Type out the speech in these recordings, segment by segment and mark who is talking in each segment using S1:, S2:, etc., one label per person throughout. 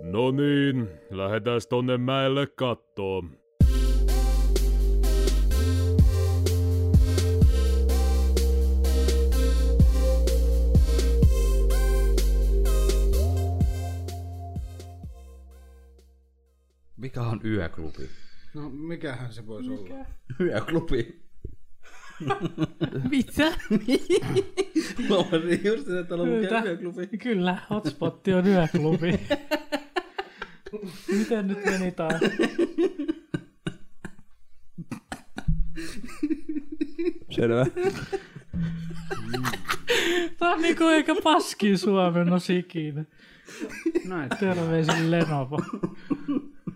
S1: No niin, lähdetään tonne mäelle kattoon.
S2: Mikä on yöklubi?
S3: No mikähän se voisi Mikä? olla?
S2: Yöklubi?
S4: Mitä?
S2: Mä olisin just sitä, että
S4: Kyllä. Kyllä, hotspotti on yöklubi. Miten nyt meni tää?
S5: Selvä.
S4: Tää on niinku eikä paski suomennos ikinä.
S3: Night,
S4: Terveisin Lenovo.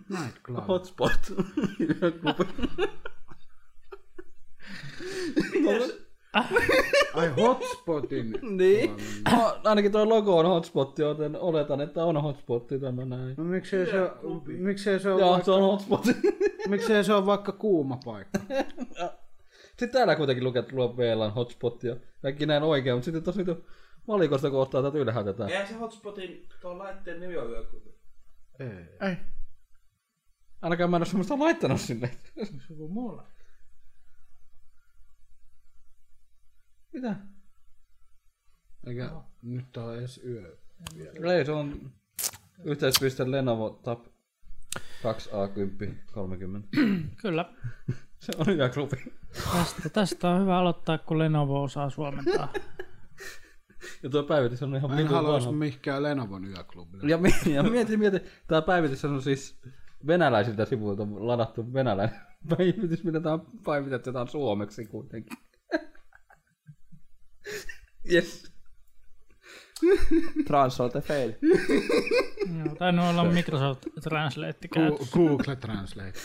S3: night club.
S2: Hotspot. Yöklubi.
S3: Ai hotspotin.
S2: niin. No, ainakin tuo logo on hotspot, joten oletan, että on hotspotti tämä näin.
S3: No miksei se, miksei se, ole
S2: Joo, se
S3: vaikka,
S2: on hotspot.
S3: miksei se ole vaikka kuuma paikka?
S2: sitten täällä kuitenkin lukee, että luo VLAN on hotspot ja kaikki näin oikein, mutta sitten tuossa niinku valikosta kohtaa tätä ylhäytetään.
S5: Eihän se hotspotin tuon laitteen nimi on yöklubi.
S3: Ei.
S2: Ainakaan mä en ole semmoista laittanut sinne.
S4: Joku Niinku mulla.
S2: Mitä?
S3: Eikä nyt tää on edes yö.
S2: Ei, se on yhteispiste Lenovo Tab 2A10 30.
S4: Kyllä.
S2: Se on hyvä klubi.
S4: Tästä, tästä on hyvä aloittaa, kun Lenovo osaa suomentaa.
S2: Ja tuo päivitys on ihan
S3: Mä en
S2: vitun
S3: haluaisi
S2: vanha.
S3: mihinkään Lenovon yöklubille.
S2: Ja, mi- ja mieti, mieti. Tämä päivitys on siis venäläisiltä sivuilta ladattu venäläinen päivitys, mitä tämä on päivitetty. Tämä on suomeksi kuitenkin. Yes.
S5: Translate fail.
S4: Joo, tainnut olla Microsoft Translate
S3: Gu-
S4: käytössä.
S3: Google Translate.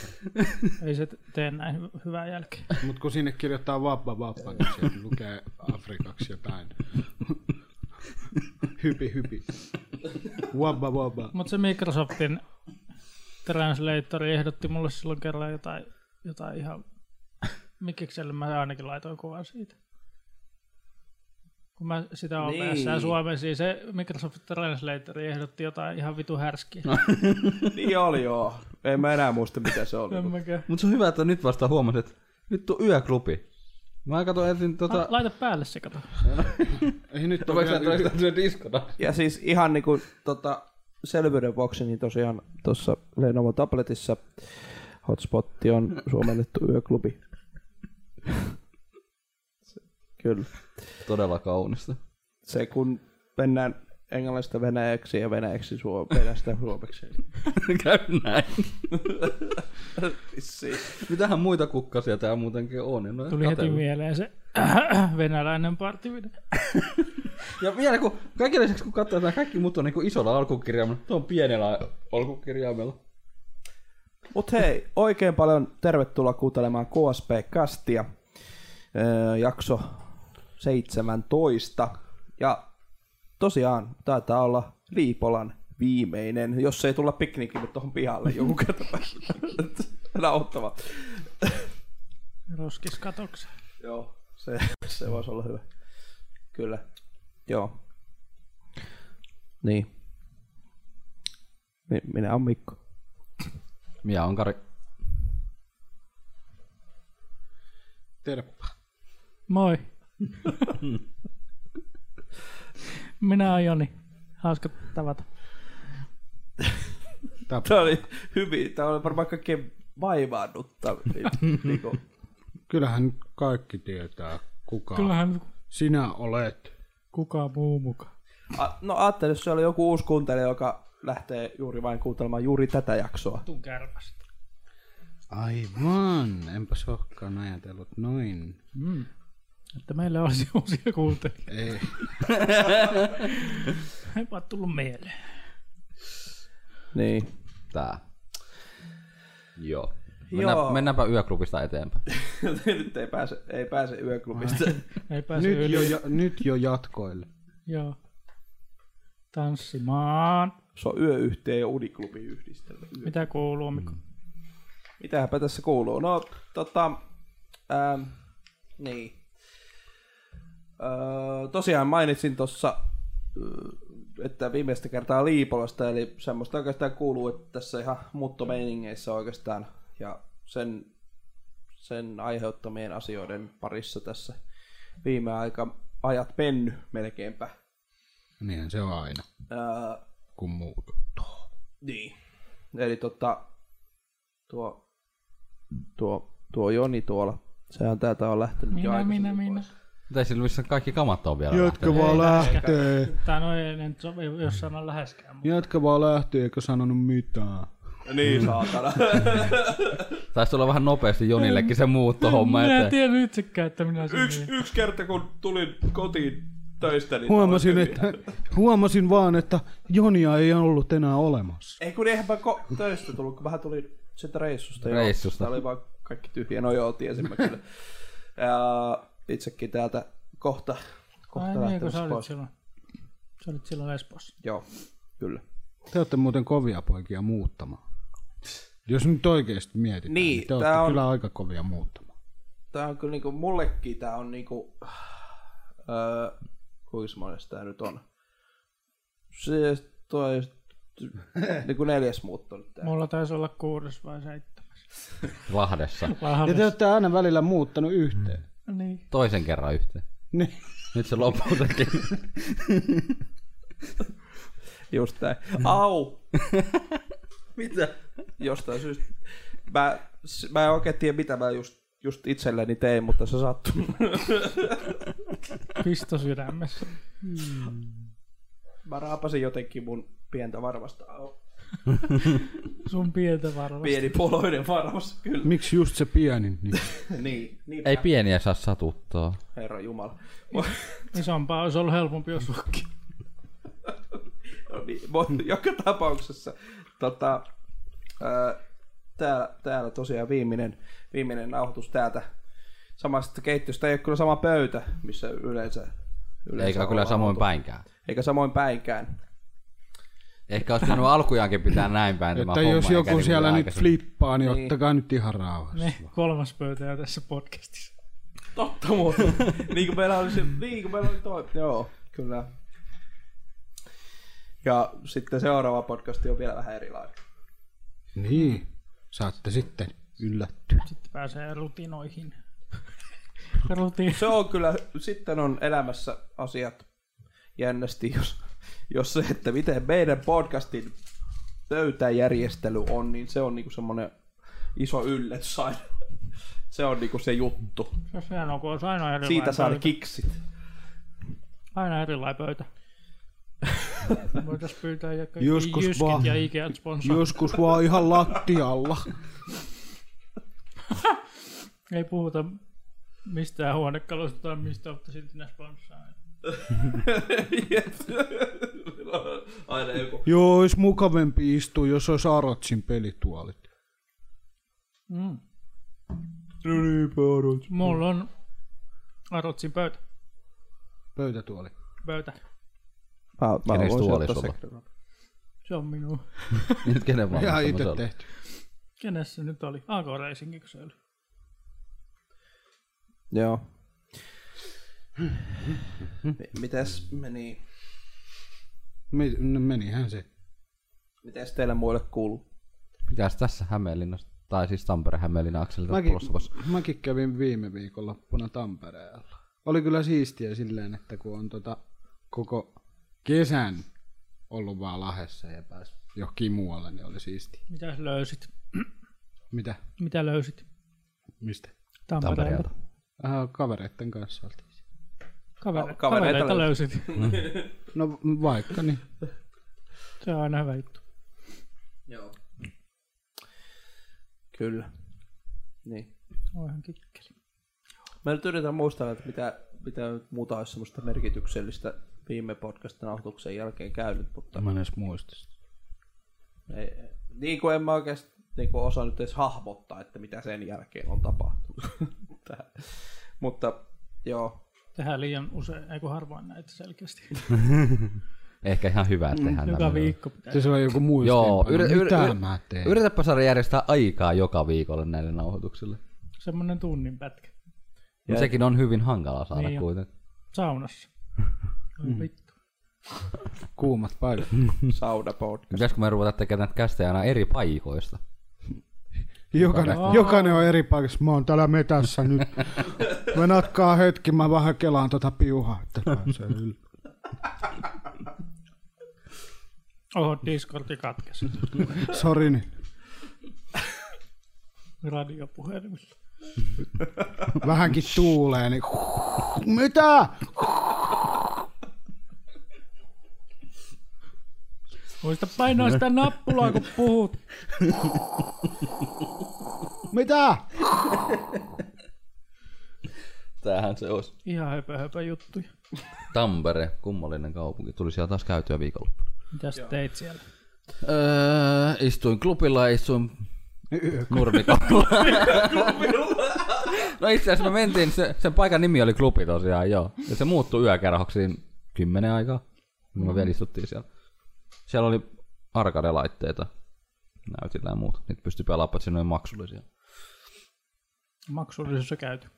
S4: Ei se tee näin hy- hyvää jälkeä.
S3: Mut kun sinne kirjoittaa vappa vappa, niin sieltä lukee Afrikaksi jotain. hypi hypi. Wabba wabba.
S4: Mutta se Microsoftin translatori ehdotti mulle silloin kerran jotain, jotain ihan... Mikikselle mä ainakin laitoin kuvan siitä. Kun mä sitä OBS niin.
S5: Niin.
S4: suomensin, se Microsoft Translatori ehdotti jotain ihan vitu härskiä.
S5: niin oli joo. En mä enää muista mitä se oli.
S4: En mäkään.
S2: Mutta se on hyvä, että nyt vasta huomasin, että nyt on yöklubi. Mä katsoin ensin tota...
S4: Ah, Laita päälle se kato.
S3: Ei nyt ole
S2: Voiko sä
S3: vielä
S2: tulla
S3: yö.
S2: tämmöisen diskona?
S5: Ja siis ihan niinku tota, selvyyden vuoksi, niin tosiaan tuossa Lenovo tabletissa hotspotti on suomennettu yöklubi. Se- Kyllä.
S2: Todella kaunista.
S5: Se kun mennään englannista venäjäksi ja venäjäksi suo, venäjästä suomeksi. niin-
S2: Käy näin.
S5: Vissiin.
S2: Mitähän muita kukkasia tää muutenkin on? En ole
S4: Tuli heti
S2: katsellut.
S4: mieleen se venäläinen partivideo.
S2: Ja vielä kun kaiken lisäksi kun katsoo, että kaikki muut on niinku isolla alkukirjaimella, tuo on pienellä alkukirjaimella.
S5: Mut hei, oikein paljon tervetuloa kuuntelemaan KSP-kastia. Öö, jakso 17. Ja tosiaan taitaa olla Liipolan viimeinen, jos ei tulla piknikille tuohon pihalle joku kerta Nauttava.
S4: Roskis katoksen.
S5: Joo, se, se voisi olla hyvä. Kyllä. Joo. Niin. Mi- Minä olen Mikko.
S2: Minä on Kari.
S3: Terppa.
S4: Moi. Minä niin oon Joni. Hauska tavata.
S5: Tämä oli hyvin. Tämä oli varmaan kaikkein vaivaannutta. Niin, niin kuin,
S3: Kyllähän nyt kaikki tietää, kuka
S4: Kyllähän
S3: sinä olet.
S4: kukaan muu muka.
S5: a, no ajattelin, jos siellä on joku uusi kuuntelija, joka lähtee juuri vain kuuntelemaan juuri tätä jaksoa.
S4: Tun kärpästä.
S3: Aivan, enpä sohkaan ajatellut noin.
S4: Että meillä olisi uusia kuuntelijoita.
S3: Ei.
S4: Ei vaan tullut mieleen.
S5: Niin.
S2: Tää. Joo.
S5: Mennään- Joo.
S2: Mennäänpä yöklubista eteenpäin.
S5: Nyt ei pääse, ei pääse yöklubista.
S4: Ei pääse
S3: Nyt
S4: yli.
S3: jo, ja, nyt jo jatkoille.
S4: Joo. Tanssimaan.
S5: Se on yöyhtiö ja uniklubi yhdistelmä.
S4: Mitä kuuluu, Mikko?
S5: Mitähänpä tässä kuuluu? No, tota... Ähm, Äh, niin. Öö, tosiaan mainitsin tuossa että viimeistä kertaa Liipolasta, eli semmoista oikeastaan kuuluu, että tässä ihan muuttomeiningeissä oikeastaan, ja sen, sen aiheuttamien asioiden parissa tässä viime aika ajat mennyt melkeinpä. Äh,
S3: Niinhän se on aina,
S5: Ää,
S3: kun muut.
S5: Niin. Eli tota, tuo, tuo, tuo Joni tuolla, sehän täältä on lähtenyt jo
S4: Minä, minä,
S5: aikaisemmin
S4: minä.
S5: pois.
S2: Mitä sillä missä kaikki kamat on vielä
S3: Jotka
S2: lähtenyt?
S3: vaan lähtee.
S4: Tää no ei nyt sovi, jos sanon läheskään. Mutta
S3: Jatka vaan lähtee, eikö sanonut mitään.
S5: Niin saatana.
S2: Taisi tulla vähän nopeasti Jonillekin se muuttohomma
S4: minä en
S2: eteen.
S4: tiedä itsekään, että minä niin- sen
S5: yksi, yksi kerta kun tulin kotiin töistä, niin...
S3: Huomasin,
S5: toinen-
S3: että, huomasin vaan, että Jonia ei ollut enää olemassa.
S5: Ei kun eihän mä ko- töistä tullut, kun vähän tuli sieltä reissusta. joo.
S2: Reissusta.
S5: Tää oli vaan kaikki tyhjä. No joo, tiesin mä kyllä. Ja itsekin täältä kohta, kohta
S4: Ai niin, kun sä
S5: lähtemässä
S4: olit
S5: pois.
S4: silloin. Sä olit silloin Espoossa.
S5: Joo, kyllä.
S3: Te olette muuten kovia poikia muuttamaan. Jos nyt oikeasti mietitään,
S5: Niin,
S3: niin, niin te
S5: tää
S3: olette
S5: on-
S3: on... kyllä aika kovia muuttamaan.
S5: Tää on kyllä niinku, mullekin tää on niinku, öö, kuinka mones tää nyt on? Siis toi, niinku neljäs muutto nyt tää.
S4: Mulla taisi olla kuudes vai seitsemäs.
S2: Lahdessa.
S3: Ja
S4: Lahdessa.
S3: te olette aina välillä muuttanut yhteen.
S4: Niin.
S2: Toisen kerran yhteen.
S3: Niin.
S2: Nyt se lopultakin.
S5: Just näin. Au! mitä? Jostain syystä. Mä, s- mä en oikein tiedä mitä mä just, just itselleni tein, mutta se sattui.
S4: Pisto sydämessä.
S5: Mä raapasin jotenkin mun pientä varvasta. Au.
S4: Sun pientä varmasti.
S5: Pieni poloinen varvas, kyllä.
S3: Miksi just se pieni? Niin.
S5: niin, niin
S2: Ei pieniä saa satuttaa.
S5: herra Jumala.
S4: Isompaa olisi ollut helpompi, jos sukki.
S5: No niin, mo- joka tapauksessa tota, ää, täällä, täällä tosiaan viimeinen, viimeinen nauhoitus täältä samasta keittiöstä. Ei ole kyllä sama pöytä, missä yleensä, yleensä
S2: Eikä kyllä
S5: ollaan
S2: samoin
S5: oltu.
S2: päinkään.
S5: Eikä samoin päinkään.
S2: Ehkä olisi pitänyt alkujaankin pitää näin päin tämä
S3: Että
S2: homma,
S3: jos
S2: eikä
S3: joku
S2: niinku
S3: siellä nyt
S2: aikaisemmin.
S3: flippaa, niin, niin ottakaa nyt ihan rauhassa.
S4: Ne, kolmas pöytä jo tässä podcastissa.
S5: Totta muuten. niin kuin meillä oli se, niin kuin meillä oli toi. Joo, kyllä. Ja sitten seuraava podcasti on vielä vähän erilainen.
S3: Niin, saatte sitten yllättyä.
S4: Sitten pääsee rutinoihin. Rutiin.
S5: Se on kyllä, sitten on elämässä asiat jännästi, jos, jos se, että miten meidän podcastin pöytäjärjestely on, niin se on niinku semmoinen iso yllätys aina. Se on niinku se juttu.
S4: Sehän on, kun olisi aina erilainen
S5: Siitä saa ne
S4: pöytä.
S5: kiksit.
S4: Aina erilainen pöytä. Voitaisiin pyytää ja kaikki
S3: Joskus
S4: jyskit
S3: vaan.
S4: ja Ikeat sponsorit.
S3: Joskus vaan ihan lattialla.
S4: Ei puhuta mistään huonekalusta tai mistä, mutta silti ne sponssaa.
S5: aina joku.
S3: Joo, olisi mukavampi istua, jos olisi Arotsin pelituolit.
S4: Mm.
S5: No niin, Arots.
S4: Mulla on Arotsin pöytä.
S3: Pöytätuoli.
S4: pöytä.
S5: Mä, mä
S2: Kenes
S5: voin
S2: tuoli
S5: sieltä
S2: sulla?
S5: sektorilla.
S4: Se on minun.
S2: Nyt kenen vaan.
S3: Ihan itse tehty.
S4: Kenessä se nyt oli? AK Racing, kun se oli?
S5: Joo. M- Mites meni?
S3: Me- no Menihän se.
S5: Mites teille muille kuuluu?
S2: Mitäs tässä Hämeenlinnasta? Tai siis Tampere Hämeenlinna akselilta
S3: Mäkin,
S2: tulossa vasta.
S3: mäkin kävin viime viikonloppuna Tampereella. Oli kyllä siistiä silleen, että kun on tota koko kesän ollut vaan lahessa ja pääs johonkin muualle, niin oli siisti.
S4: Mitä sä löysit?
S3: Mitä?
S4: Mitä löysit?
S3: Mistä?
S4: Tampereelta.
S2: Tampereelta.
S3: Äh, kavereitten kanssa oltiin.
S4: Kavere-
S5: Ka- kavereita
S4: Kavereita löysit.
S3: No vaikka niin.
S4: Se on aina hyvä juttu.
S5: Joo. Kyllä. Niin.
S4: On ihan kikkeli.
S5: Mä nyt yritän muistella, että mitä, mitä nyt muuta olisi semmoista merkityksellistä viime podcastin nauhoituksen jälkeen käynyt, mutta
S3: Mä en edes muista sitä.
S5: ei, niin kuin en mä oikeasti niin kuin osaa nyt edes hahmottaa, että mitä sen jälkeen on tapahtunut. Tää. mutta joo,
S4: Tehdään liian usein, ei kun harvoin näitä selkeästi.
S2: Ehkä ihan hyvä, että tehdään
S4: Mm, Joka
S2: tämmönen.
S4: viikko pitää.
S3: Se on joku muistiinpano.
S2: Joo, yr- yr-
S3: Mitä
S2: yr-
S3: mä teen?
S2: Yritäpä saada järjestää aikaa joka viikolle näille nauhoituksille.
S4: Semmonen tunnin pätkä.
S2: Mutta sekin on hyvin hankala saada
S4: Niin
S2: niin
S4: on.
S2: kuitenkin.
S4: Saunassa. Oi vittu.
S3: Kuumat paidat.
S5: Saunapod.
S2: Pitäisikö me ruveta tekemään näitä kästejä aina eri paikoista?
S3: Jokainen, jokainen on eri paikassa. Mä oon täällä metässä nyt. Venatkaa hetki, mä vähän kelaan tota piuhaa, että pääsee yli.
S4: Oho, Discordi katkesi.
S3: Sori niin.
S4: Radiopuhelimilla.
S3: Vähänkin tuulee, niin... Mitä?
S4: Muista painoa sitä nappulaa, kun puhut.
S3: Mitä?
S2: Tämähän se olisi.
S4: Ihan höpö, höpö juttuja.
S2: Tampere, kummallinen kaupunki. Tuli siellä taas käytyä viikonloppuna.
S4: Mitäs teit siellä?
S2: Öö, istuin klubilla, istuin nurmikolla. no itse asiassa me mentiin, se, sen paikan nimi oli klubi tosiaan, joo. Ja se muuttui yökerhoksiin kymmenen aikaa, kun me vielä istuttiin siellä. Siellä oli arcade-laitteita, näytillä ja muuta. Niitä pystyi pelaamaan, paitsi ne oli maksullisia.
S4: Maksullisuus käyty.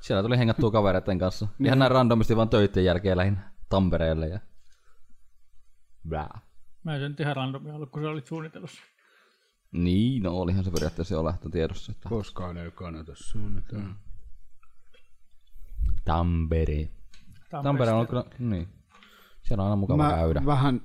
S2: Siellä tuli hengattua kavereiden kanssa. Ihan näin randomisti vaan töiden jälkeen lähin Tampereelle ja... Blää.
S4: Mä en sen nyt ihan randomia ollut, kun sä olit suunnitellut. sen.
S2: Niin, no olihan se periaatteessa jo lähtötiedossa, että
S3: Koskaan ei kannata suunnitella.
S2: Tampere. Tampere on kyllä, niin. Siellä on aina mukava
S3: Mä
S2: käydä.
S3: vähän,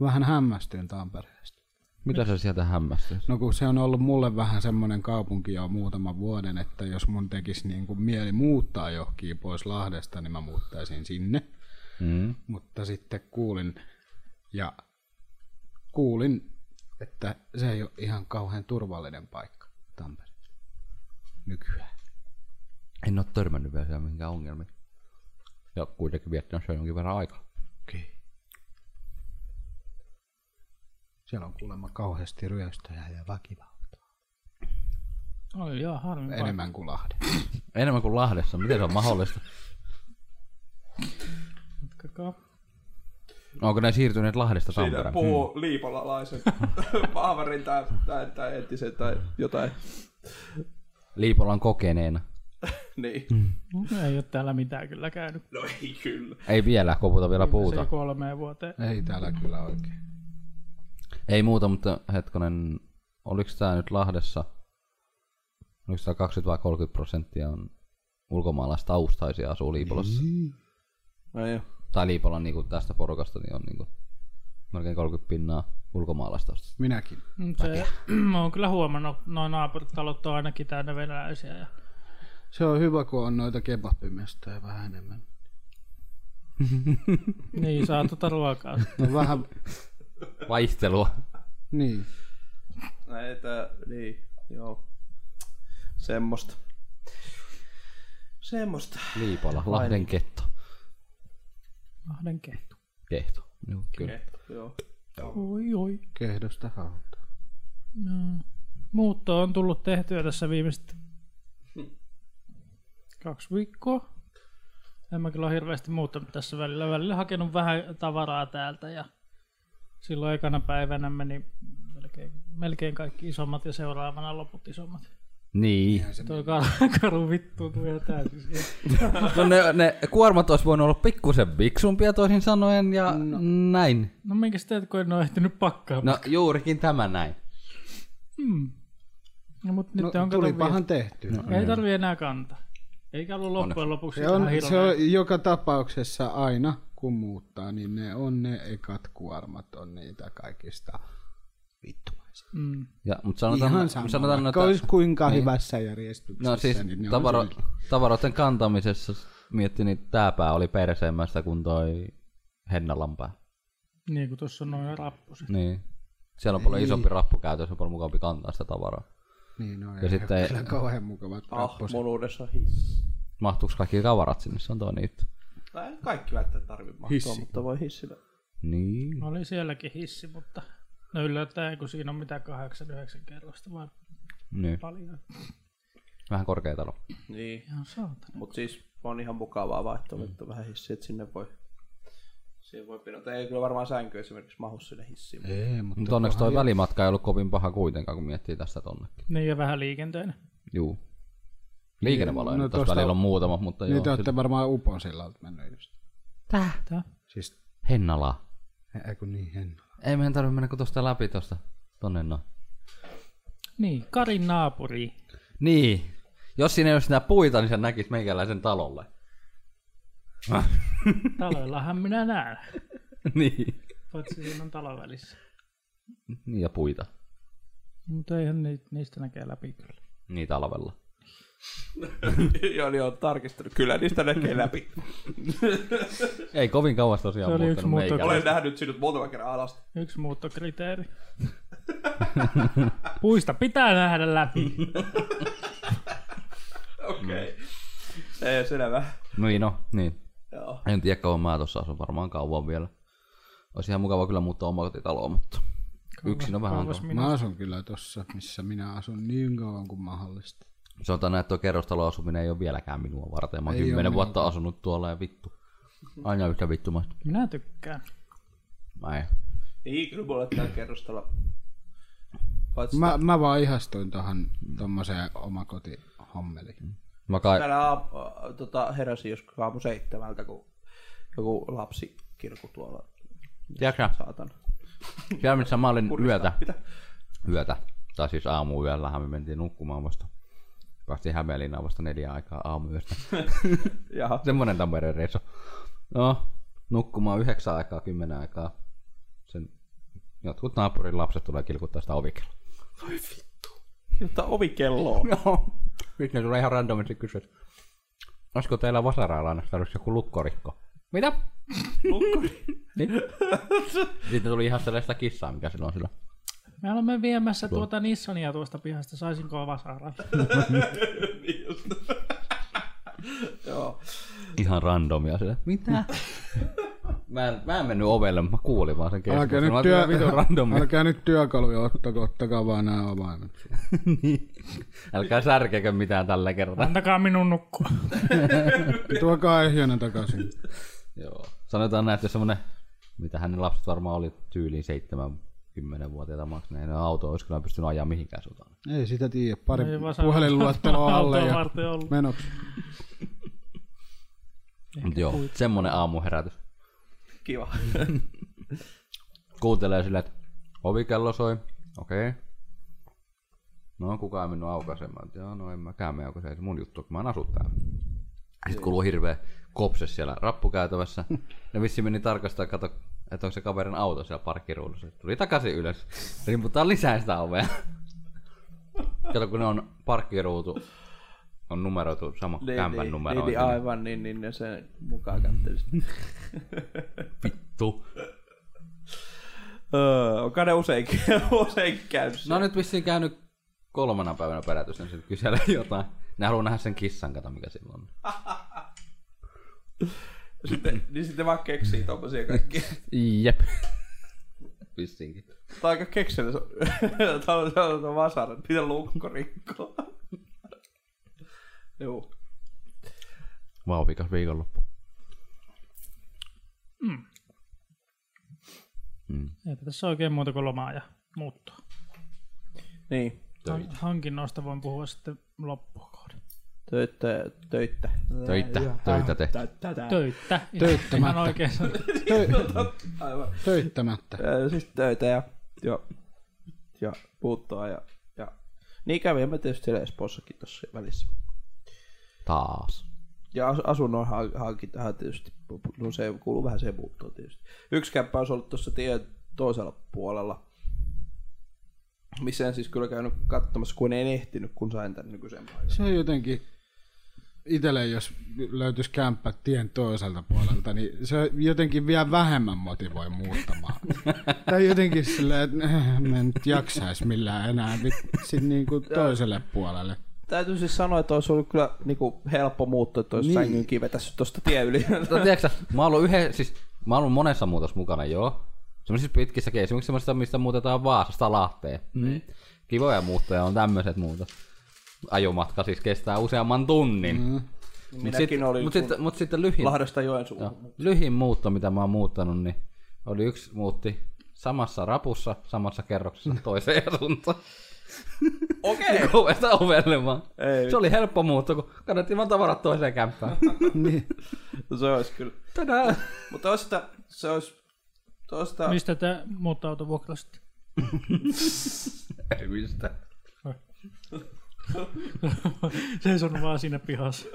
S3: vähän hämmästyin Tampereesta.
S2: Mitä sä sieltä hämmästyt?
S3: No kun se on ollut mulle vähän semmoinen kaupunki jo muutaman vuoden, että jos mun tekisi niin kuin mieli muuttaa johonkin pois Lahdesta, niin mä muuttaisin sinne.
S2: Mm.
S3: Mutta sitten kuulin ja kuulin, että se ei ole ihan kauhean turvallinen paikka Tampere nykyään.
S2: En ole törmännyt vielä siellä mihinkään ongelmiin. Ja kuitenkin viettänyt se jonkin verran aikaa.
S3: Okay. Siellä on kuulemma kauheasti ryöstöjä ja väkivaltaa.
S4: Oli joo, harmi paikka.
S3: Enemmän kuin Lahde.
S2: Enemmän kuin Lahdessa, miten se on mahdollista?
S4: Katsokaa.
S2: No, Onko ne siirtyneet Lahdesta
S5: Siitä
S2: Tampereen?
S5: puhuu liipolalaisen vahvarin tai, tai, tai entisen tai jotain.
S2: Liipolan kokeneena.
S5: Niin.
S4: Ei ole täällä mitään kyllä käynyt.
S5: No ei kyllä.
S2: Ei vielä, koputa vielä puuta.
S4: Se kolmeen vuoteen.
S3: Ei täällä kyllä oikein.
S2: Ei muuta, mutta hetkonen, oliko tämä nyt Lahdessa, oliko tämä 20 vai 30 prosenttia on ulkomaalaistaustaisia asuu Liipolassa? Mm.
S5: No joo.
S2: Tai Liipolan niin tästä porukasta niin on niin kuin, melkein 30 pinnaa ulkomaalaistaustaista.
S3: Minäkin.
S4: Mut Se, mä oon kyllä huomannut, noin naapuritalot on ainakin täynnä venäläisiä. Ja
S3: Se on hyvä, kun on noita kebabimestoja vähän enemmän.
S4: niin, saa tota ruokaa.
S3: No vähän,
S2: Vaihtelua.
S3: niin.
S5: Näitä, No niin, joo. Semmosta. Semmosta.
S2: Liipola,
S3: niin.
S2: Lahden ketto.
S4: Ahden kehtu.
S2: Kehto. Joo, kyllä.
S5: Eh, Joo.
S4: Oi, oi.
S3: Kehdosta hauta.
S4: No. Muutto on tullut tehtyä tässä viimeiset kaksi viikkoa. En mä kyllä ole hirveästi muuttanut tässä välillä. Välillä hakenut vähän tavaraa täältä ja silloin ekana päivänä meni melkein, melkein kaikki isommat ja seuraavana loput isommat.
S2: Niin.
S4: Toi kar- karu vittu tuli täysin siihen.
S2: No ne, ne kuormat olisi voinut olla pikkusen viksumpia toisin sanoen ja no. näin.
S4: No minkäs teet, kun en ole ehtinyt pakkaamaan.
S2: No juurikin tämä näin.
S4: No, mut nyt
S3: No,
S4: on kato
S3: tulipahan tehty. No.
S4: Ei tarvi enää kantaa. Eikä ollut loppujen lopuksi
S3: Se, on, se on joka tapauksessa aina, kun muuttaa, niin ne on ne ekat kuormat, on niitä kaikista vittumaisia.
S4: Mm.
S2: Ja, mutta sanotaan,
S3: Ihan sama,
S2: sanotaan
S3: sanotaan,
S2: noita,
S3: vaikka olisi kuinka niin. hyvässä järjestyksessä.
S2: No siis
S3: niin ne on
S2: tavaro,
S3: siellä.
S2: tavaroiden kantamisessa mietti, niin tämä pää oli perseemmästä kuin toi Hennalan pää.
S4: Niin kuin tuossa on noin rappuset.
S2: Niin. Siellä on paljon isompi rappu käytössä, paljon mukavampi kantaa sitä tavaraa.
S3: Niin, no,
S2: Ja
S3: ei
S2: sitten ei,
S3: ole kauhean mukavat
S5: Ah,
S3: rappuset.
S5: monuudessa hissi.
S2: mahtuuko kaikki tavarat sinne, se on toinen juttu.
S5: Tai kaikki välttämättä tarvitse mahtua,
S3: Hissi.
S5: mutta voi hissillä.
S2: Niin.
S4: No Oli sielläkin hissi, mutta no yllättäen, kun siinä on mitä kahdeksan, yhdeksän kerrosta, vaan
S2: niin.
S4: paljon.
S2: Vähän korkea talo.
S5: Niin.
S4: Ihan saatana.
S5: Mut siis on ihan mukavaa vaihtoehto mm. vähän hissiä, että sinne voi Siihen voi pidota. Ei kyllä varmaan sänky esimerkiksi mahu sinne hissiin. Ei.
S3: Ei, mutta
S2: Mutta onneksi toi välimatka ei ollut kovin paha kuitenkaan, kun miettii tästä tonnekin.
S4: Niin ja vähän liikenteinen.
S2: Juu. Liikennevaloja
S3: No
S2: no, tässä
S4: Niin,
S3: tosta-
S2: välillä on muutama, mutta joo.
S3: niitä
S2: Sit,
S3: olette varmaan upon sillalta mennyt just.
S2: Tää.
S4: Tää.
S3: Siis,
S2: Hennalaa.
S3: ei kun niin, Hennala.
S2: Ei meidän tarvitse mennä kun tosta läpi tosta. Tonne noin.
S4: Niin, Karin naapuri.
S2: Niin. Jos siinä ei olisi näitä puita, niin sen näkisi meikäläisen talolle.
S4: Taloillahan minä näen.
S2: niin.
S4: Paitsi siinä on talo välissä.
S2: Niin ja puita.
S4: Mutta eihän ni- niistä näkee läpi kyllä.
S2: Niin talvella.
S5: Joni on niin tarkistanut. Kyllä niistä näkee läpi.
S2: Ei kovin kauas tosiaan
S4: Se oli yksi
S2: muuttanut
S4: muutto-
S2: meikäläisen.
S5: Olen nähnyt sinut muutaman kerran alasta.
S4: Yksi muuttokriteeri. Puista pitää nähdä läpi.
S5: Okei. Ei, selvä.
S2: Niin no, niin.
S5: Joo.
S2: En tiedä kauan mä tuossa asun, varmaan kauan vielä. Olisi ihan mukava kyllä muuttaa omakotitaloa, mutta yksin on vähän
S4: Kauas
S2: hankala.
S4: minä.
S3: Mä asun kyllä tossa, missä minä asun niin kauan kuin mahdollista.
S2: Sanotaan näin, että tuo kerrostaloasuminen ei ole vieläkään minua varten. Mä oon
S3: Ei oo
S2: kymmenen
S3: minun
S2: vuotta asunut tuolla ja vittu. Aina yhtä vittumasta.
S4: minä tykkään.
S2: Mä en.
S5: Niin, kyllä mulle tää kerrostalo. Paitsi
S3: Mä, mä vaan ihastuin tohon tommoseen omakotihommeliin.
S2: Mä kai...
S5: tänä aap, äh, tota, heräsin joskus aamu seitsemältä, kun joku lapsi kirku tuolla.
S2: Tiedätkö,
S5: Saatan.
S2: siellä missä mä olin yötä,
S5: Mitä?
S2: yötä, tai siis aamuyöllähän me mentiin nukkumaan vasta. Päästiin Hämeenlinnaan vasta neljä aikaa aamuyöstä.
S5: Jaha.
S2: Semmonen Tampereen reissu. No, nukkumaan yhdeksän aikaa, kymmenen aikaa. Sen jotkut naapurin lapset tulee kilkuttaa sitä ovikelloa.
S5: Kirjoittaa ovikelloon.
S2: Joo. Nyt ne tulee ihan randomisti kysyä, että olisiko teillä vasaraalana tarvitsisi joku lukkorikko? Mitä?
S5: Lukkari.
S2: Niin. Sitten tuli ihan sellaista kissaa, mikä sillä on sillä.
S4: Me olemme viemässä tuota Nissonia tuosta pihasta. Saisinko vasaran?
S5: Niin just. Joo.
S2: Ihan randomia sillä. Mitä? mä, en, mä en mennyt ovelle, mä kuulin vaan sen
S3: Älkää nyt,
S2: keskustelun. Mä
S3: työ,
S2: työ... vitun randomia. Älkää...
S3: älkää nyt työkaluja ottako, ottakaa vaan nämä avaimet.
S2: Niin. Älkää särkekö mitään tällä kertaa.
S4: Antakaa minun nukkua.
S3: Tuokaa ehjänä takaisin.
S2: Joo. Sanotaan näin, että semmonen, mitä hänen lapset varmaan oli tyyliin 70-vuotiaita maksaneet, niin ne auto olisi kyllä pystynyt ajaa mihinkään suuntaan.
S3: Ei sitä tiedä, pari
S4: Ei vaan
S3: puhelinluetteloa alle
S4: Autoa
S3: ja
S4: varten ollut.
S3: menoksi.
S2: Mut joo, semmonen aamuherätys.
S5: Kiva.
S2: Kuuntelee silleen, että ovikello soi, okei. Okay. No, kukaan ei mennyt aukaisemaan. Joo, no en mäkään mene aukaisemaan, ei se mun juttu, kun mä en asu täällä. Sitten kuuluu hirveä kopse siellä rappukäytävässä. Ne vissi meni tarkastaa, kato, että onko se kaverin auto siellä parkkiruudussa. Tuli takaisin ylös. Rimputaan lisää sitä ovea. Kato, kun ne on parkkiruutu, on numeroitu sama niin, kämpän
S5: niin,
S2: numero.
S5: niin, niin, aivan, niin, niin, niin sen mukaan kattelisi.
S2: Vittu.
S5: Öö, onkaan ne usein, usein käynyt
S2: No nyt vissiin käynyt kolmana päivänä perätys, niin sitten kyselee jotain. Ne haluaa nähdä sen kissan, kato mikä sillä on.
S5: sitten, niin sitten vaan keksii tommosia kaikkia.
S2: Jep. Vissinkin.
S5: Tää on aika kekseli. Tää on, tää on, tää on vasara. Miten lukko rikkoo? Joo.
S2: Vauhikas viikonloppu.
S4: Eipä tässä oikein muuta kuin lomaa ja muuttua.
S5: Niin.
S4: Han- Hankinnoista voin puhua sitten loppuun. kohden.
S5: Töitä, töitä.
S2: Töitä, töitä tehty.
S4: Töitä. Ihan-
S3: Töittämättä.
S4: Ihan oikein sanottu.
S5: Aivan.
S3: Töittämättä.
S5: Öö, Siis töitä ja, ja, ja puuttoa ja, ja. Niin kävin mä tietysti siellä Espoossakin tossa välissä.
S2: Taas.
S5: Ja as- asunnon han- hankintahan tietysti, no se kuuluu vähän se muuttoon tietysti. Yksi kämppä olisi ollut tuossa tien toisella puolella, missä en siis kyllä käynyt katsomassa, kun en ehtinyt, kun sain tämän nykyisen paikan.
S3: Se on jotenkin itselle, jos löytyisi kämppä tien toiselta puolelta, niin se jotenkin vielä vähemmän motivoi muuttamaan. tai jotenkin silleen, että äh, mä en nyt jaksaisi millään enää vitsin niin kuin toiselle puolelle.
S5: Täytyy siis sanoa, että olisi ollut kyllä niin kuin helppo muutto, että olisi niin. sängynkin vetässyt tuosta tien yli.
S2: Mutta No, tiedätkö, sä, mä oon ollut yhden, siis mä oon ollut monessa muutossa mukana, joo. Semmoisissa pitkissäkin, esimerkiksi semmoisissa, mistä muutetaan Vaasasta Lahteen. Mm. Kivoja muuttoja on tämmöiset muutot. Ajomatka siis kestää useamman tunnin. Mm. Mutta
S5: Niin Minäkin olin
S2: mut
S5: sun
S2: sitten, mut sitten lyhin,
S5: Lahdesta Joensuuhun.
S2: lyhin muutto, mitä mä oon muuttanut, niin oli yksi muutti samassa rapussa, samassa kerroksessa toiseen asuntoon.
S5: Okei.
S2: Ovesta ovelle vaan.
S5: Ei.
S2: Se oli helppo muutto, kun kannattiin vaan tavarat toiseen kämppään.
S3: niin.
S5: Se olisi kyllä.
S2: Tänään.
S5: Mutta tosta, se olisi, tosta,
S4: Mistä te muuttautu vuokrasitte?
S2: Ei mistä.
S4: Seison vaan siinä pihassa.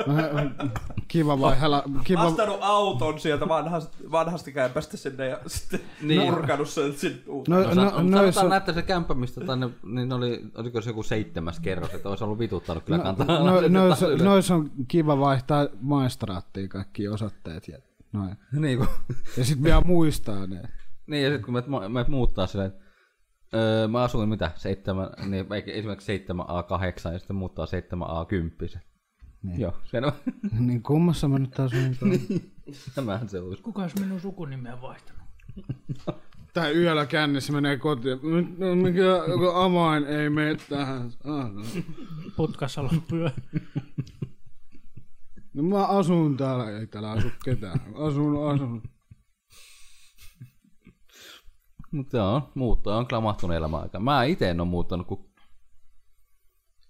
S3: Kiva vai hälä... Kiva...
S5: astanut auton sieltä vanhasta, vanhasta kämpästä sinne ja sitten
S2: Niin.
S5: niin. nurkanut sen sinne uuteen.
S3: No,
S2: No, no,
S3: no, no,
S2: sanotaan no,
S3: jos on-
S2: näyttää se kämppä, mistä tänne, niin oli, oliko se joku seitsemäs kerros, että olisi ollut vituttanut kyllä
S3: no,
S2: kantaa.
S3: no,
S2: sitten
S3: nois,
S2: taas ylös.
S3: nois on kiva vaihtaa maistraattiin kaikki osoitteet ja noin.
S2: niin, kun,
S3: Ja sit vielä muistaa ne.
S2: niin, ja sitten kun menet, mu- menet muuttaa silleen, että, öö, mä asuin mitä, seitsemän, niin, eikä esimerkiksi 7A8 ja sitten muuttaa 7A10. Niin. Joo, selvä.
S3: Niin kummassa mä nyt taas on.
S2: Tämähän se olisi.
S4: Kuka olisi minun sukunimeä vaihtanut?
S3: Tai yöllä kännissä menee kotiin. Nyt- no, Mikä kun avain ei mene tähän. Ah, no.
S4: Putkasalo pyö.
S3: No mä asun täällä, ei täällä asu ketään. Asun, asun.
S2: Mutta joo, muuttaa on klamahtunut elämäaika. Mä itse en ole muuttanut kuin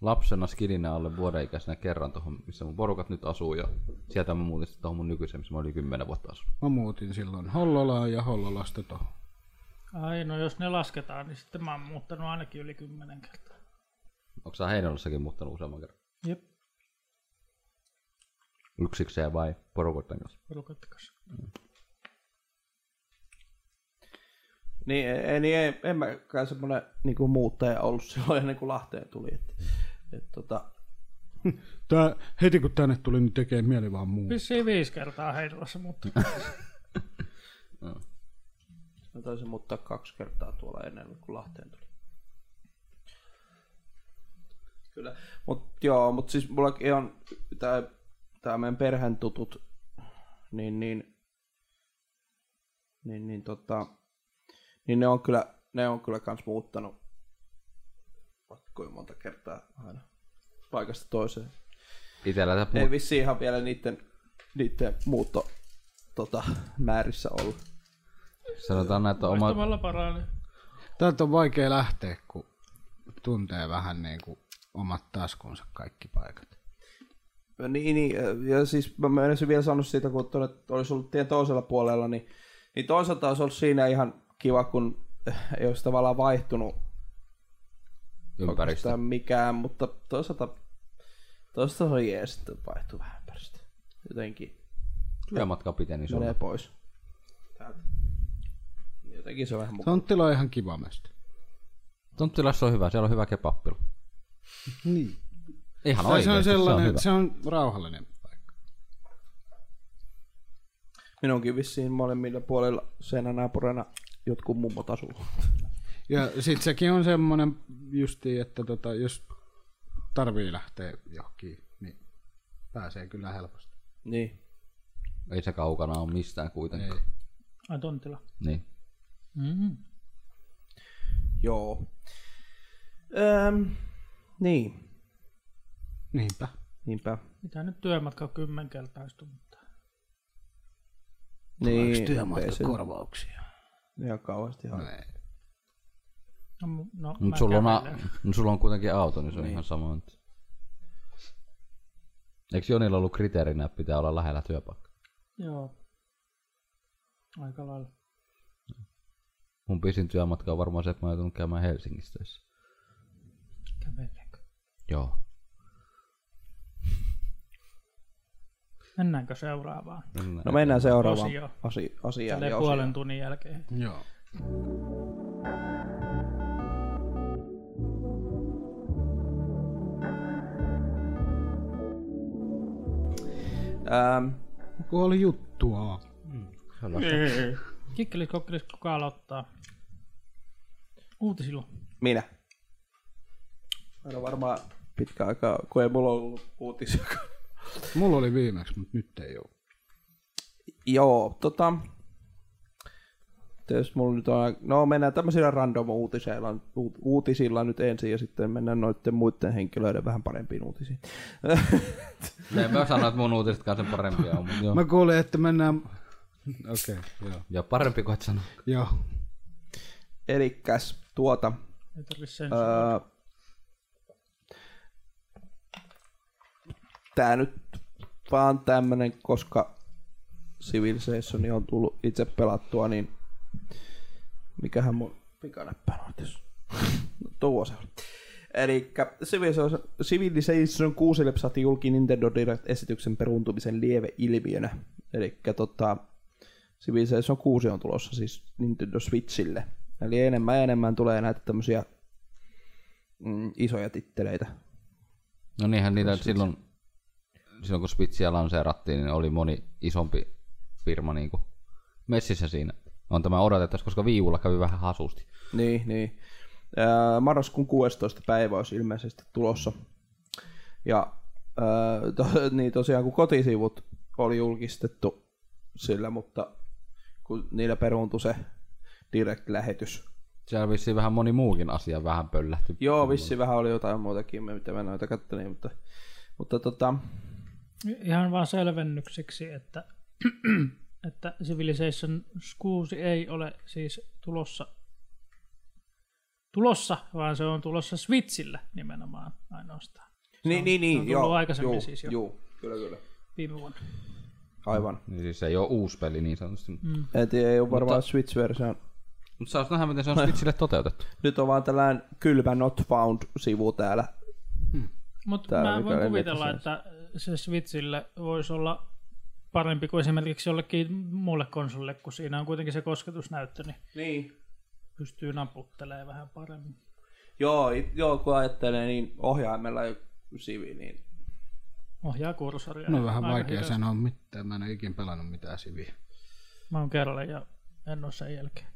S2: lapsena skidinä alle vuodenikäisenä kerran tuohon, missä mun porukat nyt asuu. Ja sieltä mä muutin sitten tuohon mun nykyiseen, missä mä olin 10 vuotta asunut.
S3: Mä muutin silloin Hollolaan ja Hollolasta tohon.
S4: Ai no jos ne lasketaan, niin sitten mä oon muuttanut ainakin yli kymmenen kertaa.
S2: Onko sä Heinolassakin muuttanut useamman kerran?
S4: Jep,
S2: Yksikseen vai porukoiden kanssa?
S4: rukattikas.
S5: Niin, ei, ei- niin ei, en mäkään semmoinen niin kuin muuttaja ollut silloin ennen kuin Lahteen tuli. Et, et, tota,
S3: Tää, heti kun tänne tuli, niin tekee mieli vaan muu.
S4: Vissiin viisi kertaa Heinolassa, mutta
S5: mä taisin muuttaa kaksi kertaa tuolla ennen kuin Lahteen tuli. Kyllä. Mut joo, mut siis mullakin on tää, tää meidän perheen tutut, niin niin, niin, niin tota, niin ne on kyllä, ne on kyllä kans muuttanut vaikka kuinka monta kertaa aina paikasta toiseen.
S2: Itellä sä
S5: Ei
S2: puhut.
S5: vissiin ihan vielä niiden, niiden muutto tota, määrissä ollut.
S2: Sanotaan näin, että oma...
S4: vaihtamalla parani.
S3: Täältä on vaikea lähteä, kun tuntee vähän niin kuin omat taskunsa kaikki paikat.
S5: Niin, niin, ja siis mä olisin vielä sanonut siitä, kun tuonne olisi ollut tien toisella puolella, niin, niin toisaalta olisi ollut siinä ihan kiva, kun ei olisi tavallaan vaihtunut
S2: ympäristö.
S5: oikeastaan mikään, mutta toisaalta, toisaalta se on jees, että vaihtuu vähän ympäristö. Jotenkin
S2: Työmatka piteni
S5: menee
S2: sulle.
S5: pois. Täältä. Jotenkin se on vähän mukava.
S3: Tonttila on ihan kiva mestä.
S2: Tonttilassa on hyvä, siellä on hyvä kebappilu.
S3: Niin.
S2: Ihan
S3: No, se on
S2: oikeesti,
S3: sellainen,
S2: hyvä.
S3: se on, se on rauhallinen paikka.
S5: Minunkin vissiin molemmilla puolilla seinänaapurina jotkut mummot asuu.
S3: Ja sit sekin on semmoinen justi, että tota, jos tarvii lähteä johonkin, niin pääsee kyllä helposti.
S5: Niin.
S2: Ei se kaukana ole mistään
S3: Ei.
S2: kuitenkaan.
S4: Ai tontilla.
S2: Niin.
S4: Mm-hmm.
S5: Joo. Öm, niin,
S3: Niinpä.
S5: niinpä.
S4: Mitä nyt työmatka on kymmenkertaistunut?
S5: Niin, ei se-
S3: korvauksia?
S5: Ihan kauheasti no,
S4: No, mu- no
S2: Mutta
S4: mä
S2: sulla, on, a-
S4: kävelen.
S2: mut sulla on kuitenkin auto, niin se on niin. ihan sama. nyt. Eikö Jonilla ollut kriteerinä, että pitää olla lähellä työpaikkaa?
S4: Joo. Aika lailla.
S2: Mun pisin työmatka on varmaan se, että mä oon joutunut käymään Helsingissä töissä.
S4: Käveleekö?
S2: Joo.
S4: Mennäänkö seuraavaan?
S5: no mennään seuraavaan
S4: Osio.
S5: asi- asiaan.
S4: Tälle
S5: ja
S4: puolen
S5: osioon.
S4: tunnin jälkeen.
S3: Joo.
S5: Öm,
S3: Kun oli juttua.
S4: Kikkelis kokkelis kuka aloittaa? Uutisilla.
S5: minä. Mä en ole varmaan pitkä aikaa, kun ei mulla ollut uutisia.
S3: Mulla oli viimeksi, mutta nyt ei ole.
S5: Joo, tota... Jos mulla nyt on... No mennään tämmöisillä random uutisilla, uut- uutisilla nyt ensin ja sitten mennään noiden muiden henkilöiden vähän parempiin uutisiin.
S2: En mä sano, että mun uutiset kanssa sen parempia on, mutta joo.
S3: Mä kuulin, että mennään... Okei, okay, joo.
S2: Ja parempi kuin et sano.
S3: Joo.
S5: Elikkäs tuota...
S4: Ei tarvi sen.
S5: Öö, tää nyt vaan tämmönen, koska Civilization on tullut itse pelattua, niin mikähän mun pikanäppä on tässä? No, Tuo se oli. Eli Civilization- Civilization 6 saatiin julki Nintendo Direct-esityksen peruuntumisen lieveilmiönä. Eli tota, Civilization 6 on tulossa siis Nintendo Switchille. Eli enemmän ja enemmän tulee näitä tämmöisiä mm, isoja titteleitä.
S2: No niinhän niitä silloin, silloin kun Switchia lanseerattiin, niin oli moni isompi firma niin kuin messissä siinä. On tämä odotettaisiin, koska viivulla kävi vähän hasusti.
S5: Niin, niin. Ää, marraskuun 16. päivä olisi ilmeisesti tulossa. Ja ää, to, niin tosiaan kun kotisivut oli julkistettu sillä, mutta kun niillä peruuntui se direct-lähetys.
S2: Siellä vissiin vähän moni muukin asia vähän pöllähti.
S5: Joo, vissi vähän oli jotain muutakin, mitä mä noita kattelin, mutta, mutta tota,
S4: Ihan vaan selvennykseksi, että, että Civilization 6 ei ole siis tulossa, tulossa, vaan se on tulossa Switchillä nimenomaan ainoastaan.
S5: niin, niin,
S4: se on
S5: niin,
S4: tullut
S5: joo,
S4: aikaisemmin
S5: juu,
S4: siis jo.
S5: juu, kyllä, kyllä,
S4: Viime vuonna.
S5: aivan.
S2: Niin siis se ei ole uusi peli niin sanotusti. Mm.
S5: Et ei ole varmaan Switch-versio.
S2: Mutta saas nähdä, miten se on Switchille toteutettu.
S5: Nyt on vaan tällainen kylmä Not Found-sivu täällä.
S4: Mutta
S5: Täällä
S4: mä voin
S5: mikä
S4: kuvitella,
S5: ennätys
S4: että se Switchille voisi olla parempi kuin esimerkiksi jollekin muulle konsolille, kun siinä on kuitenkin se kosketusnäyttö, niin
S5: Niin,
S4: pystyy naputtelemaan vähän paremmin.
S5: Joo, it- joo, kun ajattelee, niin ohjaimella ei ole sivi, niin
S4: Ohjaa kursoria.
S3: No vähän
S4: Aika
S3: vaikea
S4: hidas.
S3: sanoa mitään. Mä en ole ikinä pelannut mitään siviä.
S4: Mä oon kerralla ja en oo sen jälkeen.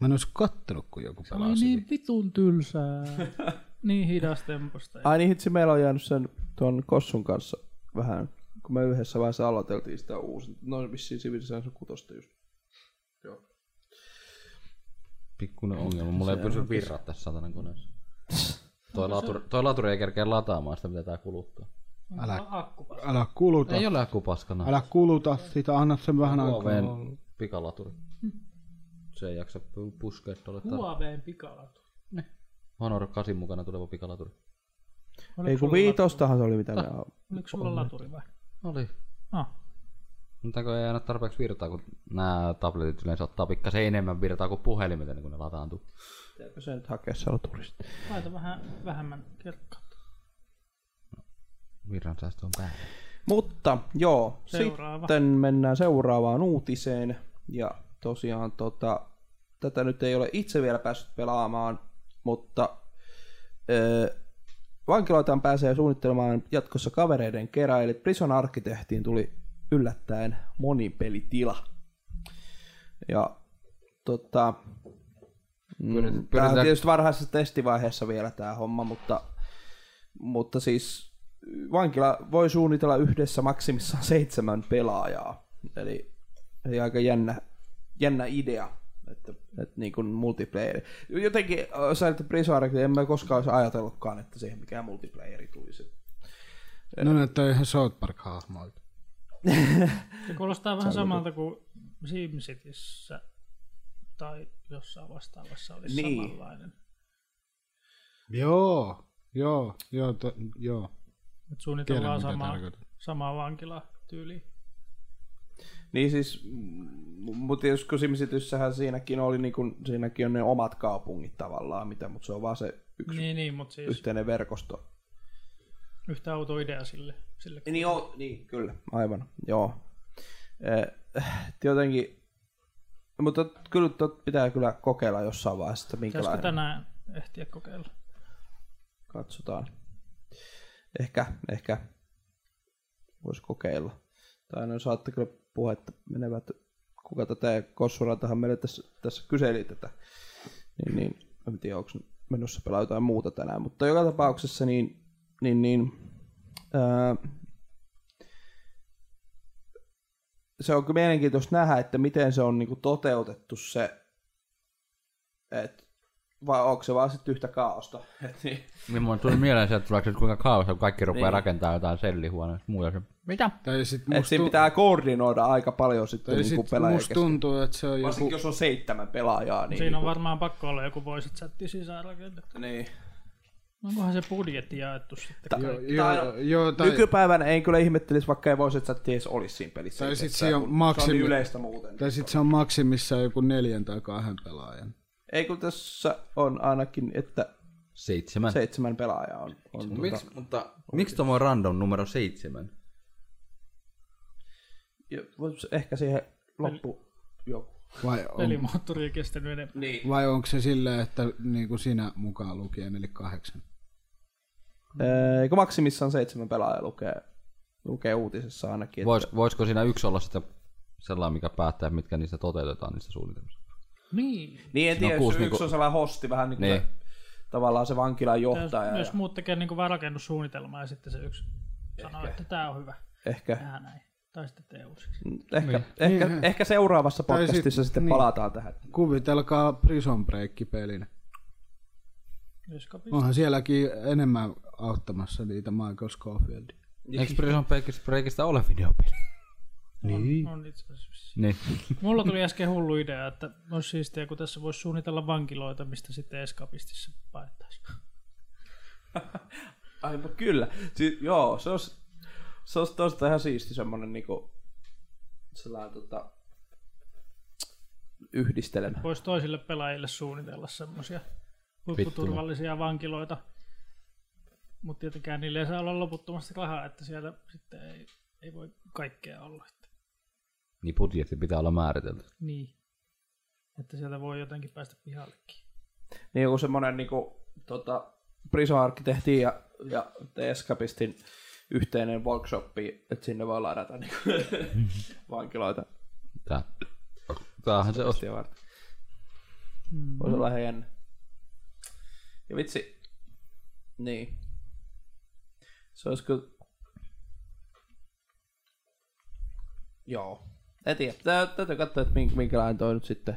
S3: Mä en olisi kattonut, kun joku
S4: Oli
S3: pelaa
S4: niin
S3: siviä.
S4: vitun tylsää. niin hidas temposta.
S5: Ai niin, hitsi, meillä on jäänyt sen tuon Kossun kanssa vähän, kun me yhdessä vaiheessa aloiteltiin sitä uusin. No vissiin Civilization kutosta just.
S2: Pikkuinen ongelma. Mulla ei pysy virrat tässä satanan koneessa. Toi laturi, toi laturi ei kerkeä lataamaan sitä, mitä tää kuluttaa.
S3: Älä,
S4: Akku päällä.
S3: älä kuluta.
S2: Ei ole kupaskana.
S3: Älä kuluta sitä, anna sen vähän aikaa.
S2: Huoveen pikalaturi. Se ei jaksa pu- puskea tuolle. tar-
S4: Huaweiin pikalatu.
S2: Honor 8 mukana tuleva pikalaturi.
S4: Oliko
S5: Ei kun
S4: sulla
S5: viitostahan se oli mitä me on.
S4: laturi? Oliko sulla laturi vai?
S2: Oli.
S4: Ah,
S2: Mutta kun ei aina tarpeeksi virtaa, kun nämä tabletit yleensä ottaa pikkasen enemmän virtaa kuin puhelimet ennen kuin ne lataantuu.
S5: Pitääkö se nyt hakea salaturista?
S4: laita vähän vähemmän kirkkautta.
S2: Virran säästö on päällä.
S5: Mutta joo,
S4: Seuraava.
S5: sitten mennään seuraavaan uutiseen. Ja tosiaan tota, tätä nyt ei ole itse vielä päässyt pelaamaan, mutta ö, vankiloitaan pääsee suunnittelemaan jatkossa kavereiden kerran, eli Prison Architehtiin tuli yllättäen monipelitila. Ja tota, mm, tämä on
S2: pyritään-
S5: tietysti varhaisessa testivaiheessa vielä tämä homma, mutta, mutta siis vankila voi suunnitella yhdessä maksimissaan seitsemän pelaajaa. Eli, eli aika jännä, jännä idea, että, että niin kuin multiplayer. Jotenkin äh, sä että Prison Architect, en mä koskaan olisi ajatellutkaan, että siihen mikään multiplayeri tulisi.
S3: No näyttää ihan South Park-hahmoilta.
S4: Se kuulostaa vähän samalta kuin SimCityssä tai jossain vastaavassa olisi
S5: Niin.
S4: niin. samanlainen.
S3: Joo, joo, joo, to, joo.
S4: Nyt
S3: Tiedän
S4: suunnitellaan
S3: mitä
S4: samaa,
S3: tarkoitat.
S4: samaa vankilatyyliä.
S5: Niin siis, mutta jos kysymisityssähän siinäkin oli, niin kun, siinäkin on ne omat kaupungit tavallaan, mitä, mutta se on vaan se yksi
S4: Niin, niin, mutta siis
S5: yhteinen verkosto.
S4: yhtä outo idea sille. sille.
S5: Niin, joo, niin kyllä. Aivan, joo. Eh, et jotenkin, no, mutta kyllä tot, pitää kyllä kokeilla jossain vaiheessa, että
S4: Pitäisikö
S5: minkälainen.
S4: tänään ehtiä kokeilla?
S5: Katsotaan. Ehkä, ehkä voisi kokeilla. Tai no saatte kyllä puhetta menevät, kuka tätä ja Kossuratahan meille tässä, tässä kyseli tätä. Niin, niin, en tiedä, onko menossa pelaa jotain muuta tänään, mutta joka tapauksessa niin, niin, niin ää, se on kyllä mielenkiintoista nähdä, että miten se on niinku toteutettu se, että vai onko se vaan sitten yhtä kaaosta. Et niin,
S2: Niin mulle tuli mieleen se, että tuleeko nyt kuinka kaos, kun kaikki rupeaa
S5: Niin.
S2: niin. rakentamaan jotain sellihuoneesta muuta. Se, mitä?
S3: Tai sit
S5: Et
S3: musta,
S5: siinä
S3: tu-
S5: pitää koordinoida aika paljon sitten
S3: tai
S5: niin
S3: sit
S5: sit pelaajia
S3: musta tuntuu, että se on
S5: Varsinkin
S3: joku...
S5: jos on seitsemän pelaajaa. Niin niinku-
S4: Siinä on varmaan pakko olla joku voisit chatti sisään rakentaa.
S5: niin.
S4: Onkohan se budjetti jaettu sitten?
S5: Ta-
S4: kaikki?
S5: tai-
S3: Joo, joo, tai,
S5: Nykypäivänä en kyllä ihmettelisi, vaikka ei voisi, että sä et ties olisi siinä pelissä.
S3: Tai sit
S5: Että
S3: se on
S5: kun Se on
S3: maksimi-
S5: niin yleistä muuten.
S3: tai sit se on maksimissaan joku neljän tai kahden pelaajan.
S5: Ei kun tässä on ainakin, että
S2: Seitsemän.
S5: seitsemän pelaajaa on. on tota-
S2: Miksi, mutta, miksi tuo on random numero seitsemän?
S5: Ja vois ehkä siihen loppu joku.
S3: Vai, on,
S4: Pelimoottori ei kestänyt enemmän.
S5: Niin.
S3: vai onko se silleen, että niin kuin sinä mukaan lukien, eli kahdeksan?
S5: Eikö maksimissaan seitsemän pelaajaa lukee, lukee uutisessa ainakin. Että,
S2: Vois, voisiko siinä yksi olla sitten sellainen, mikä päättää, mitkä niistä toteutetaan niistä suunnitelmista?
S4: Niin.
S5: niin
S2: siinä
S5: en
S2: on
S5: tiedä,
S2: kuusi
S5: yksi
S2: niinku-
S5: on sellainen hosti vähän niin kuin
S2: Niin.
S5: se, tavallaan se vankilan
S4: Jos,
S5: johtaja.
S4: jos
S5: ja
S4: muut tekee niin rakennussuunnitelmaa ja sitten se yksi sanoo, että tämä on hyvä.
S5: ehkä,
S4: Tähän näin. Tai sitten tee uusiksi.
S5: ehkä, ehkä,
S3: Niin.
S5: ehkä, seuraavassa
S3: Tai sit-
S5: podcastissa sitten
S3: niin.
S5: palataan tähän.
S3: Kuvitelkaa Prison Break-pelinä.
S4: Josko
S3: Onhan sielläkin enemmän auttamassa niitä Michael Scofieldia.
S2: Eikö Prison Breakista- Breakista ole videopeli?
S4: niin. on, on itse asiassa.
S2: Niin.
S4: Mulla tuli äsken hullu idea, että olisi siistiä, kun tässä voisi suunnitella vankiloita, mistä sitten eskapistissa paettaisiin.
S5: Ai, mutta kyllä. Si- joo, se olisi, se olisi tosta ihan siisti semmoinen niinku, sellainen tota, yhdistelmä.
S4: Voisi toisille pelaajille suunnitella semmoisia huipputurvallisia vankiloita. Mutta tietenkään niillä ei saa olla loputtomasti rahaa, että siellä sitten ei, ei voi kaikkea olla. Että,
S2: Niin budjetti pitää olla määritelty.
S4: niin. Että sieltä voi jotenkin päästä pihallekin.
S5: Niin joku semmoinen niinku, tota, Prison Arkkitehti ja, ja The Escapistin yhteinen workshoppi, että sinne voi ladata niinku, vankiloita.
S2: Tää. Tämähän se on.
S5: Sitä varten. Voisi olla ihan jännä. Ja vitsi, niin. Se olisi kyllä... Joo. En tiedä. Tää- Täytyy katsoa, että mink- minkälainen toi nyt sitten,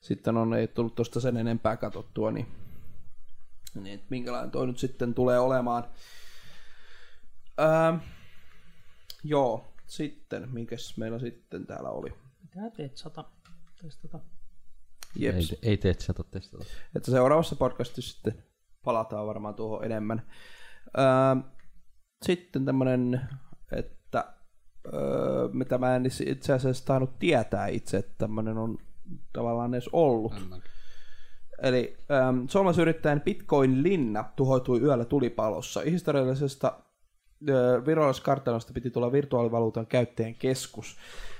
S5: sitten on. Ei tullut tuosta sen enempää katsottua, niin, niin että minkälainen toi nyt sitten tulee olemaan. Ähm, joo. Sitten, minkäs meillä sitten täällä oli?
S4: Mitä teet sata? tota- Testata.
S5: Jeps.
S2: Ei, ei teet sata testata.
S5: Että seuraavassa podcastissa sitten palataan varmaan tuohon enemmän. Öö, sitten tämmönen, että öö, mitä mä en itse asiassa tainnut tietää itse, että tämmönen on tavallaan edes ollut. Eli ähm, suomalaisyrittäjän Bitcoin-linna tuhoitui yöllä tulipalossa. Historiallisesta äh, viralliskartanosta piti tulla virtuaalivaluutan käyttäjän keskus.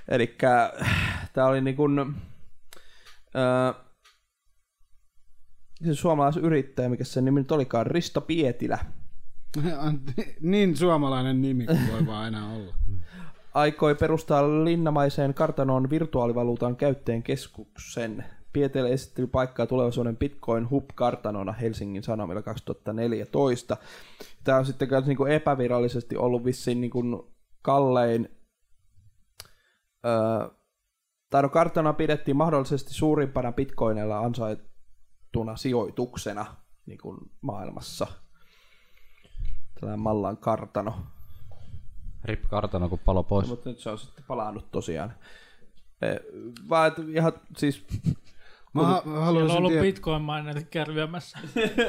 S5: Eli tämä oli niin kuin, äh, se suomalaisyrittäjä, mikä sen nimi nyt olikaan, Risto Pietilä,
S3: Antti, niin suomalainen nimi kuin voi vaan enää olla.
S5: aikoi perustaa linnamaiseen kartanoon virtuaalivaluutan käyttäjän keskuksen. Pietilä esitteli paikkaa tulevaisuuden Bitcoin Hub kartanona Helsingin Sanomilla 2014. Tämä on sitten myös niin epävirallisesti ollut vissiin niin kuin kallein öö, tai no kartana pidettiin mahdollisesti suurimpana bitcoinilla ansaittuna sijoituksena niin kuin maailmassa. Tällainen mallan kartano.
S2: Rip kartano, kun palo pois.
S5: Mutta nyt se on sitten palannut tosiaan. Eh, Vaan et ihan siis
S3: Mä ha-
S4: Siellä on
S3: haluaisin
S4: ollut
S3: tietää,
S4: bitcoin-maineet kärryämässä.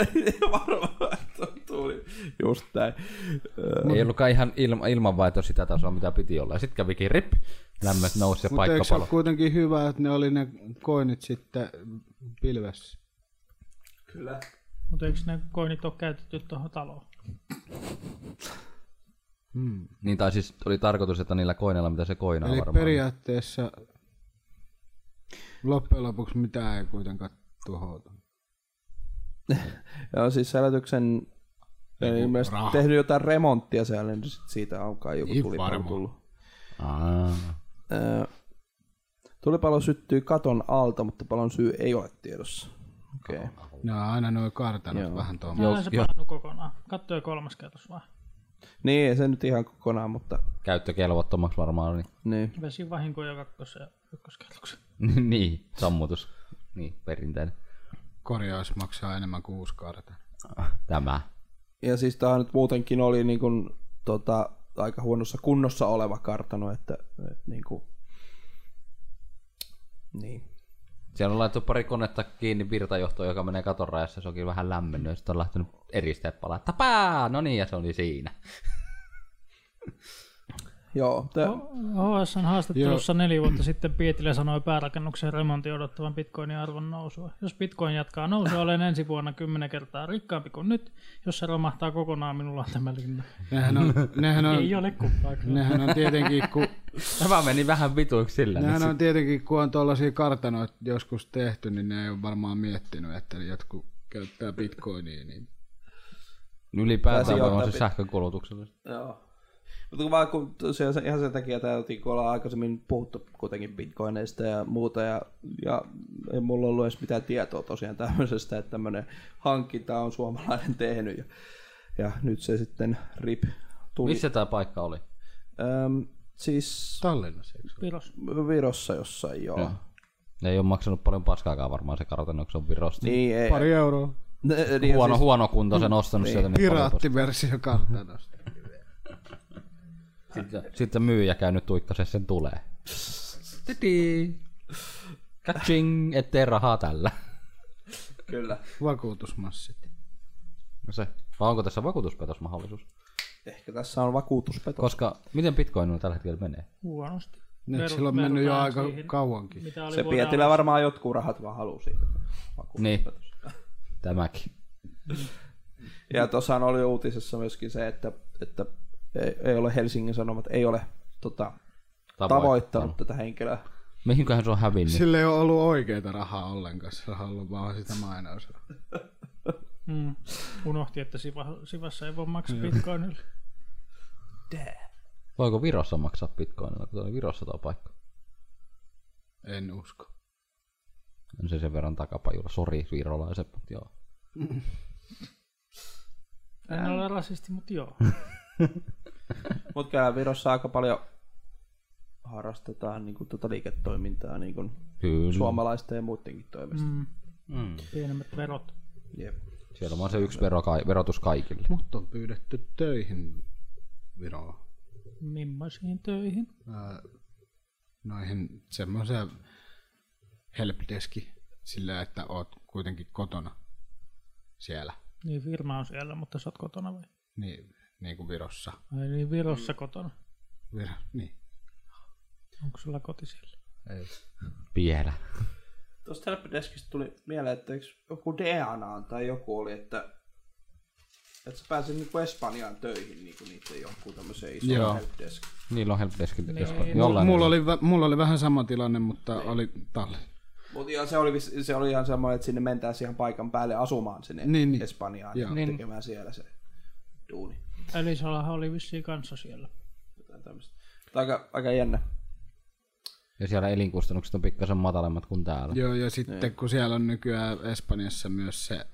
S5: varmaan että tuli just näin. E, Ö,
S2: Ei ollutkaan ihan ilma, ilmanvaihto sitä tasoa, mitä piti olla. Ja sitten kävikin rip, lämmöt nousi ja
S3: mutta
S2: paikka
S3: eikö se ole
S2: palo.
S3: kuitenkin hyvä, että ne oli ne koinit sitten pilvessä?
S5: Kyllä.
S4: Mutta eikö ne koinit ole käytetty tuohon taloon?
S2: Niin tai siis oli tarkoitus, että niillä koineilla, mitä se koinaa
S3: Eli
S2: varmaan.
S3: periaatteessa loppujen lopuksi mitään ei kuitenkaan tuhoutu.
S5: Ja siis selätyksen ei ilmeisesti
S3: raha.
S5: tehnyt jotain remonttia siellä, niin sit siitä onkaan joku
S3: Niin
S5: tuli
S3: varmaan.
S5: tullut.
S2: Aa,
S5: Ö, Tulipalo syttyi katon alta, mutta palon syy ei ole tiedossa. Okei. Okay.
S3: Ne on aina nuo kartanot
S5: Joo.
S3: vähän tuommoista.
S4: Joo, se
S2: joo.
S4: palannut kokonaan. Kattoja kolmas kerros vaan.
S5: Niin, ei se nyt ihan kokonaan, mutta
S2: käyttökelvottomaksi varmaan. Niin.
S5: niin.
S4: Vesivahinkoja kakkos- ja kakkoskerroksen.
S2: niin, sammutus. Niin, perinteinen.
S3: Korjaus maksaa enemmän kuin uusi kartan.
S2: Tämä.
S5: Ja siis tämähän nyt muutenkin oli niin kuin, tota, aika huonossa kunnossa oleva kartano, että, että niin kuin, niin.
S2: Siellä on laittu pari konetta kiinni virtajohtoon, joka menee katon rajassa. Se onkin vähän lämmennyt ja sitten on lähtenyt eristää palaa. Tapaa! No niin, ja se oli siinä.
S5: Joo, tää,
S4: No. HSN haastattelussa neljä vuotta sitten Pietilä sanoi päärakennuksen remontin odottavan bitcoinin arvon nousua. Jos bitcoin jatkaa nousua, olen ensi vuonna kymmenen kertaa rikkaampi kuin nyt. Jos se romahtaa kokonaan, minulla on tämä linna.
S3: Nehän on, nehän on,
S4: Ei ole kumpaakaan.
S3: nehän on tietenkin, kun
S2: Tämä meni vähän vituiksi sillä. nyt
S3: Nehän
S2: sit-
S3: on tietenkin, kun on tuollaisia kartanoita joskus tehty, niin ne ei ole varmaan miettinyt, että jotkut käyttää bitcoinia. Niin...
S2: Ylipäätään
S5: Pääsi
S2: voi olla
S5: jotain
S2: se
S5: pit-
S2: sähkönkulutuksella.
S5: Joo. Mutta kun vaan kun tosiaan se, ihan sen takia tämä otin, kun ollaan aikaisemmin puhuttu kuitenkin bitcoineista ja muuta, ja, ja ei mulla ollut edes mitään tietoa tosiaan tämmöisestä, että tämmöinen hankinta on suomalainen tehnyt, ja, ja nyt se sitten rip tuli.
S2: Missä tämä paikka oli?
S5: Öm, siis
S3: Tallinnassa, eikö?
S4: Piros.
S5: Virossa jossain, joo.
S2: Ne ei ole maksanut paljon paskaakaan varmaan se kartano, kun se on virosta.
S5: Niin, ei,
S3: Pari euroa.
S5: ne, niin,
S2: Huono,
S5: huono. Siis,
S2: huono kunto sen ostanut sieltä. Niin paljon
S3: Piraattiversio kartanosta.
S2: paskaa. sitten, sitten myyjä käynyt tuikkasen, sen tulee. Titi! Kaching, ettei rahaa tällä.
S5: kyllä,
S3: Vakuutusmassit.
S2: No se. Vai onko tässä vakuutuspetosmahdollisuus?
S5: ehkä tässä on vakuutuspeto.
S2: Koska miten bitcoinilla tällä hetkellä menee?
S4: Huonosti.
S3: Nyt
S4: Veru-
S3: sillä on mennyt jo
S4: verutaan
S3: aika
S4: siihen,
S3: kauankin.
S4: Mitä oli
S5: Se
S4: se
S5: Pietilä varmaan jotkut rahat vaan halusi siitä vakuutuspetosta. Niin.
S2: Tämäkin.
S5: Ja tuossa oli uutisessa myöskin se, että, että ei, ei ole Helsingin Sanomat, ei ole tota, tavoittanut tätä henkilöä.
S2: Mihinköhän se on hävinnyt?
S3: Sillä ei ole ollut oikeita rahaa ollenkaan, sillä on ollut vaan sitä mainosaa.
S4: Mm. Unohti, että siva, sivassa ei voi maksaa bitcoinilla.
S2: Voiko Virossa maksaa bitcoinilla, kun tuo oli Virossa tuo paikka?
S3: En usko.
S2: On No se sen verran takapajulla. Sori virolaiset, mutta joo.
S4: En ole rasisti, mutta joo.
S5: Mutta kyllä Virossa aika paljon harrastetaan niin kuin, tuota liiketoimintaa niin kuin
S2: Kyllä.
S5: suomalaisten ja muidenkin toimesta.
S4: Mm.
S2: Mm.
S4: Pienemmät verot.
S5: Jep.
S2: Siellä on vaan se yksi vero, verotus kaikille.
S3: Mut on pyydetty töihin Viroon.
S4: Mimmaisiin töihin.
S3: Ää, noihin semmoiseen helpdeski sillä, että oot kuitenkin kotona siellä,
S4: Niin firma on siellä, mutta sä oot kotona vai?
S3: niin, niin kuin Virossa.
S4: Ai niin Virossa kotona.
S3: Vir, niin.
S4: Onko sulla koti siellä?
S3: Ei.
S2: Vielä.
S5: Tuosta Helpdeskistä tuli mieleen, että eikö joku DNAan tai joku oli, että, että sä pääsit niin kuin Espanjaan töihin niin kuin niiden jonkun tämmöiseen
S3: Joo.
S5: isoon Helpdesk.
S2: Niillä on helpdeski.
S4: Niin.
S2: Jollain
S3: Mulla oli, vä- mulla oli vähän sama tilanne, mutta oli talle.
S5: Mutta joo, se oli, vis- se oli ihan semmoinen, että sinne mentäisiin ihan paikan päälle asumaan sinne
S3: Niin, niin.
S5: Espanjaan
S3: Joo.
S5: ja niin. tekemään siellä se duuni.
S4: Elisallahan oli vissiin kanssa siellä.
S5: Jotain tämmöistä. Tää on Aika, aika jännä.
S2: Ja siellä elinkustannukset on pikkasen matalammat kuin täällä.
S3: Joo, ja sitten niin. kun siellä on nykyään Espanjassa myös se,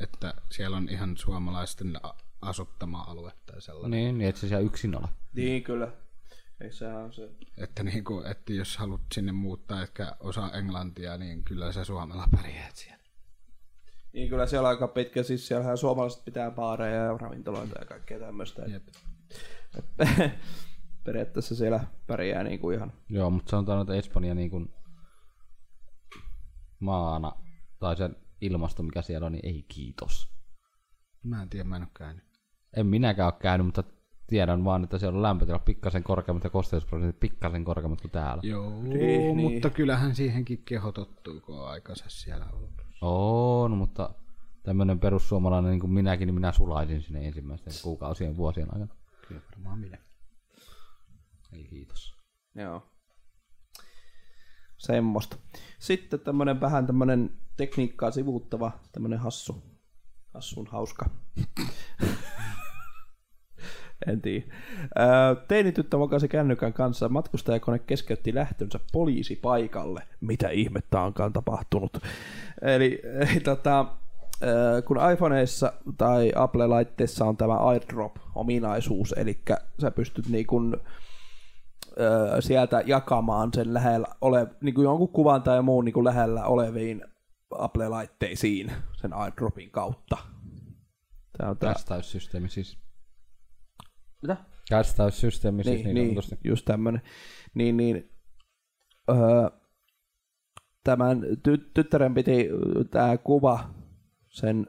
S3: että siellä on ihan suomalaisten a- asuttama alue tai sellainen.
S2: Niin, niin et se siellä yksin ole.
S5: Niin kyllä. Eikö sehän on se?
S3: Että, niin kuin, että jos haluat sinne muuttaa etkä osaa englantia, niin kyllä sä suomella pärjäät siellä.
S5: Niin kyllä siellä on aika pitkä, siis siellähän suomalaiset pitää baareja ja ravintoloita ja kaikkea tämmöistä. Et-
S3: Jep.
S5: et- Periaatteessa siellä pärjää niinku ihan.
S2: Joo, mutta sanotaan, että Espanja niin kuin maana tai se ilmasto, mikä siellä on, niin ei kiitos.
S3: Mä en tiedä, mä en ole käynyt.
S2: En minäkään ole käynyt, mutta tiedän vaan, että siellä on lämpötila pikkasen korkeammat ja kosteusprosentit pikkasen korkeammat kuin täällä.
S3: Joo,
S5: Niin,
S3: niin,
S5: niin.
S3: mutta kyllähän siihenkin keho tottuu, kun on aikansa siellä ollut.
S2: On, mutta tämmöinen perussuomalainen niin kuin minäkin, niin minä sulaisin sinne ensimmäisten kuukausien vuosien aikana.
S3: Kyllä varmaan minä.
S2: Ei kiitos.
S5: Joo. Semmosta. Sitten tämmönen vähän tämmönen tekniikkaa sivuuttava tämmönen hassu. Hassun hauska. en tiedä. Öö, teinityttävän kanssa kännykän kanssa matkustajakone keskeytti lähtönsä poliisipaikalle. Mitä ihmettä onkaan tapahtunut? Eli, eli tota, öö, kun iPhoneissa tai Apple-laitteissa on tämä airdrop-ominaisuus, eli sä pystyt niin kun, ö, sieltä jakamaan sen lähellä ole, niin kuin jonkun kuvan tai muun niin kuin lähellä oleviin Apple-laitteisiin sen airdropin kautta. Tämä on tämä.
S2: Kästäyssysteemi siis.
S5: Mitä?
S2: Kästäyssysteemi siis
S5: Niin,
S2: niin, niin,
S5: niin
S2: sanotusti.
S5: just tämmöinen. Niin, niin, öö, tämän ty- tyttären piti tämä kuva sen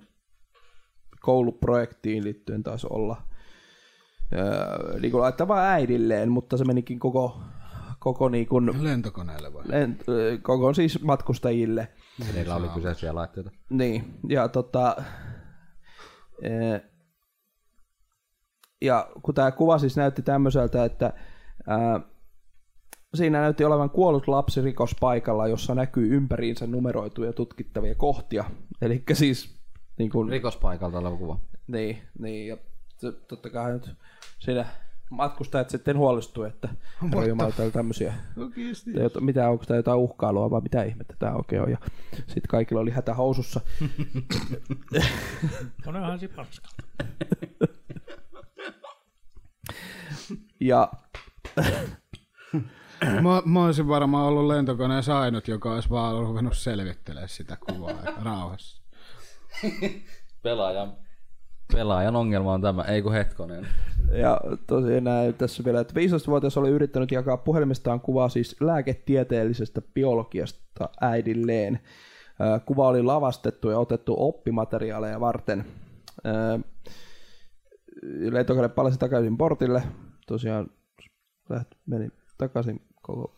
S5: kouluprojektiin liittyen taisi olla öö, niin kuin laittava äidilleen, mutta se menikin koko, koko, niin kuin,
S3: Lentokoneelle vai?
S5: lent, öö, koko siis matkustajille.
S2: Heillä oli kyseisiä laitteita.
S5: Niin, ja tota... ee, Ja kun tämä kuva siis näytti tämmöiseltä, että ää, siinä näytti olevan kuollut lapsi rikospaikalla, jossa näkyy ympäriinsä numeroituja tutkittavia kohtia. Eli siis niin kuin,
S2: Rikospaikalta oleva kuva.
S5: niin, niin, ja se, totta kai nyt siinä matkustajat sitten huolestuu, että herra Jumala, täällä tämmöisiä.
S3: Oikeesti.
S5: Tai jot- Mitä, onko tämä jotain uhkailua vai mitä ihmettä tämä oikein on. Ja sitten kaikilla oli hätä housussa.
S4: On ihan si paska.
S5: Ja
S3: Mä, mä olisin varmaan ollut lentokoneessa ainut, joka olisi vaan ruvennut selvittelemään sitä kuvaa rauhassa.
S2: Pelaajan. Pelaajan ongelma on tämä, ei kun hetkonen.
S5: Ja tosiaan näin tässä vielä, että 15-vuotias oli yrittänyt jakaa puhelimestaan kuvaa siis lääketieteellisestä biologiasta äidilleen. Ö, Kuva oli lavastettu ja otettu oppimateriaaleja varten. Ö, Lentokone palasi takaisin portille. Tosiaan lähti, meni takaisin koko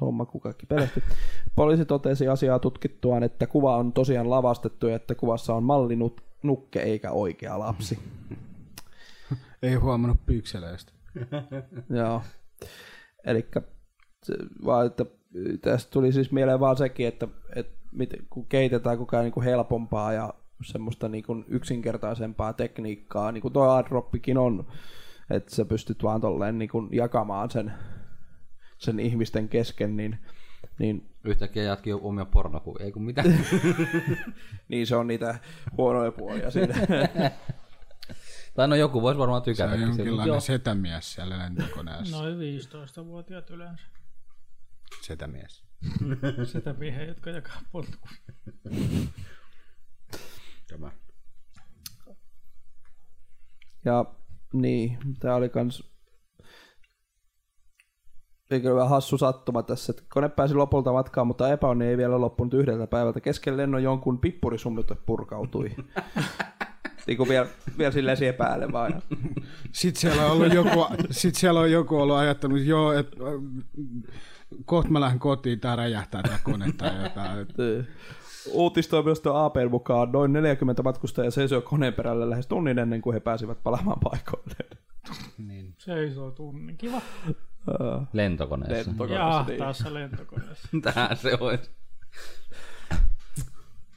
S5: homma, kun kaikki pelästi. Poliisi totesi asiaa tutkittuaan, että kuva on tosiaan lavastettu ja että kuvassa on mallinukke eikä oikea lapsi.
S3: Ei huomannut pykselöistä.
S5: Joo. Eli vaan, että tästä tuli siis mieleen vaan sekin, että, että mit, kun keitetään koko ajan niin kuin helpompaa ja semmoista niin kuin yksinkertaisempaa tekniikkaa, niin kuin toi airdroppikin on, että sä pystyt vaan tolleen niin kuin jakamaan sen, sen ihmisten kesken, niin, niin,
S2: Yhtäkkiä jatkin omia pornokuvia, ei kun mitä.
S5: niin se on niitä huonoja puolia siinä.
S2: tai no joku voisi varmaan
S3: Se on
S2: tykätäkin. siitä.
S3: jonkinlainen setämies siellä lentokoneessa. No.
S4: Noin 15-vuotiaat yleensä.
S3: Setämies.
S4: Sitä miehiä, jotka jakaa potkuja.
S2: Tämä.
S5: Ja niin, tää oli kans Eikö vähän hassu sattuma tässä, että kone pääsi lopulta matkaan, mutta epäonni ei vielä loppunut yhdeltä päivältä. Kesken lennon jonkun pippurisumute purkautui. niin kuin vielä, vielä silleen siihen päälle vaan.
S3: Sitten siellä on ollut joku, sit siellä on joku ollut ajattanut, joo, että kohta mä lähden kotiin, tää räjähtää tää kone tai jotain. Et
S5: Niin. Uutistoimisto APn mukaan noin 40 matkustajaa seisoi koneen perällä lähes tunnin ennen kuin he pääsivät palaamaan paikoilleen.
S4: Seisoo tunnin. Kiva.
S5: Öö,
S2: Lentokoneessa.
S4: Ja
S5: Lentokoneessa. Niin.
S4: tässä lentokoneessa.
S2: Tähän se olisi.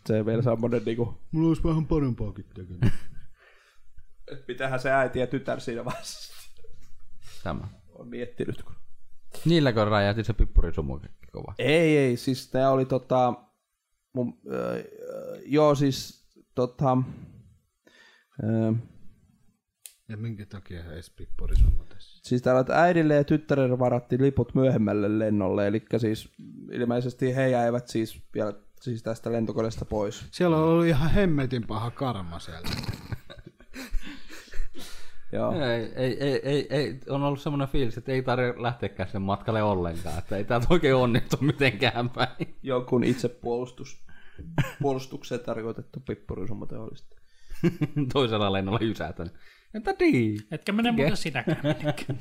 S5: Se on vielä semmonen niinku,
S3: Mulla olisi vähän parempaakin tekemistä.
S5: että mitähän se äiti ja tytär siinä vaiheessa
S2: Tämä.
S5: on miettinyt. Kun...
S2: Niilläkö räjähti se pippurisumukin kova?
S5: Ei, ei, siis nämä oli tota, mun, öö, joo siis tota, öö,
S3: Ja minkä takia he edes pippuris on tässä?
S5: siis täällä että äidille ja tyttärelle varattiin liput myöhemmälle lennolle, eli siis ilmeisesti he jäivät siis vielä siis tästä lentokoneesta pois.
S3: Siellä on ollut ihan hemmetin paha karma siellä.
S5: Joo.
S2: Ei, ei, ei, ei, ei, on ollut semmoinen fiilis, että ei tarvitse lähteäkään sen matkalle ollenkaan, että ei tämä oikein onnistu mitenkään päin.
S5: Jonkun itsepuolustus puolustukseen tarkoitettu pippurisumate oli sitten.
S2: Toisella lennolla jysätän. Entä niin?
S4: Etkä mene muuten sinäkään. minnekään.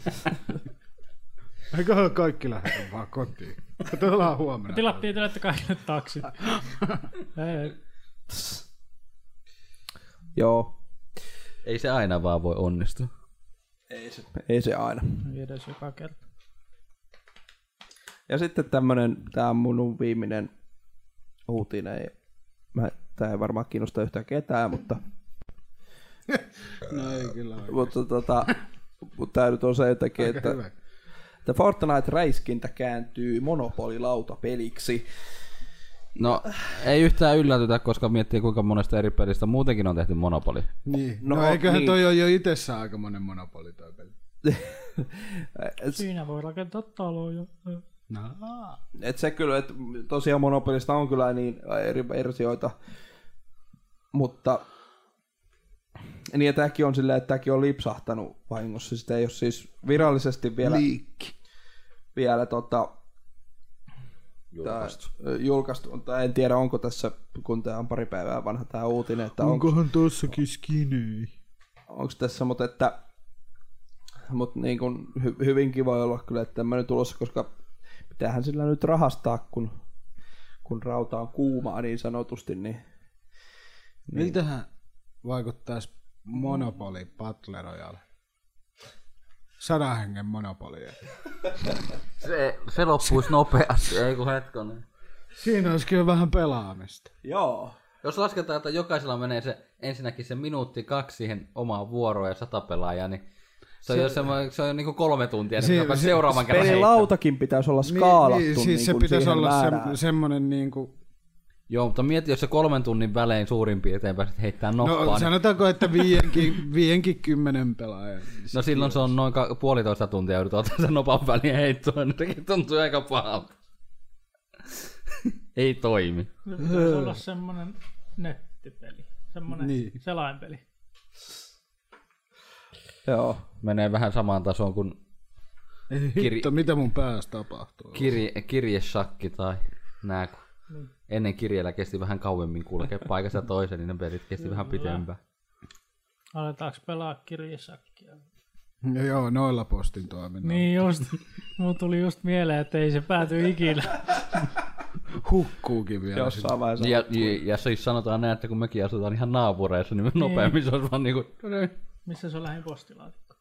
S3: Eiköhän kaikki lähdetä vaan kotiin. Katsotaan huomenna.
S4: Tilattiin teille, että kaikille taksit. Ei,
S5: Joo,
S2: Ei se aina vaan voi onnistua.
S5: ei se, ei se aina.
S4: ei edes joka kerta.
S5: Ja sitten tämmönen, tää on mun viimeinen uutinen. Mä, tää ei varmaan kiinnosta yhtään ketään, mutta
S3: No ei kyllä ole.
S5: mutta tota, mutta tämä nyt on se jotenkin,
S3: Aika
S5: että,
S3: hyvä.
S5: että Fortnite-räiskintä kääntyy monopolilautapeliksi.
S2: No, ei yhtään yllätytä, koska miettii kuinka monesta eri pelistä muutenkin on tehty monopoli.
S3: Niin.
S5: No,
S3: No, no eiköhän
S5: niin.
S3: niin. toi ole jo itsessään aikamoinen monopoli toi peli.
S4: Siinä voi rakentaa taloja.
S3: No.
S5: Et se kyllä, että tosiaan monopolista on kyllä niin eri versioita, mutta niin ja tämäkin on silleen, että tämäkin on lipsahtanut vahingossa. Sitä ei ole siis virallisesti vielä... Liikki. Vielä tota, julkaistu. Tää, julkaistu. Tää en tiedä, onko tässä, kun tämä on pari päivää vanha tämä uutinen, että onko,
S3: Onkohan tossakin skinei?
S5: onko tässä, mutta että mut niin kun, hy, hyvin kiva olla kyllä, että tämmöinen tulossa, koska pitäähän sillä nyt rahastaa, kun, kun rauta on kuumaa niin sanotusti, niin
S3: Miltähän vaikuttaisi monopoli Battle Royale? Sadan hengen monopolia.
S2: Se, se loppuisi nopeasti, ei kun hetkonen.
S3: Siinä olisi kyllä vähän pelaamista.
S5: joo,
S2: Jos lasketaan, että jokaisella menee se, ensinnäkin se minuutti kaksi siihen omaan vuoroon ja sata pelaajaa, niin se, on jo semmoinen- se on jo niinku kolme tuntia, niin
S3: Se-
S2: se,
S3: se-
S2: seuraavan kerran heittämään.
S5: Pelilautakin pitäisi olla skaalattu. Niin,
S3: siis se
S5: kuin
S3: pitäisi
S5: siihen
S3: olla
S5: määrään.
S3: se, semmoinen niinku...
S2: Joo, mutta mieti, jos se kolmen tunnin välein suurin piirtein pääset heittämään
S3: No
S2: noppaan. No, niin,
S3: sanotaanko, että viienkin, viienkin kymmenen pelaajan.
S2: no silloin se on noin ka- puolitoista tuntia joudut ottaa sen nopan väliin heittoon, niin sekin tuntuu aika pahalta. ei toimi.
S4: Se pitäisi olla semmonen nettipeli. Semmonen niin. selainpeli.
S5: Joo.
S2: Menee vähän samaan tasoon kuin
S3: Kir... Hitto, mitä mun päässä tapahtuu?
S2: kirje, kirjesakki tai nää, kun ennen kirjeellä kesti vähän kauemmin kulkea paikasta toiseen, niin ne pelit kesti vähän pidempään.
S4: Aletaanko pelaa kirjasakkia?
S3: Ja No joo, noilla postin toiminnoilla.
S4: Niin just. Mulla tuli just mieleen, että ei se pääty ikinä.
S2: Mm.
S3: Hukkuukin vielä.
S5: Jossain vaiheessa.
S2: Ja, ja, ja siis sanotaan näin, että kun mekin asutaan ihan naapureissa, niin me nopeammin se olisi vaan niinku...
S4: Missä se on lähin postilaatikko?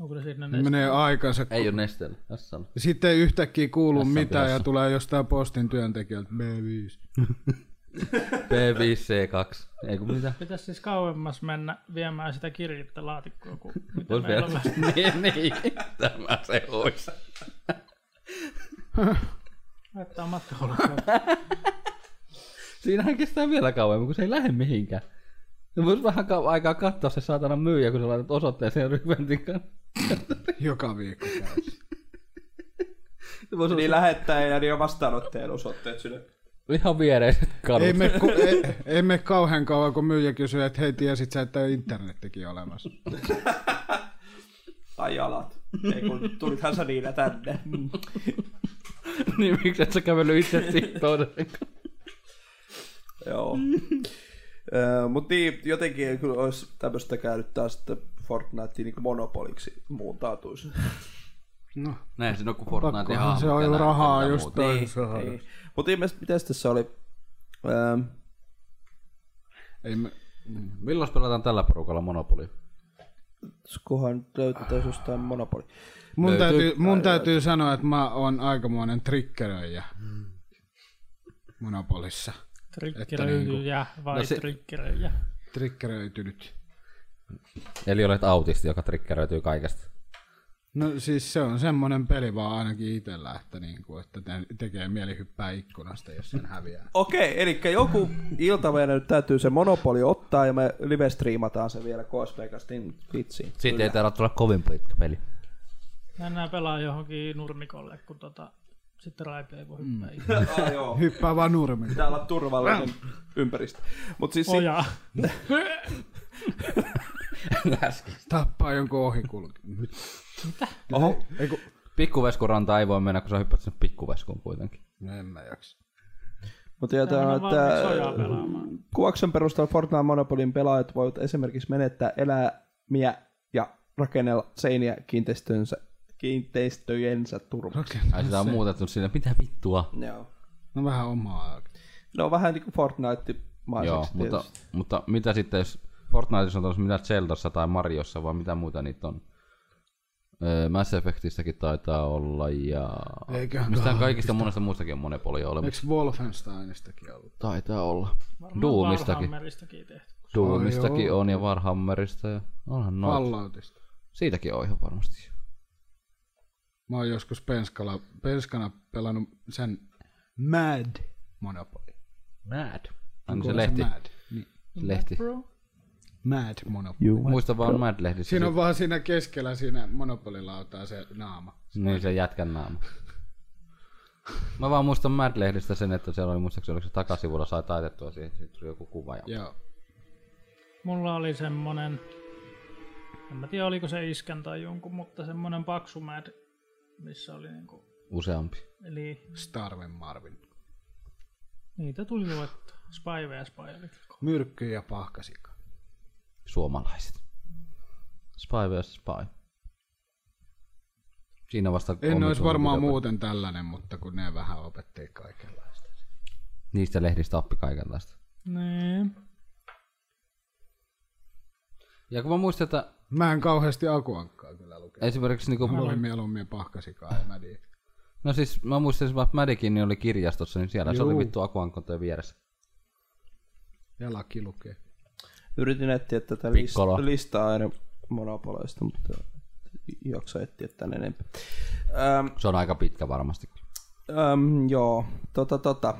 S4: Onko se siinä
S3: Se
S4: näistä?
S3: Menee aikansa.
S2: Ei ole nesteellä, tässä on.
S3: Sitten ei yhtäkkiä kuulu
S2: Tässä on
S3: mitään ja
S2: pihassa.
S3: tulee jostain postin työntekijältä B5.
S2: P5C2. Ei kun mitä?
S4: Pitäisi siis kauemmas mennä viemään sitä kirjettä laatikkoa, kun mitä
S2: Voisi
S4: meillä on.
S2: vielä. niin, niin. Tämä se olisi.
S4: Laittaa matkaulkoon.
S2: Siinähän kestää vielä kauemmin, kun se ei lähde mihinkään. Se voisi vähän kau- aikaa katsoa se saatana myyjä, kun sä laitat osoitteen sen rykventin kanssa.
S3: Joka viikko käy.
S2: Se voisi
S5: Niin
S2: olla
S5: lähettää ja niin on vastaanottajan osoitteet sinne.
S2: ihan viereiset kadut.
S3: Ei me, ku, ei, ei me kauhean kauan, kun myyjä kysyy, että hei, tiesit sä, että internettikin on olemassa.
S5: Tai jalat. Ei kun tulithan sä niillä tänne.
S2: niin miksi et sä kävellyt itse sittoon?
S5: Joo. Mutta niin, jotenkin ei kyllä olisi tämmöistä käynyt taas, että Fortnite niin monopoliksi muuntautuisi.
S3: No,
S2: Näin se on, kun
S3: pakkohan se on jo rahaa just toisessa
S5: Ei.
S3: niin.
S5: Mutta ilmeisesti, mitäs tässä oli? Öö,
S3: ei me,
S2: Milloin pelataan tällä porukalla Monopoli?
S5: kunhan löytäisi jostain monopoli.
S3: Mun täytyy, mun täytyy sanoa, että mä oon aikamoinen trikkeröijä
S2: Mm.
S3: Monopolissa.
S4: Trikkeröijä vai
S2: No
S4: no
S2: se-
S4: se... trikkeröijä?
S3: Trikkeröitynyt.
S2: Eli olet autisti, joka trikkeröityy kaikesta.
S3: No siis se on semmonen peli vaan ainakin itellä, että, niinku, että te- tekee mieli hyppää ikkunasta, jos sen häviää.
S5: Okei, eli joku ilta meidän nyt täytyy se monopoli ottaa ja me live-striimataan se vielä KS Vegastin Twitchiin.
S2: Siitä ei taida tulla kovin pitkä peli.
S4: Mennään pelaa johonkin nurmikolle, kun tota, sitten raipe ei voi hyppää mm.
S5: Ah, joo.
S3: Hyppää vaan nurmiin.
S5: Pitää olla turvallinen ympäristö. Mut siis,
S4: Oja.
S3: Tappaa jonkun ohikulkijan. Mitä?
S5: Oho.
S3: Ei kun,
S2: Pikkuveskuranta ei voi mennä, kun sä hyppäät sen pikkuveskuun kuitenkin.
S3: no en mä jaksa.
S5: mutta jotain,
S4: on
S5: että
S4: valmiiksi ojaa pelaamaan.
S5: Kuoksen perusteella Fortnite Monopolin pelaajat voivat esimerkiksi menettää eläimiä ja rakennella seiniä kiinteistönsä, kiinteistöjensä turvaan.
S2: Ai sitä on muutettu sinne, mitä vittua.
S5: Joo.
S3: No vähän omaa.
S5: No vähän niin kuin Fortnite
S2: Joo,
S5: maiseksi
S2: mutta, mutta, mitä sitten, jos Fortniteissa on tuossa mitä Zeldassa tai Mariossa, vai mitä muuta niitä on? Öö, Mass Effectissäkin taitaa olla ja...
S3: Eiköhän
S2: Mistään
S3: kaikki.
S2: kaikista monesta muustakin on monopolia olemassa.
S3: Eikö Wolfensteinistakin ollut?
S2: Taitaa olla. Doomistakin.
S4: Warhammeristakin tehty.
S2: Doomistakin
S3: joo.
S2: on ja Warhammerista ja onhan noita.
S3: Falloutista.
S2: Siitäkin on ihan varmasti.
S3: Mä oon joskus penskala, penskana pelannut sen Mad Monopoly.
S2: Mad. Aina se
S3: Onko
S2: lehti.
S3: Mad, niin.
S2: lehti.
S4: Bro.
S3: Mad Monopoly.
S5: Juu.
S2: Muista vaan Mad-lehdissä.
S3: Siinä on
S2: sit-
S3: vaan siinä keskellä siinä monopolilautaa se naama.
S2: Niin se jätkän naama. Mä vaan muistan Mad-lehdistä sen, että siellä oli muistaakseni, oliko se takasivulla sai taitettua siihen, sitten tuli joku kuva. Ja...
S3: Joo.
S4: Mulla oli semmonen, en mä tiedä oliko se iskän tai jonkun, mutta semmonen paksu mad, missä oli niinku
S2: useampi.
S4: Eli
S3: Starven Marvin.
S4: niitä tuli luettua. Spyve ja Spyrit.
S3: Myrkky ja pahkasika.
S2: Suomalaiset. Spy vs. Spy. Siinä vasta...
S3: En
S2: on niinku
S3: olisi
S2: nyt
S3: varmaan
S2: ollut-
S3: muuten tällainen, mutta kun ne vähän opetteli kaikenlaista.
S2: Niistä lehdistä oppi kaikenlaista.
S4: Niin.
S2: Ja kun mä muistan, että
S3: Mä en kauheasti akuankkaa kyllä lukenut.
S2: esimerkiksi niinku...
S3: Mulla oli mieluummin pahkasikaa ja niin mädiä.
S2: No siis mä muistan, että Madikin niin oli kirjastossa, niin siellä se oli vittu akuankontojen vieressä.
S3: Ja laki lukee.
S5: Yritin etsiä tätä
S2: Piccolo.
S5: list- listaa aina monopoleista, mutta en jaksa etsiä tän enempää. Öm,
S2: Se on aika pitkä varmasti.
S5: öm, joo, tota tota,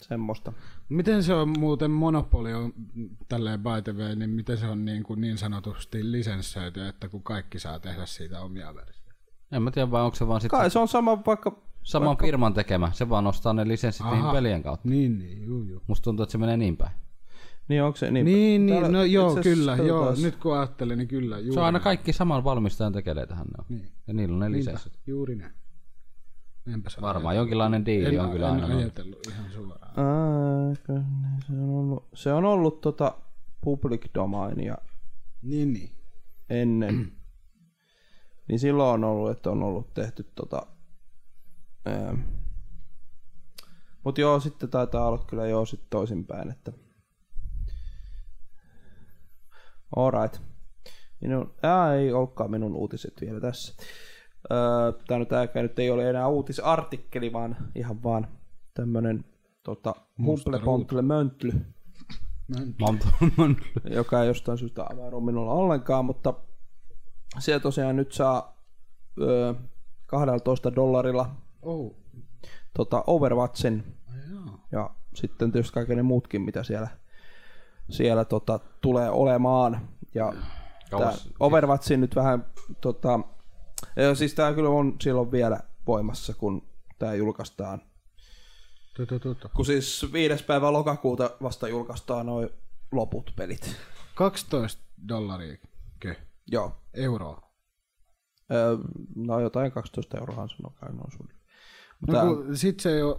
S5: semmoista.
S3: Miten se on muuten monopoli on mm, tälleen by the way, niin miten se on niin, kuin niin sanotusti lisenssöity, että kun kaikki saa tehdä siitä omia versioita?
S2: En mä tiedä, vai onko se vaan sit
S5: Kai se on sama vaikka,
S2: saman firman tekemä. Se vaan ostaa ne lisenssit niihin
S3: Aha.
S2: pelien kautta.
S3: Niin, niin, juu, juu.
S2: Musta tuntuu, että se menee niin päin.
S5: niin onko se niin?
S3: Niin,
S5: Täällä-
S3: niin, no joo,
S5: itse asiassa
S3: kyllä,
S5: täällä
S3: joo,
S5: taas-
S3: nyt kun ajattelin, niin kyllä, juuri,
S2: Se on aina kaikki saman valmistajan tekeleetähän ne on.
S3: Niin.
S2: Ja niillä on ne
S3: niinpä,
S2: lisenssit.
S3: juuri näin. Enpä sano.
S2: Varmaan jonkinlainen diili
S3: En,
S2: on kyllä
S3: en
S2: aina. ollut.
S3: ajatellut ihan suoraan.
S5: Aika, niin se on ollut, se on ollut tota public domainia
S3: Niin, niin.
S5: ennen. niin silloin on ollut, että on ollut tehty tota... Mutta joo, sitten taitaa olla kyllä joo sit toisinpäin, että... Alright. Minun, ää, ei ollutkaan minun uutiset vielä tässä. Öö, Tää nyt tääkään nyt ei ole enää uutisartikkeli, vaan ihan vaan tämmönen tota, humple pomple möntly,
S2: Mä oon tullut
S5: joka ei jostain syystä avaudu minulla ollenkaan, mutta se tosiaan nyt saa öö, 12 dollarilla
S3: Oh,
S5: tota Overwatchin
S3: joo.
S5: ja sitten tietysti kaikki ne muutkin, mitä siellä, siellä tota, tulee olemaan. Ja tää
S2: Kauas-
S5: Overwatchin nyt vähän, tota, ö, siis tämä kyllä on silloin vielä voimassa, kun tämä julkaistaan.
S3: Tutu, tutu.
S5: Kun siis viides päivä lokakuuta vasta julkaistaan noin loput pelit.
S3: 12 dollaria, kö?
S5: Joo.
S3: Euroa.
S5: Öö, no jotain 12 euroa sanoo kai noin sun.
S3: No,
S5: Mutta
S3: kun sit se ei ole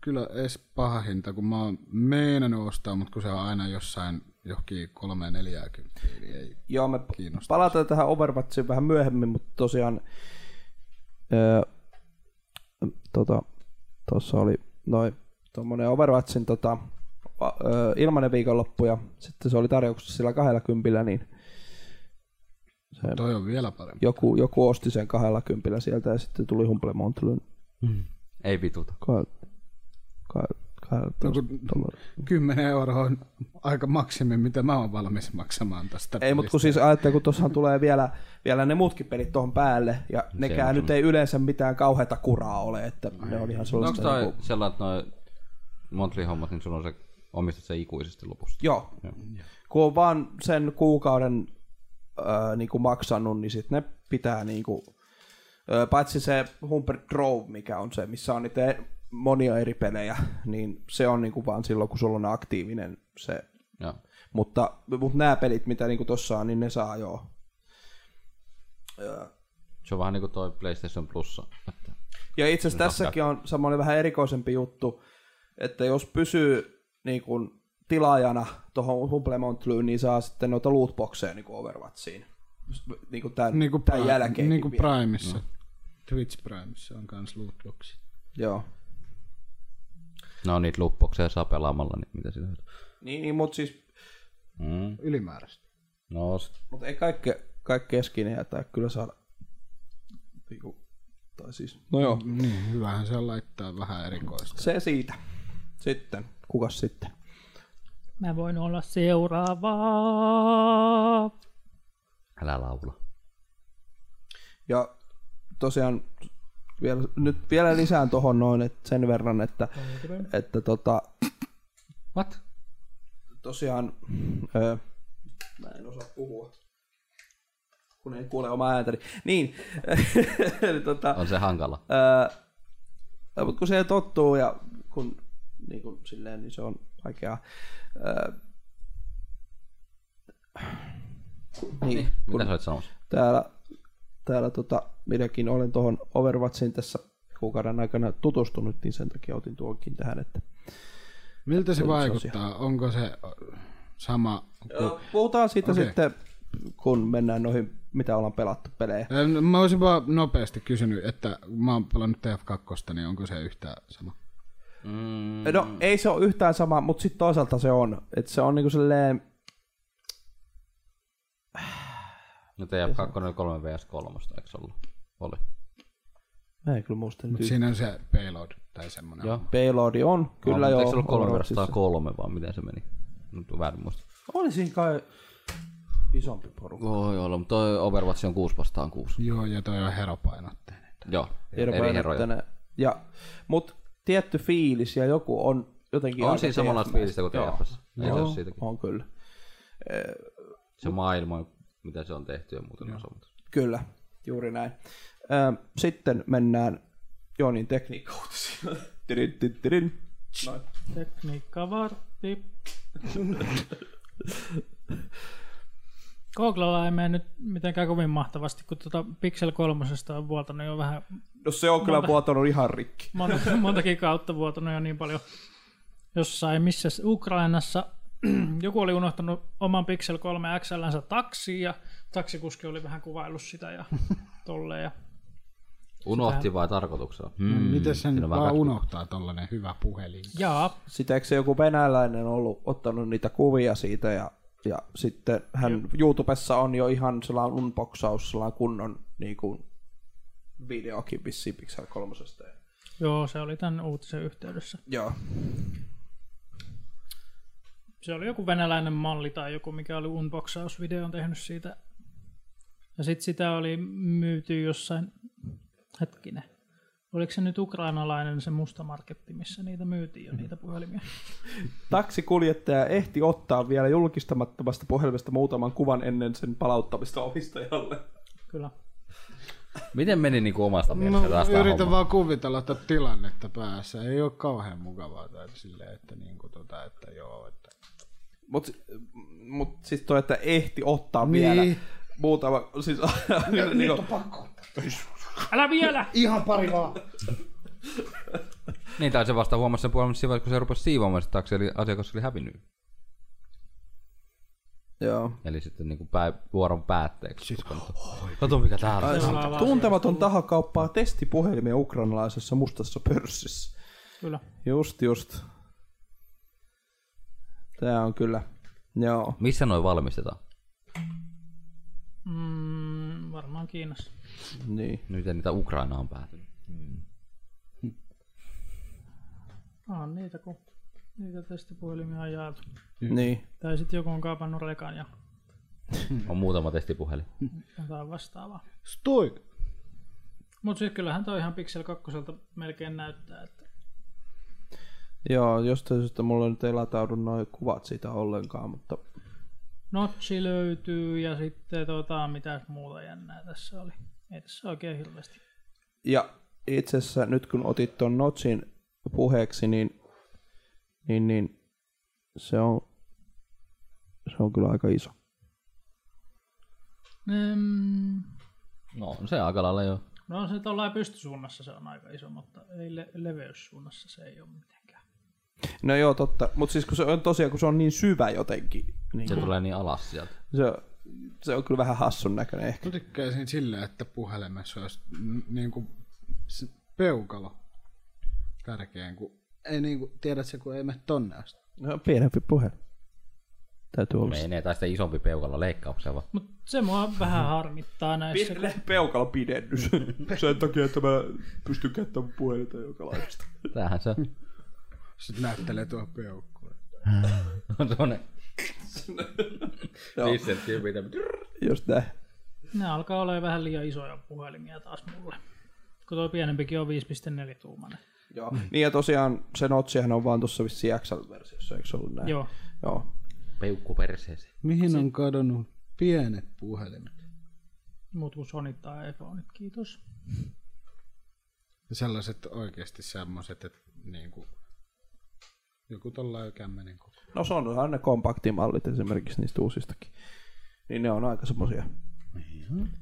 S3: kyllä edes paha hinta, kun mä oon meinannut ostaa, mutta kun se on aina jossain johonkin 340, niin ei
S5: joo, me
S3: kiinnosta.
S5: palataan tähän Overwatchiin vähän myöhemmin, mutta tosiaan öö, tota, tuossa oli noin tuommoinen Overwatchin tota, a- öö, ilmanen viikonloppu ja sitten se oli tarjouksessa sillä kahdella kympillä, niin
S3: Toi on vielä parempi.
S5: joku, joku osti sen kahdella kympillä sieltä ja sitten tuli Humble Montlyn
S2: Ei vituta.
S5: kah- kah-
S3: No,
S5: 12
S3: kun
S5: dollaria.
S3: 10 euroa on aika maksimi, mitä mä oon valmis maksamaan tästä.
S5: Ei, mutta kun siis ajattelee, kun tuossahan tulee vielä, vielä ne muutkin pelit tuohon päälle, ja nekään nyt ei yleensä mitään kauheata kuraa ole, että ne on ihan
S2: No onko
S5: sellaista...
S2: toi
S5: niinku-
S2: sellainen, että noi Montli-hommat, niin sulla on se, omistat se ikuisesti lopussa.
S5: Joo. Kun on vaan sen kuukauden öö, niin kuin maksanut, niin sitten ne pitää niin kuin, öö, paitsi se Humper Drove, mikä on se, missä on niitä e- monia eri pelejä, niin se on niin kuin vaan silloin, kun sulla on aktiivinen se.
S2: Joo.
S5: Mutta, mutta nämä pelit, mitä niin tuossa on, niin ne saa joo.
S2: Se on vähän niinku toi PlayStation Plussa. Että
S5: Ja itse asiassa tässäkin on semmoinen vähän erikoisempi juttu, että jos pysyy niin kuin, tilaajana tuohon Humplemontlyyn, niin saa sitten noita lootboxeja niin kuin Overwatchiin. Niin kuin tämän, niin
S3: niin
S5: kuin
S3: kuin
S5: tämän jälkeen.
S3: Niin kuin Primeissa.
S5: Mm.
S3: Twitch Primeissa on kans lootboxi.
S5: Joo.
S2: no niitä loopboxeja saa pelaamalla, niin mitä sillä on.
S5: Niin, niin mutta siis
S2: Mm.
S3: Ylimääräistä.
S2: No, s-
S5: mut ei kaikki, kaikki keskinen jätä kyllä saada. Niin kuin, tai siis, no joo.
S3: Niin, hyvähän se on laittaa vähän erikoista.
S5: Se siitä. Sitten. Kukas sitten?
S4: Mä voin olla seuraavaa.
S2: älä laula.
S5: Ja tosiaan vielä, nyt vielä lisään tuohon noin että sen verran, että, että tota,
S2: What?
S5: tosiaan, öö, mä en osaa puhua, kun en kuule omaa ääntäni. Niin, eli tota,
S2: On se hankala.
S5: öö, mutta kun siihen tottuu ja kun, niin kun silleen, niin se on vaikeaa. Öö, niin,
S2: Mitä sä oot sanomassa?
S5: täällä, täällä tota, minäkin olen tuohon Overwatchin tässä, kun kuukauden aikana tutustunut, niin sen takia otin tuonkin tähän, että
S3: Miltä se
S5: on
S3: vaikuttaa? Onko se sama kuin...
S5: Joo, Puhutaan siitä
S3: Okei.
S5: okay. sitten, kun mennään noihin, mitä ollaan pelattu pelejä.
S3: En- Mä olisin vaan nopeasti kysynyt, että mä oon pelannut TF2, niin onko se yhtään sama?
S5: Mm. No ei se ole yhtään sama, mutta sitten toisaalta se on. Että se on niinku silleen,
S2: No TF2 oli 3 vs 3, eikö se ollut? Oli.
S5: mä en kyllä muista nyt.
S3: Mut
S5: yhtään.
S3: Siinä on se payload tai semmoinen.
S2: Joo.
S5: Payloadi on, kyllä
S2: on,
S5: joo.
S2: Eikö se No, ollut 3 vs
S5: Overwatchissa.
S2: 103 vaan miten se meni? Nyt on väärin muista.
S5: Oli siinä kai isompi porukka.
S2: Voi olla, mutta toi Overwatch on 6 vastaan 6.
S3: Joo, ja toi on heropainotteinen.
S2: Joo,
S5: Hirveän
S2: eri heroja.
S5: tänä- Ja, mut tietty fiilis ja joku on jotenkin...
S2: On
S5: aika
S2: siinä samanlaista
S5: TF:ssä.
S2: fiilistä kuin
S5: Joo.
S2: TFS. Ei se ole siitäkin.
S5: On kyllä.
S2: Se maailma, mitä se on tehty ja muuten on sama.
S5: Kyllä, juuri näin. Ö, Sitten mennään Jonin tekniikkauutisiin. Tirin, tirin, tirin. Noin.
S4: Tekniikka vartti. Googlella ei mene nyt mitenkään kovin mahtavasti, kun tuota Pixel 3 on vuotanut jo vähän
S5: No se on kyllä vuotanut ihan rikki.
S4: monta, montakin kautta vuotanut jo niin paljon jossain missä Ukrainassa. Joku oli unohtanut oman Pixel 3 XLnsä taksiin ja taksikuski oli vähän kuvaillut sitä ja tolleen. Ja
S2: Unohti Hmm. vai tarkoituksella?
S3: Mm, Miten
S2: siinä
S3: sen
S2: on
S3: vaan
S2: vähän-
S3: unohtaa tollanen hyvä puhelin?
S4: jaa,
S5: Sitä eikö se joku venäläinen ollut ottanut niitä kuvia siitä ja, ja sitten hän YouTubessa on jo ihan sellainen unboxaus, sellainen kunnon niin kuin, videokin vissiin Pixel 3.
S4: joo, se oli tämän uutisen yhteydessä.
S5: Joo.
S4: Se oli joku venäläinen malli tai joku, mikä oli unboxausvideon tehnyt siitä. Ja sitten sitä oli myyty jossain, hetkinen, oliko se nyt ukrainalainen se musta marketti, missä niitä myytiin jo niitä puhelimia?
S5: Taksikuljettaja ehti ottaa vielä julkistamattomasta puhelimesta muutaman kuvan ennen sen palauttamista omistajalle.
S4: Kyllä.
S2: Miten meni niinku omasta mielestä
S3: Mä
S2: taas tää
S3: yritän
S2: homma?
S3: vaan kuvitella tätä tilannetta päässä. Ei ole kauhean mukavaa tai silleen, että niinku tota, että joo, että...
S5: Mutta mut siis toi, että ehti ottaa
S3: Niin.
S5: niin. vielä muutama... Siis, niin, kuin,
S4: Älä vielä!
S3: Ihan pari vaan.
S2: Niin, tai se vasta huomasi sen puolen siinä vaiheessa, kun se rupesi siivoamaan sitä taksia, eli asiakas oli hävinnyt.
S5: joo.
S2: Eli sitten niinku pää, vuoron päätteeksi. Kato mikä täällä on.
S5: Tuntematon taho kauppaa testipuhelimia ukrainalaisessa mustassa pörssissä.
S4: Kyllä.
S5: Just, just. Tää on kyllä. Joo.
S2: Missä noi valmistetaan?
S4: Mm, varmaan Kiinassa.
S5: Niin.
S2: Nyt niitä Ukraina on päätynyt.
S4: Ah, niitä kun niitä testipuhelimia on jaeltu.
S5: Niin.
S4: Tai sitten joku on kaapannut rekan ja
S2: On muutama testipuhelin.
S4: jotain vastaavaa.
S3: Stoi!
S4: Mutta siis kyllähän toi ihan Pixel 2 melkein näyttää, että
S5: Joo, jostain syystä mulla nyt ei lataudu noin kuvat siitä ollenkaan, mutta
S4: Notchi löytyy ja sitten tota, mitä muuta jännää tässä oli. Ei tässä oikein hirveästi.
S5: Ja itse asiassa nyt kun otit tuon Notsin puheeksi, niin, niin, niin se, on, se on kyllä aika iso.
S4: Mm,
S2: No, se aika lailla jo.
S4: no se tuollain pystysuunnassa se on aika iso, mutta ei le- leveyssuunnassa se ei ole mitenkään.
S5: No joo, totta. Mutta siis kun se on tosiaan, kun se on niin syvä jotenkin, niin
S2: Se tulee niin alas sieltä.
S5: se, se on kyllä vähän hassun näköinen ehkä.
S3: Mä tykkäisin sillä, että puhelimessa olisi mm, niinku se peukalo tärkein, kun ei niinku, tiedät se, kun ei mene tonne asti.
S5: No, pienempi puhe. Täytyy olla.
S2: Menee tai sitten isompi peukalla leikkauksella.
S4: Mutta se mua vähän harmittaa näissä. kun-
S5: Peukalo pidennys. Sen takia, että mä pystyn käyttämään puhelinta joka laista.
S2: Tämähän se on.
S3: Sitten näyttelee tuo peukku.
S2: on semmonen
S5: Joo,
S2: senttiä pitää.
S5: just näin.
S4: Ne alkaa olla vähän liian isoja puhelimia taas mulle. Kun tuo pienempikin on 5.4 tuumainen.
S5: Joo. Niin ja tosiaan se Notsihan on vaan tuossa vissiin XL-versiossa, eikö se ollut näin?
S4: Joo.
S5: Joo.
S2: Peukku perseeseen.
S3: Mihin on kadonnut pienet puhelimet?
S4: Muut kuin Sony tai iPhoneit, kiitos.
S3: Ja sellaiset oikeasti semmoiset, että niinku, joku tollain kämmenen koko.
S5: No se on ne kompaktimallit esimerkiksi niistä uusistakin. Niin ne on aika semmosia.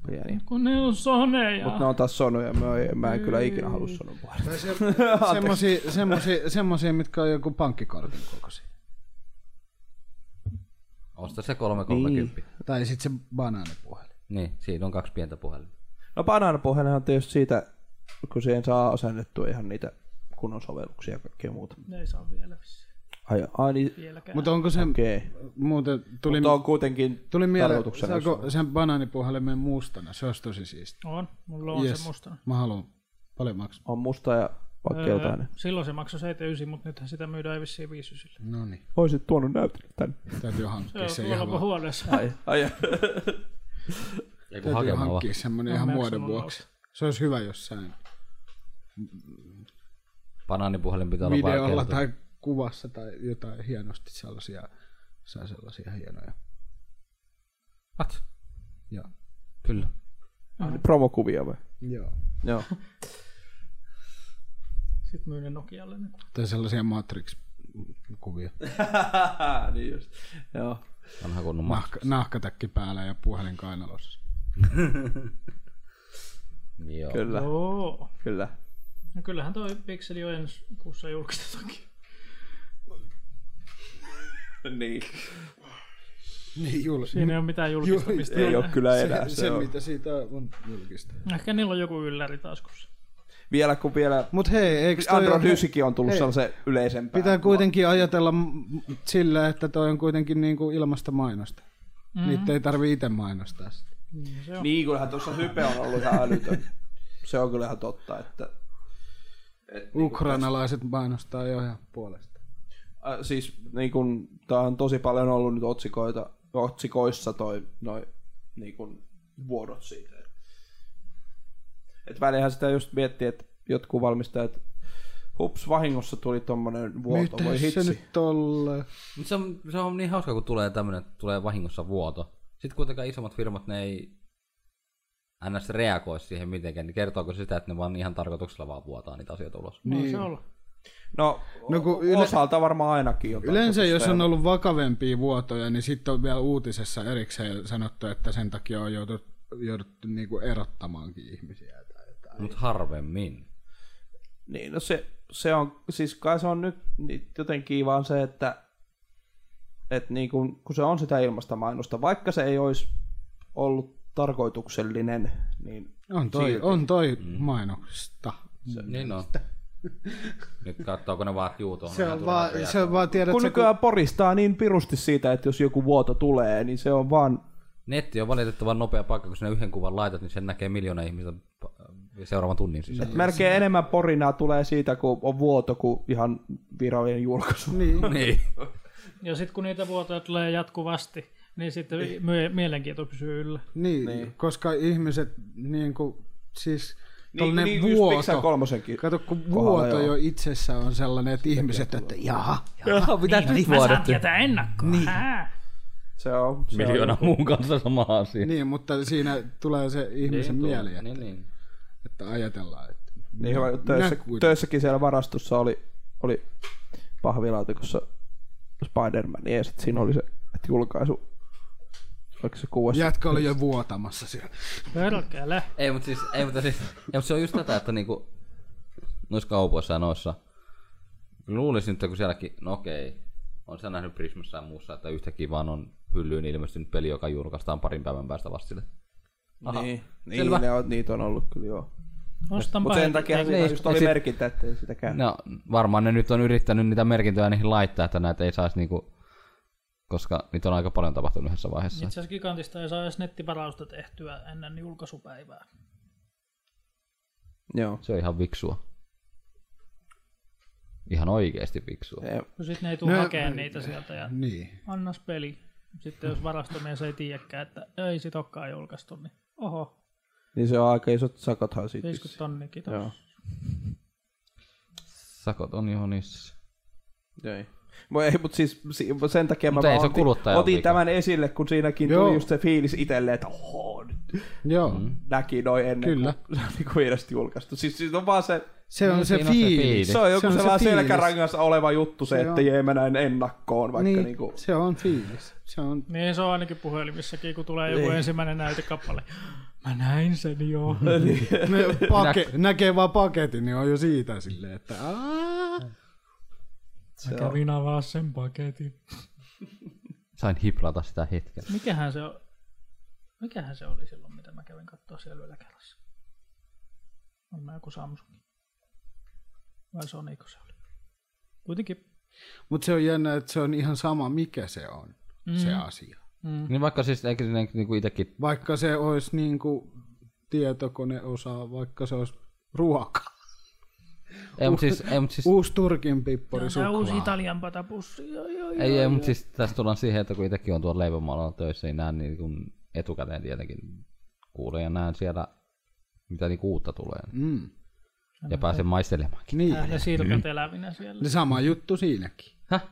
S5: pieniä.
S4: Kun ne on soneja.
S5: Mutta ne on taas sonoja, mä, en- mä en kyllä ikinä halua sonon puolesta.
S3: Tai se, semmosia, semmosia, semmosia, mitkä on joku pankkikortin kokoisia.
S2: Osta se 330. Niin.
S3: Tai sitten se banaanipuhelin.
S2: niin, siinä on kaksi pientä puhelinta.
S5: No banaanapohjainen on tietysti siitä, kun siihen saa asennettua ihan niitä kunnon sovelluksia ja kaikkea muuta.
S4: Ne ei saa vielä vissiin.
S5: Ai, ai niin,
S4: Vieläkään.
S3: Mutta onko se, okay.
S5: okei. Okay.
S3: muuten tuli,
S5: Mutta on kuitenkin
S3: tuli mieleen,
S5: tarkoituksena.
S3: saako sen banaanipuhelimen mustana? Se olisi tosi siisti.
S4: On, mulla on yes. se musta.
S3: Mä haluan paljon maksaa.
S5: On musta ja vaikka jotain. niin-
S4: Silloin se maksoi 79, mutta nythän sitä myydään vissiin 59.
S3: No niin,
S5: Oisit tuonut näytön tänne.
S3: täytyy hankkia se,
S4: Se on
S3: ihan,
S4: tuolla
S3: vaan.
S4: huoneessa.
S5: Ai, ai.
S2: Ei kun
S3: Täytyy
S2: hakemaan vaan.
S3: hankkia semmonen
S4: On
S3: ihan
S4: maksanut
S3: muodon
S4: olla.
S3: vuoksi. Se olisi hyvä jossain
S2: Banaanipuhelin pitää olla
S3: videolla
S2: vaikeaa.
S3: tai kuvassa tai jotain hienosti sellaisia, saa sellaisia hienoja.
S2: What?
S3: Joo.
S2: Kyllä.
S3: niin
S5: Promokuvia vai?
S3: Joo.
S5: Joo.
S4: Sitten myy ne Nokialle. Ne.
S3: Tai sellaisia Matrix-kuvia.
S5: niin just. Joo.
S2: Vanha kunnon ma.
S3: Nahka, nahkatakki päällä ja puhelin kainalossa.
S2: Joo.
S5: Kyllä,
S4: Joo.
S5: kyllä.
S4: No kyllähän toi Pixeli on ensi kuussa julkistetaankin.
S5: Niin.
S3: Niin, jul-
S4: Siinä ei ole mitään julkistamista.
S5: Ei ole kyllä enää.
S3: se,
S5: Se,
S3: se
S5: on.
S3: mitä siitä on julkista.
S4: Ehkä niillä on joku ylläri taskussa.
S5: Vielä kun vielä
S3: Mut hei, eikö toi
S5: Android
S3: ole-
S5: 9 on tullut
S3: Hei.
S5: sellaisen yleisempään.
S3: Pitää kuitenkin ajatella m- m- sillä, että toi on kuitenkin niinku ilmasta mainosta. Mm-hmm. Niitä ei tarvi itse mainostaa sitä.
S4: Niin se on.
S5: Niin, kyllähän tuossa hype on ollut ihan älytön. Se on kyllähän totta, että... Niin
S3: Ukrainalaiset mainostaa jo ihan puolesta.
S5: Äh, siis niin kun, tää on tosi paljon ollut nyt otsikoita, otsikoissa toi, noi niin kun, vuodot siitä. Et välihän sitä just miettii, että jotkut valmistajat, hups, vahingossa tuli tommonen vuoto,
S3: Mitä
S5: voi
S3: se
S5: hitsi.
S3: nyt tolle?
S2: Mut se on, se on niin hauska, kun tulee tämmönen, että tulee vahingossa vuoto. Sitten kuitenkaan isommat firmat, ne ei ns. reagoi siihen mitenkään. Niin kertooko se sitä, että ne vaan ihan tarkoituksella vaan vuotaa niitä asioita ulos?
S4: Niin. se olla.
S5: No,
S3: No
S5: no
S3: kun
S5: kun
S3: yle-
S5: osalta varmaan ainakin on.
S3: Yleensä jos
S5: tarkoitus
S3: on
S5: tehdä.
S3: ollut vakavempia vuotoja, niin sitten on vielä uutisessa erikseen sanottu, että sen takia on jouduttu, jouduttu niinku erottamaankin ihmisiä. Tai jotain.
S2: Mut harvemmin.
S5: Niin, no se, se on, siis kai se on nyt niin jotenkin vaan se, että et niin kun, kun se on sitä ilmasta mainosta, vaikka se ei olisi ollut tarkoituksellinen, niin
S3: On toi, on toi
S5: Mm.
S3: mainoksesta.
S2: Se, niin on. Nyt katsoako ne vaan, että juu, tuohon
S3: Se
S2: ihan
S3: on
S2: turhaan
S3: vaan,
S2: reagoi.
S3: se on vaan tiedät,
S5: kun
S3: sä,
S5: nykyään poristaa niin pirusti siitä, että jos joku vuoto tulee, niin se on vaan,
S2: Netti on valitettavan nopea paikka, kun sinne yhden kuvan laitat, niin sen näkee miljoona ihmistä pa- seuraavan tunnin sisällä.
S5: melkein enemmän porinaa tulee siitä, kun on vuoto, kuin ihan virallinen julkaisu. Niin.
S2: niin.
S4: Ja sitten kun niitä vuotoja tulee jatkuvasti, niin sitten myö- mielenkiinto pysyy yllä.
S3: Niin, niin, koska ihmiset niin kuin, siis niin, niin,
S5: niin just Pixel
S3: vuoto,
S5: kolmosenkin.
S3: kato kun
S5: kohdalla,
S3: vuoto
S5: joo.
S3: jo itsessä on sellainen, että ihmiset, että jaha,
S2: Jaha, mitä
S3: Niin,
S2: nyt
S4: Mä saan
S2: vuodat?
S4: tietää ennakkoa. Niin. Hää?
S5: Se on, se on
S2: Miljoona muun kanssa sama asia.
S3: niin, mutta siinä tulee se ihmisen mieli, että,
S2: Niin, niin.
S3: että ajatellaan, että
S5: Niin hyvä, töissä, töissäkin siellä varastossa oli, oli pahvilaatikossa Spider-Man, ja sitten siinä oli se että julkaisu, oliko se kuudes?
S3: jätkä oli jo vuotamassa siellä.
S4: Perkele.
S2: Ei, mutta siis, ei, mutta siis, ei, mutta se on just tätä, että niinku, noissa kaupoissa ja noissa, luulisin, että kun sielläkin, no okei, on se nähnyt Prismassa ja muussa, että yhtäkkiä vaan on hyllyyn ilmestynyt peli, joka julkaistaan parin päivän päästä vasta sille. Aha.
S5: Niin, niin
S2: Selvä.
S5: ne on, niitä on ollut kyllä joo.
S4: Ostanpa
S5: Mutta sen takia
S2: Niin,
S5: niin, just oli
S2: ja sit-
S5: merkintä, ettei sitäkään.
S2: No, varmaan ne nyt on yrittänyt niitä merkintöjä niihin laittaa, että näitä ei saisi niinku, koska niitä on aika paljon tapahtunut yhdessä vaiheessa.
S4: Itse asiassa Gigantista ei saa edes nettivarausta tehtyä ennen julkaisupäivää.
S5: Joo.
S2: Se on ihan viksua. Ihan oikeesti fiksua.
S5: Ei,
S4: No sitten ne ei tule
S3: No,
S4: hakemaan niitä sieltä ja
S3: Niin,
S4: annas peli. Sitten jos varastomies ei tiedäkään, että ei sit olekaan julkaistu, niin oho,
S5: Niin se on aika isot sakothan siitä.
S4: 50 tonnia, kiitos.
S5: Joo.
S2: Sakot on jo niissä.
S5: Ei. Mut ei, mutta siis si- sen takia
S2: Mut
S5: mä
S2: ei
S5: vaan
S2: se
S5: otin,
S2: kuluttajan
S5: otin
S2: vika.
S5: tämän esille, kun siinäkin
S3: Joo.
S5: tuli just se fiilis itselle, että oho, nyt
S3: Joo. Mm.
S5: näki noin ennen
S3: Kyllä.
S5: kuin se on niin kuin hienosti julkaistu. Siis, siis on vaan se,
S3: Se on
S2: Niin,
S3: se
S2: siinä on se
S3: fiilis.
S2: fiilis.
S5: se on joku se on sellainen
S3: fiilis.
S5: selkärangassa oleva juttu se,
S3: Se
S5: että
S3: on.
S5: jee mä näin ennakkoon vaikka niin.
S3: Niin,
S5: niinku,
S3: se on fiilis. Se on,
S4: Niin se on ainakin puhelimissakin, kun tulee joku
S5: Niin.
S4: ensimmäinen näytekappale. Mä näin sen jo.
S5: Niin,
S3: ne pake, näkee vaan paketin, niin on jo siitä silleen, että aah.
S5: se on.
S4: Kävin avaa sen paketin.
S2: Sain hiplata sitä hetken.
S4: Mikähän se, o- mikähän se oli silloin, mitä mä kävin katsoa siellä yläkerrassa? On mä joku Samsung. Vai Sonyko se oli? Kuitenkin.
S3: Mutta se on jännä, että se on ihan sama, mikä se on, mm. se asia.
S2: Niin vaikka siis eikö ne niinku itsekin...
S3: Vaikka se olisi niin kuin tietokoneosa, vaikka se olisi ruoka.
S2: Ei, mutta siis, ei, mut siis,
S3: Uusi Turkin pippuri
S4: Tämä uusi
S3: suklaa.
S4: Italian patapussi. Joo, joo, joo.
S2: ei, ei, mut siis tässä tullaan siihen, että kun itsekin on tuolla leipomaalla töissä, niin näen niin kun etukäteen tietenkin kuulee ja näen siellä, mitä niinku uutta tulee.
S3: Mm.
S2: Ja pääsen maistelemaankin.
S3: Niin,
S4: Näet ne sirkat elävinä siellä.
S3: no sama juttu siinäkin.
S2: Häh?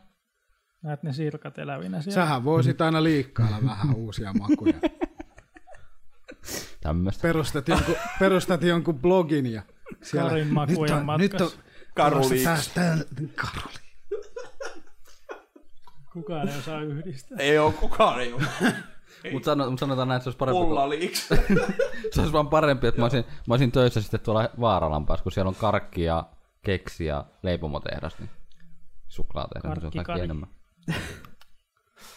S4: Näet ne sirkat elävinä siellä.
S3: Sähän voisit aina liikkailla vähän uusia makuja.
S2: Tämmöstä.
S3: Perustat jonkun, perustat jonkun blogin ja siellä...
S4: Karin makujen
S3: nyt on, nyt on,
S4: matkas.
S5: Karuli.
S3: Tästä, Karuli.
S4: Kukaan ei osaa yhdistää.
S5: Ei oo kukaan ei oo.
S2: Mutta sano, mut sanotaan näin, että se olisi parempi,
S5: Mulla
S2: kun,
S5: oli iks.
S2: se olisi vaan parempi, että mä olisin, mä olisin töissä sitten tuolla Vaaralan päässä, kun siellä on karkki ja keksi ja leipomotehdas, niin suklaatehdas, niin se on
S4: Karkki,
S2: kaikki
S4: karkki.
S2: enemmän.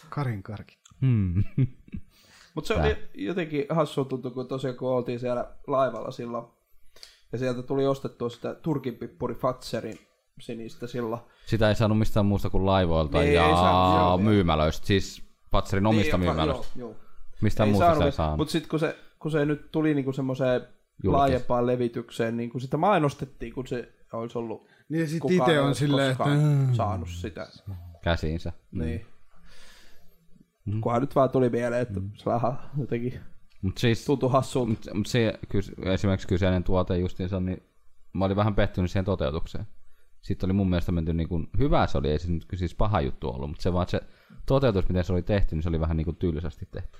S3: Karin karki.
S2: Hmm.
S5: Mutta se oli jotenkin hassu tuntu, kun tosiaan kun oltiin siellä laivalla silloin. Ja sieltä tuli ostettua sitä Turkin pippuri Fatserin sinistä silloin.
S2: Sitä ei saanut mistään muusta kuin laivoilta
S5: Niin,
S2: niin,
S5: ei
S2: ja
S5: saanut, joo.
S2: myymälöistä, siis Patserin omista niin, myymälöistä.
S5: Joo, joo.
S2: Mistään
S5: ei
S2: muusta sitä ei
S5: saanut.
S2: saanut.
S5: Mutta sitten kun se, kun se nyt tuli niinku semmoiseen
S2: Julkis.
S5: laajempaan levitykseen, niin kun sitä mainostettiin, kun se olisi ollut
S3: Niin ja sit
S5: kukaan
S3: ite
S5: ei
S3: on
S5: olisi
S3: silleen, että... mm.
S5: koskaan saanut sitä.
S2: Mm. käsiinsä.
S5: Niin.
S2: Mm.
S5: Kunhan nyt vaan tuli mieleen, että se vähän jotenkin
S2: Mutta siis
S5: tuntui hassulta.
S2: mut, mut se, kys, esimerkiksi kyseinen tuote justiinsa, niin mä olin vähän pettynyt siihen toteutukseen. Sitten oli mun mielestä menty niin kuin, hyvä se oli, ei se nyt siis paha juttu ollut, mutta se vaan se toteutus, miten se oli tehty, niin se oli vähän niin kuin tylsästi tehty.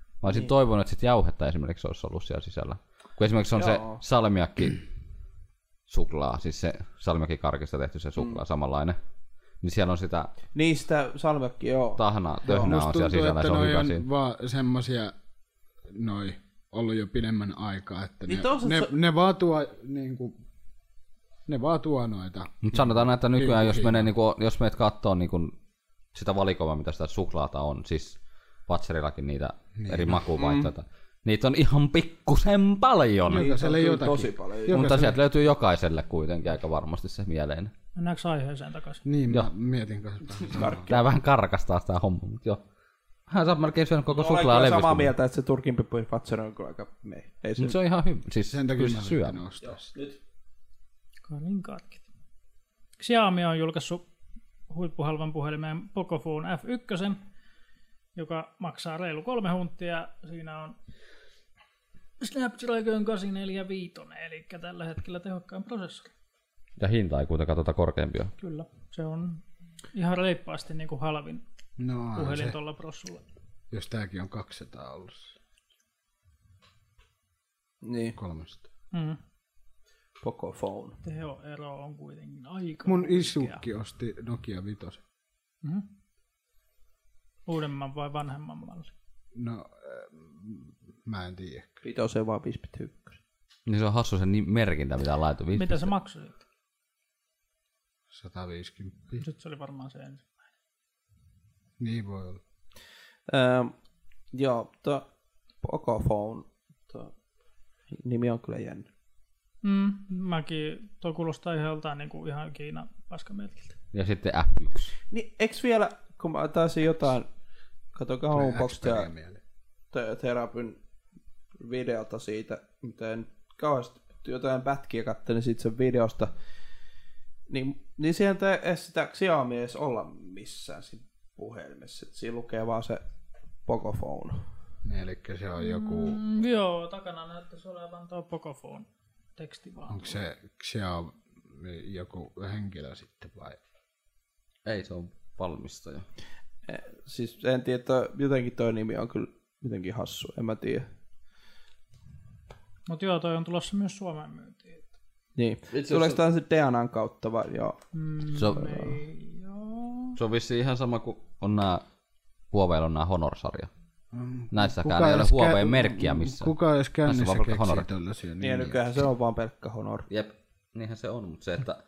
S2: Mä olisin niin. toivonut, että sit jauhetta esimerkiksi olisi ollut siellä sisällä. Kun esimerkiksi on
S5: Joo.
S2: Joo. se salmiakki suklaa, siis se salmiakki karkista tehty se suklaa mm. samanlainen, niin siellä on sitä
S5: Niin sitä salmekki, joo.
S2: tahnaa, töhnää
S3: Musta
S2: on siellä
S3: tuntuu,
S2: sisällä, ja
S3: että
S2: se on
S3: noi
S2: hyvä
S3: on
S2: siinä.
S3: vaan semmosia, noi, ollut jo pidemmän aikaa, että ne,
S5: Niin toisaalta
S3: ne,
S5: se-
S3: ne vaan tuo, niinku, ne vaan tuo noita.
S5: Niin,
S2: Mutta sanotaan, että nykyään jos,
S3: Niin,
S2: menee, niin kuin, jos meet kattoo niin kuin sitä valikoimaa, mitä sitä suklaata on, siis Vatserillakin niitä niin. eri makuvaihtoehtoja, mm. niitä on ihan pikkusen paljon. Niin.
S3: Jokaiselle
S5: on kyllä
S3: jotakin.
S5: tosi paljon.
S2: Mutta
S3: Jokaiselle.
S2: sieltä löytyy jokaiselle kuitenkin aika varmasti se mieleen.
S4: Mennäänkö aiheeseen takaisin?
S3: Niin, mä mietin kanssa.
S2: Tää vähän karkastaa sitä hommaa, mutta joo. Hän saa melkein syönyt koko
S5: No, Olen
S2: suklaa
S5: kyllä
S2: levystä.
S5: samaa mieltä, että se Turkin pippuri Fatser on kyllä aika mei. Ei se,
S2: Mutta se on ihan hyvä. Siis
S3: Sen takia
S2: kyllä
S3: mä
S2: se syö.
S3: yritin ostaa.
S4: Kanin katkit. niin Xiaomi on julkaissut huippuhalvan puhelimeen Pocophone F1, joka maksaa reilu kolme hunttia. Siinä on Snapdragon 845, eli tällä hetkellä tehokkain prosessori.
S2: Ja hinta ei kuitenkaan tuota korkeampia.
S4: Kyllä, se on ihan reippaasti niin kuin halvin
S3: No, on
S4: puhelin
S3: se,
S4: tuolla prossulla.
S3: jos tääkin on 200 ollut,
S5: Niin,
S3: 300.
S4: Mm.
S5: Poco Phone.
S4: Tehoero on kuitenkin aika
S3: Mun
S4: huikea.
S3: isukki osti Nokia 5.
S4: Mhm. Uudemman vai vanhemman malli?
S3: No, ähm, mä en tiedä.
S5: Vitoseen vaan 5.1.
S2: Niin se on hassu se ni- merkintä, mitä on laitettu.
S4: Mitä se maksoi sitten?
S3: 150.
S4: Nyt se oli varmaan se ensin.
S3: Niin voi olla.
S5: Ähm, joo, to, Poco Phone. To, nimi on kyllä jännä.
S4: Mm, mäkin, tuo kuulostaa ihan joltain niin kuin ihan Kiinan paskamerkiltä.
S2: Ja sitten F1.
S5: Niin, eiks vielä, kun mä taisin jotain, katsokaa Homebox ja
S3: Xperia mieleen.
S5: Te- Terapyn videota siitä, mitä en kauheasti jotain pätkiä kattelin siitä sen videosta, niin, niin siellä ei edes sitä Xiaomi edes olla missään siinä puhelimessa. Et siinä lukee vaan se Pocophone.
S3: Eli Niin, se on joku,
S4: Mm, joo, takana näyttäisi olevan tuo Pocophone teksti vaan.
S3: onko se Xiaomi joku henkilö sitten vai?
S2: Ei, se on valmistaja.
S5: Eh, Siis en tiedä, toi, jotenkin toi nimi on kyllä jotenkin hassu, en mä tiedä.
S4: Mutta joo, toi on tulossa myös Suomen myyntiin.
S5: Niin.
S2: asiassa-
S5: Tuleeko tämä se DNAn kautta vai joo?
S4: Mm,
S2: Se on-
S4: ei, joo.
S2: Se on vissiin ihan sama kuin on nämä Huoveilla on nämä Honor-sarja. Näissäkään
S3: Mm, Kuka
S2: ei ole
S3: edes
S2: Huawei
S3: kä-
S2: merkkiä missään.
S3: Kuka edes
S2: Tässä
S3: kännissä
S2: on vaan
S3: keksii
S2: Honor.
S3: tällaisia
S5: Niin, ja
S3: nimiä?
S5: nykyään se on vaan pelkkä Honor.
S2: Jep, niinhän se on, mutta se, että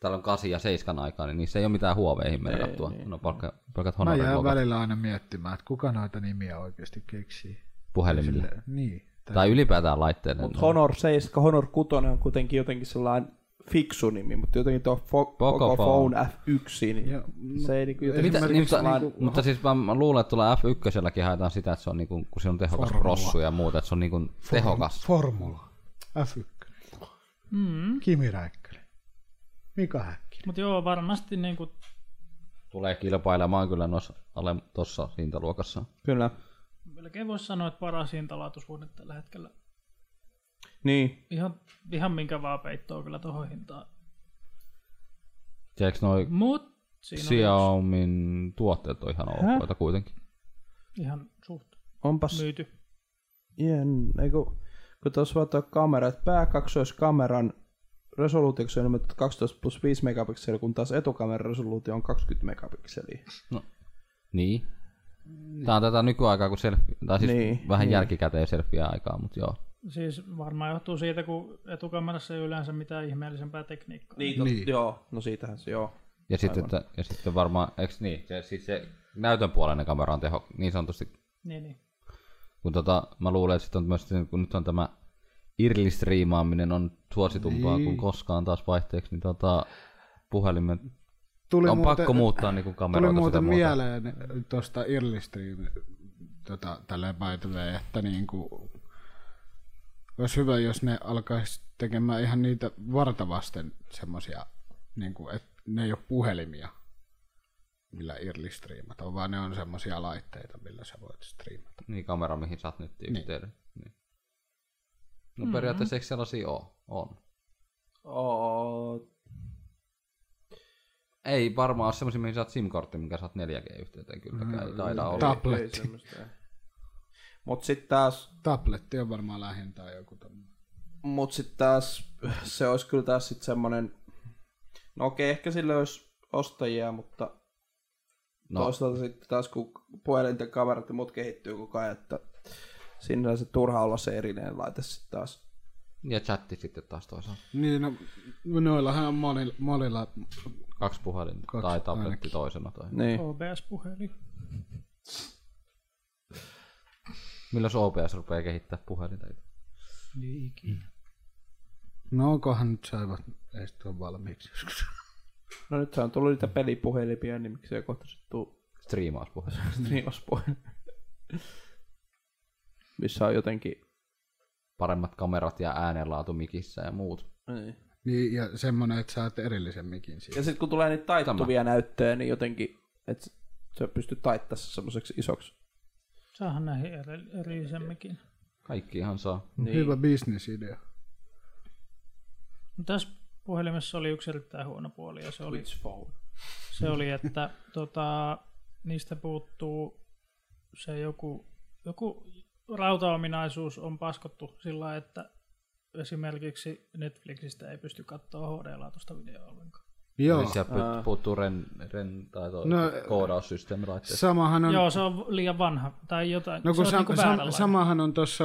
S2: täällä on 8 ja 7 aikaa, niin niissä ei ole mitään Huaweihin merkattua. Niin, no palkka, palkat
S3: Mä
S2: Honorin
S3: jään
S2: luokat
S3: välillä aina miettimään, että kuka noita nimiä oikeasti keksii.
S2: puhelimille.
S3: Sille- Niin. Tai
S2: Tai ylipäätään laitteille.
S5: Mutta
S2: No,
S5: Honor 7, Honor 6 on kuitenkin jotenkin sellainen fiksu nimi, mutta jotenkin tuo Fo-
S2: Phone.
S5: Poco Phone F1, niin
S3: Joo,
S5: se ei niinku jotenkin...
S2: Mitä, niin, mutta,
S5: sellainen-
S2: niinku, mutta siis mä, mä luulen, että tuolla F1 haetaan sitä, että se on, niinku, kun se on tehokas
S3: Formula.
S2: crossu ja muuta, että se on niinku tehokas.
S3: Formula. F1.
S4: Mm.
S3: Kimi Räikkönen. Mika Häkkinen.
S4: Mutta joo, varmasti niinku,
S2: Tulee kilpailemaan kyllä noissa alle tuossa hintaluokassa.
S5: Kyllä.
S4: melkein voisi sanoa, että paras hintalaatuisuudet tällä hetkellä.
S5: Niin.
S4: Ihan, ihan minkä vaan peittoa kyllä tuohon hintaan.
S2: Tiedätkö noi
S4: Mut siinä on
S2: Xiaomin tuotteet on ihan ok kuitenkin?
S4: ihan suht
S5: Onpas...
S4: myyty.
S5: Jen, ei kun, kun tuossa vaan tuo kamera, että pääkaksoiskameran resoluutioksi on ilmoitettu 12 plus 5 megapikseliä, kun taas etukameran resoluutio on 20 megapikseliä.
S2: Niin. Tää on tätä nykyaikaa, kun selfie, tai siis
S5: Niin,
S2: niin, vähän
S5: niin.
S2: niin. jälkikäteen selfieä aikaa, mutta joo.
S4: Siis varmaan johtuu siitä, kun etukamerassa ei yleensä mitään ihmeellisempää tekniikkaa.
S5: Niin, tot, niin. Joo, no siitähän se joo.
S2: Ja sitten, että, ja sitten varmaan, eiks niin, se, siis se näytön puolinen kamera on teho, niin sanotusti,
S4: Niin, niin.
S2: kun tota, mä luulen, että sitten on myös, kun nyt on tämä irlistriimaaminen on suositumpaa niin. kuin koskaan taas vaihteeksi, niin tota, puhelimen
S3: Tuli
S2: on pakko muuttaa niin kuin
S3: Tuli
S2: kameroita
S3: muuten
S2: sitä muuta.
S3: mieleen tuosta Irlistream, tota, tälleen by the way, että niin kuin, olisi hyvä, jos ne alkaisi tekemään ihan niitä vartavasten semmoisia, niin kuin, että ne ei ole puhelimia, millä Irlistriimata, vaan ne on semmoisia laitteita, millä sä voit striimata.
S2: Niin kamera, mihin sä oot nyt yhteyden. Niin. No periaatteessa eikö sellaisia ole? On.
S5: Oo,
S2: Ei varmaan ole semmoisia, mihin saat SIM-kortti, minkä saat 4G-yhteyteen kylläkään. Ei
S3: Mm-hmm. Niin.
S2: taida olla.
S3: Tabletti.
S5: Mut sit taas,
S3: Tabletti on varmaan lähintään joku tommoinen.
S5: mut sit taas se olisi kyllä taas sit semmonen, no okei ehkä sille olisi ostajia, mutta no.
S2: No,
S5: toisaalta sitten taas kun puhelinten kamerat ja muut kehittyy koko ajan, että sinne on se turha olla se erillinen laite sitten taas.
S2: ja chatti sitten taas toisaalta.
S3: Niin, no, noillahan on monilla, monilla
S2: Kaksi puhelinta
S3: Kaksi,
S2: tai tabletti
S3: ainakin.
S2: toisena. Tai.
S5: Niin.
S4: No. OBS-puhelin.
S2: Milloin se OBS rupeaa kehittää puhelinta? itse?
S3: No onkohan nyt saivat edes tuon valmiiksi.
S5: No nyt on tullut niitä pelipuhelimia, niin miksi ei kohta sitten tuu
S2: Striimauspuhelin.
S5: striimauspuhelin. Missä on jotenkin...
S2: Paremmat kamerat ja äänenlaatu mikissä ja muut.
S5: Niin.
S3: niin, ja semmoinen, että saat erillisen mikin siitä.
S5: Ja sitten kun tulee niitä taittuvia näyttöjä, niin jotenkin, että sä pystyt taittaa se semmoiseksi isoksi.
S4: Saahan näihin eri- erillisemminkin.
S2: Kaikki ihan saa.
S5: Niin.
S3: Hyvä bisnesidea.
S4: No, tässä puhelimessa oli yksi erittäin huono puoli ja se oli,
S5: Switch phone.
S4: se oli että tota, niistä puuttuu se joku, joku rautaominaisuus on paskottu sillä lailla, että esimerkiksi Netflixistä ei pysty katsoa HD-laatusta videoa ollenkaan.
S3: Joo,
S2: Siis siellä pu- puuttuu ren, ren tai toi
S3: No,
S2: no, koodaussysteemi laitteessa.
S3: samahan on...
S4: Joo, se on liian vanha tai jotain.
S3: no
S4: niin. se
S3: kun
S4: on
S3: sa-
S4: niinku
S3: sam-
S4: vääränlainen.
S3: samahan on tuossa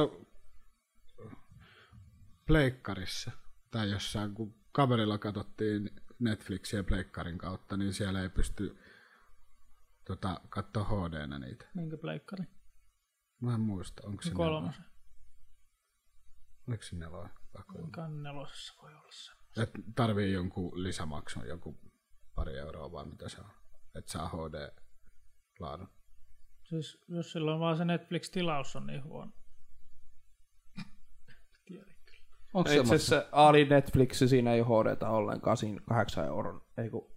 S3: pleikkarissa tai jossain, kun kaverilla katsottiin Netflixiä pleikkarin kautta, niin siellä ei pysty tota, katsoa hd niitä.
S4: Minkä pleikkari?
S3: Mä en muista, onko se nelonen.
S4: Kolmas.
S3: Oliko se nelonen? vai kolmonen?
S4: Kan nelosessa voi olla se.
S3: Et tarvii jonkun lisämaksun, joku pari euroa vai mitä se on, että saa HD-laadun.
S4: Siis jos silloin vaan se Netflix-tilaus on niin huono.
S2: Onko
S5: No Itse
S2: semmoista?
S5: asiassa Ali Netflix, siinä ei hoideta ollenkaan siinä kahdeksan euron, ei kun...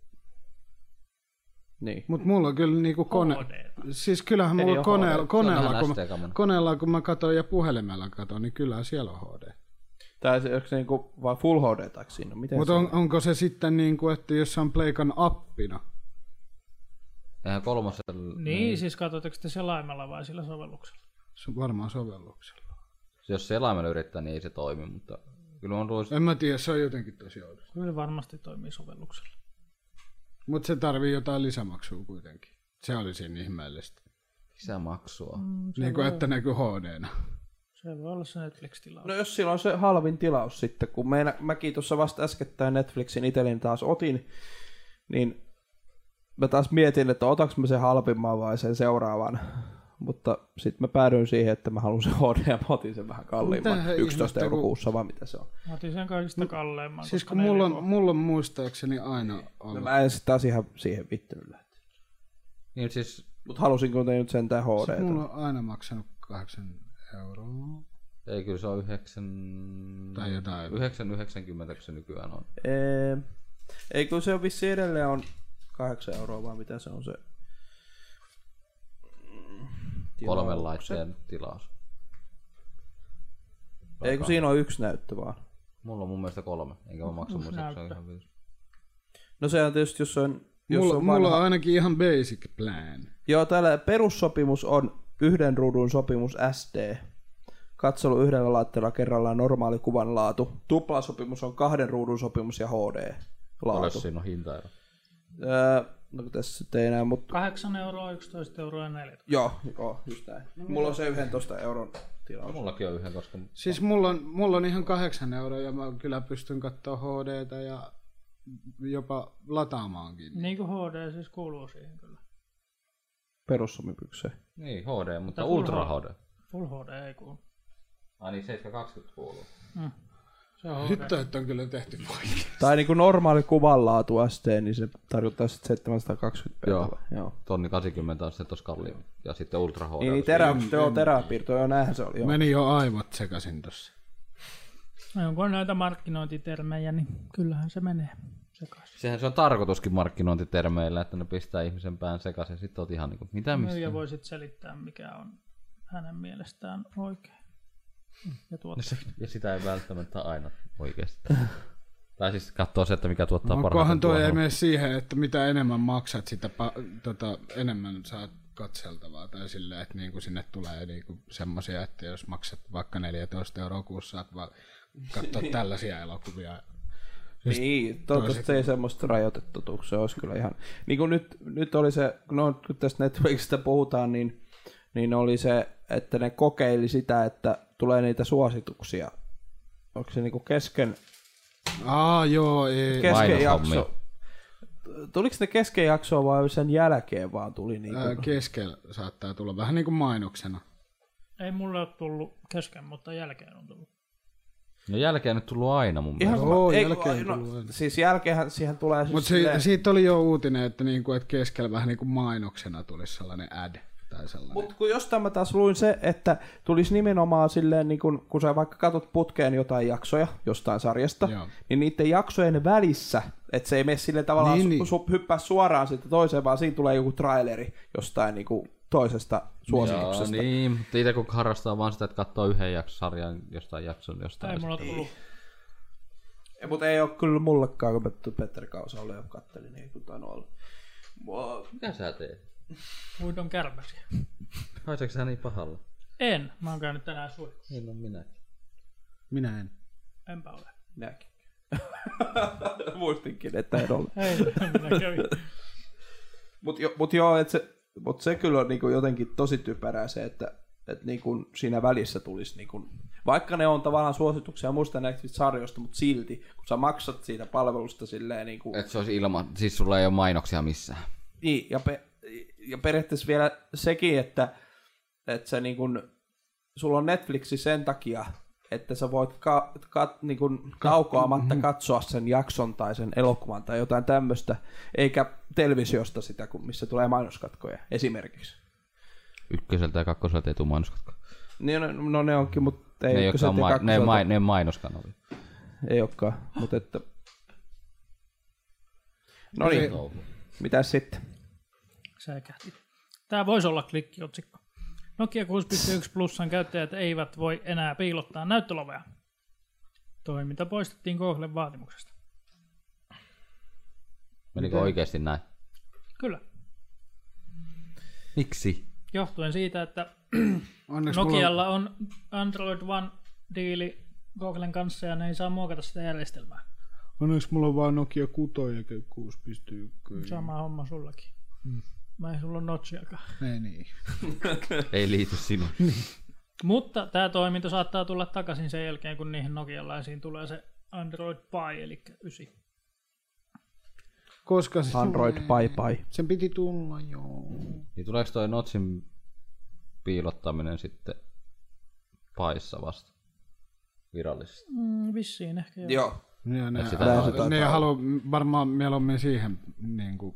S5: Niin.
S3: Mutta mulla on kyllä niinku kone...
S4: HD.
S3: Siis kyllähän
S5: Ei
S3: mulla
S5: oo
S3: koneella, koneella,
S2: ihan
S3: kun, mä,
S2: ST-kamera.
S3: koneella kun mä katon ja puhelimella katon, niin kyllä siellä on HD.
S5: Tai se, onko se niinku vai Full HD tai siinä on? Miten
S3: Mutta
S5: se
S3: on, onko se sitten niin kuin, että jos se on Pleikan appina?
S2: Eihän kolmosella...
S4: Niin, siis katsotteko te selaimella vai sillä sovelluksella?
S3: Se on varmaan sovelluksella.
S2: Se, Siis Jos selaimella yrittää, niin ei se toimi, mutta kyllä on ruoista.
S3: En mä tiedä, se on jotenkin tosi oudosti.
S4: Kyllä varmasti toimii sovelluksella.
S3: Mutta se tarvii jotain lisämaksua kuitenkin. Se oli siinä ihmeellistä.
S2: Lisämaksua.
S3: Niin kuin, että näkyy hd
S4: Se voi olla se Netflix-tilaus.
S5: No jos sillä on se halvin tilaus sitten, kun meina, mäkin tuossa vasta äskettäin Netflixin itselleni taas otin, niin mä taas mietin, että otaks mä sen halvimman vai sen seuraavan. Mutta sitten mä päädyin siihen, että mä haluan sen HD ja mä otin sen vähän kalliimman.
S3: Mitä he
S5: 11
S3: ihmettä,
S5: euroa
S3: kun-
S5: kuussa vai mitä se on.
S4: Mä otin sen kaikista kalleimman.
S3: Siis
S4: koska
S3: kun
S4: ne
S3: mulla
S4: oli-
S3: on, mulla on muistaakseni aina
S5: No
S3: ollut.
S5: mä en sitten taas ihan siihen vittynyt lähteä.
S2: Niin siis,
S5: Mutta halusin kuitenkin nyt sentään HD.
S3: Sit mulla on aina maksanut 8 euroa
S5: Mm.
S2: ei kyllä se on 9...
S3: tai jotain.
S2: 9,90 kun se nykyään on.
S5: Ee, ei kun se on vissiin edelleen on 8 euroa vaan mitä se on se.
S2: Kolmen laitteen tilaus.
S5: Ei kun siinä on yksi näyttö vaan.
S2: Mulla on mun mielestä kolme, enkä mä maksa mun se on
S4: näyttää.
S2: ihan viisi.
S5: No se on tietysti, jos on... Jos
S3: Mulla,
S5: on
S3: mulla on ainakin ihan basic plan.
S5: Joo, täällä perussopimus on yhden ruudun sopimus SD. Katselu yhdellä laitteella kerrallaan normaali kuvan laatu. Tuplasopimus on kahden ruudun sopimus ja HD
S2: Paljon
S5: laatu.
S2: siinä on hintaero.
S5: Öö, no kun tässä nyt ei enää, mutta
S4: 8 euroa, 11 euroa ja 4.
S5: joo, joo, just näin. Mulla on se 11 euron tilaus.
S2: Mullakin on yhden, koska
S3: Siis mulla on, mulla on ihan 8 euroa ja mä kyllä pystyn katsoa HDtä ja jopa lataamaankin.
S4: Niin kuin HD siis kuuluu siihen kyllä.
S5: Perussopimukseen.
S2: Niin, HD, mutta
S4: Tää
S2: Ultra
S4: full
S2: HD.
S4: Full HD ei kuulu.
S2: Ai niin, 720 kuuluu.
S4: Se on HD.
S3: Hittoit on kyllä tehty poikki.
S5: Tai niinku normaali kuvanlaatu SD, niin se tarkoittaa sitten 720p.
S2: Joo.
S5: vai? joo.
S2: Tonni 80 on sitten tossa kalliimpi. Ja sitten Ultra HD.
S5: Niin, niin
S2: Niin,
S5: terä, joo, teräpiirto, joo, näinhän se oli. Joo.
S3: Meni jo aivot sekaisin tossa.
S4: No, Onko näitä markkinointitermejä, niin kyllähän se menee sekaisin.
S2: Sehän se on tarkoituskin markkinointitermeillä, että ne pistää ihmisen pään sekaisin. Sitten oot ihan niinku, mitä mistä?
S4: Myyjä voi sitten selittää, mikä on hänen mielestään oikein. Ja tuota.
S3: No
S4: tuottaja.
S2: Ja sitä ei välttämättä aina oikeasti. tai siis katsoo se, että mikä
S5: No,
S2: tuottaa
S3: Onkohan
S2: parhaiten
S3: tuo ei
S2: tuohon.
S3: mene siihen, että mitä enemmän maksat, sitä pa- tota, enemmän saat katseltavaa. Tai sillä, että niinku sinne tulee niinku semmoisia, että jos maksat vaikka 14 euroa kuussa, saat vaan katsoa tällaisia elokuvia.
S5: Niin, toivottavasti ei semmoista rajoitettu tuu, se olisi kyllä ihan... Niin kuin nyt, nyt oli se, no kun tästä Netflixistä puhutaan, niin, niin oli se, että ne kokeili sitä, että tulee niitä suosituksia. Onko se niinku kesken,
S3: Aa, joo, ei.
S5: kesken
S2: mainoshommia.
S5: jakso? Tuliko ne kesken jaksoa vai sen jälkeen vaan tuli niinku...
S3: Ää, Keskellä saattaa tulla vähän niin kuin mainoksena.
S4: Ei mulle ole tullut kesken, mutta jälkeen on tullut.
S2: No jälkeen nyt tullut aina mun mielestä.
S5: Ihan
S3: Joo,
S5: ei,
S3: jälkeen
S5: no,
S3: tulee.
S5: Siis jälkeenhän siihen tulee... siis
S3: Mutta
S5: silleen-
S3: si- siitä oli jo uutinen, että, niinku, että keskellä vähän niin kuin mainoksena tulisi sellainen ad tai sellainen.
S5: Mutta kun jostain mä taas luin se, että tulisi nimenomaan silleen, niin kun, kun sä vaikka katot putkeen jotain jaksoja jostain sarjasta,
S3: Joo.
S5: Joo. niin niiden jaksojen välissä, että se ei mene sille tavallaan
S3: Niin,
S5: niin,
S3: niin.
S5: su- su- hyppää suoraan siitä toiseen, vaan siinä tulee joku traileri jostain niin kuin toisesta
S2: Joo,
S5: suosituksesta. Niin.
S2: niin, mutta itse kun harrastaa vaan sitä, että katsoo yhden jakson sarjan jostain jakson jostain.
S4: Ei
S2: ja
S4: mulla ole
S3: Niin.
S4: tullut.
S5: Mutta ei ole kyllä mullekaan, kun Pet- Petteri Kausalle jo kattelin, niin ei kun tainnut olla. Mua-
S2: Mitä sä teet?
S4: Huidon kärpäsiä.
S2: Haiseeko sä niin pahalla?
S4: En. Mä oon käynyt tänään suihkussa.
S2: Niin on minä.
S3: Minä en.
S4: Enpä ole.
S5: Minäkin. Muistinkin, että en ole.
S4: Ei, minä kävin.
S5: Mutta jo, mut joo, et se, mut se kyllä on niinku jotenkin tosi typerää se, että et niinku siinä välissä tulisi, niinku, vaikka ne on tavallaan suosituksia muista näistä sarjoista, mutta silti, kun sä maksat siitä palvelusta silleen, niinku,
S2: Et se olisi ilman, siis sulla ei ole mainoksia missään.
S5: niin, ja, pe, ja periaatteessa vielä sekin, että et sä niinku, sulla on Netflixi sen takia, että sä voit ka, ka, niinku, taukoamatta katsoa sen jakson tai sen elokuvan tai jotain tämmöistä, eikä televisiosta sitä, kun missä tulee mainoskatkoja esimerkiksi.
S2: Ykköseltä ja kakkoselta ei tule mainoskatkoa.
S5: Niin, no, no ne onkin, mutta ei
S2: Ne ei
S5: ykköseltä
S2: olekaan
S5: ja
S2: ma- ne ei
S5: kakkoselta-
S2: ma- ne ei mainoskanavia.
S5: Ei olekaan, mutta että... No niin, mitä sitten?
S4: Säikähti. Tämä voisi olla klikkiotsikko. Nokia 6.1 Plusan käyttäjät eivät voi enää piilottaa näyttölovea. Toiminta poistettiin Googlen vaatimuksesta.
S2: Menikö oikeasti näin?
S4: Kyllä.
S2: Miksi?
S4: johtuen siitä, että
S3: Onneksi mulla
S4: Nokialla on Android One-diili Googlen kanssa ja ne ei saa muokata sitä järjestelmää.
S3: on, onneksi mulla on vaan Nokia 6 ja 6.1.
S4: Sama homma sullakin. Mä en sulla ole notchiakaan.
S3: Ei niin.
S2: Ei liity sinun.
S4: Mutta tämä toiminto saattaa tulla takaisin sen jälkeen, kun niihin Nokialaisiin tulee se Android Pie, eli 9.
S3: Koska se
S5: Android Pai Pai.
S3: Sen piti tulla, joo.
S2: Niin tuleeko toi Notsin piilottaminen sitten paissa vasta virallisesti?
S4: Mm, vissiin ehkä joo.
S5: Joo.
S3: Ja ne,
S2: sitä
S3: ne,
S5: taitaa
S3: ne
S5: olla.
S3: haluaa varmaan mieluummin siihen niin kuin,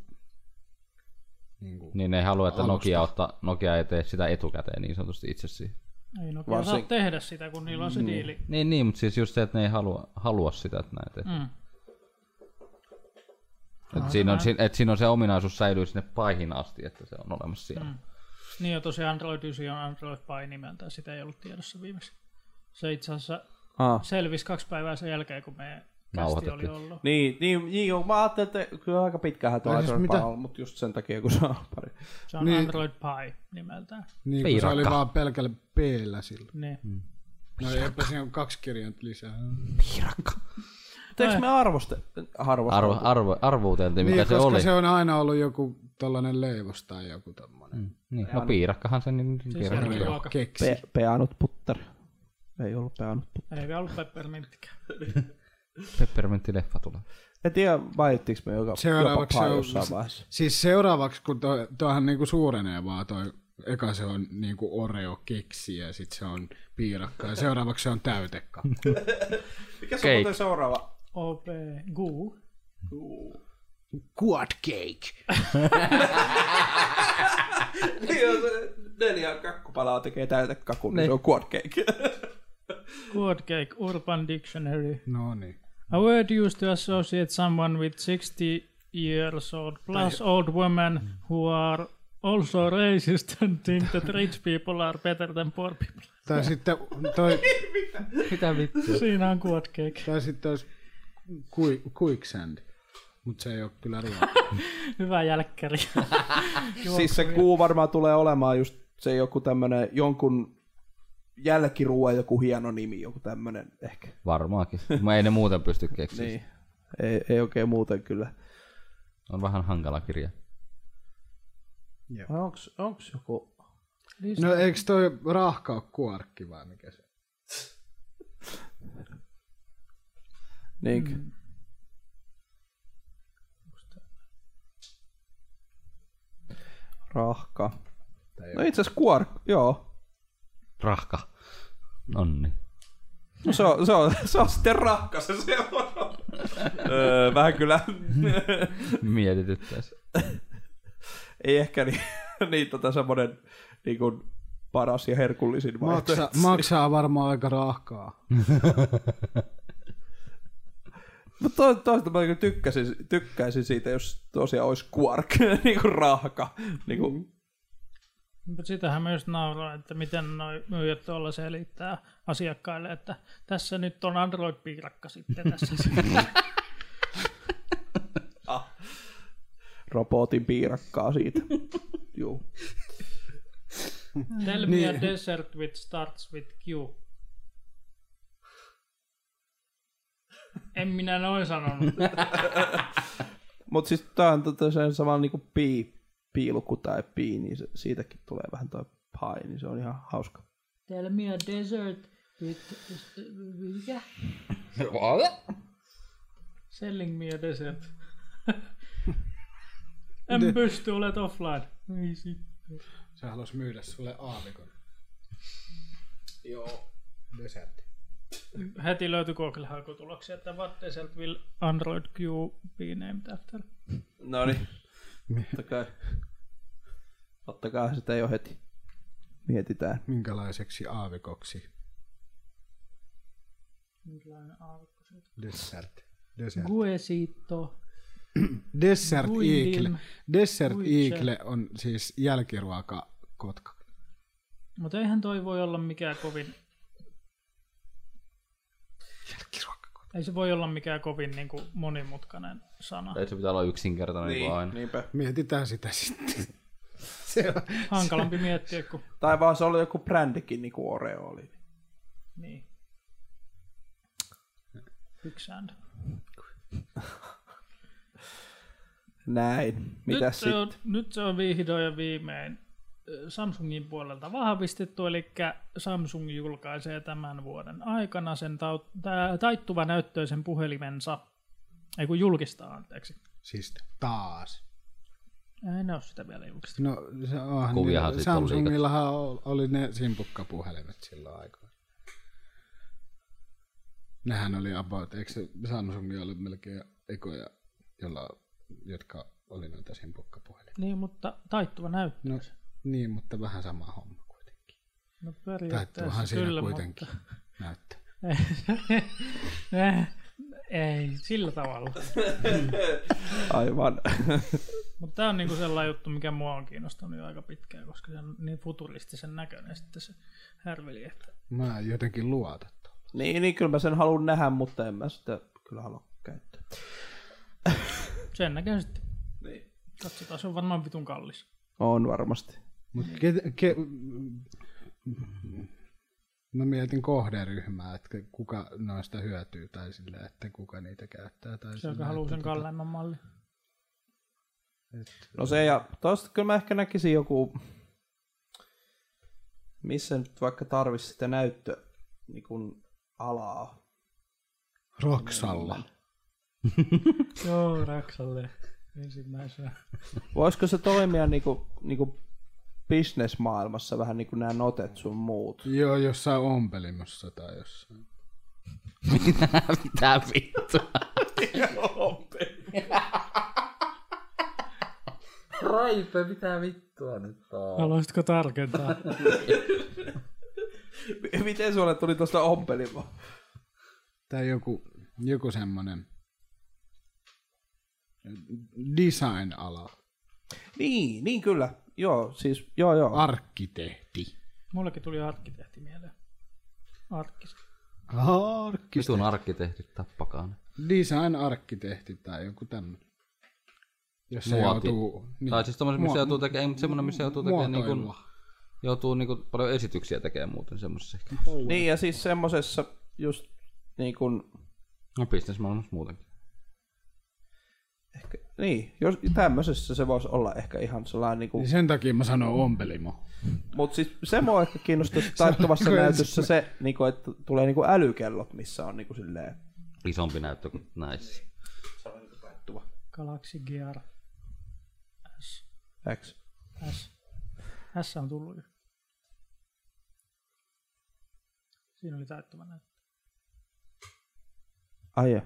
S3: niin kuin.
S2: Niin ne ei halua, että
S3: Alusta.
S2: Nokia, ottaa, Nokia ei tee sitä etukäteen niin sanotusti itse siihen.
S4: Ei Nokia
S5: Varsin-
S4: saa tehdä sitä, kun niillä on se diili.
S2: Niin, niin, mutta siis just se, että ne ei halua, halua sitä, että näin tehdään.
S4: Mm.
S2: Että siinä, on, si- että siinä on se ominaisuus säilyy sinne paihin asti, että se on olemassa siellä. Mm.
S4: Niin jo tosiaan Android 9 on Android Pie nimeltään, sitä ei ollut tiedossa viimeksi. Se itse asiassa
S5: Ah.
S4: selvisi kaksi päivää sen jälkeen, kun me kästi oli
S2: Nauhoitettiin.
S4: ollut.
S5: Niin, niin, niin joo, mä ajattelin, että kyllä aika pitkähän tuo
S3: Ai siis
S5: Android
S3: mitä?
S5: Pie on, mutta just sen takia, kun se on pari.
S4: Se on
S3: Niin.
S4: niin. Android Pie nimeltään.
S3: Niin, kun se
S2: Piirakka.
S3: oli vaan pelkällä P-llä sillä.
S4: Niin.
S3: No eipä siinä on kaksi kirjainta lisää.
S5: Teekö me arvoste... Arvoste.
S2: Arvo, arvo, arvuuteltiin,
S3: Niin,
S2: mikä se
S3: koska
S2: oli.
S3: se on aina ollut joku tällainen leivos tai joku tommonen. Mm.
S2: Niin, no piirakkahan se, niin
S4: Siis
S2: piirakka.
S4: se oli ruoka.
S3: Keksi.
S5: Pe- peanut putter. Ei ollut peanut putter.
S4: Ei vielä ollut pepperminttikään.
S2: Peppermintti-leffa tulee.
S5: En tiedä, mainittiinko me joka, jopa
S3: Seuraavaksi se
S5: pie
S3: on,
S5: jossain vaiheessa.
S3: siis seuraavaksi, kun toi, toihan niinku suurenee vaan toi, eka se on niinku Oreo keksi ja sit se on piirakka ja seuraavaksi se on täytekakku.
S5: Mikä
S2: on Cake. muuten
S5: seuraava?
S4: OP Goo.
S3: Quad cake.
S5: Niin, jos neljä kakkupalaa tekee täytä kakun, niin se on quad cake.
S4: Quad cake, Urban Dictionary.
S3: No niin.
S4: A word used to associate someone with 60 years old plus old women who are also racist and think that rich people are better than poor people.
S3: Tai sitten, toi,
S2: Mitä vittu?
S4: Siinä on quad cake.
S3: tai sitten olisi kui, quicksand, mutta se ei ole kyllä ruoka.
S4: Hyvä jälkkäri.
S5: siis se kuu varmaan tulee olemaan just se joku tämmönen jonkun jälkiruoan joku hieno nimi, joku tämmönen ehkä.
S2: Varmaankin. Mä ei ne muuten pysty keksiä.
S5: Niin. Ei, ei oikein muuten kyllä.
S2: On vähän hankala kirja.
S5: Onks, onks joku...
S3: No eikö toi rahka ole kuorkki vai mikä se on?
S5: Niinkö? Mm. Rahka. No itse asiassa kuor... Joo.
S2: Rahka. Onni.
S5: No se on, se on, se on sitten rahka se seuraava. öö, vähän kyllä...
S2: Mietityttäis.
S5: ei ehkä niin, niin tota semmonen niin kuin paras ja herkullisin vaihtoehto.
S3: Maksa, maksaa varmaan aika rahkaa.
S5: Mutta to, toista mä niinku tykkäsin, tykkäisin siitä, jos tosiaan olisi quark, niin kuin rahka. Niin kuin,
S4: Mut Sitähän myös nauraa, että miten noi myyjät tuolla selittää asiakkaille, että tässä nyt on Android-piirakka sitten tässä.
S5: robotin piirakkaa siitä. Joo.
S4: Tell me a desert which starts with Q. En minä noin sanonut.
S5: Mutta siis tämä on tota sen saman niin kuin pii, piilukku tai pii, niin se, siitäkin tulee vähän toi pai, niin se on ihan hauska.
S4: Tell me a desert with... Mikä? Selling me a desert. en pysty, olet offline. Ei sit.
S3: Se halusi myydä sulle aavikon. Joo. Desertti.
S4: Heti löytyi Google-hakutuloksia, että what desert will Android Q be named after.
S5: No niin. Totta kai. Totta kai sitä jo heti mietitään.
S3: Minkälaiseksi aavikoksi?
S4: Minkälainen aavikko se on?
S3: Dessert. Dessert.
S4: Guesito.
S3: Dessert
S4: Guidin.
S3: Eagle. Dessert
S4: Guidin.
S3: Eagle on siis jälkiruoka kotka.
S4: Mutta eihän toi voi olla mikään kovin... Ei se voi olla mikään kovin niin kuin monimutkainen sana.
S2: Ei se pitää olla yksinkertainen niin. kuin aina.
S5: Niin, niinpä.
S3: Mietitään sitä sitten. se on.
S4: Hankalampi miettiä kuin...
S5: Tai vaan se oli joku brändikin, niin kuin Oreo oli.
S4: Niin. Yksään.
S5: Näin.
S4: nyt,
S5: Mitäs
S4: se
S5: sitten?
S4: on, nyt se on vihdoin ja viimein ö, Samsungin puolelta vahvistettu, eli Samsung julkaisee tämän vuoden aikana sen tau- tää- taittuva näyttöisen puhelimensa, ei kun julkistaa, anteeksi.
S3: Siis taas.
S4: Ei ne ole sitä vielä julkista.
S3: No, se onhan
S2: Kuviahan
S3: niillä-
S2: siitä on
S3: Samsungillahan ol- oli ne simpukkapuhelimet silloin aikoina. Nehän oli about, eikö se Samsung oli melkein ekoja, jolla, jotka oli noita simpukkapuhelimia.
S4: Niin, mutta taittuva näyttö.
S3: No niin, mutta vähän sama homma kuitenkin.
S4: No periaatteessa
S3: Taittuuhan siinä
S4: kyllä,
S3: kyllä, kuitenkin näyttää.
S4: Mutta... Eh, ei, sillä tavalla.
S5: Aivan.
S4: Mutta tämä on niinku sellainen juttu, mikä mua on kiinnostanut jo aika pitkään, koska se on niin futuristisen näköinen sitten se härveli, että
S3: Mä en jotenkin luota tuohon.
S5: niin, niin, kyllä mä sen haluan nähdä, mutta en mä sitä kyllä halua käyttää.
S4: sen näköinen sitten.
S5: Niin.
S4: Katsotaan, se on varmaan vitun kallis.
S5: On varmasti.
S3: Mut ke, ke, mä mietin kohderyhmää, että kuka noista hyötyy tai sillä, että kuka niitä käyttää. Tai
S4: Se, joka
S3: sillä,
S4: haluaa
S3: että
S4: sen
S3: tota-
S4: kalleimman mallin.
S5: No se ja tosta kyllä mä ehkä näkisin joku, missä nyt vaikka tarvisi sitä näyttö niin kun alaa.
S3: Roksalla.
S4: Joo, Raksalle ensimmäisenä.
S5: Voisiko se toimia niin kuin, niin kuin bisnesmaailmassa vähän niin kuin nämä notet sun muut?
S3: Joo, jossain ompelimossa tai jossain.
S2: Mitä vittua? Raipe, mitä vittua nyt on?
S4: Haluaisitko tarkentaa?
S5: M- Miten sulle tuli tuosta ompelivaa?
S3: Tai joku, joku semmonen design-ala,
S5: Niin, niin kyllä. Joo, siis joo joo.
S3: arkkitehti.
S4: Mullekin tuli arkkitehti mieleen. Arkkis.
S3: Arkkitehti.
S2: Vitun arkkitehdit tappakaa ne.
S3: Design-arkkitehti tai joku tämmöinen. Jos se
S2: Muoti.
S3: joutuu...
S2: Niin. Tai siis tommoset, missä
S3: Mua-
S2: joutuu tekemään, ei, mutta semmonen, missä joutuu tekemään, niin kuin,
S3: muotoilua.
S2: joutuu niin kuin paljon esityksiä tekemään muuten semmoisessa ehkä.
S5: Niin ja siis semmosessa just niin kuin,
S2: No bisnesmaailmassa muutenkin.
S5: ehkä, niin, jos tämmöisessä se voisi olla ehkä ihan sellainen niin kuin,
S3: Niin sen takia mä sanon ompelimo.
S5: Mutta siis se mua ehkä kiinnostaisi tarttuvassa
S3: Se on
S5: näytössä se, niinku, että tulee niinku älykellot, missä on niinku silleen
S2: Isompi näyttö kuin näissä.
S5: taittuva.
S4: Galaxy Gear
S5: X.
S4: S. S on tullut jo. Siinä oli täyttävä näyttö.
S5: Ai ja.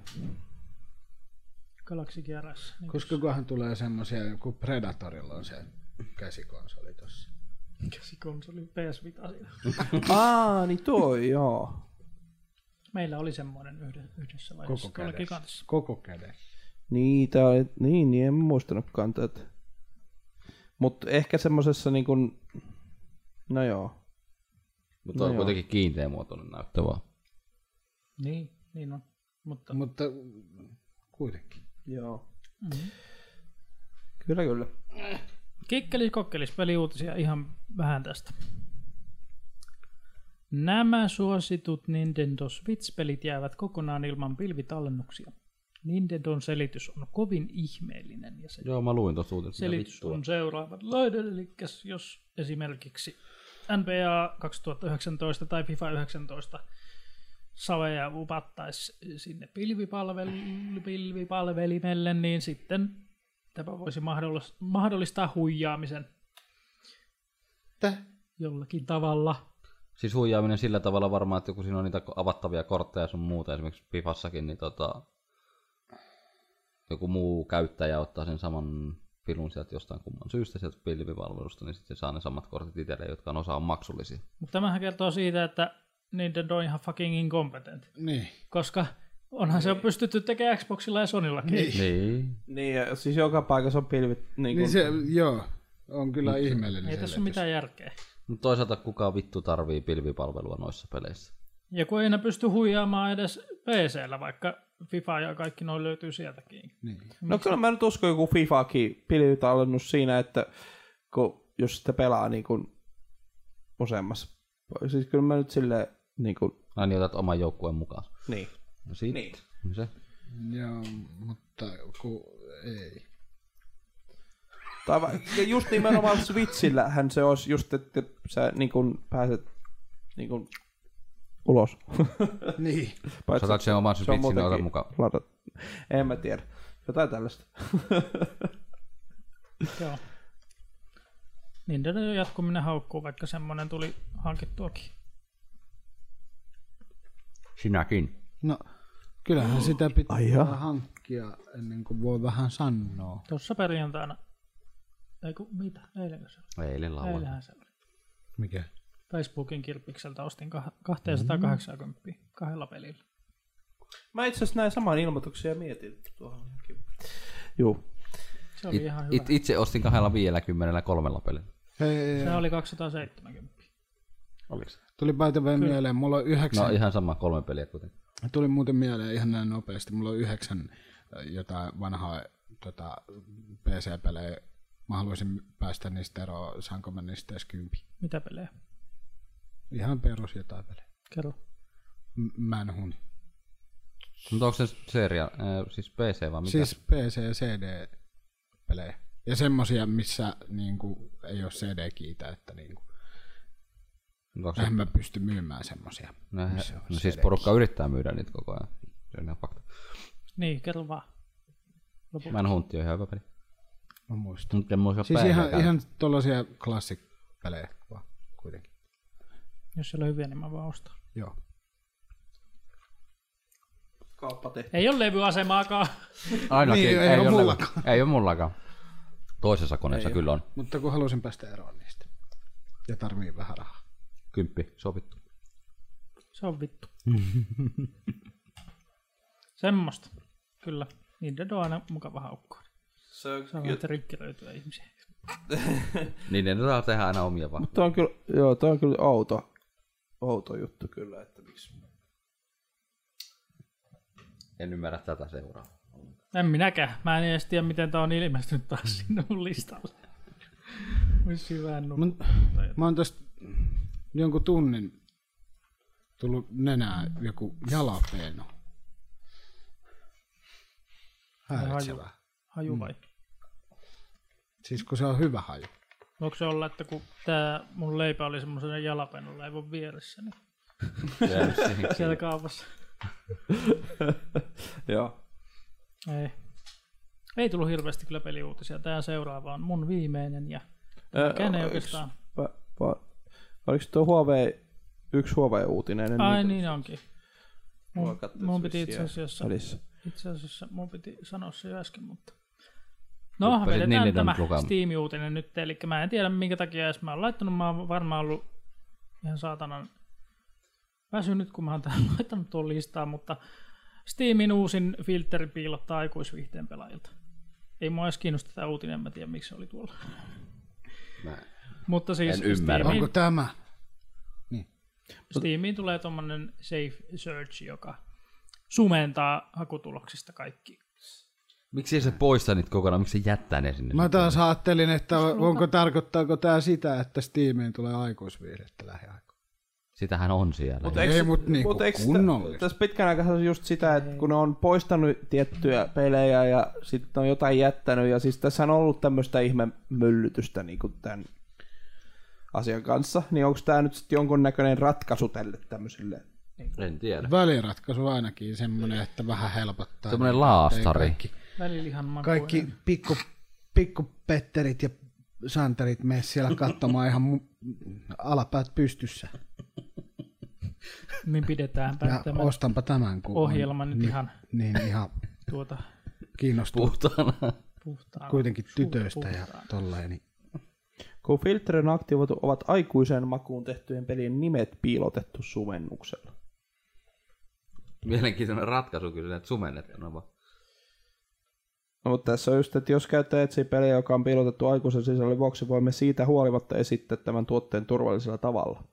S4: Galaxy Gear S. Niin
S3: Koska kohan tulee semmosia, joku Predatorilla on se käsikonsoli tossa.
S4: käsikonsoli PS Vita siinä.
S5: Aa, niin toi, joo.
S4: Meillä oli semmoinen yhden, yhdessä vaiheessa.
S3: Koko
S4: Koko
S3: kädessä.
S4: Siis kanssa.
S3: Koko kädessä.
S5: Niin, tää oli, niin, niin en muistanutkaan tätä. Mutta ehkä semmosessa niinku, no joo.
S2: Mutta no on
S5: joo.
S2: kuitenkin kiinteämuotoinen näyttö vaan.
S4: Niin, niin on. Mutta
S3: Mutta kuitenkin.
S5: Joo.
S3: Mm-hmm.
S5: Kyllä, kyllä.
S4: Kikkelis kokkelis peliuutisia ihan vähän tästä. Nämä suositut Nintendo Switch-pelit jäävät kokonaan ilman pilvitallennuksia. Nintendon selitys on kovin ihmeellinen ja se
S2: Joo, mä luin tosta uutista.
S4: selitys on seuraavanlainen. Eli jos esimerkiksi NBA 2019 tai FIFA 19 saveja upattaisi sinne pilvipalvel- pilvipalvelimelle, niin sitten tämä voisi mahdollis- mahdollistaa huijaamisen
S3: Täh?
S4: jollakin tavalla.
S2: Siis huijaaminen sillä tavalla varmaan, että kun siinä on niitä avattavia kortteja sun muuta, esimerkiksi Pifassakin, niin tota, joku muu käyttäjä ottaa sen saman pilun sieltä jostain kumman syystä sieltä pilvipalvelusta, niin sitten se saa ne samat kortit itselleen, jotka on osa on maksullisia.
S4: Mutta tämähän kertoo siitä, että Nintendo on ihan fucking incompetent,
S3: Niin.
S4: koska onhan se on pystytty tekemään Xboxilla ja Sonillakin. Niin.
S2: Niin.
S5: Niin, ja siis joka paikassa on pilvit. Niin
S3: Niin
S5: kun,
S3: se, joo, on kyllä ihmeellinen
S4: Ei tässä ole mitään järkeä.
S2: Mutta toisaalta kuka vittu tarvii pilvipalvelua noissa peleissä?
S4: Ja kun ei ne pysty huijaamaan edes PCllä, vaikka FIFA ja kaikki noin löytyy sieltäkin.
S3: Niin.
S5: Mm. No kyllä mä nyt uskon joku FIFAkin pilvitallennus siinä, että kun jos sitä pelaa niin kuin useammassa. Siis kyllä mä nyt silleen, niin kuin,
S2: Ai niin, otat oman joukkueen mukaan.
S5: niin.
S2: No sit.
S5: Niin.
S2: Se.
S3: Joo, mutta ku, ei.
S5: Tai va- ja just nimenomaan Switchillähän se olisi just, että sä niin kuin pääset niin kuin ulos.
S3: Niin.
S5: Paitsi,
S2: Saatat sen oman
S5: se on
S2: switchin
S5: muutenkin
S2: osa mukaan.
S5: ladat- En mä tiedä. Jotain tällaista.
S4: Joo. Nintendo jatkuminen haukkuu, vaikka semmonen tuli hankittuakin.
S2: Sinäkin.
S3: No, kyllähän sitä pitää
S5: Ai jaa.
S3: hankkia ennen kuin voi vähän sanoa.
S4: Tuossa perjantaina, ei kun mitä, eilenkö se oli?
S2: Eilen lauantai.
S4: Eilähän se oli.
S3: Mikä?
S4: Facebookin kirppikseltä ostin kah- 280 kahdella pelillä.
S5: Mä itse asiassa näin saman ilmoituksen ja mietin tuohon. Juu.
S4: Se oli
S2: It,
S4: ihan hyvä.
S2: it, itse ostin 253 pelillä.
S3: Hei, hei,
S4: Se
S3: hei.
S4: oli 270.
S2: Oliko se?
S3: Tuli päätä vielä mieleen, mulla on yhdeksän
S2: No ihan sama kolme peliä kuitenkin.
S3: Tuli muuten mieleen ihan näin nopeasti. Mulla on yhdeksän äh, jotain vanhaa tota, PC-pelejä. Mä haluaisin päästä niistä eroon. Saanko mä niistä edes kympi?
S4: Mitä pelejä?
S3: Ihan perus jotain pelejä.
S4: Kerro.
S3: M- Manhun.
S2: Mutta onko se seria, äh, siis PC vai mikä?
S3: Siis PC- ja CD-pelejä. Ja semmosia, missä niinku, ei ole CD-kiitä, että niinku,
S2: Mut onko se,
S3: en mä pysty myymään semmosia.
S2: no, he,
S3: Äh, missä on
S2: no siis
S3: CD-kin.
S2: porukka yrittää myydä niitä koko ajan. Se on ihan fakta.
S4: Niin, kerro vaan. Lopuksi.
S2: Man Hunt on ihan hyvä peli.
S3: Mä muistan.
S2: Mutta en muista
S3: Siis
S2: PC
S3: ihan,
S2: käynyt.
S3: ihan tollasia klassikkipelejä vaan kuitenkin.
S4: Jos siellä on hyviä, niin mä vaan ostan.
S3: Joo.
S5: Kauppa tehty.
S4: Ei ole levyasemaakaan.
S2: Ainakin,
S3: Niin,
S2: niin,
S3: ei
S2: ei,
S3: oo
S2: ole
S3: mullakaan.
S2: mullakaan. Ei ole mullakaan. Toisessa koneessa kyllä on.
S3: Mutta kun halusin päästä eroon niistä. Ja tarvii vähän rahaa.
S2: Kymppi sovittu.
S4: Se on vittu. Semmosta. Kyllä. Nintendo on aina mukava haukkua.
S5: Se on,
S4: Se on vähän triggeröityä ihmisiä.
S2: Niin ne saa tehdä aina omia vaan.
S5: Tuo on kyllä, joo, tuo on kyllä outo, outo juttu kyllä, että miksi.
S2: En ymmärrä tätä seuraa.
S4: En minäkään. Mä en edes tiedä, miten tää on ilmestynyt taas sinun listalle. Missä hyvää nukkuu.
S3: Mun, mä oon tästä jonkun tunnin tullut nenään joku jalapeeno. Häiritsevää.
S4: Haju vai?
S3: Siis kun se on hyvä haju.
S4: Voiko se olla, että kun tää mun leipä oli semmoisena jalapenolla leivon vieressä, niin siellä kaupassa.
S5: Joo.
S4: Ei. Ei tullut hirveästi kyllä peliuutisia. Tää seuraava on mun viimeinen ja mikään ei oikeastaan.
S5: Va, va, oliko tuo Huawei, yksi Huawei-uutinen ennen niinku
S4: Ai
S5: niitä
S4: niin onkin.
S5: Mulla
S4: Mun,
S5: katsoin
S4: mun piti itse
S5: Switchiä
S4: asiassa,
S5: välissä?
S4: itse asiassa mun piti sanoa se jo äsken, mutta... No,
S2: Hyppäsit
S4: vedetään
S2: Nintendolle
S4: tämä
S2: niin, lukaamaan.
S4: Steam-uutinen nyt, eli mä en tiedä minkä takia edes mä oon laittanut, mä oon varmaan ollut ihan saatanan väsynyt, kun mä oon täällä laittanut tuon listaa, mutta Steamin uusin filteri piilottaa aikuisviihteen pelaajilta. Ei mua edes kiinnosta tämä uutinen, mä tiedä miksi se oli tuolla.
S2: Mä-
S4: Mutta siis
S2: En ymmärrä.
S4: Steamiin-
S3: Onko
S5: Niin.
S3: tämä?
S4: Steamiin tulee tuommoinen Safe Search, joka sumentaa hakutuloksista kaikki.
S2: Miksi se poista niitä kokonaan? Miksi se jättää ne sinne?
S3: Mä taas ajattelin, että on- onko tarkoittaako tämä sitä, että Steamiin tulee aikuisviihdettä lähiaikoina.
S2: Sitähän on siellä.
S5: Mutta
S2: jo.
S5: eikö-
S3: Ei, mut niinku
S5: mut eikö sitä-
S3: kunnollista.
S5: Tässä pitkän aikaa se on just sitä, että kun ne on poistanut tiettyjä pelejä ja sitten on jotain jättänyt. Ja siis tässä on ollut tämmöistä ihme myllytystä niin kuin tämän asian kanssa. Niin onko tämä nyt sitten jonkunnäköinen ratkaisu tälle tämmöiselle?
S2: En tiedä.
S3: Väliratkaisu ainakin semmoinen, että vähän helpottaa.
S2: Semmoinen
S3: niitä, ettei
S2: laastari.
S3: Kaikki,
S4: Välilihan makuinen.
S3: kaikki pikku, pikku Petterit ja Santerit mene siellä katsomaan ihan mu- alapäät pystyssä.
S4: Niin pidetään
S3: Ja
S4: tämä
S3: ostanpa tämän kun on-
S4: ohjelma nyt ihan
S3: Niin ihan
S4: tuota
S3: kiinnostuu
S2: Puhtaana.
S4: puhtaan.
S3: kuitenkin tytöistä
S4: puhtaan.
S3: ja tolleen. Niin.
S5: Kun filterin aktivoitu, ovat aikuisen makuun tehtyjen pelien nimet piilotettu sumennuksella.
S2: Mielenkiintoinen ratkaisu kyllä, että sumennettuna vaan.
S5: No, mutta tässä on just, että jos käyttäjä etsii pelejä, joka on piilotettu aikuisen sisällön vuoksi, voimme siitä huolimatta esittää tämän tuotteen turvallisella tavalla.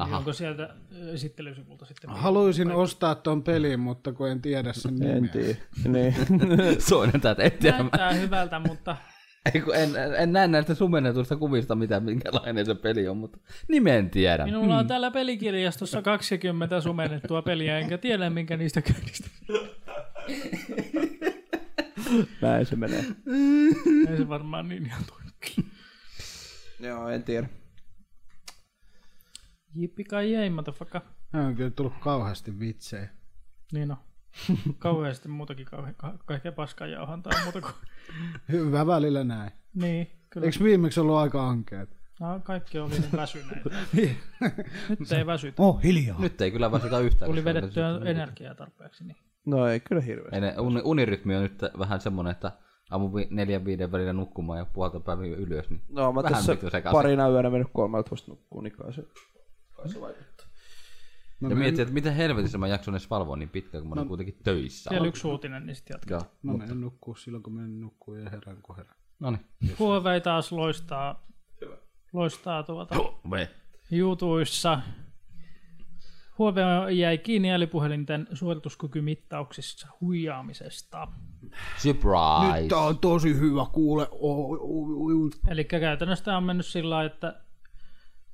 S4: Eli onko sieltä ö, esittelysivulta sitten?
S3: Ah. Haluaisin ostaa ton pelin, mutta
S2: Niin
S3: kun en tiedä sen nimeä.
S5: En tiedä. Niin.
S2: Soinen täältä, en tiedä.
S4: Näyttää hyvältä, mutta
S2: Ei, kun en, en näe näistä sumennetuista kuvista, mitä, minkälainen se peli on, mutta nimen tiedän.
S4: Minulla
S3: Hmm.
S4: on täällä pelikirjastossa 20 sumennettua peliä, enkä tiedä minkä niistä käynnistä.
S5: Näin se menee.
S4: Ei se varmaan niin ihan toimi.
S5: Joo, en tiedä.
S4: Jippikai ei, motherfucker.
S3: Nämä on kyllä tullut kauheasti vitsejä.
S4: Niin on. Kauheasti muutakin kauhe, ka- kaikkea paskaa jauhantaa ja muuta kuin...
S3: Hyvä välillä näin.
S4: Niin, kyllä.
S3: Eikö viimeksi ollut aika ankeet?
S4: No, kaikki oli niin väsyneitä. Nyt ei väsytä.
S3: Oh, hiljaa.
S2: Nyt ei kyllä vastata yhtään.
S4: Tuli
S2: koska
S4: vedettyä energiaa tarpeeksi. Niin.
S5: No ei kyllä hirveästi.
S2: Ei ne- uni- unirytmi on nyt vähän semmoinen, että aamu vi- neljän viiden välillä nukkumaan ja puolta päivä ylös. Niin.
S5: No mä
S2: Vähän
S5: tässä
S2: vittu sekaisin.
S5: parina yönä mennyt kolmelta vasta nukkuun, niin kai se, kai se vaikuttaa.
S3: Mä
S2: ja
S3: menen-
S2: mietin, että miten helvetissä mä jakson edes valvoa niin pitkään, kun mä olen kuitenkin töissä.
S4: Siellä yksi uutinen, niin sitten jatketaan.
S2: Joo.
S3: Mä menen nukkuu silloin, kun menen nukkuu ja herään kun herään.
S2: No niin.
S4: Huawei taas loistaa, loistaa tuota jutuissa. Huawei jäi kiinni älypuhelinten suorituskykymittauksissa huijaamisesta.
S2: Surprise.
S3: Tää on tosi hyvä, kuule. Oh, oh, oh, oh.
S4: Eli käytännössä tämä on mennyt sillä lailla, että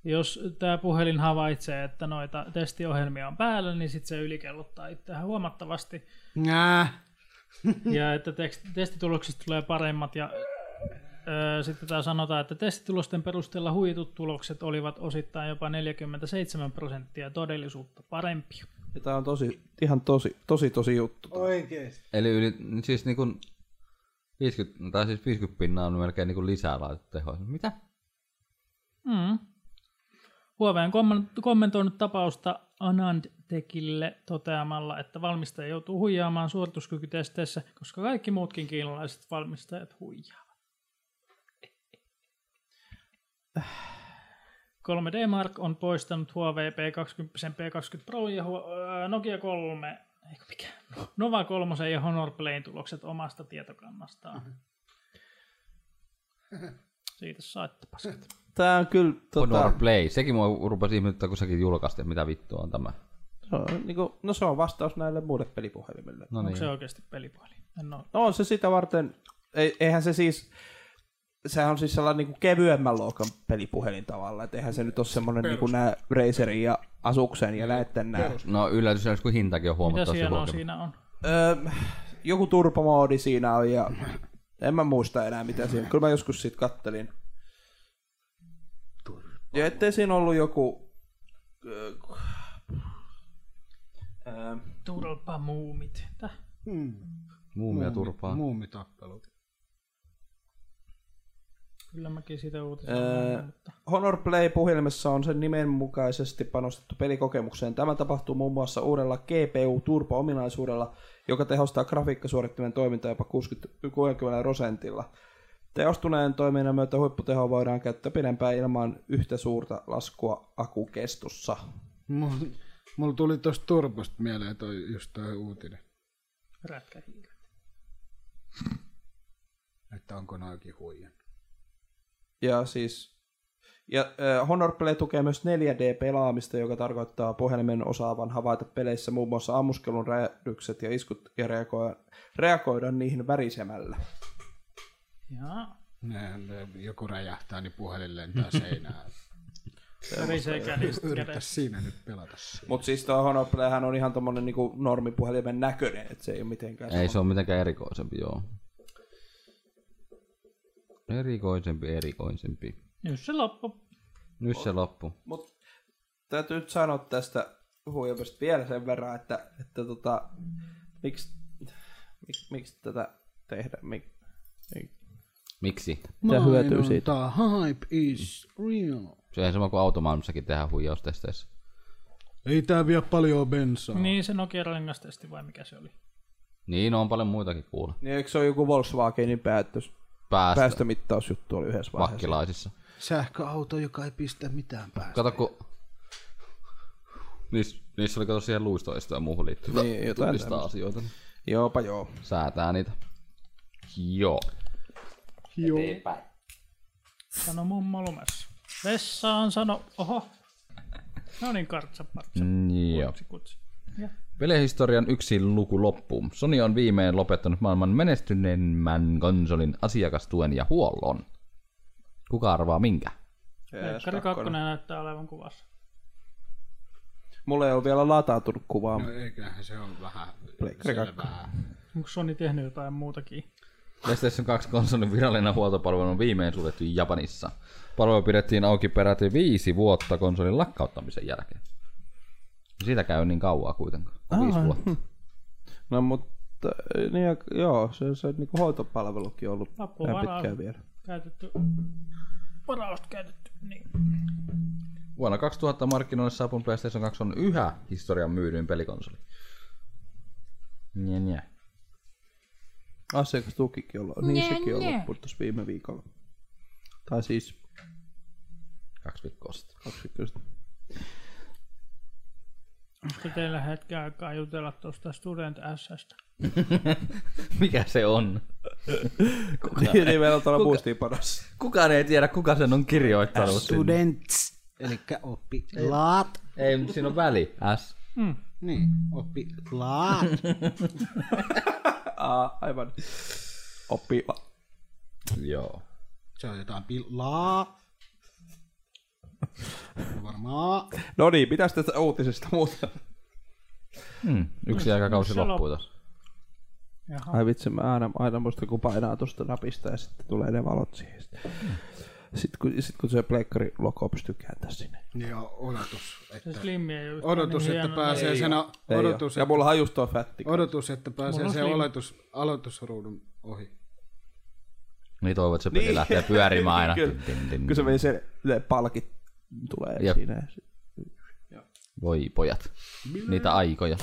S4: jos tämä puhelin havaitsee, että noita testiohjelmia on päällä, niin sitten se ylikellottaa itseään huomattavasti.
S3: Nää.
S4: Ja että tekst- testitulokset tulee paremmat ja öö, sitten tää sanotaan, että testitulosten perusteella huijatut tulokset olivat osittain jopa 47 prosenttia todellisuutta parempia.
S5: Ja tää on tosi, ihan tosi, tosi, tosi juttu.
S3: Oikeesti.
S2: Eli yli, siis niin kuin 50, tai siis 50 pinnaa on melkein niin kuin lisää laitettu tehoa. Mitä?
S4: Mm. Huawei on kommen- kommentoinut tapausta Anand-tekille toteamalla, että valmistaja joutuu huijaamaan suorituskykytesteissä, koska kaikki muutkin kiinalaiset valmistajat huijaavat. 3D Mark on poistanut Huawei P20, P20 Pro ja Hua- ää, Nokia 3, eikö mikä, Nova 3 ja Honor Playn tulokset omasta tietokannastaan. Siitä saitte paskat.
S5: Tää on kyllä,
S2: Honor
S5: tota,
S2: Play. Sekin mua rupesi ihmettää, kun säkin julkaistiin, että mitä vittua on tämä.
S5: se on, niin kuin, no se on vastaus näille muille pelipuhelimille.
S2: No
S4: Onko
S2: niin.
S4: se oikeasti pelipuoli? En ole.
S5: No on se sitä varten, ei, eihän se siis, sehän on siis sellainen niin kuin kevyemmän luokan pelipuhelin tavalla, että eihän se nyt ole semmoinen niin kuin nämä Razerin ja Asuksen ja näitten nämä.
S2: No yllätys, olisi, kun hintakin on
S4: Mitä
S2: huomattavasti
S4: hienoa
S2: huomattavasti.
S4: siinä on?
S5: Öö, joku turpamoodi siinä on ja en mä muista enää mitä siinä. Kyllä mä joskus siitä kattelin. Ja ettei siinä ollut joku... öö, öö,
S4: Turpa muumit. Täh?
S2: Muumia turpaa.
S3: Muumitappelu.
S4: Kyllä mäkin sitä uutista
S5: Öö,
S4: öö, mutta
S5: Honor Play-puhelimessa on sen nimen mukaisesti panostettu pelikokemukseen. Tämä tapahtuu muun muassa uudella GPU Turbo-ominaisuudella, joka tehostaa grafiikkasuorittimen toimintaa jopa 60 60 prosentilla. Tehostuneen toiminnan myötä huipputehoa voidaan käyttää pidempään ilman yhtä suurta laskua akukestossa.
S3: Mulla, mulla tuli tosta turposta mieleen toi, just toi uutinen.
S4: rätkähinkö.
S3: Että onko noikin huijan.
S5: Ja siis ja äh, Honor Play tukee myös 4D-pelaamista, joka tarkoittaa puhelimen osaavan havaita peleissä muun muassa ammuskelun räjähdykset ja iskut ja reagoida, reagoida niihin värisemällä.
S4: Jaa.
S3: Ne, ne, joku räjähtää, niin puhelin lentää seinään.
S4: Värisee kädestä
S3: Yritä
S4: kädessä.
S3: siinä nyt pelata siinä.
S5: Mutta siis tuo Honor Playhän on ihan tommonen niinku normipuhelimen näköinen, että se ei ole mitenkään
S2: Ei se ole mitenkään erikoisempi, joo. Erikoisempi, erikoisempi.
S4: Nyt se loppu.
S2: Nyt se loppu.
S5: Mut täytyy nyt sanoa tästä huijamista vielä sen verran, että, että tota, miksi, mik, miksi tätä tehdään, mik, mik.
S2: Miksi?
S5: Mitä hyötyä siitä?
S3: Mainonta, hype is real.
S2: Se on ihan sama kuin automaailmassakin tehdään huijaustesteissä.
S3: Ei tää vie paljon bensaa.
S4: Niin se Nokia rengastesti vai mikä se oli?
S2: Niin, on paljon muitakin kuulla.
S5: Niin eikö se ole joku Volkswagenin päätös?
S2: Päästä, Päästä
S5: Päästömittausjuttu oli yhdessä vaiheessa.
S2: vakkilaisissa.
S3: Sähköauto, joka ei pistä mitään päästä.
S2: Kato, kun... Niissä, niissä oli kato siihen luistoista ja muuhun liittyvä.
S5: Niin, jotain
S2: tunnistaa
S5: tämmöistä.
S2: asioita. niin
S5: Joopa joo.
S2: Säätää niitä. Joo.
S3: Joo.
S4: Sano mummo lumessa. Vessaan sano, oho. No niin, kartsa, partsa,
S2: Mm, joo.
S4: kutsi, kutsi.
S2: Pelehistorian yksi luku loppuun. Sony on viimein lopettanut maailman menestyneimmän konsolin asiakastuen ja huollon. Kuka arvaa minkä?
S4: Pleikkari 2 näyttää olevan kuvassa.
S5: Mulle ei ole vielä latautunut kuvaa.
S3: No eiköhän se ole vähän
S5: Pleikkari
S3: selvää.
S4: Onko Sony tehnyt jotain muutakin?
S2: PlayStation 2 konsolin virallinen huoltopalvelu on viimein suljettu Japanissa. Palvelu pidettiin auki peräti viisi vuotta konsolin lakkauttamisen jälkeen. Siitä käy niin kauaa kuitenkaan, kuin viisi vuotta.
S5: No mutta, äh, niin, ja- joo, se, se niinku hoitopalvelukin on ollut
S4: Apua
S5: vähän
S4: varaa.
S5: pitkään vielä.
S4: Käytetty. Varausta käytetty. Niin.
S2: Vuonna 2000 markkinoille saapunut PlayStation 2 on yhä historian myydyin pelikonsoli. Nye, nye.
S5: Asiakastukikin on, niin sekin on loppu tuossa viime viikolla. Tai siis
S2: Kaksi viikkoa sitten.
S5: kaksi viikkoa sitten.
S4: Voisiko teillä hetken aikaa jutella tuosta Student Sstä?
S2: Mikä se on?
S5: Niin, niin meillä on tuolla muistiinpanossa.
S2: Kukaan ei tiedä, kuka sen on kirjoittanut. sinne.
S3: Students, eli oppilaat.
S2: Ei, mutta siinä on väli. S.
S3: Niin, oppilaat.
S5: Aa, aivan. Oppi.
S2: Joo.
S3: Se on jotain pilaa. Varmaan.
S5: No niin, mitäs tästä uutisesta muuta?
S2: Hmm. Yksi aikakausi
S4: se
S2: loppuu tässä.
S5: Ai vitsi, mä aina, aina muistan, kun painaa tuosta napista ja sitten tulee ne valot siihen. Sitten kun, sit kun se pleikkari logo pystyy kääntämään sinne.
S3: Niin on odotus.
S4: Se
S3: Että,
S4: Slimmi Siis ei ole niin
S3: odotus, että pääsee sen...
S5: Ei
S3: Odotus,
S5: oo. Ja mulla on just tuo fätti.
S3: Odotus, että pääsee
S4: Mulla
S3: se
S4: on slim.
S3: oletus, aloitusruudun ohi.
S2: Niin toivon, että se peli lähtee pyörimään aina.
S5: Kyllä.
S2: Tin, tin, tin.
S5: Kun se meni se ne palkit tulee
S2: Jep.
S5: siinä. ja sit-
S2: Voi pojat. Niitä aikoja.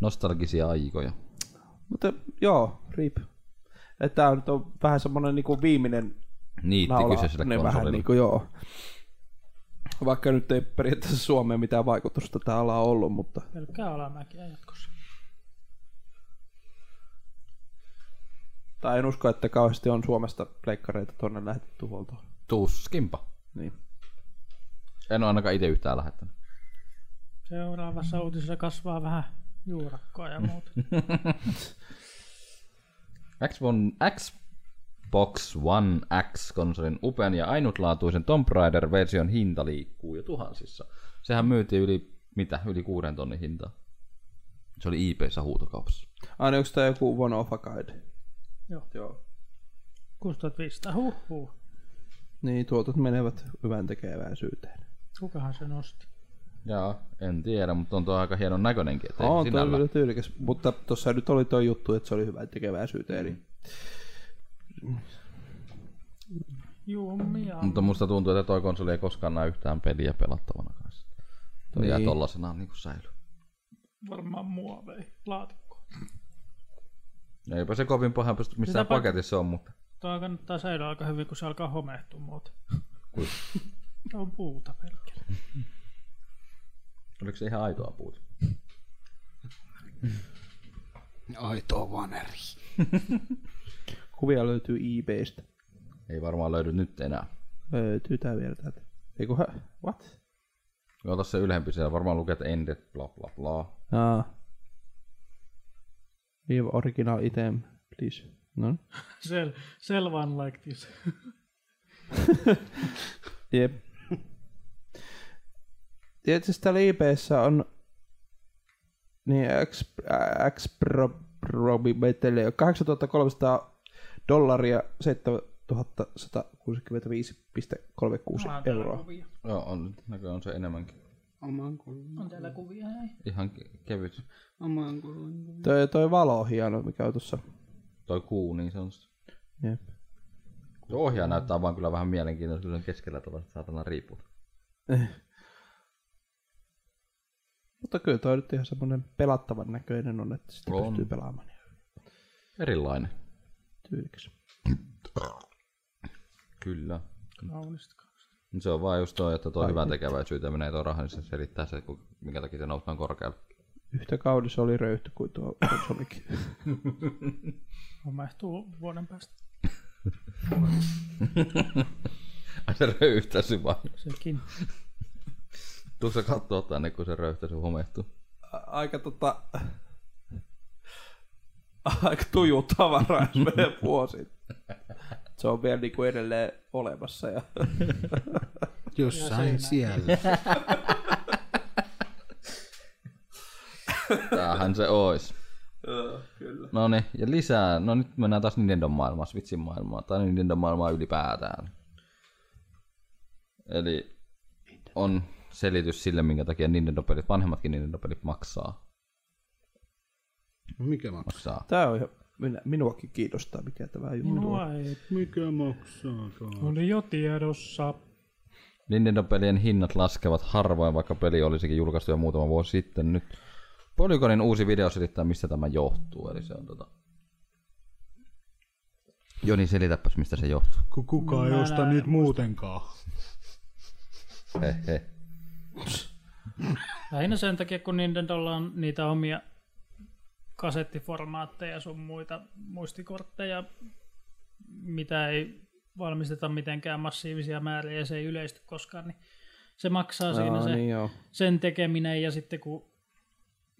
S2: Nostalgisia aikoja.
S5: Mutta joo, rip. Tämä on, nyt on vähän semmonen niinku viimeinen
S2: Niitti
S5: naula.
S2: kyseisellä
S5: niin
S2: konsolilla.
S5: vähän niinku joo. Vaikka nyt ei periaatteessa Suomeen mitään vaikutusta täällä on ollut, mutta
S4: Pelkkää alamäkiä jatkossa.
S5: tai en usko, että kauheasti on Suomesta pleikkareita tuonne lähetetty huoltoon.
S2: Tuskinpa.
S5: Niin.
S2: En ole ainakaan itse yhtään lähettänyt.
S4: Seuraavassa uutisessa kasvaa vähän juurakkoa ja muuta.
S2: Xbox- Xbox One X-konsolin upean ja ainutlaatuisen Tomb Raider-version hinta liikkuu jo tuhansissa. Sehän myytiin yli, mitä, yli kuuden tonnin hintaa. Se oli IP-sä huutokaupassa.
S5: Aina onko tämä joku one of a kind?
S4: Joo.
S5: joo.
S4: 6500, huhhuh.
S5: Niin, tuotot menevät hyvän tekeväisyyteen.
S4: Kukahan se nosti?
S2: Jaa, en tiedä, mutta on tuo aika hienon näköinenkin. Että
S5: On
S2: on
S5: tuo
S2: sinällä.
S5: kyllä tyylikäs, mutta tuossa nyt oli tuo juttu, että se oli hyvän tekeväisyyteen. Eli...
S4: Jummia.
S2: Mutta musta tuntuu, että toi konsoli ei koskaan näe yhtään peliä pelattavana kanssa. Toi niin. jää tollasenaan niinku säilyy.
S4: Varmaan muovei. Laatikko.
S2: No Eipä se kovin paha pysty missään
S4: Sitä pak-
S2: paketissa on, mutta
S4: Tuo kannattaa säilyä aika hyvin, kun se alkaa homehtua muuten. Tämä on puuta pelkkää.
S2: oliko se ihan aitoa puuta?
S3: Aito vaneri.
S5: Kuvia löytyy E eBaystä.
S2: Ei varmaan löydy nyt enää.
S5: Löytyy tää vielä täältä. Eiku, hä? What?
S2: Ota se ylempi, siellä varmaan lukee, että ended, bla bla bla.
S5: Aa. Leave original item, please. No.
S4: Sel, selvan like this.
S5: Jep. Tietysti täällä IPssä on niin X, äh, X Pro, Pro, Pro 8300 dollaria 7165,36
S4: Onhan täällä
S5: euroa.
S4: kuvia.
S2: Joo, on, näköjään on se enemmänkin.
S3: Oman kulun,
S4: On täällä kuvia, ei.
S2: Ihan ke- kevyt.
S3: oman kulun.
S5: Toi, toi valo on hieno, mikä on tuossa.
S2: Toi kuu, niin se on se.
S5: Jep.
S2: Tuo ohjaa näyttää vaan kyllä vähän mielenkiintoiselta, keskellä tuollaiset saatana riiput.
S5: Mutta kyllä toi nyt ihan semmonen pelattavan näköinen on, että sitä
S2: On.
S5: pystyy pelaamaan. ihan
S2: Erilainen.
S5: Tyylikäs.
S2: Kyllä.
S4: Kaunista, kaunista.
S2: Mut Se on vaan just toi, että toi hyvän tekeväisyyteen menee tuo raha, niin se selittää se, ku- minkä takia se noustaan korkealle.
S5: Yhtä kaunis oli röyhty kuin tuo konsolikin.
S4: Homehtuu vuoden päästä.
S2: Ai se röyhtäsi vaan.
S4: Sekin.
S2: Tuossa kattoo tänne, kun se röyhtä sun homehtuu.
S5: A- aika tota... Aika tuju tavara, jos menee vuosi. Se on vielä niinku edelleen olemassa ja
S3: Jossain siellä.
S2: Tämähän se ois.
S5: kyllä.
S2: No niin, ja lisää. No nyt mennään taas Nintendo maailmaan, Switchin maailmaan, tai Nintendo maailmaan ylipäätään. Eli on selitys sille, minkä takia Nintendo-pelit, vanhemmatkin Nintendo-pelit maksaa.
S3: No, Mikä maksaa?
S2: maksaa.
S5: Tää on ihan, minä, minuakin kiinnostaa, mikä tämä juttu on.
S4: Minua ei
S3: Mikä maksaa taas?
S4: oli jo tiedossa.
S2: Nintendo-pelien hinnat laskevat harvoin, vaikka peli olisikin julkaistu jo muutama vuosi sitten. Nyt Polygonin uusi video selittää, mistä tämä johtuu. Eli se on tota... Joni, selitäpäs, mistä se johtuu.
S3: Kun kukaan ei osta niitä muutenkaan.
S2: He, he.
S4: Lähinnä sen takia, kun Nintendolla on niitä omia kasettiformaatteja sun muita muistikortteja, mitä ei valmisteta mitenkään massiivisia määriä ja se ei yleisty koskaan, niin se maksaa siinä se
S5: niin joo.
S4: sen tekeminen ja sitten kun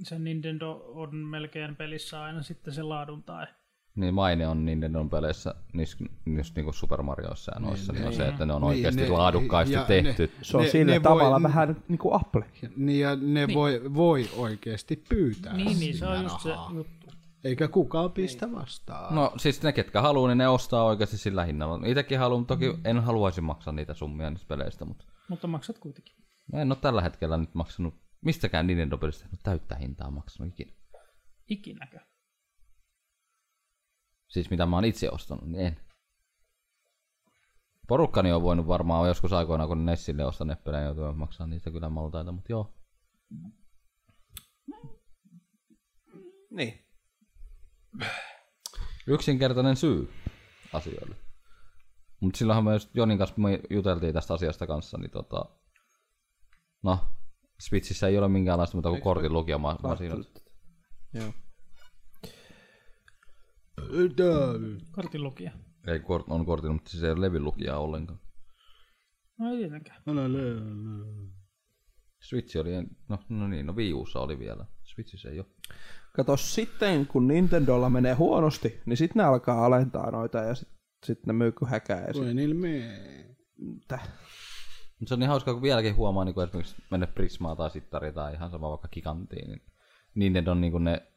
S4: se Nintendo on melkein pelissä aina sitten se laadun tai
S2: Niin maine on Nintendon peleissä, niissä, just niinku Super Marioissa ja noissa, niin, on se, että ne on oikeasti
S3: ne-
S2: laadukkaasti
S3: ja
S2: tehty.
S3: ne-
S5: Se on
S3: Ne-
S5: ne,
S3: ne
S5: sillä ne tavalla
S3: voi-
S5: voi... vähän niin kuin Apple.
S3: Niin ja ne niin. Voi, voi oikeasti pyytää
S4: niin, niin se
S3: sitä
S4: on just se
S3: rahaa.
S4: juttu.
S3: Eikä kukaan pistä vastaan.
S2: No siis ne, ketkä haluaa, niin ne ostaa oikeasti sillä hinnalla. Itsekin haluan, mutta toki en haluaisi maksaa niitä summia niistä peleistä, mutta
S4: Mutta maksat kuitenkin.
S2: mä en ole tällä hetkellä nyt maksanut mistäkään Nintendo pelistä, en ole täyttä hintaa maksanut ikinä.
S4: Ikinäkö?
S2: Siis mitä mä oon itse ostanut, niin en. Porukkani on voinut varmaan joskus aikoina, kun Nessille ostaneet pelejä, joutuu maksaa niistä kyllä maltaita, mutta joo.
S5: Niin.
S2: yksinkertainen syy asioille. Mutta silloinhan me just Jonin kanssa me juteltiin tästä asiasta kanssa, niin tota, no, Switchissä ei ole minkäänlaista muuta kuin kortin lukioma, vaan siinä on
S5: Joo.
S4: Kortinlukija.
S2: ei kort, on kortin, mutta siis ei ole levyn lukijaa ollenkaan.
S4: No ei tietenkään.
S3: Älä löö.
S2: Switch oli, no, no niin, no Wii Ussa oli vielä. Switchissä ei ole.
S5: Kato sitten, kun Nintendolla menee huonosti, niin sitten ne alkaa alentaa noita ja sitten sit ne myy kuin häkää. Ja sit,
S3: Voi niillä mee.
S5: Tä.
S2: Mutta se on niin hauskaa, kun vieläkin huomaa niin kun esimerkiksi mennä Prismaa tai Sittari tai ihan sama vaikka Gigantiin, niin niiden on niin ne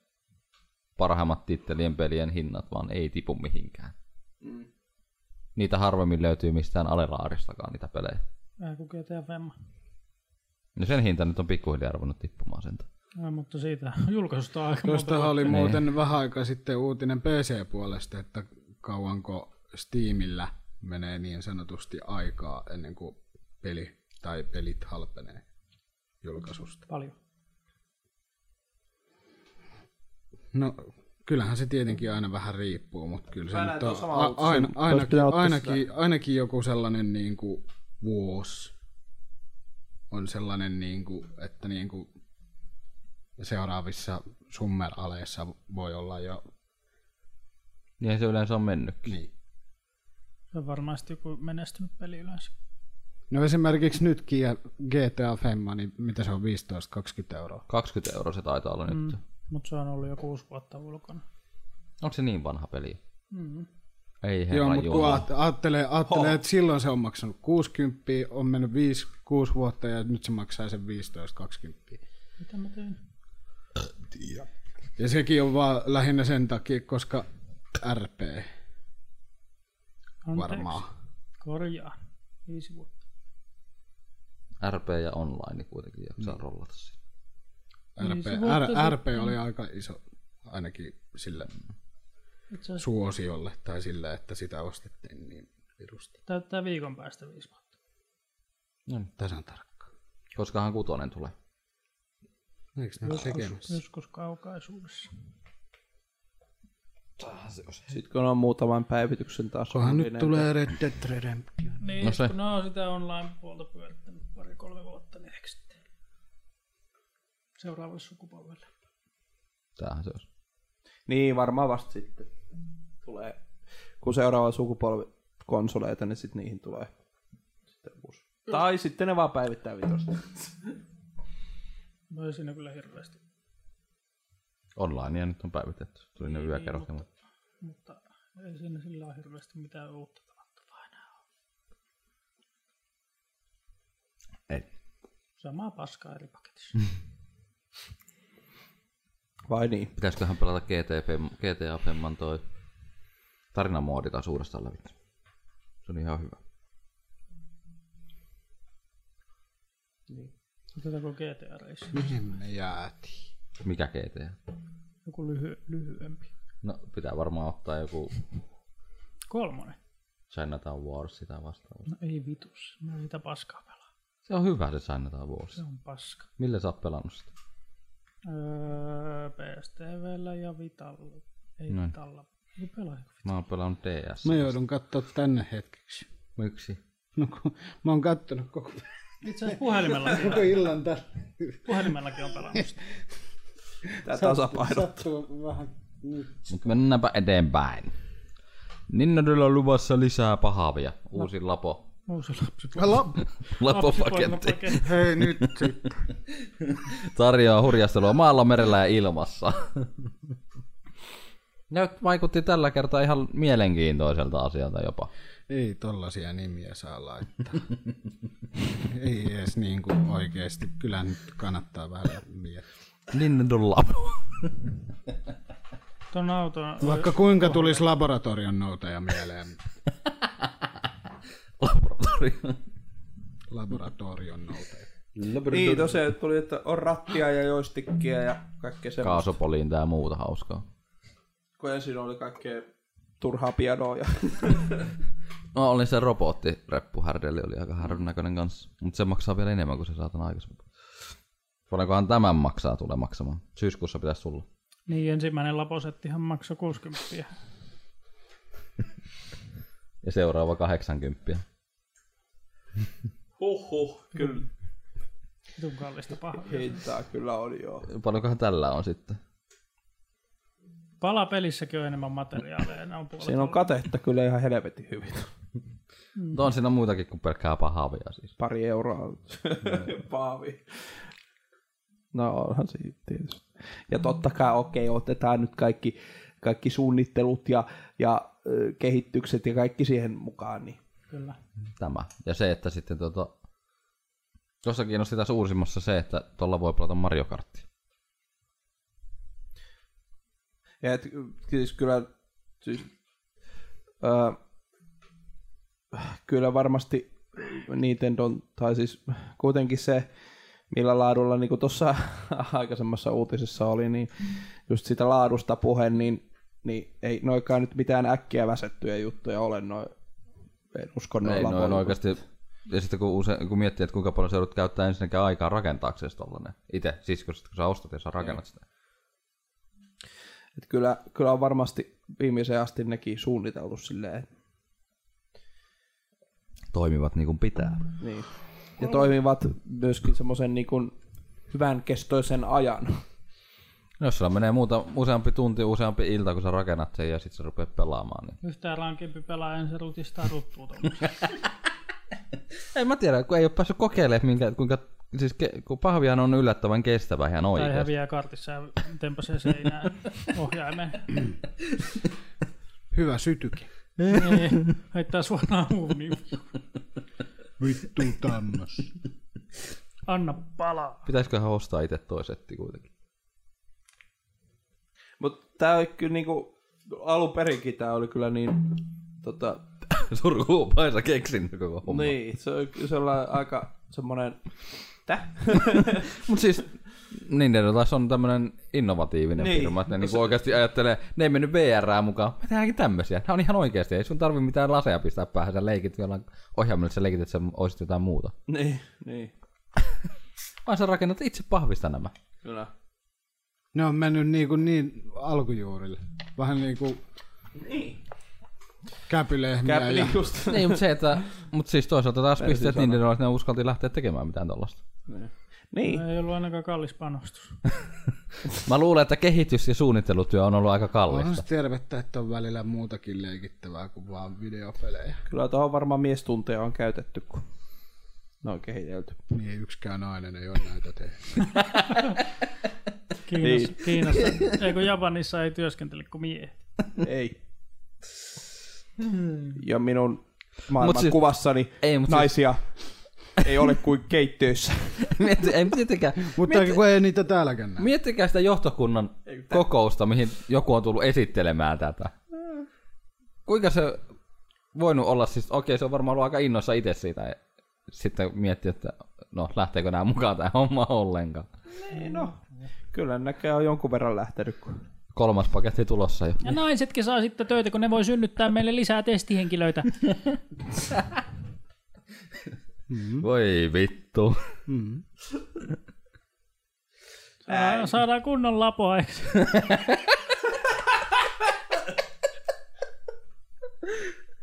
S2: parhaimmat tittelien pelien hinnat, vaan ei tipu mihinkään. Mm. Niitä harvemmin löytyy mistään alelaaristakaan niitä pelejä.
S4: Vähän kuin GTA Femma.
S2: No sen hinta nyt on pikkuhiljaa ruvennut tippumaan sen. takia.
S4: No, mutta siitä julkaisusta on aika monta.
S3: Tuostahan oli
S4: Niin.
S3: muuten vähän aikaa sitten uutinen PC-puolesta, että kauanko Steamillä menee niin sanotusti aikaa ennen kuin peli tai pelit halpenee julkaisusta.
S4: Paljon.
S3: No, kyllähän se tietenkin aina vähän riippuu, mutta kyllä se
S5: Mä näin
S3: nyt
S5: tuon
S3: on
S5: saman
S3: a-
S5: uutisen.
S3: aina,
S5: Olisi
S3: ainakin,
S5: pitänyt ottaa
S3: ainakin, ainakin joku sellainen niin kuin vuosi on sellainen, niin kuin, että niin kuin seuraavissa summeraleissa voi olla jo
S2: Niinhän se yleensä on mennyt.
S3: niin.
S4: Se on varmasti joku menestynyt peli yleensä.
S3: No esimerkiksi nytkin ja GTA Femma, niin mitä se on, 15-20 euroa?
S2: 20 euroa se taitaa olla nyt. Mm.
S4: Mutta se on ollut jo kuusi vuotta ulkona.
S2: Onko se niin vanha peli? Mm. Ei
S3: Joo,
S2: herra
S3: mutta kun
S2: Jumala.
S3: aat- ajattelee, ajattelee että silloin se on maksanut 60, on mennyt 5-6 vuotta ja nyt se maksaa sen 15-20.
S4: Mitä mä tein?
S3: Ja sekin on vaan lähinnä sen takia, koska RP
S4: Anteeksi.
S3: varmaan.
S4: Korjaan. Viisi vuotta.
S2: RP ja online kuitenkin jaksaa mm. rollata siinä.
S3: RP,
S4: Niin, se voi
S3: R,
S4: tietysti-
S3: RP oli aika iso ainakin sille
S4: Itse asiassa
S3: suosiolle tai sille, että sitä ostettiin niin virusti.
S4: täyttää viikon päästä viisi vuotta.
S2: No niin.
S3: Tasan tarkkaan.
S2: Koskahan kutonen tulee.
S3: Eikö ne ole tekemässä?
S4: Joskus kaukaisuudessa.
S5: Sitten kun on muutaman päivityksen taas.
S3: Kohan nyt
S5: niin
S3: tulee Red Dead Redemption.
S4: Niin,
S2: No
S4: no
S2: se.
S4: se. kun ne on sitä online-puolta pyörittänyt pari-kolme vuotta, niin ehkä sitten seuraavalle sukupolvelle.
S2: Tämähän se olisi.
S5: Niin, varmaan vasta sitten tulee. Kun seuraava sukupolvi Mm. konsoleita, niin sitten niihin tulee sitten uusi. Tai sitten ne vaan päivittää vitosta.
S4: No ei siinä kyllä hirveästi.
S2: Online ja nyt on päivitetty. Tuli ne yökerrot. ja muut.
S4: Mutta ei siinä sillä ole hirveästi mitään uutta tapahtuvaa enää ole.
S2: Ei.
S4: Samaa paskaa eri paketissa.
S5: Vai niin?
S2: Pitäisiköhän pelata GTP, GTA Femman toi tarinamoodi taas uudestaan läpi. Se on ihan hyvä.
S4: Otetaanko GTA-reissi?
S3: Mihin me jäätiin?
S2: Mikä GTA?
S4: Joku lyhy- lyhyempi.
S2: No pitää varmaan ottaa joku
S4: Kolmonen.
S2: Chinatown Wars sitä vastaavaa.
S4: No ei vitus. No ei sitä paskaa pelaa.
S2: Se on hyvä se Chinatown Wars.
S4: Se on paska.
S2: Millä sä oot pelannut sitä?
S4: Öö, PSTVllä ja Vitalla. Ei
S2: Noin.
S4: Vitalla. No pelaa joku
S2: Mä oon pelannut DS.
S3: Mä joudun katsoa tänne hetkeksi.
S2: Miksi?
S3: No kun mä oon kattonut koko,
S4: Vitalla. Itse asiassa puhelimellakin,
S3: koko illan tällä.
S4: puhelimellakin on pelannut sitä.
S5: Tää tasapaino.
S3: Sattuu vähän nyt.
S2: Mut mennäänpä eteenpäin. Ninnodyllä on luvassa lisää pahavia. Uusi lapo.
S4: Uusi lapsi.
S2: Lapopaketti.
S3: Hei nyt sit.
S2: Tarjoaa hurjastelua maalla, merellä ja ilmassa. Näyt vaikutti tällä kertaa ihan mielenkiintoiselta asialta jopa.
S3: Ei tollasia nimiä saa laittaa. Ei edes niin kuin oikeesti. Kyllä nyt kannattaa vähän miettiä.
S2: Ninnodun lapo.
S4: Tuon auton
S3: Vaikka kuinka tulisi laboratorion noutaja mieleen.
S2: Laboratori.
S3: Laboratorion noutaja.
S5: Niin, tosiaan tuli, että on rattia ja joystickia ja kaikkea semmoista.
S2: Kaasupoliin tää muuta hauskaa.
S5: Kun ensin oli kaikkea turhaa pianoa ja
S2: No oli se robotti, reppu härdelli oli aika härryn näköinen kanssa. Mutta se maksaa vielä enemmän kuin se saatan aikaisemmin. Paljonkohan tämän maksaa tulee maksamaan? Syyskuussa pitäisi tulla.
S4: Niin, ensimmäinen laposettihan maksoi 60.
S2: Ja seuraava 80.
S5: huhhuh, kyllä
S4: Vitun kallista pahaa.
S5: hintaa kyllä oli joo.
S2: Paljonkohan tällä on sitten?
S4: Pala pelissäkin on enemmän materiaaleja. Ne on puolet.
S5: Siinä on katetta kyllä ihan helvetin hyvin.
S2: Mutta No, on siinä muitakin kuin pelkkää pahavia siis.
S5: Pari euroa paavi. No onhan se tietysti. Ja totta kai okei, otetaan nyt kaikki, kaikki suunnittelut ja, ja ö, kehitykset ja kaikki siihen mukaan. Niin.
S4: Kyllä.
S2: Tämä. Ja se, että sitten tuota... Tuossa kiinnosti tässä uusimmassa se, että tuolla voi pelata Mario Karttia.
S5: Ja et, siis kyllä, siis, ää, kyllä varmasti Nintendo, tai siis kuitenkin se, millä laadulla, niin kuin tuossa aikaisemmassa uutisessa oli, niin just sitä laadusta puhe, niin, niin ei noikaan nyt mitään äkkiä väsettyjä juttuja ole, noin en usko
S2: Ei,
S5: noilla
S2: no on
S5: voi-
S2: oikeasti... Ja sitten kun, use, kun miettii, että kuinka paljon se joudut käyttää ensinnäkin aikaa rakentaaksesi tollanen. Itse, siis kun, kun sä ostat ja sä rakennat sitä.
S5: Et kyllä, kyllä on varmasti viimeiseen asti nekin suunniteltu silleen,
S2: Toimivat niin kuin pitää.
S5: niin. ja toimivat myöskin semmoisen niin kuin hyvän kestoisen ajan.
S2: No, Jos sulla menee muuta, useampi tunti, useampi ilta, kun sä rakennat sen ja sit sä rupeat pelaamaan, niin...
S4: Yhtään rankempi pelaaja, niin se rutistaa ruttua tuolla.
S2: Ei mä tiedä, kun ei ole päässyt kokeilemaan, minkä, kuinka... Siis ke, kun pahvihan on yllättävän kestävä ihan
S4: Tai
S2: oikeasti.
S4: häviää kartissa ja tempasee seinään ohjaimeen.
S3: Hyvä sytykin.
S4: Niin, heittää suoraan uuniin.
S3: Vittu tammas.
S4: Anna palaa.
S2: Pitäisiköhän ostaa itse toi setti kuitenkin?
S5: Mutta tämä oli kyllä niinku, alun perinkin tämä oli kyllä niin, tota,
S2: Surkuu paisa keksin koko homma. Niin.
S5: niin, se oli sellainen aika semmoinen, tä?
S2: Mut siis Nintendo taas on tämmönen innovatiivinen
S5: Niin.
S2: niin. firma, että ne niinku oikeasti ajattelee, ne ei mennyt VRää mukaan, me tehdäänkin tämmösiä. Nämä on ihan oikeasti, ei sun tarvi mitään laseja pistää päähän, sä leikit jollain ohjaimella, että sä leikit, että sä oisit jotain muuta.
S5: niin, niin,
S2: Vaan sä rakennat itse pahvista nämä.
S5: kyllä.
S3: Ne on mennyt niin, kuin niin alkujuurille. Vähän niin kuin käpylehmiä
S5: Käppi
S3: ja
S5: niin just,
S2: niin, mutta se, että, mut siis toisaalta taas pisteet niin, että ne uskalti lähteä tekemään mitään tollasta.
S5: niin,
S4: No, Ei ollut ainakaan kallis panostus.
S2: Mä luulen, että kehitys ja suunnittelutyö on ollut aika
S3: onhan
S2: kallista.
S3: se tervettä, että on välillä muutakin leikittävää kuin vaan videopelejä.
S5: kyllä tuohon varmaan miestunteja on käytetty, kun Ne on kehitelty.
S3: Niin yksikään nainen ei ole näitä tehnyt.
S4: Kiinassa, niin. Kiinassa, ei kun Japanissa ei työskentele kuin miehet.
S5: Ei. Ja minun maailmankuvassani siis,
S2: Ei, mut
S5: naisia ei ole kuin keittiöissä.
S2: Mietti, ei tietenkään.
S3: Mutta
S2: Mietti-
S3: kun ei niitä täälläkään näe.
S2: Miettikää sitä johtokunnan kokousta, mihin joku on tullut esittelemään tätä. Kuinka se voinut olla siis, okei se on varmaan ollut aika innoissa itse siitä, ja sitten miettiä, että no lähteekö nämä mukaan tähän hommaan ollenkaan.
S5: Niin no, kyllä näköjään on jonkun verran lähtenyt. kun-
S2: Kolmas paketti tulossa jo.
S4: Ja naisetkin saa sitten töitä, kun ne voi synnyttää meille lisää testihenkilöitä.
S5: Mm.
S2: Voi vittu.
S4: Saadaan, saadaan kunnon lapoa. eikö?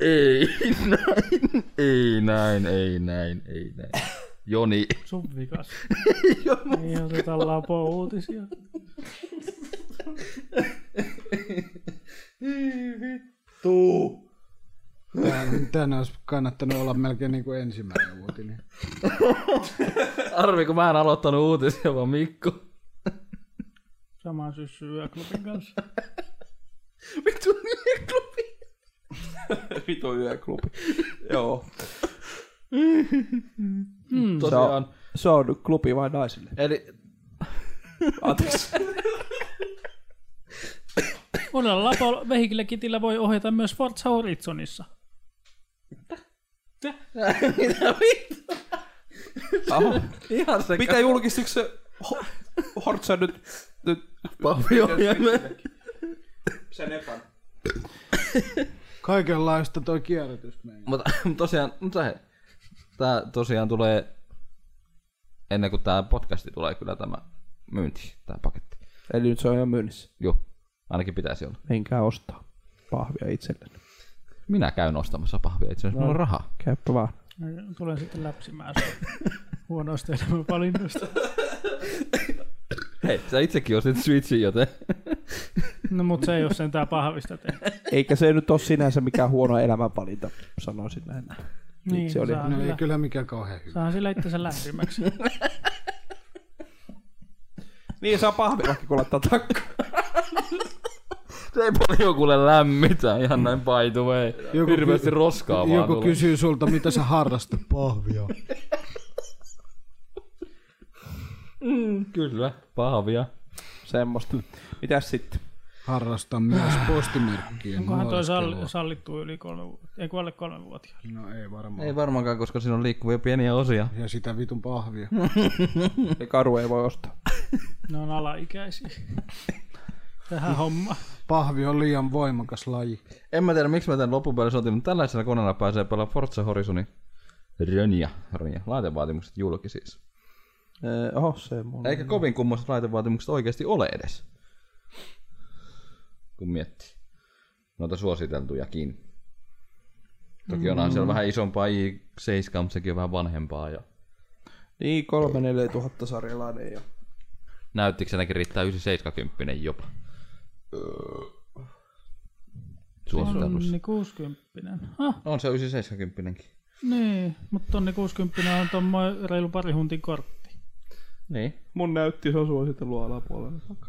S2: Ei näin, ei näin, ei näin, ei näin. Joni.
S4: Sun vikas. Ei oteta lapoa uutisia.
S3: Tämän olisi kannattanut olla melkein niin kuin ensimmäinen uutinen.
S2: Arvi, kun mä en aloittanut uutisia, vaan Mikko.
S4: Samaan syssy yöklubin kanssa.
S2: Vittu, niin yöklubi.
S5: Vitu yöklubi. Joo.
S2: Tosiaan.
S5: Se on klubi vain naisille.
S2: Eli
S5: Anteeksi.
S4: Uudella lapo vehikilekitillä voi ohjata myös Forza Horizonissa.
S5: Oho.
S2: ihan se
S5: Mitä julkistiks se ho- Hortsa nyt? nyt
S2: Papiohjelma.
S5: sen ekan.
S3: Kaikenlaista toi kierrätys meillä.
S2: Mutta tosiaan, mutta he, tää tosiaan tulee, ennen kuin tää podcasti tulee kyllä tämä myynti, tää paketti.
S5: Eli nyt se on jo myynnissä.
S2: Joo, ainakin pitäisi olla.
S5: Menkää ostaa pahvia itsellenne.
S2: Minä käyn ostamassa pahvia itse asiassa, mulla
S3: No.
S2: on rahaa.
S5: Käyppä vaan.
S4: Tulen sitten läpsimään sua huonoista elämänvalinnoista.
S2: Hei, sä itsekin ostit Switchin, joten
S4: No mut se ei ole sentään pahvista tehty.
S5: Eikä se nyt ole sinänsä mikään huono elämänvalinta, sanoisin näin.
S4: Niin,
S5: se oli.
S4: Saa,
S3: No ei
S4: sillä,
S3: kyllä mikään kauhean hyvä.
S4: saa sillä itsensä lämpimäksi.
S5: Niin, saa pahvillakin kun laittaa takka.
S2: se ei paljon kuule lämmitä ihan näin by the way.
S3: Joku
S2: Hirveästi
S3: ky-
S2: roskaa vaan
S3: Joku
S2: tulee.
S3: kysyy sulta, mitä sä harrastat pahvia.
S2: Kyllä, pahvia.
S5: Semmosta. Mitäs sitten?
S3: Harrastan myös No, postimerkkien
S4: Onkohan toi salli,
S3: nuoriskelua.
S4: sallittu yli kolme, vu- ei kun alle kolme vuotia.
S3: No ei varmaan.
S2: Ei varmaankaan, koska siinä on liikkuvia pieniä osia.
S3: Ja sitä vitun pahvia.
S5: Eli karu ei voi ostaa.
S4: Ne on alaikäisiä. Tähän homma.
S3: Pahvi on liian voimakas laji.
S2: En mä tiedä, miksi mä tämän loppupeleissä otin, mutta tällaisella koneella pääsee pelaamaan Forza Horizonin rönjä, rönjä. Laitevaatimukset julki siis.
S5: Öö, oho, se mulla.
S2: Eikä kovin kummoiset laitevaatimukset oikeasti ole edes. Kun miettii. Noita suositeltujakin. Toki onhan siellä vähän isompaa i7, mutta sekin on vähän vanhempaa. Ja...
S5: Niin, 3-4000 sarjalainen ja
S2: Näyttikö se näkin riittää 970 jopa? Suositelluissa.
S4: Tonni 60. niin Ah,
S2: On se 970
S4: niin, mutta tonni 60 on tuommoinen reilu pari huntin kortti.
S2: Niin.
S5: Mun näytti, se on suositellut alapuolella.
S2: Mikä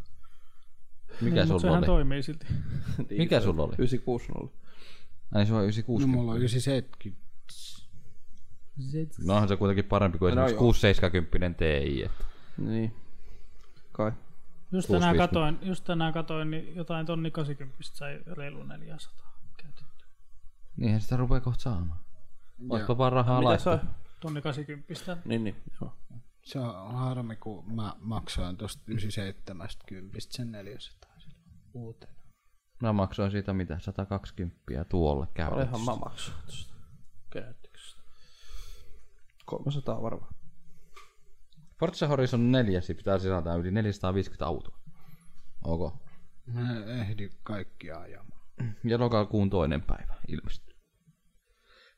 S4: Niin, mut
S2: sulla
S4: sehän
S2: oli?
S4: toimii silti.
S2: Mikä sulla oli?
S5: 960.
S2: Ai se on 960.
S3: No mulla on 970.
S2: No onhan se kuitenkin parempi kuin
S5: No
S2: esimerkiksi
S5: joo.
S2: 670 Ti. että
S5: Niin. Kai.
S4: Just tänään,
S2: 65.
S4: katoin, just tänään katoin, niin jotain tonni 80 sai reilu 400 käytetty.
S2: Niinhän sitä rupeaa kohta saamaan. Olispa vaan rahaa
S5: Mitä se
S2: laittaa.
S5: on?
S4: Tonni 80.
S5: Niin, niin. Joo.
S3: Se on harmi, kun mä maksoin tosta 970 sen 400 uutena.
S2: Mä maksoin siitä mitä? 120 tuolle
S5: Olihan
S2: käytöstä.
S5: mä maksun tuosta käytöksestä. 300 varmaan.
S2: Forza Horizon 4 sit pitää sisältää yli 450 autoa. Ok.
S3: Mä en ehdi kaikkia ajamaan.
S2: Ja lokakuun toinen päivä ilmestyy.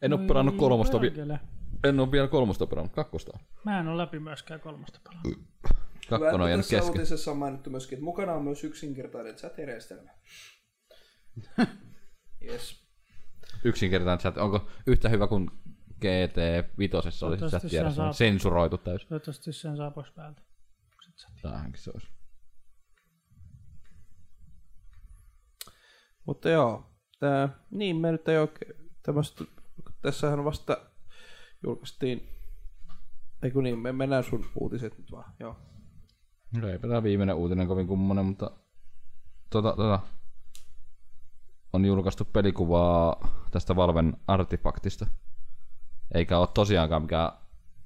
S2: En oo pelannut kolmosta, vi-
S4: Perkele.
S2: en oo vielä kolmosta pelannut, kakkosta. on.
S4: Mä en ole läpi myöskään kolmosta pelaa.
S2: Kakkonen on jäänyt kesken.
S5: uutisessa on mainittu myöskin, että mukana on myös yksinkertainen chat-järjestelmä. yes.
S2: Yksinkertainen chat, onko yhtä hyvä kuin GT Vitosessa oli se
S4: Toivottavasti
S2: chat-tiedossa,
S4: sen saa-
S2: mutta sensuroitu täysin.
S4: Toivottavasti sen saa pois päältä.
S2: Tähänkin se olisi.
S5: Mutta joo, tää, niin me nyt ei oikein, tämmöstä, tässähän vasta julkaistiin, eikö niin, me mennään sun uutiset nyt vaan, joo.
S2: No Eipä tämä viimeinen uutinen kovin kummonen, mutta tota, tota, on julkaistu pelikuvaa tästä Valven artefaktista. Eikä ole tosiaankaan mikään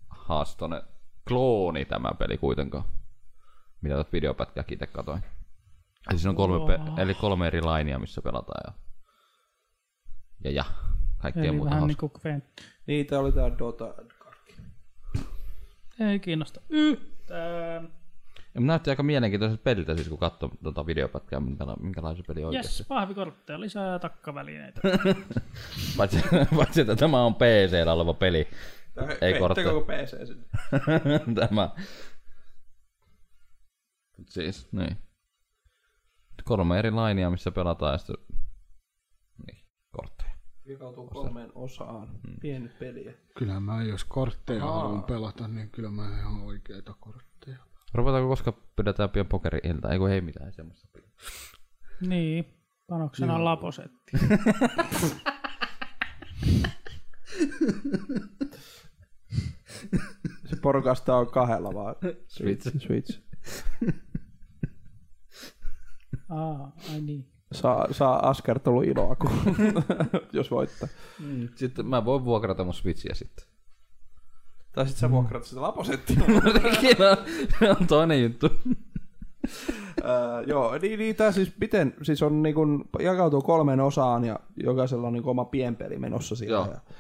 S2: haastonen klooni tämä peli kuitenkaan, mitä tuota videopätkääkin itse katoin. Eli siinä on kolme, pe- eli kolme eri lainia, missä pelataan ja, ja, ja kaikkea
S4: Eli
S2: muuta
S4: vähän
S2: hauskaa.
S4: niin kuin Quent.
S5: Niitä oli tää Dota,
S4: Ei kiinnosta yhtään.
S2: Ja näytti aika mielenkiintoiselta peliltä, siis kun katsoi tuota videopätkää, minkäla- minkälainen se peli oikeasti.
S4: Jes, pahvikortteja lisää ja takkavälineitä.
S2: Paitsi, paitsi, että tämä on pc oleva peli. Ei kortteja.
S5: Teko PC sinne?
S2: tämä. Mut Siis, niin. Kolme eri lainia, missä pelataan ja sitten... Niin, kortteja.
S5: Jakautuu kolmeen osaan, pieni peliä.
S3: Kyllä mä, jos kortteja haluan pelata, niin kyllä mä ihan oikeita kortteja.
S2: Ruvetaanko koska pidetään pian pokeri ilta? Eikö ei mitään semmoista.
S4: niin, panoksena Joo. laposetti.
S5: Se porukasta on kahdella vaan. Switch. Switch.
S4: Aa, ai niin.
S5: Saa, saa askartelun iloa, kun, jos voittaa.
S2: Sitten mä voin vuokrata mun Switchiä sitten.
S5: Tai sit sä vuokraat sitä laposettia.
S2: Se on toinen juttu.
S5: Öö, joo, niin, niin tää siis miten, siis on niin kun, jakautuu kolmeen osaan ja jokaisella on niin oma pienpeli menossa
S2: Joo.
S5: siellä. Ja...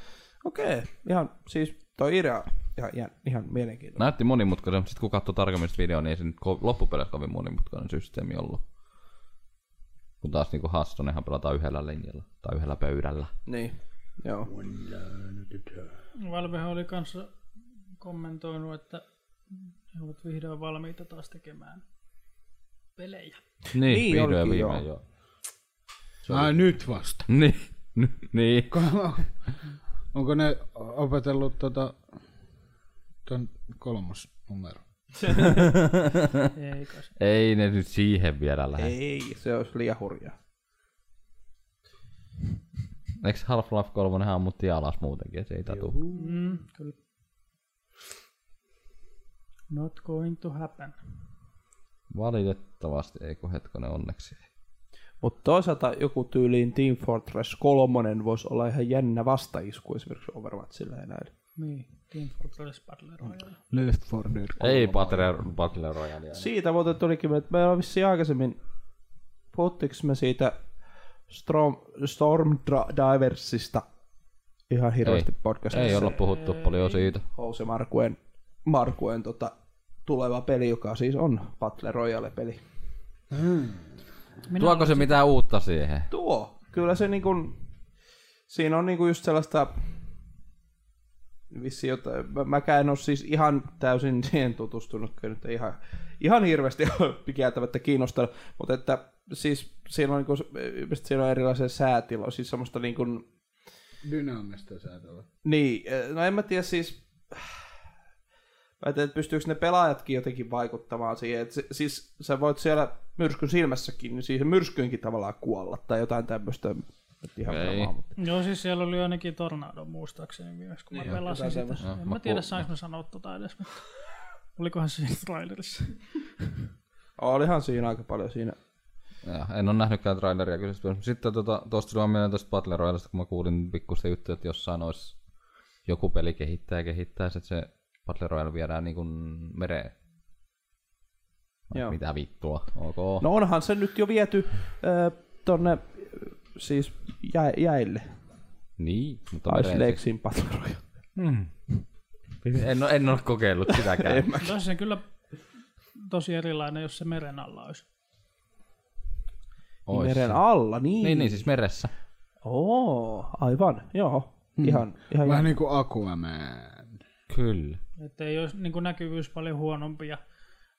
S5: Okei, ihan siis toi idea ihan, ihan, ihan mielenkiintoinen.
S2: Näytti monimutkaisen, mutta sitten kun katsoo tarkemmin sitä videoa, niin ei se nyt ko- loppupeleissä kovin monimutkainen systeemi ollut. Kun taas niinku Hastonenhan pelataan yhdellä linjalla tai yhdellä pöydällä.
S5: Niin, joo.
S4: Valvehan oli kanssa kommentoinut, että he ovat vihdoin valmiita taas tekemään pelejä.
S2: Niin,
S5: Niin
S2: vihdoin ja
S5: olikin,
S2: viimein,
S5: joo.
S2: joo.
S3: Ai nyt vasta.
S2: Niin, niin.
S3: Onko ne opetellut tota, ton kolmas numero?
S4: Eikä se.
S2: Ei ne nyt siihen vielä lähde. Ei.
S5: Ei, se olisi liian hurjaa.
S2: Eikö Half-Life 3 ammuttiin alas muutenkin, että se ei tatu.
S4: Mm, kyllä. Not going to happen.
S2: Valitettavasti, ei kun hetkonen onneksi.
S5: Mutta toisaalta joku tyyliin Team Fortress 3 voisi olla ihan jännä vastaisku esimerkiksi Overwatchille ja näin.
S4: Niin, Team Fortress Battle Royale.
S3: Left for Dead.
S2: Ei Battle, Battle Royale.
S5: Siitä muuten tulikin, että me ollaan vissiin aikaisemmin, puhuttiinko me siitä Storm, Storm Dra- Diversista ihan hirveästi podcastissa.
S2: Ei olla puhuttu paljon siitä.
S5: Housi Markuen, Markuen tota, tuleva peli, joka siis on Battle Royale-peli.
S2: Tuoko se mitään uutta siihen?
S5: Tuo, kyllä se niinku, siinä on niinku just sellaista, vissi jotain, mä, mäkään en ole siis ihan täysin siihen tutustunut, kyllä nyt ei ihan, ihan hirveästi ole kieltämättä kiinnostanut, mutta että siis siinä on, niinku, ilmeisesti siinä on erilaisia säätiloja, siis semmoista niinku,
S3: Dynaamista säätöllä.
S5: niin, no en mä tiedä siis, mä en tiedä, että pystyykö ne pelaajatkin jotenkin vaikuttamaan siihen, että si- siis sä voit siellä myrskyn silmässäkin, niin siihen myrskyynkin tavallaan kuolla tai jotain tämmöistä, ihan
S2: Ei.
S5: varmaa, mutta
S4: Joo, siis siellä oli ainakin tornado muistaakseni viimeksi,
S5: Niin,
S4: kun mä pelasin sitä.
S2: Joo,
S4: en
S2: mä
S4: mä tiedä,
S2: kuul-
S4: saanko mä sanoa tota edes, mutta olikohan se siinä trailerissa.
S5: Olihan siinä aika paljon siinä.
S2: Ja, en ole nähnytkään traileria kyseessä. pelistä. Sitten tuota, tuosta tuli vaan mieleen tuosta Battle Royalesta, kun mä kuulin pikkuista juttuja, että jossain olisi joku peli kehittää ja kehittää, että se Battle Royale viedään niin kuin mereen.
S5: Joo.
S2: Joo. Mitä vittua, ok.
S5: No onhan se nyt jo viety äh, tonne äh, siis jä, jäille.
S2: Niin, mutta
S5: Ice
S2: mereen
S5: Lakesin patruja.
S2: siis. En, oo- en ole kokeillut sitäkään.
S4: Mutta olisi se kyllä tosi erilainen, jos se meren alla olisi.
S2: Ois.
S5: Meren alla, niin.
S2: Niin, niin, siis meressä.
S5: Oo, aivan, joo. Ihan, ihan,
S3: Vähän
S5: ihan.
S3: niinku Aquaman.
S2: Kyllä.
S4: Että ei olisi niin näkyvyys paljon huonompi ja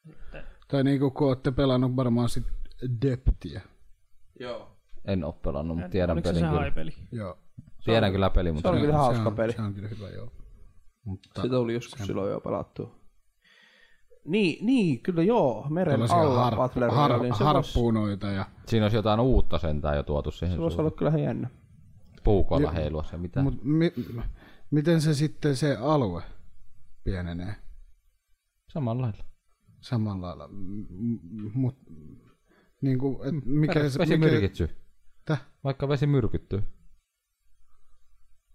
S4: sitten
S3: Tai niinku kun ootte pelannut varmaan sit Deptiä.
S5: Joo.
S2: En ole pelannut, mutta tiedän
S4: oliko se
S2: pelin
S4: se
S2: kyllä.
S4: haipeli?
S3: Joo.
S2: Tiedän kyllä peli, mutta...
S5: Se oli kyllä hauska
S3: se on,
S5: peli.
S3: Se on kyllä hyvä, joo. Mutta
S5: Sitä oli joskus silloin jo pelattu. Niin, niin, kyllä joo. Meren
S3: tällaisia
S5: alla
S3: har,
S5: Butler
S3: har,
S5: Royale, niin se voisi,
S3: harppuunoita ja...
S2: Siinä olisi jotain uutta sentään jo tuotu siihen
S5: se voisi
S2: suuntaan.
S5: olla kyllä ihan jännä.
S2: Puukolla heilua se mitä.
S3: Mut mi, miten se sitten se alue pienenee?
S2: Samalla lailla.
S3: samalla lailla. M- m- Mut, niin kuin, et mikä
S2: Vesi,
S3: se...
S2: vesi
S3: mikä,
S2: myrkitsyy.
S3: Täh?
S2: Vaikka vesi myrkyttyy.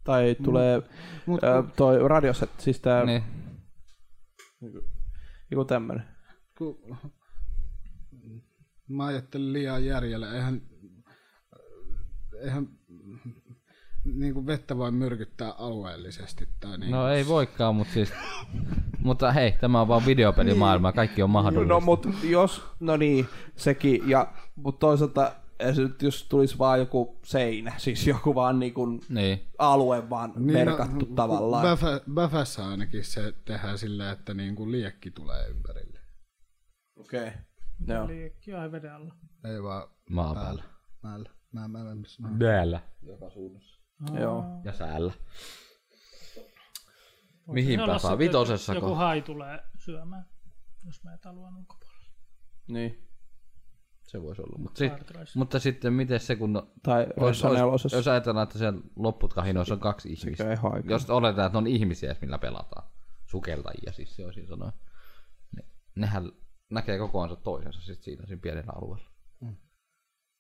S5: Tai tulee
S3: Mm. mut,
S5: ää, toi radioset, siis tää
S2: Niin.
S5: joku tämmönen.
S3: ku, mä ajattelin liian järjellä. Eihän, eihän niin kuin vettä voi myrkyttää alueellisesti. Tai niin.
S2: No ei voikaan, mutta siis... mutta hei, tämä on vaan videopelimaailma, kaikki on mahdollista.
S5: Niin. No mut jos, no niin, sekin, ja, mut toisaalta ei se nyt, jos tulisi vaan joku seinä, siis joku vaan niin kuin
S2: Niin.
S5: alue vaan niin, merkattu
S3: no,
S5: tavallaan.
S3: Bäfä, bäfässä ainakin se tehdään sillä, että niin kuin liekki tulee ympärille.
S5: Okei, okay. joo.
S4: Liekki on veden alla.
S3: Ei vaan
S2: Maan päällä.
S3: päällä. Päällä. Mä, mä, mä, mä,
S2: Däällä.
S5: joo.
S2: Ja säällä. Mihin
S4: Se olla
S2: pääsee?
S4: sitten,
S2: Vitosessako?
S4: Joku hai tulee syömään, jos mä et alueen ulkopuolella.
S5: Niin.
S2: Se voisi olla. Mutta, sit,
S4: Artraissa.
S2: mutta sitten miten se, kun no,
S5: Tai
S2: jos,
S5: Ressa
S2: jos,
S5: nelosessa.
S2: jos ajatellaan, että siellä lopputkahinoissa on kaksi ihmistä.
S5: Ei ole aikaa.
S2: Mm. Jos oletetaan, että ne on ihmisiä, millä pelataan. Sukeltajia siis se on siinä sanoa. Ne, nehän näkee kokoansa toisensa sit siinä, siinä pienellä alueella. Mm.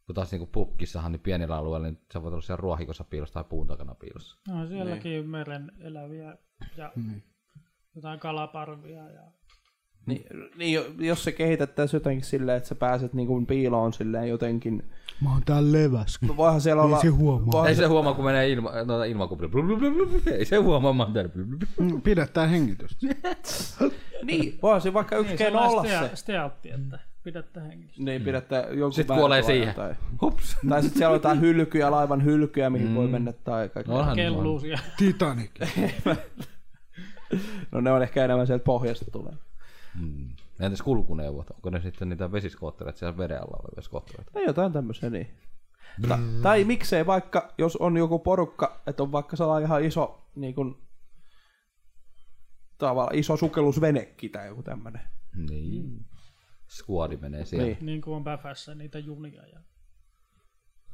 S2: Kun taas niinku pukkissahan, niin pienellä alueella, niin sä voit olla siellä ruohikossa piilossa tai puun takana piilossa.
S4: No, sielläkin niin. meren eläviä ja jotain kalaparvia ja
S5: Niin, niin, jo- jos se kehitettäisiin jotenkin silleen, että sä pääset niinku piiloon silleen jotenkin.
S3: mä oon täällä leväs.
S5: No voihan siellä olla...
S3: Niin se huomaa.
S5: Voihan
S2: Ei
S5: se...
S2: se huomaa, kun menee ilma, noita ilmakuplia. Blub, blub, blub, blub. Ei se huomaa, mä oon täällä. Blub, blub, blub.
S3: Mm, Pidättää hengitystä.
S5: Niin, voihan se vaikka yksi
S4: Niin,
S5: keino
S4: sellainen
S5: olla
S4: stea-
S5: se.
S4: stealtti, että pidätte hengissä.
S5: Niin, pidättää jonkun
S2: Sitten Mm.
S5: väärän
S2: kuolee
S5: laidan
S2: siihen.
S5: Tai,
S2: Hups.
S5: tai sitten siellä on jotain hylkyjä, laivan hylkyjä, mihin mm. voi mennä tai kaikkea.
S2: No onhan se on.
S4: Kelluu siellä.
S3: Titanic.
S5: No ne on ehkä enemmän sieltä pohjasta tulee.
S2: Mm. Entäs kulkuneuvot? Onko ne sitten niitä vesiskoottereita siellä veden alla olevia skoottereita?
S5: Tai jotain tämmöisiä, niin. Ta- tai miksei vaikka, jos on joku porukka, että on vaikka sellainen ihan iso, niin kuin, tavalla, iso sukellusvenekin tai joku tämmöinen.
S2: Niin. Skuadi menee siellä.
S5: Niin.
S4: Niin kuin on Bäfässä niitä junia. Ja...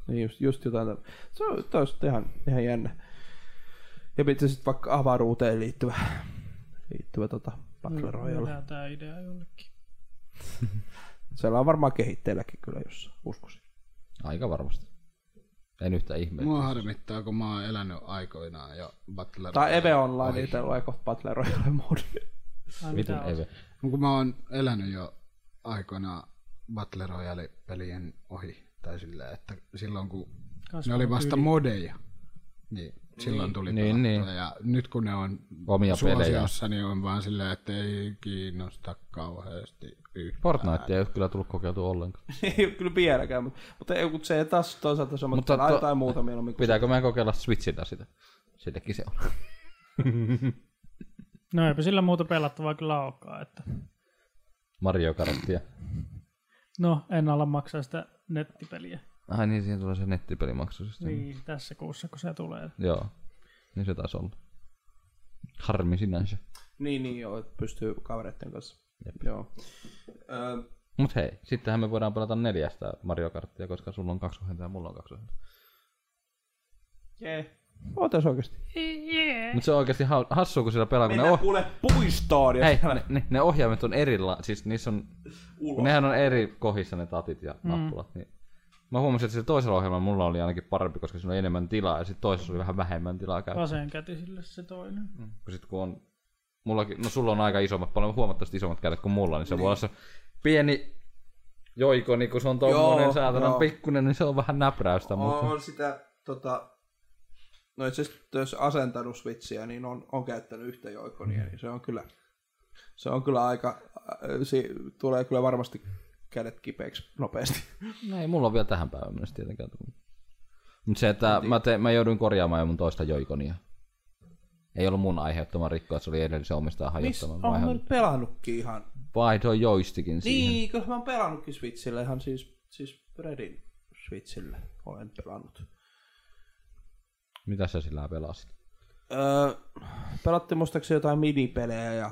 S5: Niin just, just jotain tämmöistä. Se on toi on sitten ihan, ihan jännä. Ja itse sitten vaikka avaruuteen liittyvä, liittyvä tota, Battle Royale.
S4: Myydään tää idea jollekin.
S5: Siellä on varmaan kehitteilläkin kyllä, jos uskoisin.
S2: Aika varmasti. En yhtään ihme.
S3: Mua harmittaa, kun mä oon elänyt aikoinaan jo Battle
S5: Tai Eve
S3: Royale.
S5: Online, niitä on aika Battle Royale mode.
S2: Vitun
S4: Ai, mitä on?
S2: Eve.
S3: Kun mä oon elänyt jo aikoinaan Battle Royale-pelien ohi. Tai sillä, että silloin kun
S4: Kas-
S3: ne oli vasta modeja, niin silloin tuli
S2: Niin,
S3: pelattua. Ja nyt kun ne on
S2: Omia pelejä.
S3: suosiossa, niin on vaan sillä, että ei kiinnosta kauheasti yhtään.
S2: Fortnite ei ole kyllä tullut kokeiltu ollenkaan.
S5: ei ole kyllä vieläkään, mutta, mutta ei, kun se ei taas toisaalta sama,
S2: Mutta
S5: mutta to...
S2: to-
S5: jotain muuta mieluummin. kuin-
S2: Pitääkö meidän kokeilla Switchillä sitä? Sillekin se on.
S4: No eipä sillä muuta pelattavaa kyllä olekaan. Että...
S2: Mario Karttia.
S4: No, en ala maksaa sitä nettipeliä.
S2: Ai niin, siihen tulee se nettipelimaksu. Siis niin.
S4: Niin, tässä kuussa kun se tulee.
S2: Joo. Niin se taisi olla. Harmi sinänsä.
S5: Niin, niin joo, että pystyy kavereiden kanssa. Jep. Joo. Ö,
S2: Mut hei, sittenhän me voidaan pelata neljästä Mario Karttia, koska sulla on kaksi ohentaa ja mulla on kaksi ohentaa.
S5: jee. Ootas oikeesti. No.
S2: Mut se on oikeasti hau- hassua, kun siellä pelaa, kun ne,
S5: Mennään
S2: oh-
S5: kuule puistoon ja
S2: hei,
S5: siellä
S2: ne, ne, ne, ohjaimet on erilla, siis niissä on,
S5: ulos.
S2: nehän on eri kohdissa ne tatit ja nappulat. Niin. Mä huomasin, että sillä toisella ohjelmalla mulla oli ainakin parempi, koska siinä oli enemmän tilaa ja sitten toisessa oli vähän vähemmän tilaa käyttää.
S4: Vasen kätisille se toinen.
S2: kun sit kun on, mullakin, no sulla on aika isommat, paljon huomattavasti isommat kädet kuin mulla, niin se niin. voi olla se pieni joiko, niin kun se on tommonen
S5: Joo,
S2: saatanan
S5: joo.
S2: pikkunen, niin se on vähän näpräystä, mutta
S5: On sitä tota... No itse asiassa, jos asentanut switchiä, niin on, on käyttänyt yhtä joikonia, niin se on kyllä, se on kyllä aika, äh, si, tulee kyllä varmasti kädet kipeäksi nopeasti.
S2: no ei mulla on vielä tähän päivään mennessä tietenkään tullut. Mutta se, että mä, te, mä jouduin korjaamaan jo mun toista joikonia. Ei ollut mun aiheuttama rikko, että se oli edellisen omistajan
S5: Missä
S2: hajottama.
S5: on mä
S2: Vaihdoin,
S5: nyt pelannutkin ihan?
S2: vaihdoin joistikin siihen.
S5: Niin, kyllä mä oon pelannutkin Switchillä ihan siis, siis Redin Switchillä olen pelannut.
S2: Mitä sä sillä pelasit?
S5: Öö, pelattiin muistaakseni jotain minipelejä ja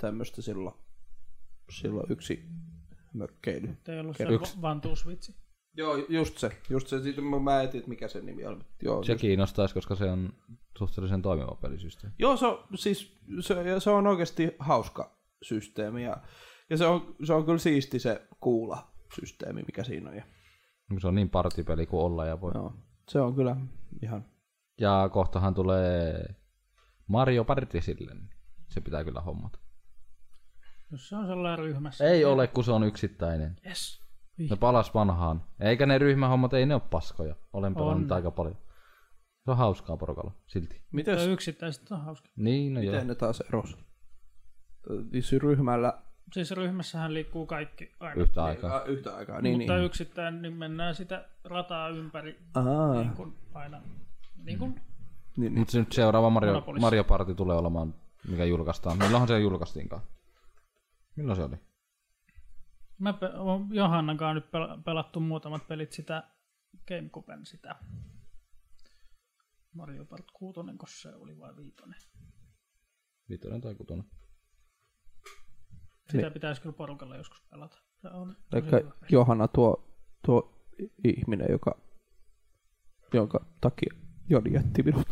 S5: tämmöistä silloin. Silloin yksi mökkeily.
S4: Ei ollut se
S2: Yksi.
S4: va- vantuusvitsi.
S5: Joo, just se. Just se. Sitten mä- mä en tiedä, mikä sen nimi oli. mutta Joo,
S2: Se
S5: just-
S2: kiinnostaisi, koska se on suhteellisen toimiva pelisysteemi.
S5: Joo, se on, siis, se, se on oikeasti hauska systeemi ja, ja se, on, se on kyllä siisti se kuula systeemi, mikä siinä on. Ja,
S2: Se on niin partipeli kuin olla ja voi.
S5: joo, se on kyllä ihan...
S2: Ja kohtahan tulee Mario Party sille, niin se pitää kyllä hommata.
S4: Jos se on sellainen ryhmässä.
S2: Ei ole, kun se on yksittäinen.
S4: Yes.
S2: Ne palas vanhaan. Eikä ne ryhmähommat, ei ne ole paskoja. Olen pelannut
S4: On.
S2: aika paljon. Se on hauskaa porukalla, silti.
S5: Mites,
S4: Tämä yksittäiset on hauska.
S2: Niin, no joo.
S5: miten ne taas erosi? Siis ryhmällä
S4: Siis ryhmässähän liikkuu kaikki aina.
S2: Yhtä aikaa.
S5: Ä, yhtä aikaa. Niin,
S4: Mutta
S5: niin.
S4: yksittäin niin mennään sitä rataa ympäri
S5: Aa,
S4: niin kuin aina. Niin kuin
S5: niin, niin.
S2: Mutta nyt seuraava Mario,
S4: Monopolissa.
S2: Mario Party tulee olemaan, mikä julkaistaan. Milloinhan se julkaistiinkaan? Milloin se oli?
S4: Mä pe- oon Johannan kanssa nyt pel- pelattu muutamat pelit sitä Gamecuben sitä. Mario Kart 6, kun se oli vai viitonen.
S2: Viitonen tai kutonen.
S4: Sitä niin. pitäisi kyllä porukalla joskus pelata. Se on tosi
S5: Ehkä
S4: hyvä peli.
S5: Johanna tuo, tuo ihminen, joka, jonka takia Joni jätti minut.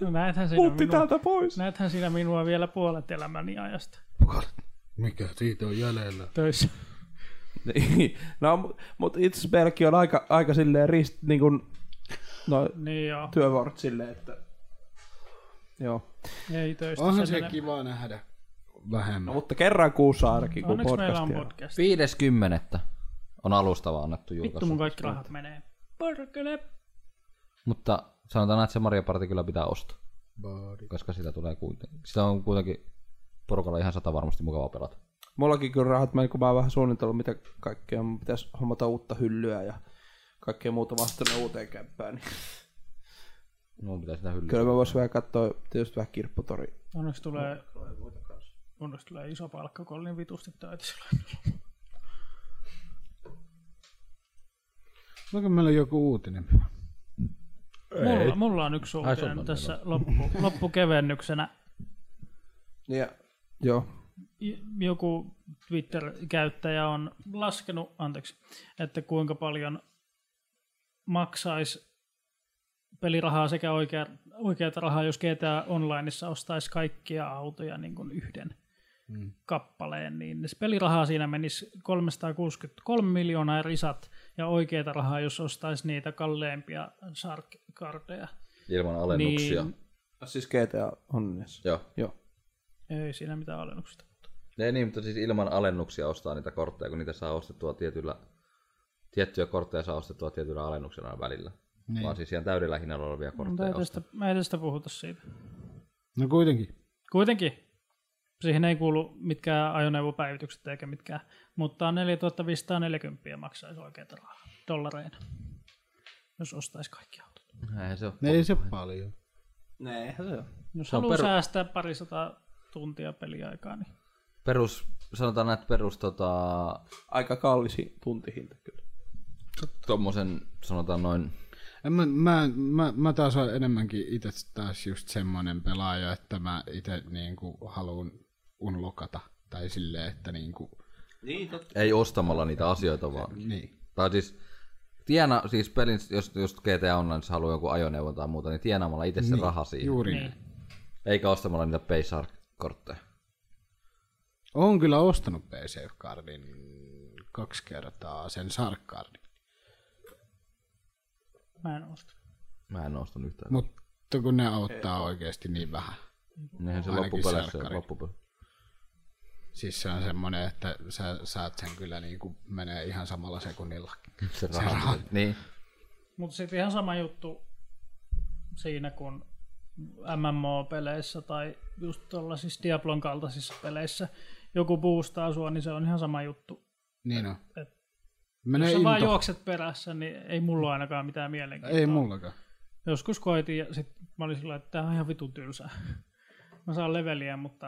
S4: No näethän siinä,
S5: Muutti
S4: minua,
S5: täältä pois.
S4: näethän siinä minua vielä puolet elämäni ajasta
S3: Mikä siitä on jäljellä?
S4: töissä.
S5: Niin. No, mutta itse Belgia on aika, aika silleen rist, niin kuin, no,
S4: Niin joo,
S5: työvuorot silleen, että joo.
S4: ei töistä.
S3: Onhan
S4: sen
S3: se
S4: enempää.
S3: kiva nähdä
S5: No,
S3: vähemmän.
S5: mutta kerran kuussa ainakin, kun
S4: Onneksi meillä on
S5: podcastia.
S4: podcast.
S2: 50. on alustava annettu
S4: Vittu mun
S2: julkaisu.
S4: kaikki rahat menee. Perkele.
S2: Mutta sanotaan, että se Mario Party kyllä pitää ostaa.
S3: Baari.
S2: koska sitä tulee kuitenkin. Sitä on kuitenkin porukalla ihan sata varmasti mukava pelata.
S5: Mullakin kyllä rahat meni, kun mä oon vähän suunnitellut, mitä kaikkea mun pitäisi hommata uutta hyllyä ja kaikkea muuta vastannut uuteen kämppään. Niin.
S2: No pitää sitä hyllyä.
S5: Kyllä mä vois vähän katsoa tietysti vähän kirpputori.
S4: Onneksi tulee, onneksi tulee iso palkka, kun olin vitusti töitä silloin.
S3: Onko meillä joku uutinen?
S4: Mulla, mulla on yksi
S2: sulla on
S4: uutinen tässä loppu, loppukevennyksenä.
S5: Ja, joo.
S4: J- Joku Twitter-käyttäjä on laskenut, anteeksi, että kuinka paljon maksaisi pelirahaa sekä oikea, oikeata rahaa, jos GTA Onlineissa ostaisi kaikkia autoja niin kuin yhden mm. kappaleen, niin se pelirahaa siinä menisi 363 miljoonaa risat, ja oikeata rahaa, jos ostaisi niitä kalleimpia sarkkardeja.
S2: Ilman alennuksia.
S4: Niin.
S2: Niin.
S5: Siis GTA on niissä.
S2: Joo.
S5: Joo.
S4: Ei siinä mitään alennuksista.
S2: Ei niin, mutta siis ilman alennuksia ostaa niitä kortteja, kun niitä saa ostettua tietyllä, tiettyjä kortteja saa ostettua tietyllä alennuksella aina välillä. Niin. Vaan siis ihan täydellä hinnalla olevia
S4: Mutta ei
S2: kortteja
S4: tästä,
S2: ostaa.
S4: me ei tästä puhuta siitä.
S3: No kuitenkin.
S4: Kuitenkin. Siihen ei kuulu mitkään ajoneuvopäivitykset eikä mitkään. Mutta 4540 maksaisi oikeita rahaa dollareina, jos ostaisi kaikki autot.
S2: Mm. Eihän se ole.
S3: Ne ei se paljon.
S5: Ne, se on.
S4: Jos
S2: on
S4: haluaa
S2: peru-
S4: säästää parisataa tuntia peliaikaa, niin
S2: Perus, sanotaan näitä perus tota,
S5: Aika kallis hi- tuntihinta kyllä.
S2: tommosen, sanotaan noin,
S3: En Mä, mä, mä, mä taas olen enemmänkin itse taas just semmoinen pelaaja, että mä itse niinku haluan unlokata. Tai silleen, että niinku,
S5: Niin, totta.
S2: ei ostamalla niitä asioita vaan.
S3: niin.
S2: Tai siis tiena, siis pelin, jos, jos GTA Online siis haluaa joku ajoneuvon tai muuta, niin tienaamalla itse sen niin, raha siihen.
S3: Juuri niin.
S4: Niin.
S2: Eikä ostamalla niitä Payshark-kortteja.
S3: Olen kyllä ostanut PC-kardin kaksi kertaa, sen sarkkardin.
S4: mä en osta.
S2: Mä en ostanut yhtään.
S3: No, Mutta kun ne auttaa oikeasti niin vähän.
S2: Eihän se
S3: ainakin
S2: loppupeleissä
S3: sarkkari.
S2: loppupeli.
S3: Siis se on semmoinen, että sä saat sen kyllä niinku menee ihan samalla sekunnilla.
S2: Se raha. Niin.
S4: Mutta sitten ihan sama juttu siinä kun MMO-peleissä tai just tuollaisissa Diablon kaltaisissa peleissä joku boostaa sua, niin se on ihan sama juttu.
S3: Niin on.
S4: Et-
S3: Menee
S4: Jos sä vaan
S3: into.
S4: juokset perässä, niin ei mulla ainakaan mitään mielenkiintoa.
S3: Ei mullakaan.
S4: Joskus koitin ja sit mä olin sillä lailla, että tää on ihan vitun tylsää. Mä saan leveliä, mutta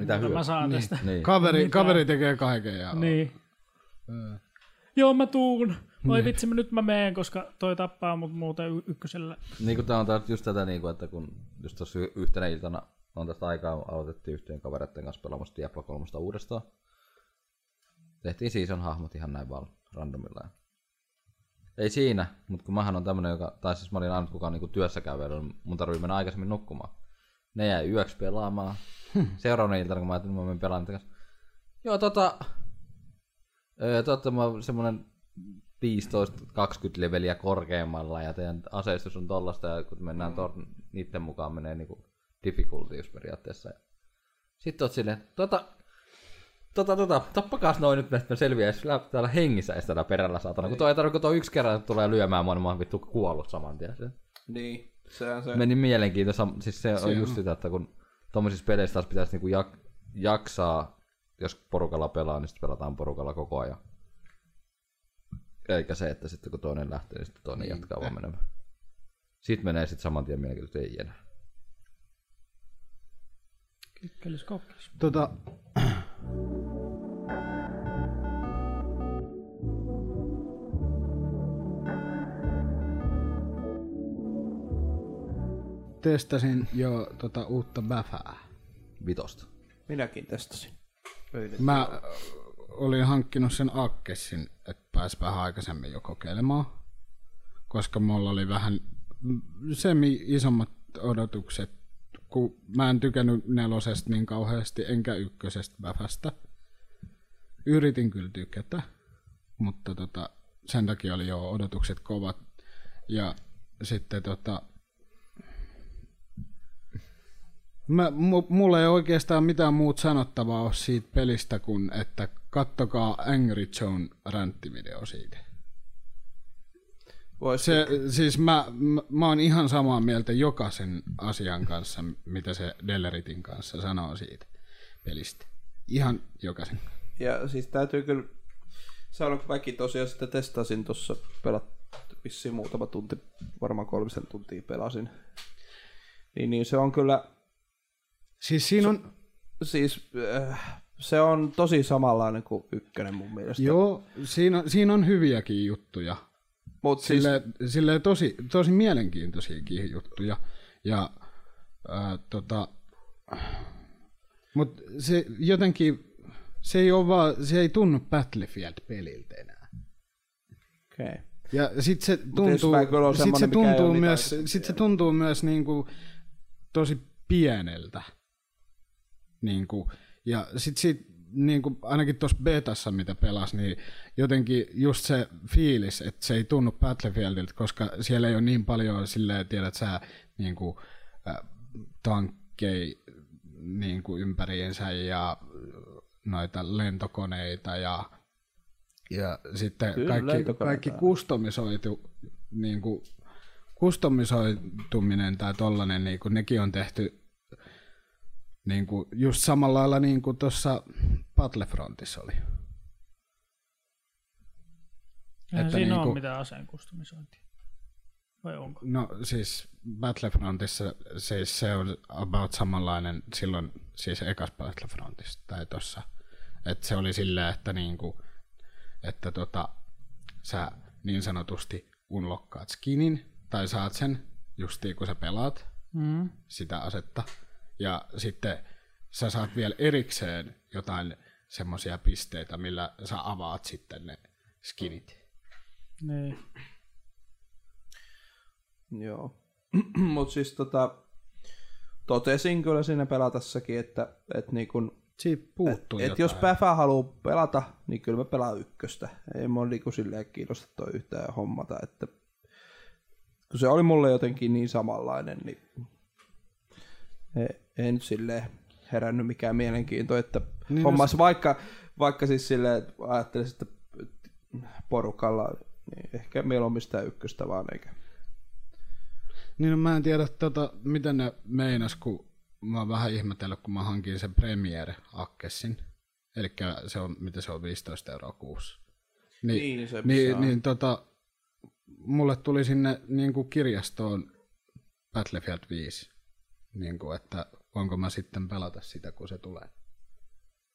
S2: Mitä
S4: mitä muuta
S2: hyötyä?
S4: mä saan niin. tästä.
S2: niin.
S3: Kaveri, kaveri tekee kaiken ja
S4: Niin. Joo, mä tuun. Voi vitsi, mä- nyt mä meen, koska toi tappaa mut muuten y- ykkösellä.
S2: Niin kuin tää on tää just tätä, niin kuin, että kun just tossa y- yhtenä iltana on tästä aikaa, aloitettiin yhteen kavereiden kanssa pelaamassa Diablo 3 uudestaan. Tehtiin season hahmot ihan näin vaan randomilla. ja- Ei siinä, mutta kun mähän on tämmönen, joka, tai siis mä olin ainut kukaan niinku työssä käyvä, jolloin mun tarvii mennä aikaisemmin nukkumaan. Ne jäi yöksi pelaamaan. Seuraavana iltana, kun mä ajattelin, että mä menen pelaamaan niiden kanssa. Joo, tota, öö, te ootte mä semmonen 15-20 leveliä korkeammalla ja teidän aseistus on tollasta ja kun mennään mm. tor- niiden mukaan menee niinku difficulties periaatteessa. Ja Sitten oot silleen, tota, tota, tota, tappakaas noin nyt, että me selviäis sillä- täällä hengissä edes täällä perällä saatana. Kun toi ei tarvitse, kun toi yksi kerran tulee lyömään mua, niin mä oon vittu kuollut saman tien. Se
S5: Niin, sehän se...
S2: meni mielenkiintoista. Siis se on just sitä, että kun tommosissa peleissä taas pitäisi niinku jak- jaksaa, jos porukalla pelaa, niin sitten pelataan porukalla koko ajan. Eikä se, että sitten kun toinen lähtee, niin sitten toinen jatkaa vaan menemään. Sitten menee sitten saman tien mielenkiintoista, että ei enää.
S4: Kikkelis kokkelis.
S3: Tota, testasin jo tota uutta bäfää.
S2: Vitosta.
S5: Minäkin testasin.
S3: Mä äh, olin hankkinut sen akkessin, että pääs vähän aikaisemmin jo kokeilemaan, koska mulla oli vähän mm, semi isommat odotukset, kun mä en tykännyt nelosesta niin kauheasti, enkä ykkösestä väfästä. Yritin kyllä tykätä, mutta tota, sen takia oli jo odotukset kovat. Ja sitten tota, Mä, mu- mulla ei oikeastaan mitään muut sanottavaa ole siitä pelistä kuin, että kattokaa Angry Joan ränttivideo siitä.
S5: Vois,
S3: Se, siis mä, mä, mä oon ihan samaa mieltä jokaisen asian kanssa, mitä se Delleritin kanssa sanoo siitä pelistä. Ihan jokaisen.
S5: Ja siis täytyy kyllä sanoa, kun mäkin tosiaan sitä testasin tuossa pelat vissiin muutama tunti, varmaan kolmisen tuntia pelasin. Niin, niin se on kyllä,
S3: Siis siinä on...
S5: siis äh, se on tosi samanlainen kuin ykkönen mun mielestä.
S3: Joo, siinä, siinä on hyviäkin juttuja.
S5: Mut siis,
S3: Sille, sille tosi, tosi mielenkiintoisiakin juttuja. Ja, ää, tota, mut se jotenkin, se ei, ole vaan, se ei tunnu Battlefield-peliltä enää.
S5: okay.
S3: Ja sit se
S5: jos
S3: tuntuu,
S5: mä kyllä on
S3: sit se
S5: semmonen, mikä ei
S3: tuntuu
S5: ole
S3: myös,
S5: mitään-
S3: sit se tuntuu myös niinku tosi pieneltä. Niinku, ja sit sit niinku, ainakin tuossa betassa, mitä pelas, niin jotenkin just se fiilis, että se ei tunnu Battlefieldiltä, koska siellä ei ole niin paljon silleen, tiedät sä, niinku, äh, tankkeja niinku, ympäriinsä ja noita lentokoneita ja ja sitten
S5: Kyllä,
S3: kaikki,
S5: lentokoneita
S3: kaikki
S5: on.
S3: kustomisoitu, niin kuin, kustomisoituminen tai tollainen, niin kuin, nekin on tehty niin kuin, just samalla lailla niin kuin tuossa Battlefrontissa oli.
S4: Eihän
S3: Että
S4: siinä
S3: niinku-
S4: on mitään aseen kustomisointia. Vai onko?
S3: No siis Battlefrontissa siis se on about samanlainen silloin siis ekas Battlefrontissa tai tossa. Että se oli sillä, että niinku, että tota, sä niin sanotusti unlokkaat skinin tai saat sen justiin kun sä pelaat
S4: Mm.
S3: sitä asetta. Ja sitten sä saat vielä erikseen jotain semmoisia pisteitä, millä sä avaat sitten ne skinit.
S4: Niin.
S5: Joo. Mut siis tota, totesin kyllä siinä pelatassakin, että, että niin kun,
S3: Siitä puuttuu
S5: et jos Päfä haluaa pelata, niin kyllä mä pelaan ykköstä. Ei mua niinku silleen kiinnosta toi yhtään hommata, että kun se oli mulle jotenkin niin samanlainen, niin ei, ei nyt silleen herännyt mikään mielenkiinto, että
S3: no
S5: niin hommas vaikka, vaikka siis silleen, että ajattelin, että porukalla niin ehkä mieluummin sitä ykköstä vaan eikä.
S3: Niin no, mä en tiedä, tota, miten ne meinas, kun mä oon vähän ihmetellyt, kun mä hankin sen Premiere Akkessin. Eli se on, mitä se on, 15 euroa kuussa. Niin,
S5: Niin, se
S3: niin,
S5: saa.
S3: niin tota, mulle tuli sinne niin kuin kirjastoon Battlefield 5, niin kuin, että voinko mä sitten pelata sitä, kun se tulee.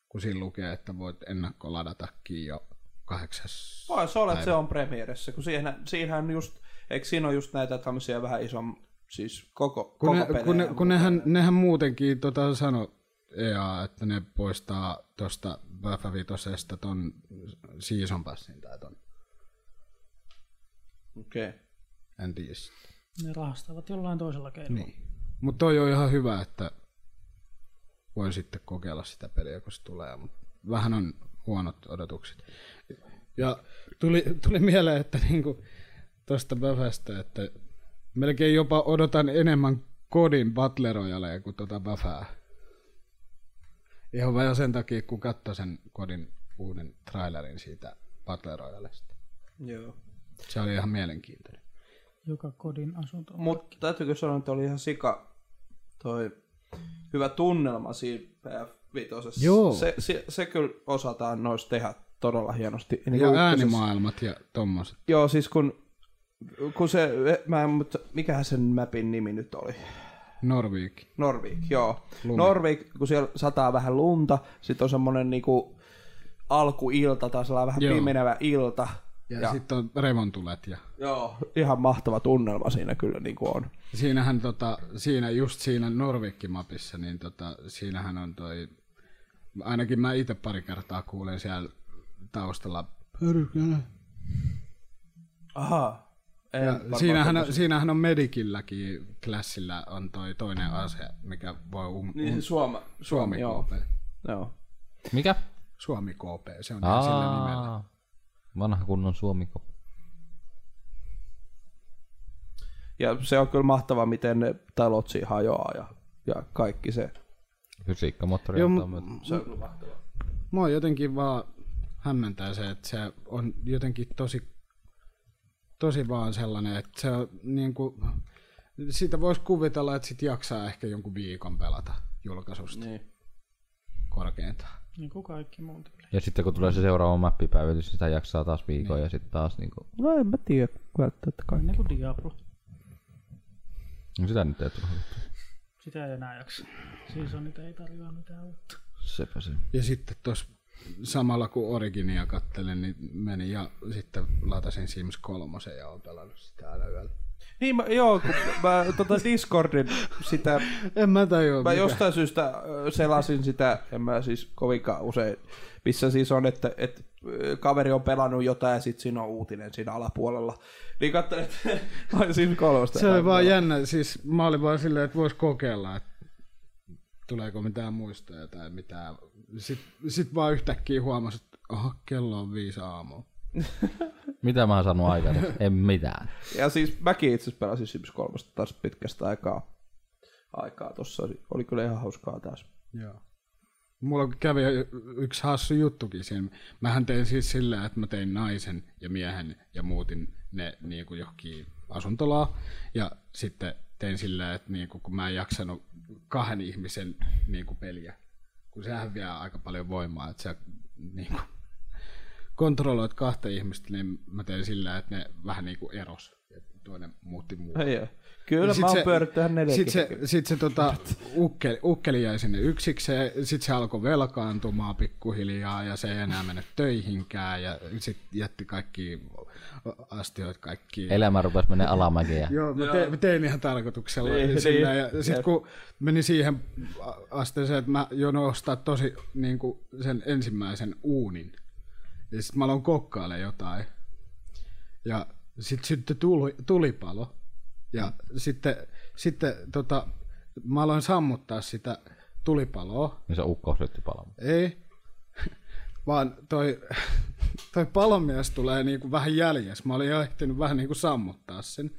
S3: Kun siinä lukee, että voit ennakkoladatakin jo kahdeksas.
S5: Voi se olla, että se on premieressä, kun siihen, siinähän just, eikö siinä ole just näitä tämmöisiä vähän ison, siis koko,
S3: Kun,
S5: koko
S3: ne,
S5: pelejä.
S3: kun, ne, kun nehän, nehän muutenkin tota sano EA, että ne poistaa tuosta Bafa Vitosesta ton season passin tai ton.
S5: Okei. Okay.
S3: En tiedä.
S4: Ne rahastavat jollain toisella keinolla. Niin.
S3: Mutta toi on ihan hyvä, että voi sitten kokeilla sitä peliä, kun se tulee, mutta vähän on huonot odotukset. Ja tuli, tuli mieleen, että niinku tuosta Bafästä, että melkein jopa odotan enemmän kodin Battle Royalea kuin tuota Bafää. Ihan vähän sen takia, kun katsoi sen kodin uuden trailerin siitä Battle Royalesta.
S5: Joo.
S3: Se oli ihan mielenkiintoinen.
S4: Joka kodin asunto on.
S5: Mutta täytyykö sanoa, että oli ihan sika toi hyvä tunnelma siinä PF5.
S3: Joo.
S5: Se, se, se kyllä osataan noissa tehdä todella hienosti. Niin
S3: Ja
S5: kuin ykkösessä.
S3: äänimaailmat ja tommoset.
S5: Joo, siis kun, kun se, mä en, mutta mikähän sen mapin nimi nyt oli?
S3: Norviik.
S5: Norvik, joo. Norvik, kun siellä sataa vähän lunta, sitten on semmoinen niinku alkuilta tai sellainen vähän
S3: Joo.
S5: pimenevä ilta.
S3: Ja, ja. sitten on revontulet ja
S5: Joo, ihan mahtava tunnelma siinä kyllä niinku on.
S3: Siinähän tota, siinä, just siinä Norvikki-mapissa, niin tota, siinähän on toi, ainakin mä itse pari kertaa kuulen siellä taustalla.
S5: Aha. En
S3: Ja
S5: varmaan
S3: siinähän,
S5: totta-
S3: on, siinähän on medikilläkin, klassilla on toi toinen ase, mikä voi um,
S5: Niin,
S3: um,
S5: Suoma.
S3: Suomi
S5: joo.
S3: KP.
S5: joo.
S2: Mikä?
S3: Suomi KP, se on ihan sillä nimellä.
S2: Aa, vanha kunnon suomiko.
S5: Ja se on kyllä mahtava, miten ne talot siinä hajoaa ja, ja kaikki se.
S2: Fysiikkamoottori
S3: Joo,
S2: antaa
S3: mu-
S2: myötä.
S5: Se on kyllä mahtava.
S3: Mua jotenkin vaan hämmentää se, että se on jotenkin tosi, tosi vaan sellainen, että se on niin kuin, siitä voisi kuvitella, että sit jaksaa ehkä jonkun viikon pelata julkaisusta niin.
S5: Niin.
S3: korkeintaan.
S4: Niin kuin kaikki muut.
S2: Ja sitten kun tulee se seuraava mappipäivitys, niin sitä jaksaa taas viikon ja sitten taas niinku...
S5: No en mä tiedä, välttämättä kaikki.
S4: Niin kuin Diablo.
S2: No sitä nyt ei tule.
S4: Sitä ei enää jaksa. Seasonit ei tarjoa mitään uutta.
S2: Sepä se.
S3: Ja sitten tuossa samalla kun Originia kattelin, niin menin ja sitten latasin Sims 3 ja olen pelannut sitä aina yöllä.
S5: Niin mä, joo, kun mä tota Discordin sitä
S3: En mä tajua,
S5: Mä
S3: mikä-
S5: jostain syystä ö, selasin sitä, en mä siis kovinkaan usein, missä siis on, että, että ö, kaveri on pelannut jotain ja sitten siinä on uutinen siinä alapuolella. Niin katsoin, että ai siinä kolmosta.
S3: Se oli vaan jännä, siis mä olin vaan silleen, että vois kokeilla, että tuleeko mitään muistoja tai mitään. Sitten sit vaan yhtäkkiä huomasin, että aha, kello on viisi aamulla.
S2: Mitä mä oon saanut aikana? en mitään.
S5: Ja siis mäkin itse asiassa pelasin Sims 3 taas pitkästä aikaa. Aikaa tossa oli, oli kyllä ihan hauskaa taas.
S3: Joo. Mulla kävi yksi hassu juttukin siinä. Mähän tein siis sillä, että mä tein naisen ja miehen ja muutin ne niin kuin johonkin asuntolaa. Ja sitten tein sillä, että niin kuin, kun mä en jaksanut kahden ihmisen niin kuin peliä, kun sehän vie aika paljon voimaa, että sä niin kuin, kontrolloit kahta ihmistä, niin mä tein sillä, että ne vähän niin kuin eros. Ja toinen muutti muuta.
S5: Ei, ei. Kyllä
S3: Niin Sit
S5: mä oon
S3: se-
S5: pyörittänyt neljäkin.
S3: Sitten se, sit se tota, ukkeli, ukkeli jäi sinne yksikseen, sitten se alkoi velkaantumaan pikkuhiljaa ja se ei enää mennyt töihinkään ja sitten jätti kaikki astioit kaikki.
S2: Elämä rupes menee alamäkeä.
S3: Joo, mä, te, mä tein ihan tarkoituksella.
S5: Niin,
S3: Niin, sillä,
S5: niin.
S3: ja sitten kun meni siihen asteeseen, että mä joudun ostaa tosi niin kuin sen ensimmäisen uunin. Ja sitten mä aloin kokkaile jotain. Ja sitten syttyi tuli, tulipalo. Ja sitten, sitten tota, mä aloin sammuttaa sitä tulipaloa.
S2: Niin se ukko sytti palamaan.
S3: Ei, vaan toi, toi palomies tulee niinku vähän jäljessä. Mä olin jo ehtinyt vähän niinku sammuttaa sen.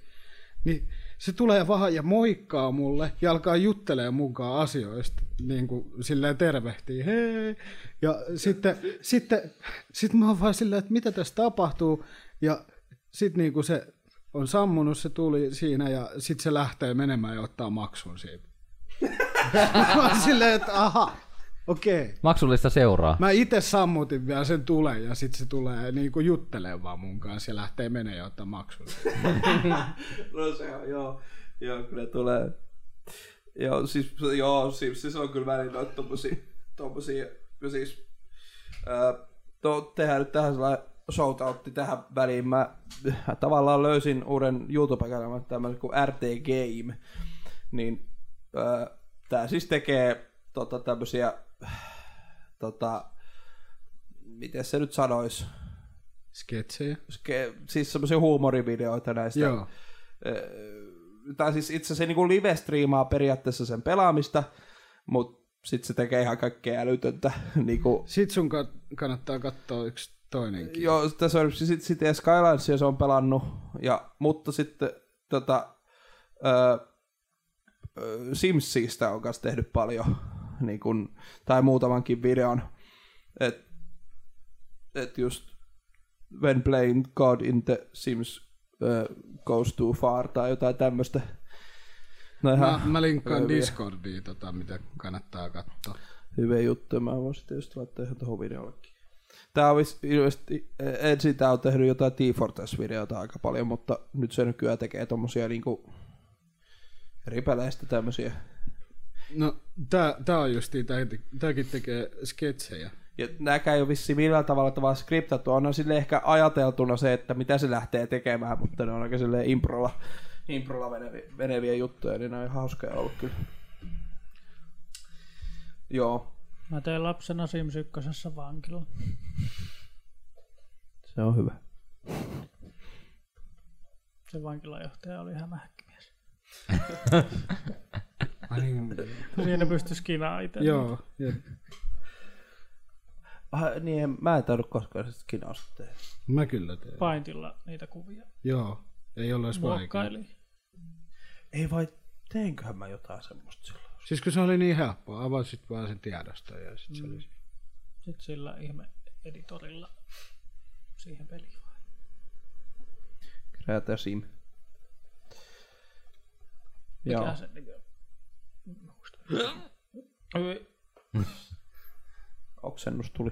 S3: Niin se tulee vaan ja moikkaa mulle ja alkaa juttelee mukaan asioista. Niin kuin silleen tervehtii, hei. Ja sitten, sitten sit mä oon vaan silleen, että mitä tässä tapahtuu. Ja sitten niinku se on sammunut se tuli siinä ja sitten se lähtee menemään ja ottaa maksun siitä. mä oon silleen, että aha, okei. Okay.
S2: Maksullista seuraa.
S3: Mä itse sammutin vielä sen tulen ja sitten se tulee niinku juttelee vaan mun kanssa ja lähtee menee ja ottaa maksun.
S5: No se on, joo. Joo, kyllä tulee. Joo, siis, joo, siis, siis on kyllä välillä noita tommosia, tommosia, no siis, ää, to, tehdään nyt tähän sellainen shoutoutti tähän väliin. Mä tavallaan löysin uuden YouTube-kanavan tämmöisen kuin RT Game. Niin öö, tää siis tekee tota, tämmöisiä, tota, miten se nyt sanois,
S3: Sketsejä.
S5: Ske- siis semmoisia huumorivideoita näistä.
S3: Joo.
S5: Tai siis itse se niinku live-striimaa periaatteessa sen pelaamista, mutta sitten se tekee ihan kaikkea älytöntä. niinku,
S3: Sit sun kat- kannattaa katsoa yksi toinenkin.
S5: Joo, tässä on sitten sit Skylinesia se on pelannut, ja, mutta sitten tota, ö, ö, Simsistä on kanssa tehnyt paljon, niin kun, tai muutamankin videon. Et, et just when playing God in the Sims ö, goes too far tai jotain tämmöistä. No ihan
S3: Mä, mä linkkaan
S5: hyviä,
S3: Discordiin, tota, mitä kannattaa katsoa.
S5: hyviä juttuja. Mä voin sitten just laittaa ihan tuohon videollekin. Tää on vis- ilmeisesti, e, ensin tää on tehnyt jotain T-Fortress-videota aika paljon, mutta nyt se nykyään tekee tommosia niinku ripeleistä tämmösiä.
S3: No, tää, tää on justiin, tää, tääkin tekee sketsejä.
S5: Ja nääkään ei ole vissiin millään tavalla tavalla skriptattu. On sille ehkä ajateltuna se, että mitä se lähtee tekemään, mutta ne on aika silleen improlla, improlla meneviä, meneviä juttuja, niin ne on ihan hauskoja ollut kyllä. Joo.
S4: Mä tein lapsena Sims 1 vankilla.
S5: Se on hyvä.
S4: Se vankilajohtaja oli hämähäkkimies.
S3: Ai niin,
S4: Siinä pystyi skinaa itse.
S3: joo. jep.
S5: Ah, niin, en, mä en tainnut koskaan sitä kinausta tehdä.
S3: Mä kyllä teen.
S4: Paintilla niitä kuvia
S3: Joo, ei ole edes vaikea.
S4: muokkaili.
S5: Ei vai, teinköhän mä jotain semmoista silloin?
S3: Siis kun se oli niin helppoa, avasit vaan sen tiedosto ja sit se oli...
S4: Sitten sillä ihme editorilla siihen peliin.
S5: Create sim.
S4: Mikä
S5: Joo.
S4: se nimi on? En muista. Oi,
S5: Oksennus tuli.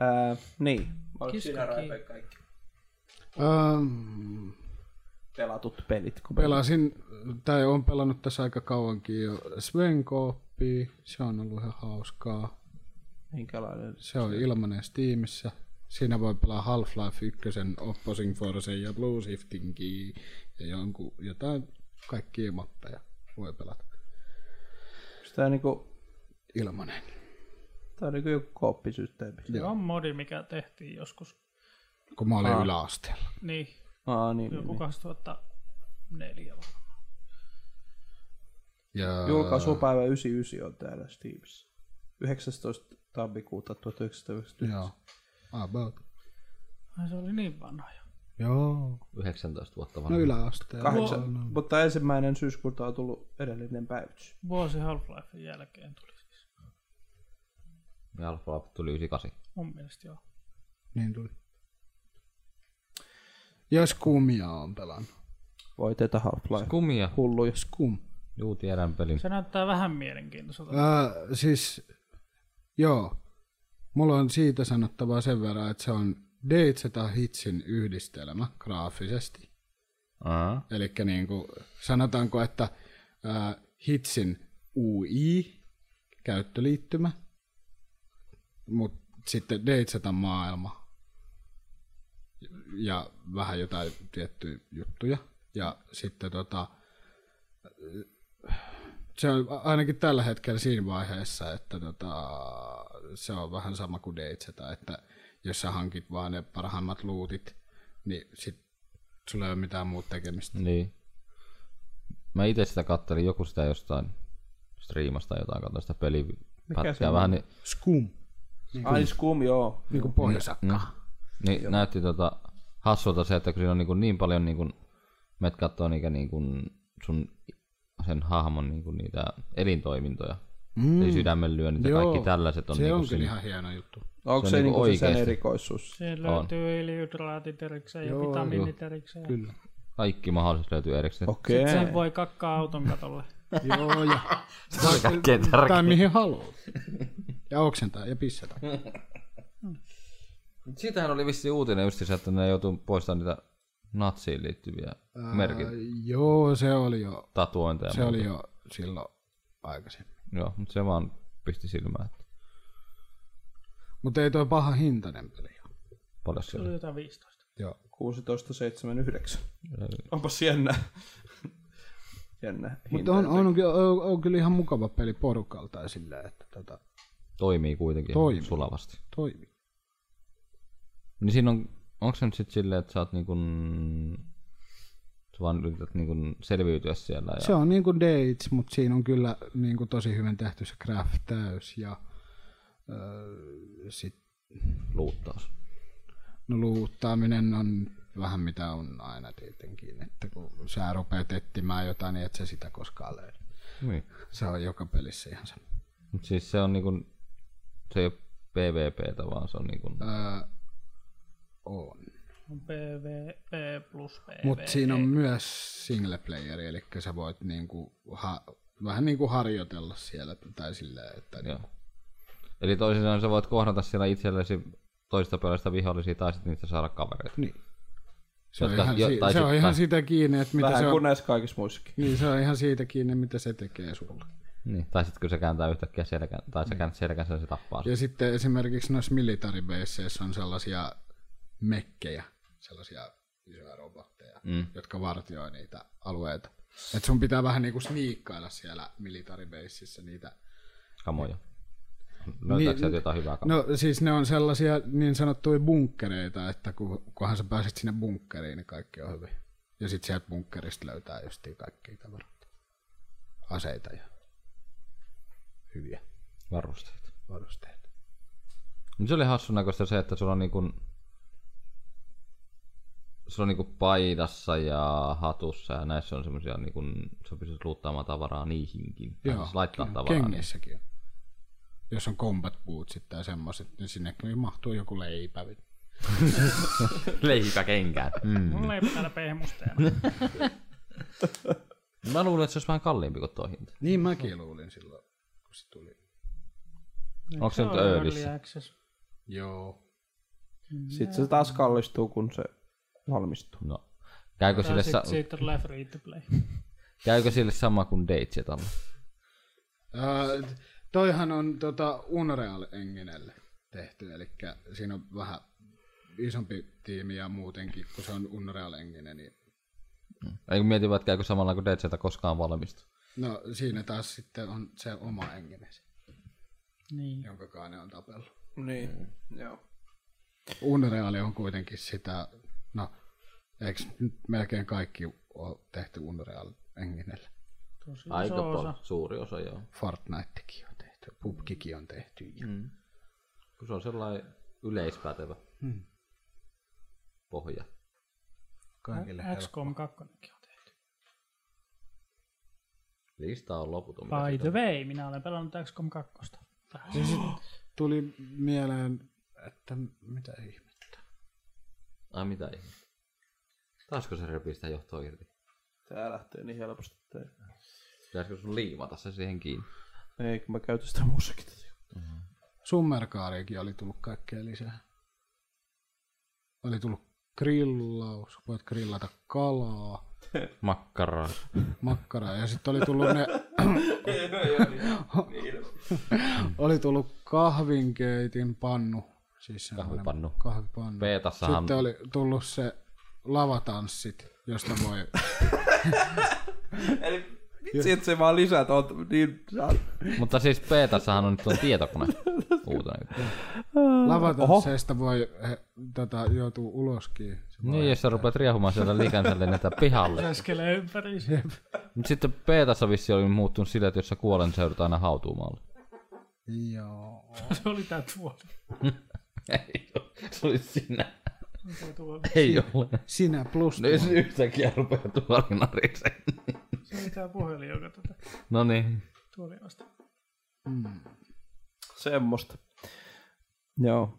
S5: Ää, niin. Oliko
S4: Kiska
S5: siinä
S4: kiinni.
S5: Raipe kaikki
S3: Ähm,
S5: pelatut pelit? Kun
S3: pelasin, tai on pelannut tässä aika kauankin jo Sven Kooppia. Se on ollut ihan hauskaa.
S5: Minkälainen?
S3: Se on ilmanen Steamissa. Siinä voi pelaa Half-Life 1, Opposing Force ja Blue Shiftingkin ja jonkun, jotain kaikkia mappeja voi pelata.
S5: Sitä niinku,
S3: Ilmanen.
S5: tää on niinku joku kooppisysteemi.
S4: se on modi, mikä tehtiin joskus.
S3: Kun mä olin yläasteella.
S4: Niin,
S5: Aa, niin, niin,
S4: joku
S5: niin.
S4: 2004 vai?
S3: Ja
S5: Julkaisupäivä 99 on täällä Steamissa. 19. tammikuuta 1999.
S3: Joo. About.
S4: Ai, se oli niin vanha jo.
S3: Joo.
S2: 19 vuotta
S3: No
S2: vanha.
S3: yläasteella.
S5: Kahdeksan, mutta ensimmäinen syyskuuta on tullut edellinen päivitys.
S4: Vuosi Half-Lifen jälkeen tuli siis.
S2: Ja Alfa tuli 98.
S4: Mun mielestä joo.
S3: Niin tuli. Ja Skumia on pelannut.
S5: Voi teitä Half-Life.
S2: Kumia.
S5: Hulluja.
S3: Skum.
S2: Juu, tiedän pelin.
S4: Se näyttää vähän mielenkiintoiselta.
S2: No,
S3: Ää, siis, joo. Mulla on siitä sanottavaa sen verran, että se on Deitseta Hitsin yhdistelmä graafisesti.
S2: Aa.
S3: Eli niin kuin, sanotaanko, että ää, Hitsin UI-käyttöliittymä, mutta sitten Deitsetan maailma ja vähän jotain tiettyjä juttuja. Ja sitten tota, se on ainakin tällä hetkellä siinä vaiheessa, että tota, se on vähän sama kuin Deitseta, että jos sä hankit vaan ne parhaimmat luutit, niin sit sulla ei ole mitään muuta tekemistä.
S2: Niin. Mä itse sitä kattelin, joku sitä jostain striimasta tai jotain, katsoin sitä pelipätkää vähän, niin,
S3: Skum.
S5: Ai Scum, joo.
S3: Niin kuin pohjoisakka.
S2: mm, niin näytti tota, hassulta se, että kun siinä on niin, kuin niin paljon niin kuin, meet kattoo niitä niin kuin sun sen hahmon niin kuin niitä elintoimintoja. Mm. Eli sydämen lyönnit ja
S3: Joo.
S2: kaikki tällaiset on,
S3: Se
S2: niin
S3: on
S2: kuin
S3: kyllä
S2: siinä.
S3: ihan hieno juttu.
S5: Onko
S2: on
S5: se,
S2: niinku
S5: niinku se sen
S2: oikeesti.
S5: erikoissuus?
S4: Siihen löytyy öljyhydraatit erikseen ja vitamiinit erikseen.
S3: Kyllä.
S2: Kaikki mahdolliset löytyy erikseen. Oh.
S5: Okei.
S4: Sitten sen voi kakkaa auton katolle.
S3: Joo, ja
S2: Se on kaikkein
S3: tai
S2: tärkein.
S3: mihin haluaa. Ja oksentaa ja pissata.
S2: Siitähän oli vissi uutinen just se, että ne joutuu poistamaan niitä natsiin liittyviä merkit,
S3: Ää, joo, se oli jo,
S2: tatuointeja.
S3: se oli jo silloin aikaisemmin.
S2: Joo, mutta se vaan pisti silmään. että
S3: Mutta ei toi paha hintainen peli. ole.
S2: Paljon
S4: Se
S2: siellä?
S4: oli jotain 15.
S5: 1679. Äh. Onpas jännä. jännä
S3: Mutta on, on, on, on, on, kyllä ihan mukava peli porukalta ja sillä, että tota,
S2: Toimii kuitenkin
S3: Toimii.
S2: sulavasti.
S3: toimii.
S2: Niin siinä on, onko se nyt sitten silleen, että sä oot niinku, sä vaan yrität niinku selviytyä siellä ja
S3: Se on niin kuin Dates, mutta siinä on kyllä niin kuin tosi hyvin tehty se craftäys ja öö, sit,
S2: luuttaus.
S3: no, luuttaaminen on vähän mitä on aina tietenkin, että kun sä rupeat etsimään jotain, niin et sä sitä koskaan löydä.
S2: Niin.
S3: Se on joka pelissä ihan sama.
S2: Mut siis se on niinku, se ei ole PvPtä, vaan se on niinku,
S3: Öö, on.
S4: On PvP plus PvP.
S3: Mutta siinä on myös single player, eli sä voit niinku ha- vähän niinku harjoitella siellä tai sillä, että
S2: joo. Eli toisin sanoen sä voit kohdata siellä itsellesi toista pelaajista vihollisia tai sitten niistä saada kavereita.
S3: niin. Se on,
S2: Jotka-
S3: ihan,
S2: jo-
S3: si-
S2: tai
S3: se
S2: sit-
S3: on ihan
S2: tai-
S3: siitä kiinni, että mitä
S5: Vähän
S3: se
S5: kuin
S3: on,
S5: näissä kaikissa muissakin.
S3: niin se on ihan siitä kiinni, mitä se tekee sulle.
S2: Niin. Tai sitten kun se kääntää yhtäkkiä selkän, tai sä käännät selkänsä ja se tappaa sut.
S3: Ja sitten esimerkiksi noissa military baseissa on sellaisia mekkejä, sellaisia isoja robotteja, mm. jotka vartioi niitä alueita. Et sun pitää vähän niinku sniikkailla siellä military baseissa niitä
S2: kamoja. Löytääkö niin, sieltä jotain hyvää kamoja?
S3: No siis ne on sellaisia niin sanottuja bunkkereita, että kun, kunhan sä pääset sinne bunkkeriin, niin kaikki on hyvin. Ja sit sieltä bunkkerista löytää justiin kaikkia tavaroita. Aseita ja hyviä
S2: Varusteet.
S3: varusteita.
S2: Mutta se oli hassun näköistä se, että sulla on niinku... Sulla on niinku paidassa ja hatussa ja näissä on semmosia niinku... Sä pystyt luuttaamaan tavaraa niihinkin. Tai siis laittaa tavaraa niihin.
S3: kengissäkin on. Jos on combat bootsit tai semmoiset, niin sinne kyllä mahtuu joku leipä.
S2: Leipä kenkään. Mm.
S4: Mulla ei täällä pehmusteella.
S2: Mä luulen, että se olisi vähän kalliimpi kuin toi hinta.
S3: Niin mäkin luulin silloin, kun se tuli.
S2: Onko se nyt öölissä?
S3: Joo.
S5: Sitten se taas kallistuu, kun se valmistuu.
S2: No. Käykö sille,
S4: Tai
S2: sa-
S4: sit siitä tulee free to play.
S2: käykö sille sama kuin Deitsetalla?
S3: Äh, toihan on tota Unreal Enginelle tehty, eli siinä on vähän isompi tiimi ja muutenkin, kun se on Unreal Engine, niin
S2: Eikö mietin, vaan, että käykö samalla kuin Deitsetä koskaan valmistu?
S3: no siinä taas sitten on se oma enginesi,
S4: Niin.
S3: jonka kanssa ne on tapellut.
S5: Niin, joo.
S3: Unreal on kuitenkin sitä, no eikö nyt melkein kaikki ole tehty Unreal Enginelle?
S4: Tosi
S2: Aika
S4: iso osa.
S2: paljon. Suuri osa, joo.
S3: Fortnitekin on tehty, PUBGkin on tehty. Ja... Mm.
S2: Kun se on sellainen yleispätevä pohja.
S3: Kaikille
S4: XCOM 2 on tehty.
S2: Lista on loputon. mitä
S4: By
S2: siitä
S4: the way, minä olen pelannut XCOM 2. Vähän.
S3: Tuli mieleen, että mitä ihmettä.
S2: Ai mitä ihmettä. Taasko se repii sitä johtoa irti?
S5: Tää lähtee niin helposti. tää.
S2: Pitäisikö sun liimata se siihen kiinni?
S5: Ei, kun mä käytän sitä muussakin.
S3: Summerkaariakin oli tullut kaikkea lisää. Oli tullut grillaus, voit grillata kalaa,
S2: Makkaraa.
S3: makkaraa ja sitten oli tullut ne... oli tullut kahvinkeitin pannu. Siis semmonen
S2: Kahvipannu.
S3: kahvipannu.
S2: Beetassahan-
S3: Sitten oli tullut se lavatanssit, josta voi...
S5: Eli vitsi, että se vaan lisää tuolta. Niin, saa-
S2: Mutta siis beetassahan on nyt tuon tietokone. Uutena.
S3: Lavatansseista voi he, tota, joutua uloskin. Se voi-
S2: Niin, jos sä rupeat riehumaan sieltä liikänsä näitä pihalle.
S4: Räskelee ympäri. se.
S2: Mutta sitten beetassa vissi oli muuttunut sillä, että jos sä kuolen, sä joudut aina hautuumalle.
S3: Joo.
S4: Se oli tää tuoli.
S2: Ei oo. se oli sinä.
S4: Se tuoli.
S2: Ei ole.
S3: Sinä plus
S2: No jos yhtäkkiä rupeaa tuoli nariseen.
S4: Se oli tää puhelin, joka tota- tätä
S2: No niin.
S4: tuoli asti.
S5: semmoista. Joo.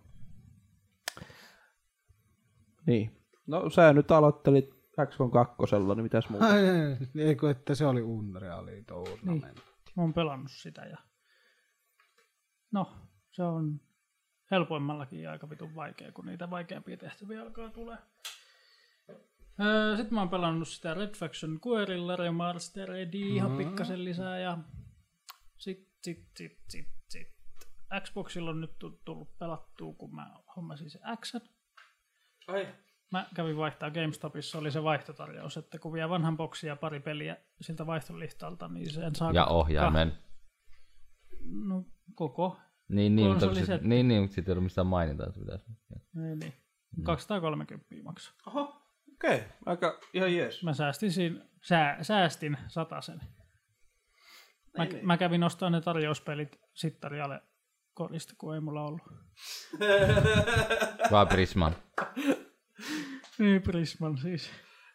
S5: Niin. No sä nyt aloittelit XCOM 2, niin mitäs muuta?
S3: Ai, ei, Eikö, että se oli Unreali tournament.
S4: Mä oon pelannut sitä ja... No, se on helpoimmallakin aika vitun vaikea, kun niitä vaikeampia tehtäviä alkaa tulee. Öö, Sitten mä oon pelannut sitä Red Faction Querilla, Remastered, ihan pikkasen lisää ja sit, sit, sit, sit, sit. Xboxilla on nyt tu- tullut pelattua, kun mä hommasin se X.
S5: Ai.
S4: Mä kävin vaihtaa GameStopissa, oli se vaihtotarjous, että kun vie vanhan boksia pari peliä siltä vaihtolistalta, niin sen saa
S2: Ja ohjaimen.
S4: no, koko.
S2: Niin, niin, mutta
S4: Konsoliset.
S2: sit, niin, niin, mutta sitten ei ollut mistään mainintaa, että pitäisi.
S4: Niin, niin. 230 maksaa.
S5: Oho, okei. Okay. Aika ihan jees.
S4: Mä säästin siinä, sää, säästin sen. Mä,
S5: Niin, niin.
S4: mä kävin ostamaan ne tarjouspelit sittarialle kodista, kun ei mulla ollut.
S2: Vai Prisman.
S4: Niin, Prisman siis.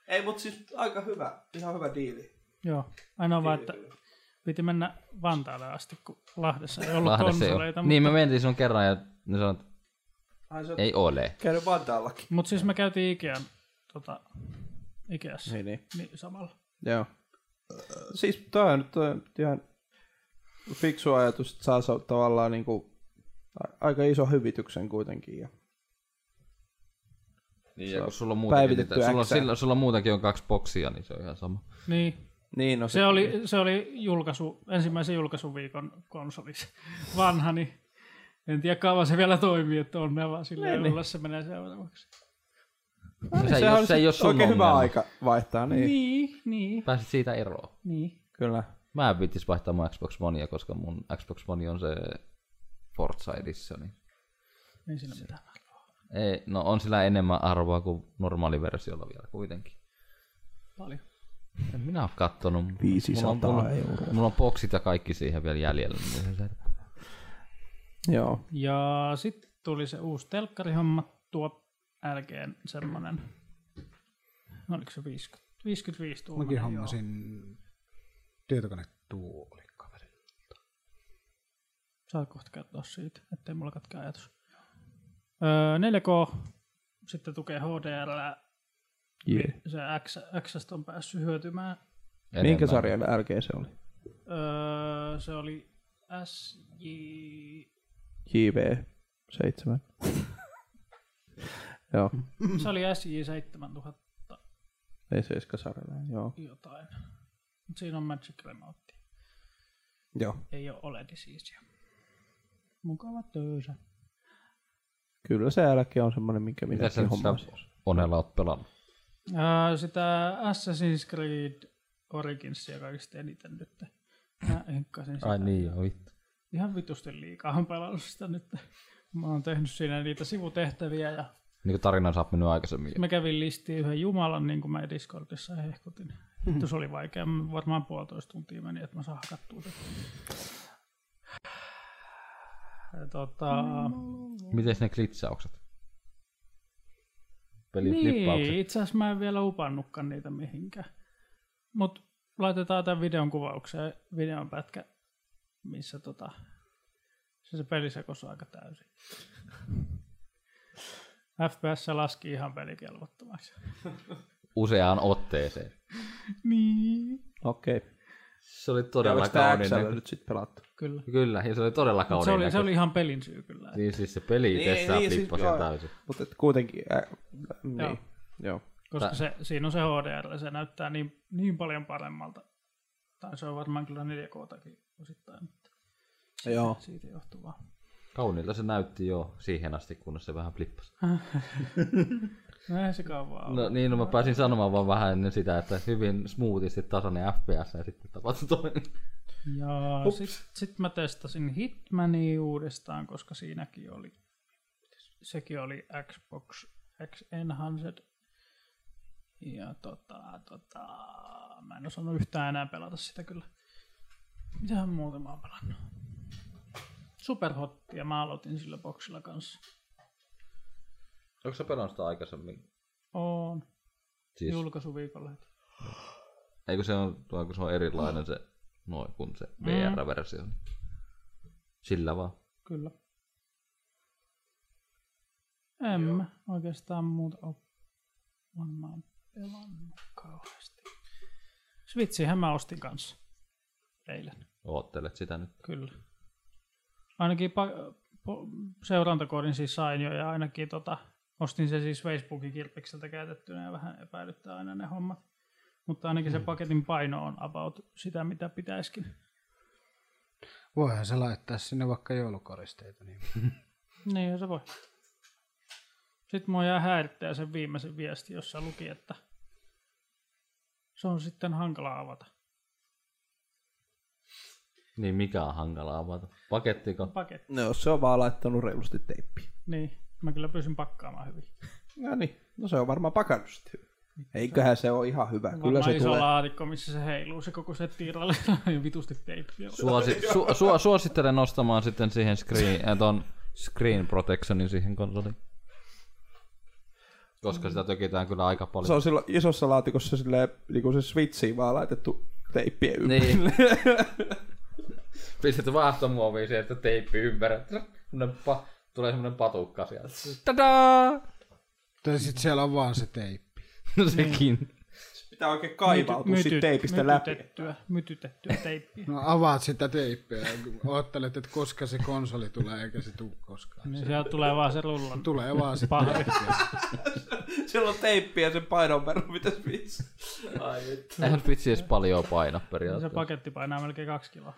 S5: Ei, mutta siis aika hyvä. Ihan hyvä diili.
S4: Joo, ainoa vaan, että piti mennä Vantaalle asti, kun Lahdessa ei ollut
S2: Lahdessa ei ole.
S4: konsoleita.
S2: Niin, me mentiin sinun kerran ja ne sanoit, että
S5: Ai se
S2: ei ole.
S5: käynyt Vantaallakin.
S4: Mutta siis me käytiin Ikean, tota, Ikeassa,
S5: Niin, niin.
S4: niin samalla.
S5: Joo. Siis toi on nyt toi on ihan fiksu ajatus, että saa sa- tavallaan niinku a- aika iso hyvityksen kuitenkin. Ja
S2: Niin,
S5: ja kun
S2: sulla on
S5: muutenkin niitä-
S2: sulla, on,
S5: X.
S2: sillä, sulla muutenkin on kaksi boksia, niin se on ihan sama.
S5: No
S4: Niin,
S5: Niin, no
S4: se oli, se oli julkaisu, ensimmäisen julkaisuviikon konsolissa vanhani. En tiedä kauan se vielä toimii, että onnea vaan sille,
S5: Niin, niin.
S4: jolla se menee seuraavaksi.
S5: No niin,
S2: se ei
S5: sehän
S2: oo-
S5: on
S2: se ei oo sun
S5: Oikein hyvä
S2: ongelma.
S5: aika vaihtaa, niin. niin.
S4: Niin, niin,
S2: Pääsit siitä eroon.
S4: niin.
S5: Kyllä.
S2: Mä en viittis vaihtaa mun Xbox Onea, koska mun Xbox One on se Forza Edition.
S4: Ei siinä mitään.
S2: Ei, no on sillä enemmän arvoa kuin normaali versiolla vielä kuitenkin.
S4: Paljon.
S2: En minä ole kattonut. mutta
S5: 500
S2: mulla on, mulla,
S5: euroa.
S2: Mulla on boksit ja kaikki siihen vielä jäljellä. niin se- se-
S5: Joo.
S4: Ja sitten tuli se uusi telkkarihomma, tuo LGn semmonen, No, oliko se 50, 55 tuumainen?
S3: Mäkin
S4: joo.
S3: hommasin tietokonetuoli kaverille.
S4: Saat kohta kertoa siitä, ettei mulla katke ajatus. Öö, 4K sitten tukee HDR,
S5: Yeah.
S4: se X, X on päässyt hyötymään.
S5: Minkä
S2: enemmän.
S5: sarjan LG se oli?
S4: Öö, se oli SJ...
S5: JV7. Joo,
S4: Se oli SJ 7000
S5: ei 7 sarjalla, joo.
S4: jotain. Mut siinä on Magic Remote.
S5: Joo,
S4: Ei ole OLED siis. ja Mukava töysä.
S5: kyllä se LG on semmoinen, minkä
S2: Mitä sä
S5: minäkin
S2: nyt
S5: hommasin.
S2: sä Onella oot pelannut?
S4: Öö, sitä Assassin's Creed Originsia kaikista eniten nyt. Mä henkkasin sitä.
S2: Ai niin joo, vittu.
S4: Ihan vitusti liikaa on pelannut sitä nyt. Mä oon tehnyt siinä niitä sivutehtäviä ja
S2: Niin kuin tarinan saat minua aikaisemmin.
S4: Mä kävin listiin yhden jumalan, niin kuin mä Discordissa hehkutin. Vittu, se oli vaikea. Mä Varmaan puolitoista tuntia meni, että mä saan hakattua sen. Ja Tota,
S2: Miten ne klitsaukset? Pelin niin.
S4: niin,
S2: flippaukset.
S4: itse asiassa mä en vielä upannutkaan niitä mihinkään. Mut laitetaan tämän videon kuvaukseen videon pätkä, missä tota, se, se pelisekos on aika täysin. FPS laski ihan pelikelvottomaksi.
S2: Useaan otteeseen.
S4: Niin.
S5: Okei. Okay.
S2: Se oli
S5: Oliko
S2: todella
S5: tämä
S2: kaunis.
S5: XL nyt sitten pelattu?
S4: Kyllä.
S2: Kyllä, ja se oli todella
S4: Mut
S2: kaunis.
S4: Se oli, se oli ihan pelin syy kyllä. Niin.
S2: Niin siis se peli
S5: Niin,
S2: itsessään
S5: niin,
S2: niin,
S5: siis
S2: flippasi
S5: joo.
S2: siis, täysin.
S5: Mutta et kuitenkin, äh, niin, joo.
S4: Joo.
S5: joo.
S4: Koska se, siinä on se HDR, se näyttää niin, niin paljon paremmalta. Tai se on varmaan kyllä 4K-takin osittain. mutta
S5: Joo.
S4: Siitä johtuu vaan.
S2: Kauniilta se näytti jo siihen asti, kunnes se vähän flippasi.
S4: No eihän se kauan ole.
S2: No niin, no mä pääsin sanomaan vaan vähän ennen sitä, että hyvin smoothisti tasainen FPS ja sitten tapahtui toinen.
S4: Ja sitten sit mä testasin Hitmania uudestaan, koska siinäkin oli, sekin oli Xbox X Enhanced. Ja tota, tota, mä en osannut yhtään enää pelata sitä kyllä. Mitähän muuta mä oon pelannut? Superhottia mä aloitin sillä boksilla kanssa.
S2: Onko sä pelannut sitä aikaisemmin?
S4: Oon.
S2: Siis,
S4: Julkaisuviikolla heti.
S2: eikö se on, vai kun se on erilainen se, noin kuin se VR-versio. niin Sillä vaan.
S4: Kyllä. En mä oikeastaan muuta ole varmaan pelannut kauheasti. Switchihän mä ostin kanssa eilen.
S2: Oottelet sitä nyt.
S4: Kyllä. Ainakin pa- po- seurantakoodin siis sain jo ja ainakin tota, ostin se siis Facebookin kirppikseltä käytettynä ja vähän epäilyttää aina ne hommat. Mutta ainakin se paketin paino on about sitä, mitä pitäisikin.
S3: Voihan se laittaa sinne vaikka joulukoristeita. Niin.
S4: Niin se voi. Sitten mua jää häirittää sen viimeisen viesti, jossa luki, että se on sitten hankala avata.
S2: Niin mikä on hankalaa avata? Pakettiko?
S4: Paketti.
S5: No jos se on vaan laittanut reilusti teippiä.
S4: Niin, mä kyllä pysyn pakkaamaan hyvin.
S5: No niin, no se on varmaan pakannut sitten. Eiköhän se ole ihan hyvä. Kyllä
S4: Varmaan
S5: se
S4: iso
S5: tulee.
S4: laatikko, missä se heiluu, se koko se tiiralle ja vitusti teippiä.
S2: Suosi, su, su, suosittelen nostamaan sitten siihen screen, äh, ton screen protectionin siihen konsoliin. Koska sitä tökitään kyllä aika paljon.
S5: Se on silloin isossa laatikossa silleen, niin kuin se switchiin vaan laitettu teippiä ympärille.
S2: Niin. Pistät vaahtomuoviin siihen, että teippi ympärillä. Semmonen Pa- tulee semmonen patukka sieltä. Tadaa!
S3: Tai sitten siellä on vaan se teippi.
S2: No sekin.
S5: Pitää oikein kaivautua siitä teipistä läpi.
S4: mytytettyä, mytytettyä teippiä.
S3: No avaat sitä teippiä ja oottelet, että koska se konsoli tulee, eikä se tule koskaan.
S4: niin sieltä tulee vaan se rullan
S3: Tulee vaan se
S4: pahvi.
S5: Siellä on teippiä sen painon verran, mitä switch. Ai vittu.
S2: Eihän nyt vitsi edes paljon paina
S4: Se
S2: periaatteessa.
S4: paketti painaa melkein kaksi kiloa.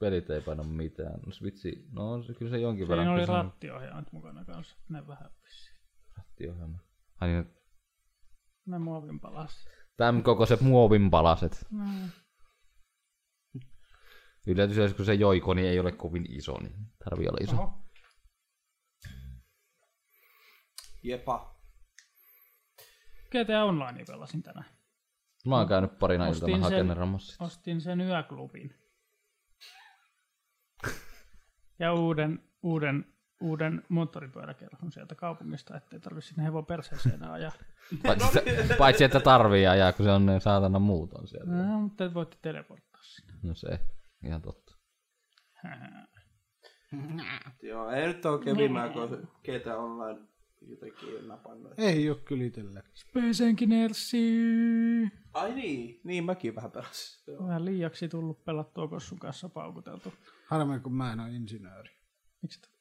S2: Pelit ei paina mitään. No se vitsi, no se, kyllä se jonkin verran.
S4: Siinä oli
S2: kyllä se on
S4: rattiohjaimet mukana kanssa. Ne vähän vissiin.
S2: rattiohjelma. Ai niin, että
S4: Ne muovin palasi.
S2: Tämän kokoiset muovin palaset.
S4: No,
S2: Yllätys, jos kun se joiko, niin ei ole kovin iso, niin tarvii olla iso.
S4: oho.
S5: Jepa.
S4: GTA Online pelasin tänään.
S2: Mä oon käynyt parina
S4: Ostin
S2: iltana
S4: sen-
S2: hakeneramassa.
S4: Ostin sen yöklubin. Ja uuden, uuden, uuden moottoripyöräkerhon sieltä kaupungista, ettei tarvitse sinne hevon perseeseen enää ajaa.
S2: Paitsi, että- paitsi, että tarvii ajaa, kun se on ne saatana muuton siellä.
S4: No, mutta voitte teleporttaa sinne.
S2: No se, ihan totta.
S5: Joo, ei nyt oikein viime aikoina se ketä online jotenkin napannut.
S3: Ei ole kyllä itselläkin.
S4: Space Engineersi!
S5: Ai niin, niin mäkin vähän pelasin.
S4: Vähän liiaksi tullut pelattua, kun sun kanssa paukuteltu.
S3: Harmi, kun mä en ole insinööri.
S4: Miksi et-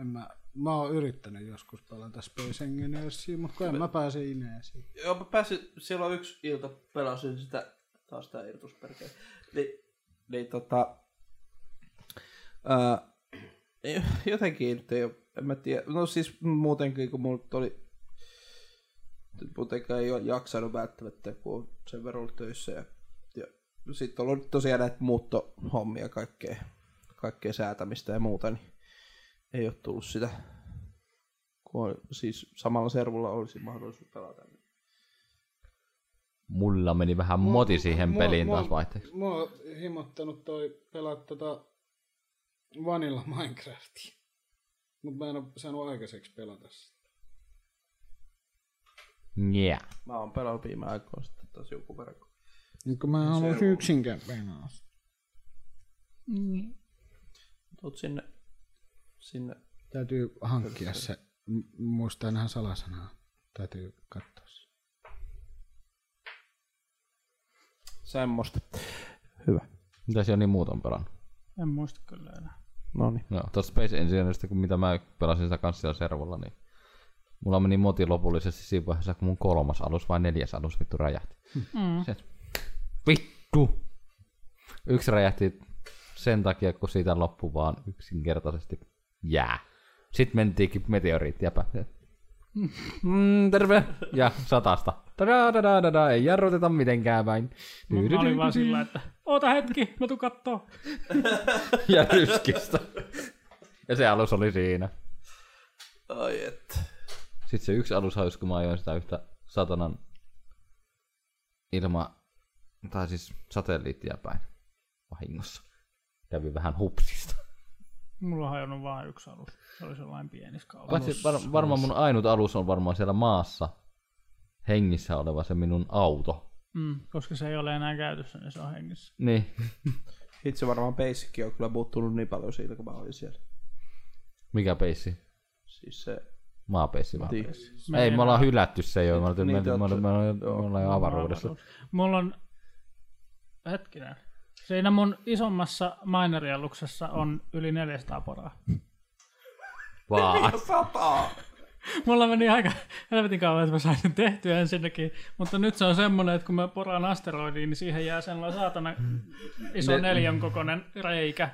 S3: En mä, mä oon yrittänyt joskus pelata Space Engineersia, mutta kun en mä pääse ineesiin.
S5: Joo, mä pääsin silloin yksi ilta pelasin sitä, taas tää irtus perkele. Niin, niin tota, ää, jotenkin nyt ei ole, en mä tiedä, no siis muutenkin kun mulla oli, muutenkaan ei ole jaksanut välttämättä, kun on sen verran ollut töissä ja, ja sitten on ollut tosiaan näitä muuttohommia ja kaikkea, kaikkea säätämistä ja muuta, niin ei ole tullut sitä, kun on, siis samalla servulla olisi mahdollisuus pelata, niin
S2: Mulla meni vähän moti siihen peliin taas vaihteeksi.
S3: Mua on himottanut toi pelaa tota Vanilla Minecraftia. Mutta mä en ole saanut aikaiseksi pelata sitä.
S2: Yeah.
S5: Mä oon pelannut viime aikoina sitten taas joku verran.
S3: Nyt Niin kun mä en halua yksinkään pelaa sitä.
S5: Tuut sinne, sinne.
S3: Täytyy hankkia se. M- Muista enää salasanaa. Täytyy katsoa se.
S5: Semmosta. Hyvä.
S2: Mitä siellä niin muuta on pelannut?
S4: En muista kyllä enää.
S5: No niin.
S2: No, tuosta Space Engineeristä, kun mitä mä pelasin sitä kanssa siellä servolla, niin mulla meni moti lopullisesti siinä vaiheessa, kun mun kolmas alus vai neljäs alus vittu räjähti.
S4: Mm.
S2: Se, vittu! Yksi räjähti sen takia, kun siitä loppui vaan yksinkertaisesti jää. Sitten mentiinkin meteoriittiäpä. Mm, terve! Ja satasta. Tadaa, tadaa, tadaa, ei jarruteta mitenkään päin.
S4: Mä olin vaan sillä, että oota hetki, mä tuun kattoo.
S2: Ja ryskistä. Ja se alus oli siinä.
S5: Ai et.
S2: Sitten se yksi alus hajosi, kun mä ajoin sitä yhtä satanan ilma, tai siis satelliittia päin vahingossa. Kävi vähän hupsista.
S4: Mulla on hajonnut vaan yksi alus. Se oli sellainen pieni skaala.
S2: Paitsi var, varmaan mun ainut alus on varmaan siellä maassa hengissä oleva se minun auto.
S4: Mm, koska se ei ole enää käytössä, niin se on hengissä.
S2: Niin.
S5: Itse varmaan basicki on kyllä muuttunut niin paljon siitä, kun mä olin siellä.
S2: Mikä peissi?
S5: Siis se...
S2: Maapeissi vaan.
S5: Niin.
S2: Ei, me ollaan hylätty se jo. Me ollaan-
S5: Niin,
S2: me-
S5: te
S2: me- me- me-
S5: ootte-
S2: me ollaan avaruudessa.
S4: Mulla on... Hetkinen. Siinä mun isommassa minerialuksessa on yli 400 poraa.
S2: Vaan.
S5: Sataa!
S4: Mulla meni aika helvetin kauan, että mä sain sen tehtyä ensinnäkin, mutta nyt se on semmoinen, että kun mä poraan asteroidiin, niin siihen jää sellainen saatana iso neljön kokoinen reikä,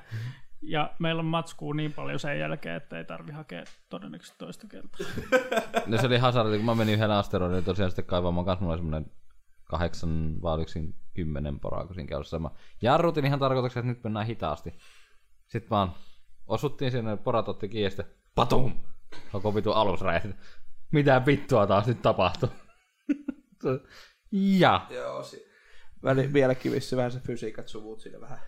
S4: Ja meillä on matskua niin paljon sen jälkeen, että ei tarvi hakea todennäköisesti toista kertaa.
S2: No se oli hazardi, kun mä menin yhden asteroidin niin tosiaan sitten kaivamaan kanssa, mulla oli semmoinen kahdeksan vai oliko siinä kymmenen poraa, kun siinä käydessä. Mä jarrutin ihan tarkoituksella, että nyt mennään hitaasti. Sitten vaan osuttiin sinne, porat otti kiinni ja sitten patum! Koko vitu alus räjähti. Mitä vittua taas nyt tapahtuu? Se- ja
S5: Joo, si- väli, vieläkin vissi vähän se fysiikat suvut siinä vähän,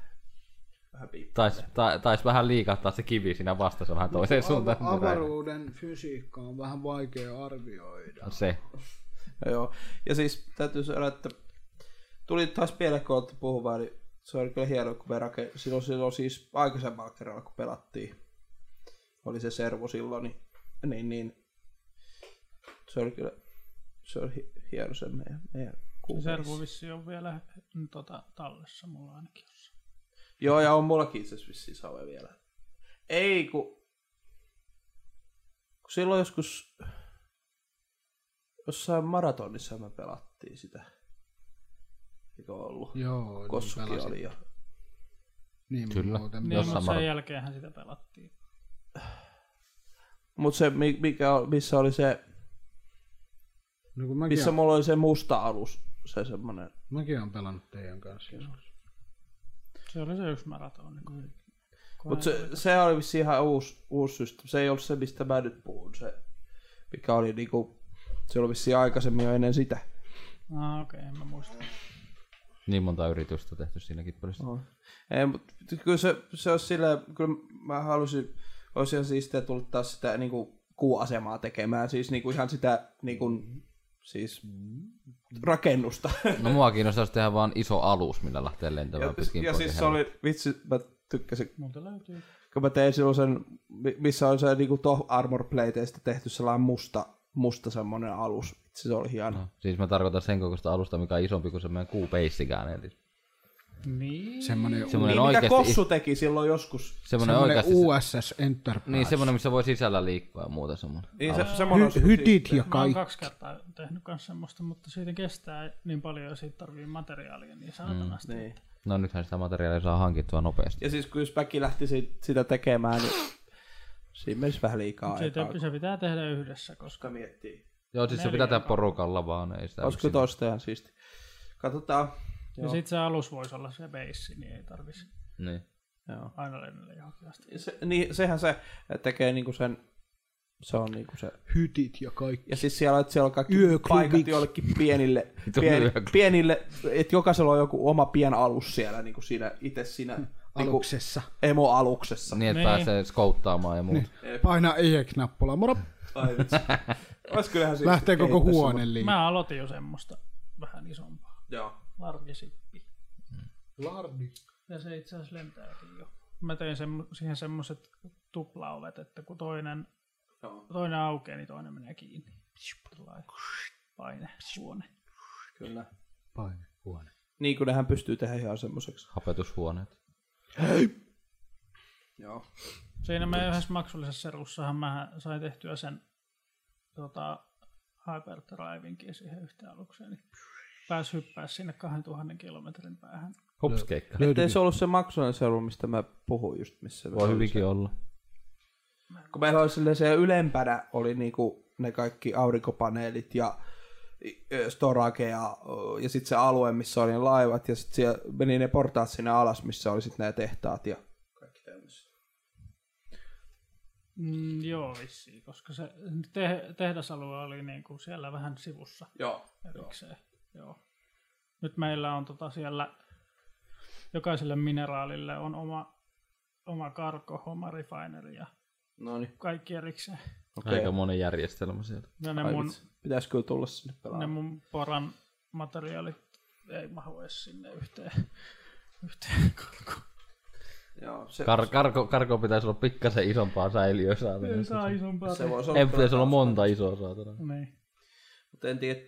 S5: vähän piippaa.
S2: tais, ta, tais vähän liikahtaa se kivi siinä vastassa vähän toiseen suuntaan. kun se räjähti.
S3: Avaruuden fysiikka on vähän vaikea arvioida.
S2: Se.
S5: No joo. Ja siis täytyy sanoa, että tuli taas pieleen kun olette puhumaan, niin se oli kyllä hienoa, kun me rake... silloin, silloin siis aikaisemmalla kerralla, kun pelattiin, oli se servo silloin, niin, niin, niin se oli kyllä se oli hi- hieno se meidän, meidän
S4: Servo
S5: kuukausi.
S4: vissi on vielä mm, tota, tallessa mulla ainakin. jossain.
S5: Joo, ja on mullakin itse asiassa vissiin save vielä. Ei, kun... kun silloin joskus jossain maratonissa me pelattiin sitä. Eikö ollut?
S3: Joo, niin
S5: Kossukin
S3: pelasin.
S5: oli jo.
S3: Niin
S2: Kyllä.
S3: Kyllä. muuten.
S4: Niin,
S2: Jossain
S4: mutta
S2: mara-
S4: sen jälkeenhän sitä pelattiin.
S5: Mutta se, mi- mikä, on- missä oli se,
S3: No kun mäkin,
S5: missä
S3: on,
S5: mulla oli se musta alus, se semmonen.
S3: mäkin on pelannut teidän kanssa joskus.
S4: Se oli se yksi niin maratoni. Kun...
S5: Mutta se, se oli vissiin ihan uusi, uusi systeemi. Se ei ollut se, mistä mä nyt puhun. Se, mikä oli niinku, se oli vissiin aikaisemmin jo ennen sitä.
S4: Ah, okei, okay, en mä muista.
S2: Niin monta yritystä tehty siinäkin pelissä.
S5: No. Ei, mut kyllä se, se olisi sillä, kyllä mä halusin, olisi ihan siistiä tulla taas sitä niin kuin, kuuasemaa tekemään, siis niin kuin, ihan sitä niin kuin, siis rakennusta.
S2: No mua kiinnostaisi tehdä vaan iso alus, millä lähtee lentämään
S5: Ja,
S2: pitkin
S5: ja siis se
S2: poikin
S5: oli, vitsi, mä tykkäsin,
S4: Multa löytyy.
S5: kun mä tein silloin sen, mi- missä on se niin kuin Toh Armor Plateista tehty sellainen musta, musta semmoinen alus. Vitsi, se oli hieno. No.
S2: Siis mä tarkoitan sen kokoista alusta, mikä on isompi kuin se meidän kuupeissikään. Eli
S4: Niin.
S3: Semmoinen, u-
S2: semmoinen
S5: Niin, mikä
S2: oikeasti,
S5: Kossu teki silloin joskus.
S2: semmoinen
S3: semmoinen
S2: oikeasti, se-
S3: USS Enterprise.
S2: niin semmoinen, missä voi sisällä liikkua ja muuta semmoinen.
S5: Niin se, semmoinen
S3: Hy-
S5: olisi
S3: hytit ja
S4: Mä oon
S3: kaikki.
S4: kaksi kertaa tehnyt kanssa semmoista, mutta siitä kestää niin paljon ja siitä tarvii materiaalia niin saatanasti. Mm,
S5: Niin.
S2: No nythän sitä materiaalia saa hankittua nopeasti.
S5: Ja siis kun jos väki lähti sit- sitä tekemään, niin siinä menisi vähän liikaa
S4: Siitä,
S5: aikaa.
S4: se pitää tehdä yhdessä, koska
S5: Koska miettii.
S2: Joo, siis se pitää tehdä porukalla vaan, ei sitä
S5: Olisiko
S2: yksin.
S5: tosta ihan siisti? Katsotaan.
S4: ja sit se alus voisi olla se beissi, niin ei tarvitsisi
S2: Niin.
S5: Joo.
S4: aina lennellä johonkin asti.
S5: Se, niin, sehän se tekee niinku sen, se on niinku se.
S3: Hytit ja kaikki.
S5: Ja siis siellä, että siellä on kaikki
S3: Yöklubiksi.
S5: paikat jollekin pienille, pieni,
S2: yöklubi.
S5: pienille että jokaisella on joku oma pienalus siellä, niinku siinä, itse siinä niinku
S3: Aluksessa.
S5: emoaluksessa.
S2: Niin, että
S4: Niin.
S2: pääsee skouttaamaan ja muuta.
S5: Niin.
S3: Paina EEC-nappulaa. Moro!
S5: Ai vitsi. Ois kyllähän siisti
S3: Lähtee koko
S5: kehittää
S3: huone liikkeelle.
S4: Mä aloitin jo semmoista vähän isompaa.
S5: semmo- Joo.
S4: Larvisippi.
S3: Lardi.
S4: Ja se itse asiassa lentääkin jo. Mä tein semmo- siihen semmoset tuplaovet, että kun toinen,
S5: Joo.
S4: toinen aukeaa, niin toinen menee kiinni. Sellainen Paine, suone.
S5: Kyllä.
S3: Paine huone.
S5: Niin kuin nehän pystyy tehdä ihan semmoiseksi.
S2: Hapetushuoneet.
S5: Joo.
S4: Siinä meidän yhdessä maksullisessa serussahan mä sain tehtyä sen tota, hyperdrivinkin siihen yhteen alukseen. Niin pääs hyppää sinne 2000 kilometrin päähän.
S2: Hupskeikka.
S5: Ettei se ollut se maksullinen seuru, mistä mä puhuin just missä.
S2: Voi hyvinkin olla.
S5: kun meillä oli silleen siellä ylempänä oli niinku ne kaikki aurinkopaneelit ja ö, storage ja, ö, ja sitten se alue, missä oli ne laivat ja sitten siellä meni ne portaat sinne alas, missä oli sitten nämä tehtaat ja kaikki tämmöiset.
S4: Mm, joo, vissiin, koska se te- tehdasalue oli niinku siellä vähän sivussa
S5: Joo.
S4: erikseen. Joo. joo. Nyt meillä on tota siellä, jokaiselle mineraalille on oma, oma karko, oma refineri ja
S5: No niin,
S4: kaikki erikseen.
S5: okei.
S2: Aika monen järjestelmä sieltä.
S4: Ja ne
S5: Ai
S4: mun,
S5: vitsi, Pitäis kyllä tulla sinne
S4: ne
S5: pelaamaan.
S4: mun poran materiaalit ei mahu edes sinne yhteen, yhteen karkoon.
S5: Joo, se,
S2: Kar- karko, karko pitäisi olla pikkasen isompaa säiliöä saatana.
S4: Ei saa isompaa.
S5: se
S4: tehdä.
S5: voisi olla.
S2: Ei pitäisi olla monta isoa saatana.
S4: Niin.
S5: Mutta en tiedä,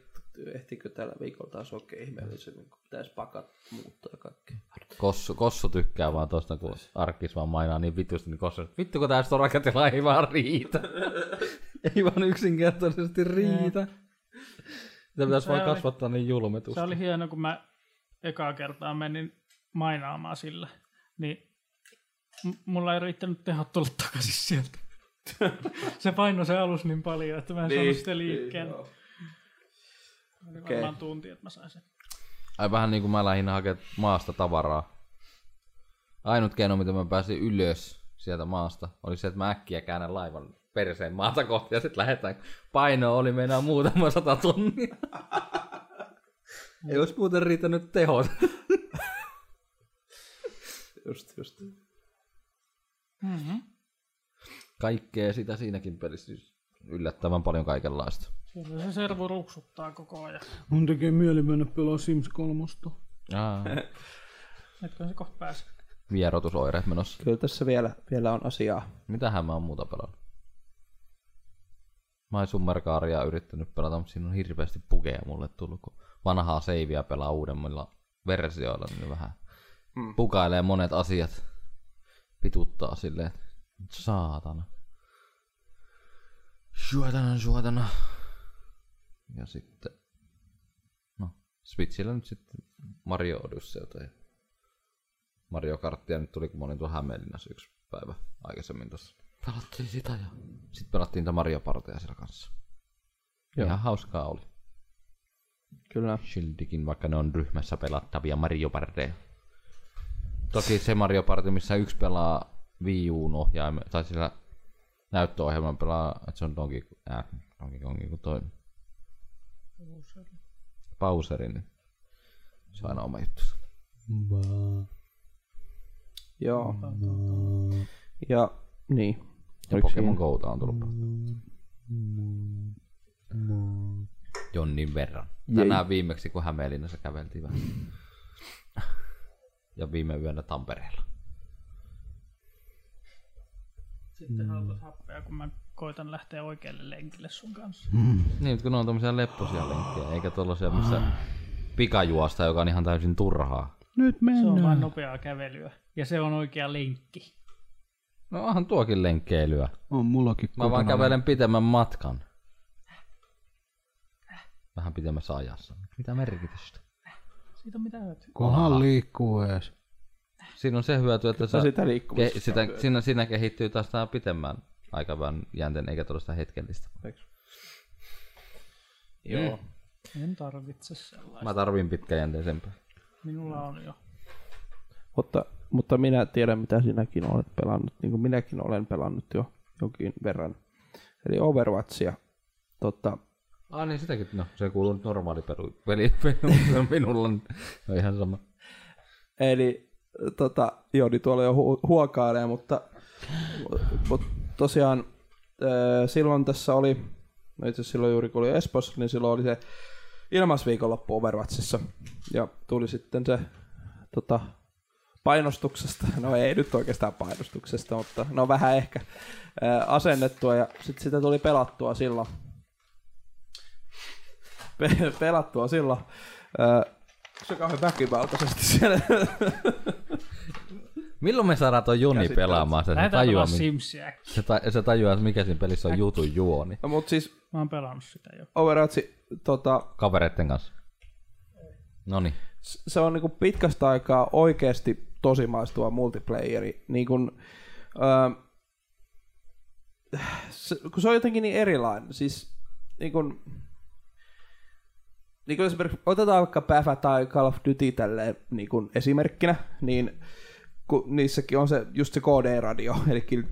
S5: ehtikö tällä viikolla taas oikein ihmeellisemmin, kun pitäisi pakat muuttaa ja kaikkea.
S2: Kossu, kossu tykkää vaan tosta, kun Arkis vaan mainaa niin vitusti, niin Kossu, että vittu kun tää storakatila ei vaan riitä. ei vaan yksinkertaisesti riitä. Sitä pitäisi
S4: Se
S2: vaan
S4: oli-
S2: kasvattaa niin
S4: Se
S2: julmetusti.
S4: oli hieno, kun mä ekaa kertaa menin mainaamaan sillä. Niin M- mulla ei riittänyt tehot tulla takaisin sieltä. se paino se alus niin paljon, että mä en saanut sitä liikkeen.
S5: joo.
S4: Niin,
S5: okei.
S4: Varmaan tunti, että mä sain sen.
S2: Ai vähän niin kuin mä lähdin hakemaan maasta tavaraa. Ainut keino, mitä mä pääsin ylös sieltä maasta, oli se, että mä äkkiä käännän laivan perseen maata kohti ja sitten lähdetään. Paino oli meinaa muutama sata tonnia. Ei olisi muuten riittänyt tehot.
S5: Just, just.
S4: Mm-hmm.
S2: Kaikkea sitä siinäkin pelissä siis yllättävän paljon kaikenlaista.
S4: Kyllä se servo ruksuttaa koko ajan.
S3: Mun tekee mieli mennä pelaa Sims 3.
S2: Aa,
S4: Etkö se kohta pääse?
S2: vierotusoireet menossa.
S5: Kyllä tässä vielä, vielä on asiaa.
S2: Mitähän mä oon muuta pelannut? Mä oon Summerkaaria yrittänyt pelata, mutta siinä on hirveästi pukeja mulle tullut, kun vanhaa seiviä pelaa uudemmilla versioilla, niin vähän
S5: Mm.
S2: pukailee monet asiat. Pituttaa silleen, että saatana. Suotana, suotana. Ja sitten, no, Switchillä nyt sitten Mario Odysseyta ja Mario Karttia nyt tuli, kun mä olin tuolla Hämeenlinnassa yksi päivä aikaisemmin tuossa. Pelattiin sitä ja sitten pelattiin niitä Mario Parteja siellä kanssa. Joo. Ihan hauskaa oli.
S5: Kyllä.
S2: Shieldikin, vaikka ne on ryhmässä pelattavia Mario Parteja. Toki se Mario Party, missä yksi pelaa Wii Uun ohjaimen, tai sillä näyttöohjelman pelaa, että se on Donkey, äh, Donkey Kongi, kun toi Bowseri, niin se on aina oma juttu.
S5: Joo. Ja niin.
S2: Mm. Ja
S5: Oliko
S2: Pokemon
S5: siinä?
S2: Gouta on tullut. Jonnin verran. Tänään viimeksi, kun Hämeenlinnassa käveltiin vähän. Ja viime yönä Tampereella.
S4: Sitten haluat happea, kun mä koitan lähteä oikealle lenkille sun kanssa.
S2: Niin, mutta kun ne on tommosia lepposia lenkkejä, eikä tollasia missä pikajuosta, joka on ihan täysin turhaa.
S3: Nyt
S4: Se on
S3: mennään.
S4: vain nopeaa kävelyä. Ja se on oikea lenkki.
S2: No onhan tuokin lenkkeilyä.
S3: On mullakin
S2: Mä vaan kävelen pitemmän matkan. Vähän pitemmässä ajassa. Mitä merkitystä?
S4: Siitä on mitä hyötyä.
S3: Kohan liikkuu ees.
S2: Siinä on se hyöty, että sä...
S5: No sitä
S2: Ke,
S5: liikkumista.
S2: sitä, siinä, siinä kehittyy taas tämä pitemmän aikavälin jänteen, eikä tuollaista hetkellistä. Niin.
S5: Joo.
S4: En tarvitse sellaista.
S2: Mä tarvin pitkäjänteisempää.
S4: Minulla on jo.
S5: Mutta, mutta minä tiedän, mitä sinäkin olet pelannut, niin kuin minäkin olen pelannut jo jonkin verran. Eli Overwatchia. Totta,
S2: Ah niin, sitäkin, no se kuuluu nyt normaali peru, peli, peli minulla on no, ihan sama.
S5: eli tota, joo, niin tuolla jo hu- huokailee, mutta, mutta tosiaan ää, silloin tässä oli, no itse asiassa silloin juuri kun oli Espoossa, niin silloin oli se ilmaisviikonloppu Overwatchissa. Ja tuli sitten se tota, painostuksesta, no ei nyt oikeastaan painostuksesta, mutta no vähän ehkä ää, asennettua ja sitten sitä tuli pelattua silloin. Pe- pelattua silloin. Ää, se on kauhean väkivaltaisesti siellä.
S2: Milloin me saadaan tuo Joni pelaamaan sitä? Se
S4: Lähdetään
S2: tajuaa,
S4: pelaa
S2: mi-
S4: Simsiä. äkkiä.
S2: se, ta- se tajuaa, että mikä siinä pelissä on jutun juoni.
S5: No, mutta siis
S4: Mä oon pelannut sitä jo.
S5: Overwatch, tota,
S2: Kavereitten kanssa. No niin. Noniin.
S5: s- se on niinku pitkästä aikaa oikeasti tosi maistuva multiplayeri. Niin kun, öö, se, kun se on jotenkin niin erilainen. Siis niin kun, niin kun esimerkiksi otetaan vaikka Päfä tai Call of Duty tälleen niin kun esimerkkinä, niin kun niissäkin on se, just se KD-radio, eli Kill,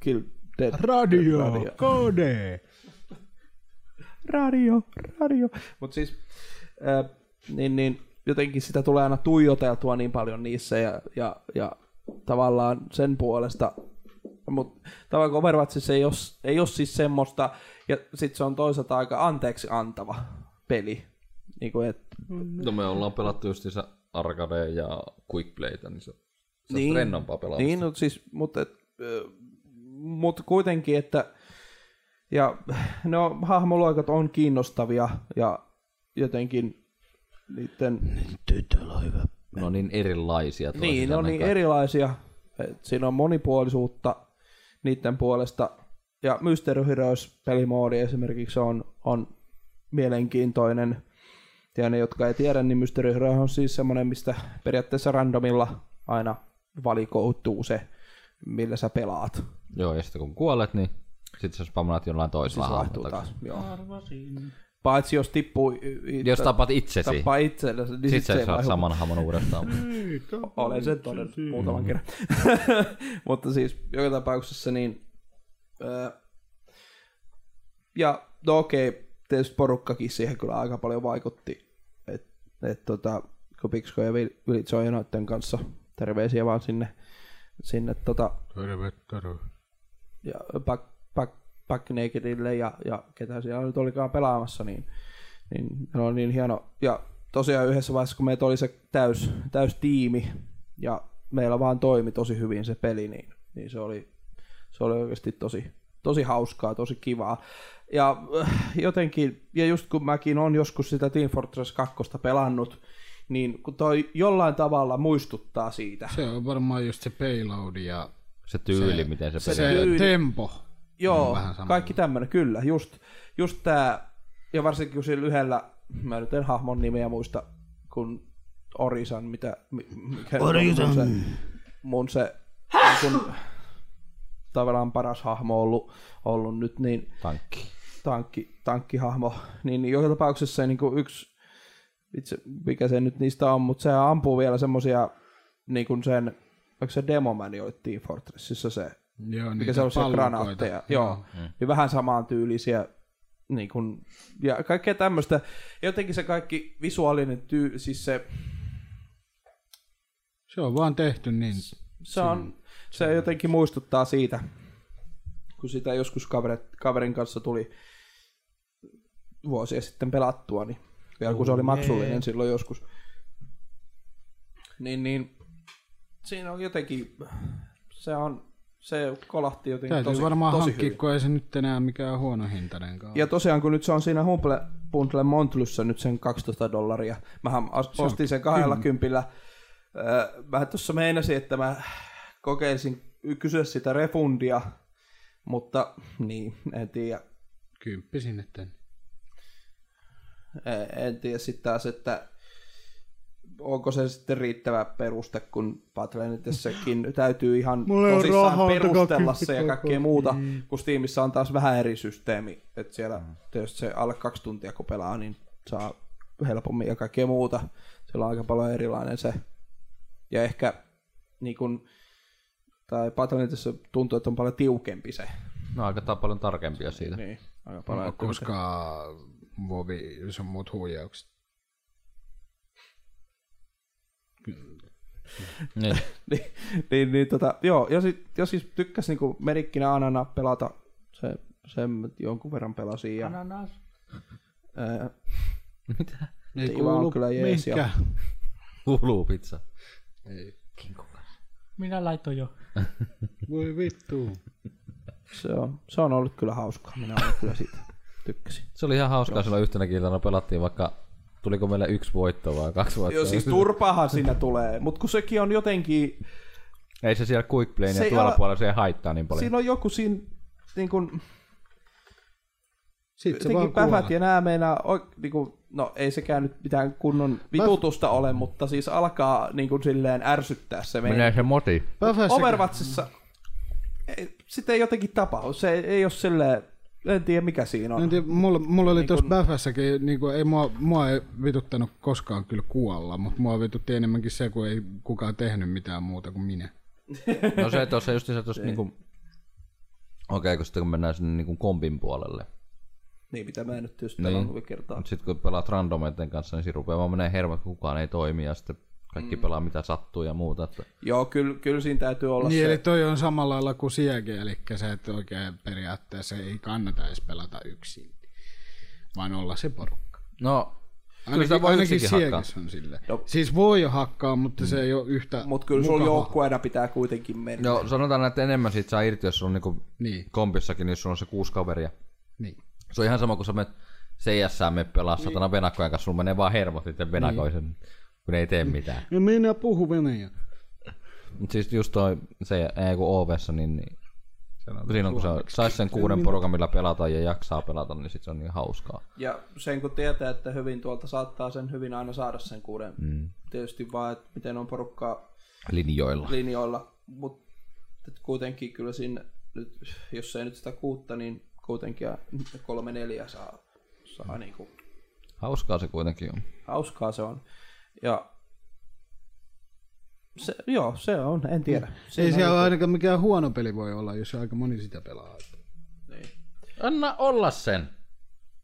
S5: kill Dead
S3: Radio,
S5: Radio.
S3: KD.
S5: radio, radio. Mutta siis, äh, niin, niin, jotenkin sitä tulee aina tuijoteltua niin paljon niissä ja, ja, ja tavallaan sen puolesta. Mutta tavallaan Overwatchissa ei ole, ei ole siis semmoista, ja sitten se on toisaalta aika anteeksi antava peli. Niin kuin, et,
S2: No me ollaan pelattu just niissä arcade ja quick playtä, niin se, se
S5: Niin.
S2: rennompaa pelaamista.
S5: Niin, no siis, mutta, et, ö, mutta kuitenkin, että ja, no, hahmoluokat on kiinnostavia ja jotenkin niiden
S2: Ne on niin erilaisia.
S5: Niin, ne on niin
S2: eri...
S5: erilaisia. Et siinä on monipuolisuutta niiden puolesta. Ja Mystery Heroes pelimoodi esimerkiksi on, on mielenkiintoinen. Ja ne, jotka ei tiedä, niin Mystery Heroes on siis semmoinen, mistä periaatteessa randomilla aina valikoituu se millä sä pelaat.
S2: Joo, ja sitten kun kuolet, niin sitten sä spamnaat jollain toisella
S5: Siis vaihtuu
S2: hahmolla.
S5: taas. Joo.
S4: Arvasin.
S5: Paitsi jos tippuu... y-
S2: Jos tapat itsesi,
S5: tappaa itsellensä, niin
S2: sit
S5: sitten
S2: sä
S5: se
S2: saat
S5: vaihdu.
S2: saman hamon uudestaan.
S5: Olen sen todennut muutaman kerran. Mutta siis joka tapauksessa niin... Öö, ja no okei, tietysti porukkakin siihen kyllä aika paljon vaikutti. Et, et tota, kun Piksko ja Vil- Vilitso on noiden kanssa, terveisiä vaan sinne, sinne tota,
S3: Terve, terve.
S5: ja back, back, back Nakedille ja, ja ketä siellä nyt olikaan pelaamassa, niin, niin ne oli niin hieno. Ja tosiaan yhdessä vaiheessa, kun meitä oli se täys, täys tiimi ja meillä vaan toimi tosi hyvin se peli, niin, niin se, oli, se oli oikeasti tosi, tosi hauskaa, tosi kivaa. Ja äh, jotenkin, ja just kun mäkin on joskus sitä Team Fortress 2 pelannut, niin kun toi jollain tavalla muistuttaa siitä.
S3: Se on varmaan just se payload ja
S2: Se tyyli, miten se
S3: se,
S2: peli.
S5: tyyli.
S3: tempo.
S5: Joo,
S3: vähän samalla.
S5: kaikki tämmöinen, kyllä. Just, just tää, ja varsinkin kun sillä yhdellä, mä nyt en hahmon nimeä muista, kun Orisan, mitä... mi- Mikä Orisan! Mun se, mun se niin kun, tavallaan paras hahmo ollut, ollut nyt, niin
S2: Tankki.
S5: tankki, tankkihahmo, niin joka tapauksessa niin kuin yksi, itse, mikä se nyt niistä on, mutta se ampuu vielä semmosia, niin kuin sen, onko se Demoman oli Team Fortressissa se,
S3: Joo,
S5: mikä
S3: niitä
S5: se on se
S3: pallukoita.
S5: granaatteja. Joo. Mm. Niin vähän samaan tyylisiä niin kun, ja kaikkea tämmöistä. Jotenkin se kaikki visuaalinen tyy, siis se,
S3: Se on vaan tehty niin.
S5: se, on, se jotenkin muistuttaa siitä, kun sitä joskus kaverit, kaverin kanssa tuli vuosia sitten pelattua, niin vielä kun se oli maksullinen silloin joskus. Niin, niin siinä on jotenkin, se on, se kolahti jotenkin
S3: Täytyy
S5: Niin, tosi,
S3: varmaan
S5: tosi
S3: hankkia,
S5: hyvin.
S3: kun ei se nyt enää mikään huono hintainenkaan
S5: Ja tosiaan kun nyt se on siinä Humble Bundle Montlyssä nyt sen 12 dollaria. Mähän as- ostin sen 20. Öö, Mä tuossa meinasin, että mä kokeilisin y- kysyä sitä refundia, mutta niin, en tiedä.
S3: ole. Kymppi sinne tänne.
S5: En- Eh, En tiedä sitten taas, että onko se sitten riittävä peruste, kun Patreonitessakin täytyy ihan
S3: Mulla ei oo
S5: tosissaan
S3: rahaa, antakaa
S5: perustella
S3: kymppi
S5: se ja kaikkea
S3: kokoon.
S5: muuta,
S3: Niin.
S5: kun Steamissa on taas vähän eri systeemi, että siellä tietysti se alle kaksi tuntia kun pelaa, niin saa helpommin ja kaikkea muuta. Siellä on aika paljon erilainen se. Ja ehkä niin kun, tai Patreonitessa tuntuu, että on paljon tiukempi se.
S2: No aika ta- paljon tarkempia siitä.
S5: Niin, aika paljon.
S3: No,
S5: että miten-
S3: koska Vovi, sun muut huijaukset.
S2: Niin.
S5: niin, niin, niin tota, joo, ja, sit, ja siis tykkäs niinku merikkinä Anana pelata, se, sen jonkun verran pelasin ja
S4: Ananas.
S5: ää,
S3: Ei
S5: Tiiva on
S3: kuulu
S5: kyllä jees ja-
S3: mihinkään.
S2: Kuuluu pizza.
S4: Minä laitoin jo.
S3: Voi vittu.
S5: se, on, se on ollut kyllä hauskaa, minä olen kyllä siitä tykkäsin.
S2: Se oli ihan hauskaa silloin yhtenä iltana pelattiin vaikka tuliko meillä yksi voitto vai kaksi voittoa.
S5: Joo, siis turpahan siinä tulee, mutta kun sekin on jotenkin,
S2: Ei se siellä quick play
S5: Se
S2: ja
S5: ei
S2: tuolla
S5: ala-
S2: puolella se ei haittaa niin paljon.
S5: siinä on joku siinä, niin kun,
S3: Sitten se vaan
S5: jotenkin
S3: kuolee.
S5: päfät ja nämä meinaa, oik- niin kun, no ei sekään nyt mitään kunnon vitutusta ole, mutta siis alkaa niin kun, silleen ärsyttää se meininki.
S2: Menee se moti.
S3: Päfässä
S5: Overwatchissa ei- sitä ei jotenkin tapahdu. Se ei, ei ole silleen, en tiedä mikä siinä
S3: No, en
S5: on.
S3: tiedä, mulla, mulla
S5: Niin
S3: oli tuossa Bäfässäkin, niin kuin, ei mua, mua ei vituttanut koskaan kyllä kuolla, mutta mua vitutti enemmänkin se, kun ei kukaan tehnyt mitään muuta kuin minä.
S2: No se tuossa just se
S5: Niin.
S2: tuossa niinku... Okei, kun sitten kun mennään sinne niinku kompin puolelle.
S5: Niin, mitä mä en nyt tietysti pelannut kertaa.
S2: Mut sit kun pelaat randomeiden kanssa, niin siinä rupeaa vaan menee hermot, kun kukaan ei toimi ja sitten kaikki mm. pelaa mitä sattuu ja muuta. Että...
S5: Joo, kyllä, kyllä siinä täytyy olla
S3: Niin,
S5: se.
S3: eli toi on samalla lailla kuin sielläkin, eli se, että oikein periaatteessa ei kannata edes pelata yksin, vaan olla se porukka.
S2: No, kyllä
S3: Ainakin,
S2: sitä voi
S3: ainakin
S2: yksikin hakkaa. Mm.
S3: siekissä on silleen.
S5: No.
S3: Siis voi jo hakkaa, mutta se ei ole yhtä
S5: Mutta kyllä sulla
S3: mukavaa.
S5: joukkueena pitää kuitenkin mennä.
S2: No sanotaan, että enemmän siitä saa irti, jos sulla on niinku
S3: Niin,
S2: kompissakin, niin sulla on se kuusi kaveria.
S3: niin.
S2: Se on ihan sama, kun sä menet cs me pelaa satana venakkojen kanssa, sulla menee vaan hermot
S3: Niin.
S2: niiden venakoisen, kun ne ei tee mitään.
S3: Ja No minä puhu venäjä.
S2: Mut siis just toi, se ei kun OVssa, niin, niin silloin kun sä sais sen kuuden porukan, millä pelata ja jaksaa pelata, niin sit se on niin hauskaa.
S5: Ja sen kun tietää, että hyvin tuolta saattaa sen hyvin aina saada sen kuuden. Mm. Tietysti vaan, että miten on porukkaa
S3: Niin.
S2: Linjoilla.
S5: linjoilla. Mutta Et kuitenkin kyllä sinne, nyt, jos ei nyt sitä kuutta, niin kuitenkin ja kolme neljä saa, saa niin kuin,
S2: Hauskaa se kuitenkin on.
S5: hauskaa se on. Ja se, joo, se on, en tiedä.
S3: Se ei siellä ainakaan mikään huono peli voi olla, jos aika moni sitä pelaa.
S5: Niin.
S2: Anna olla sen.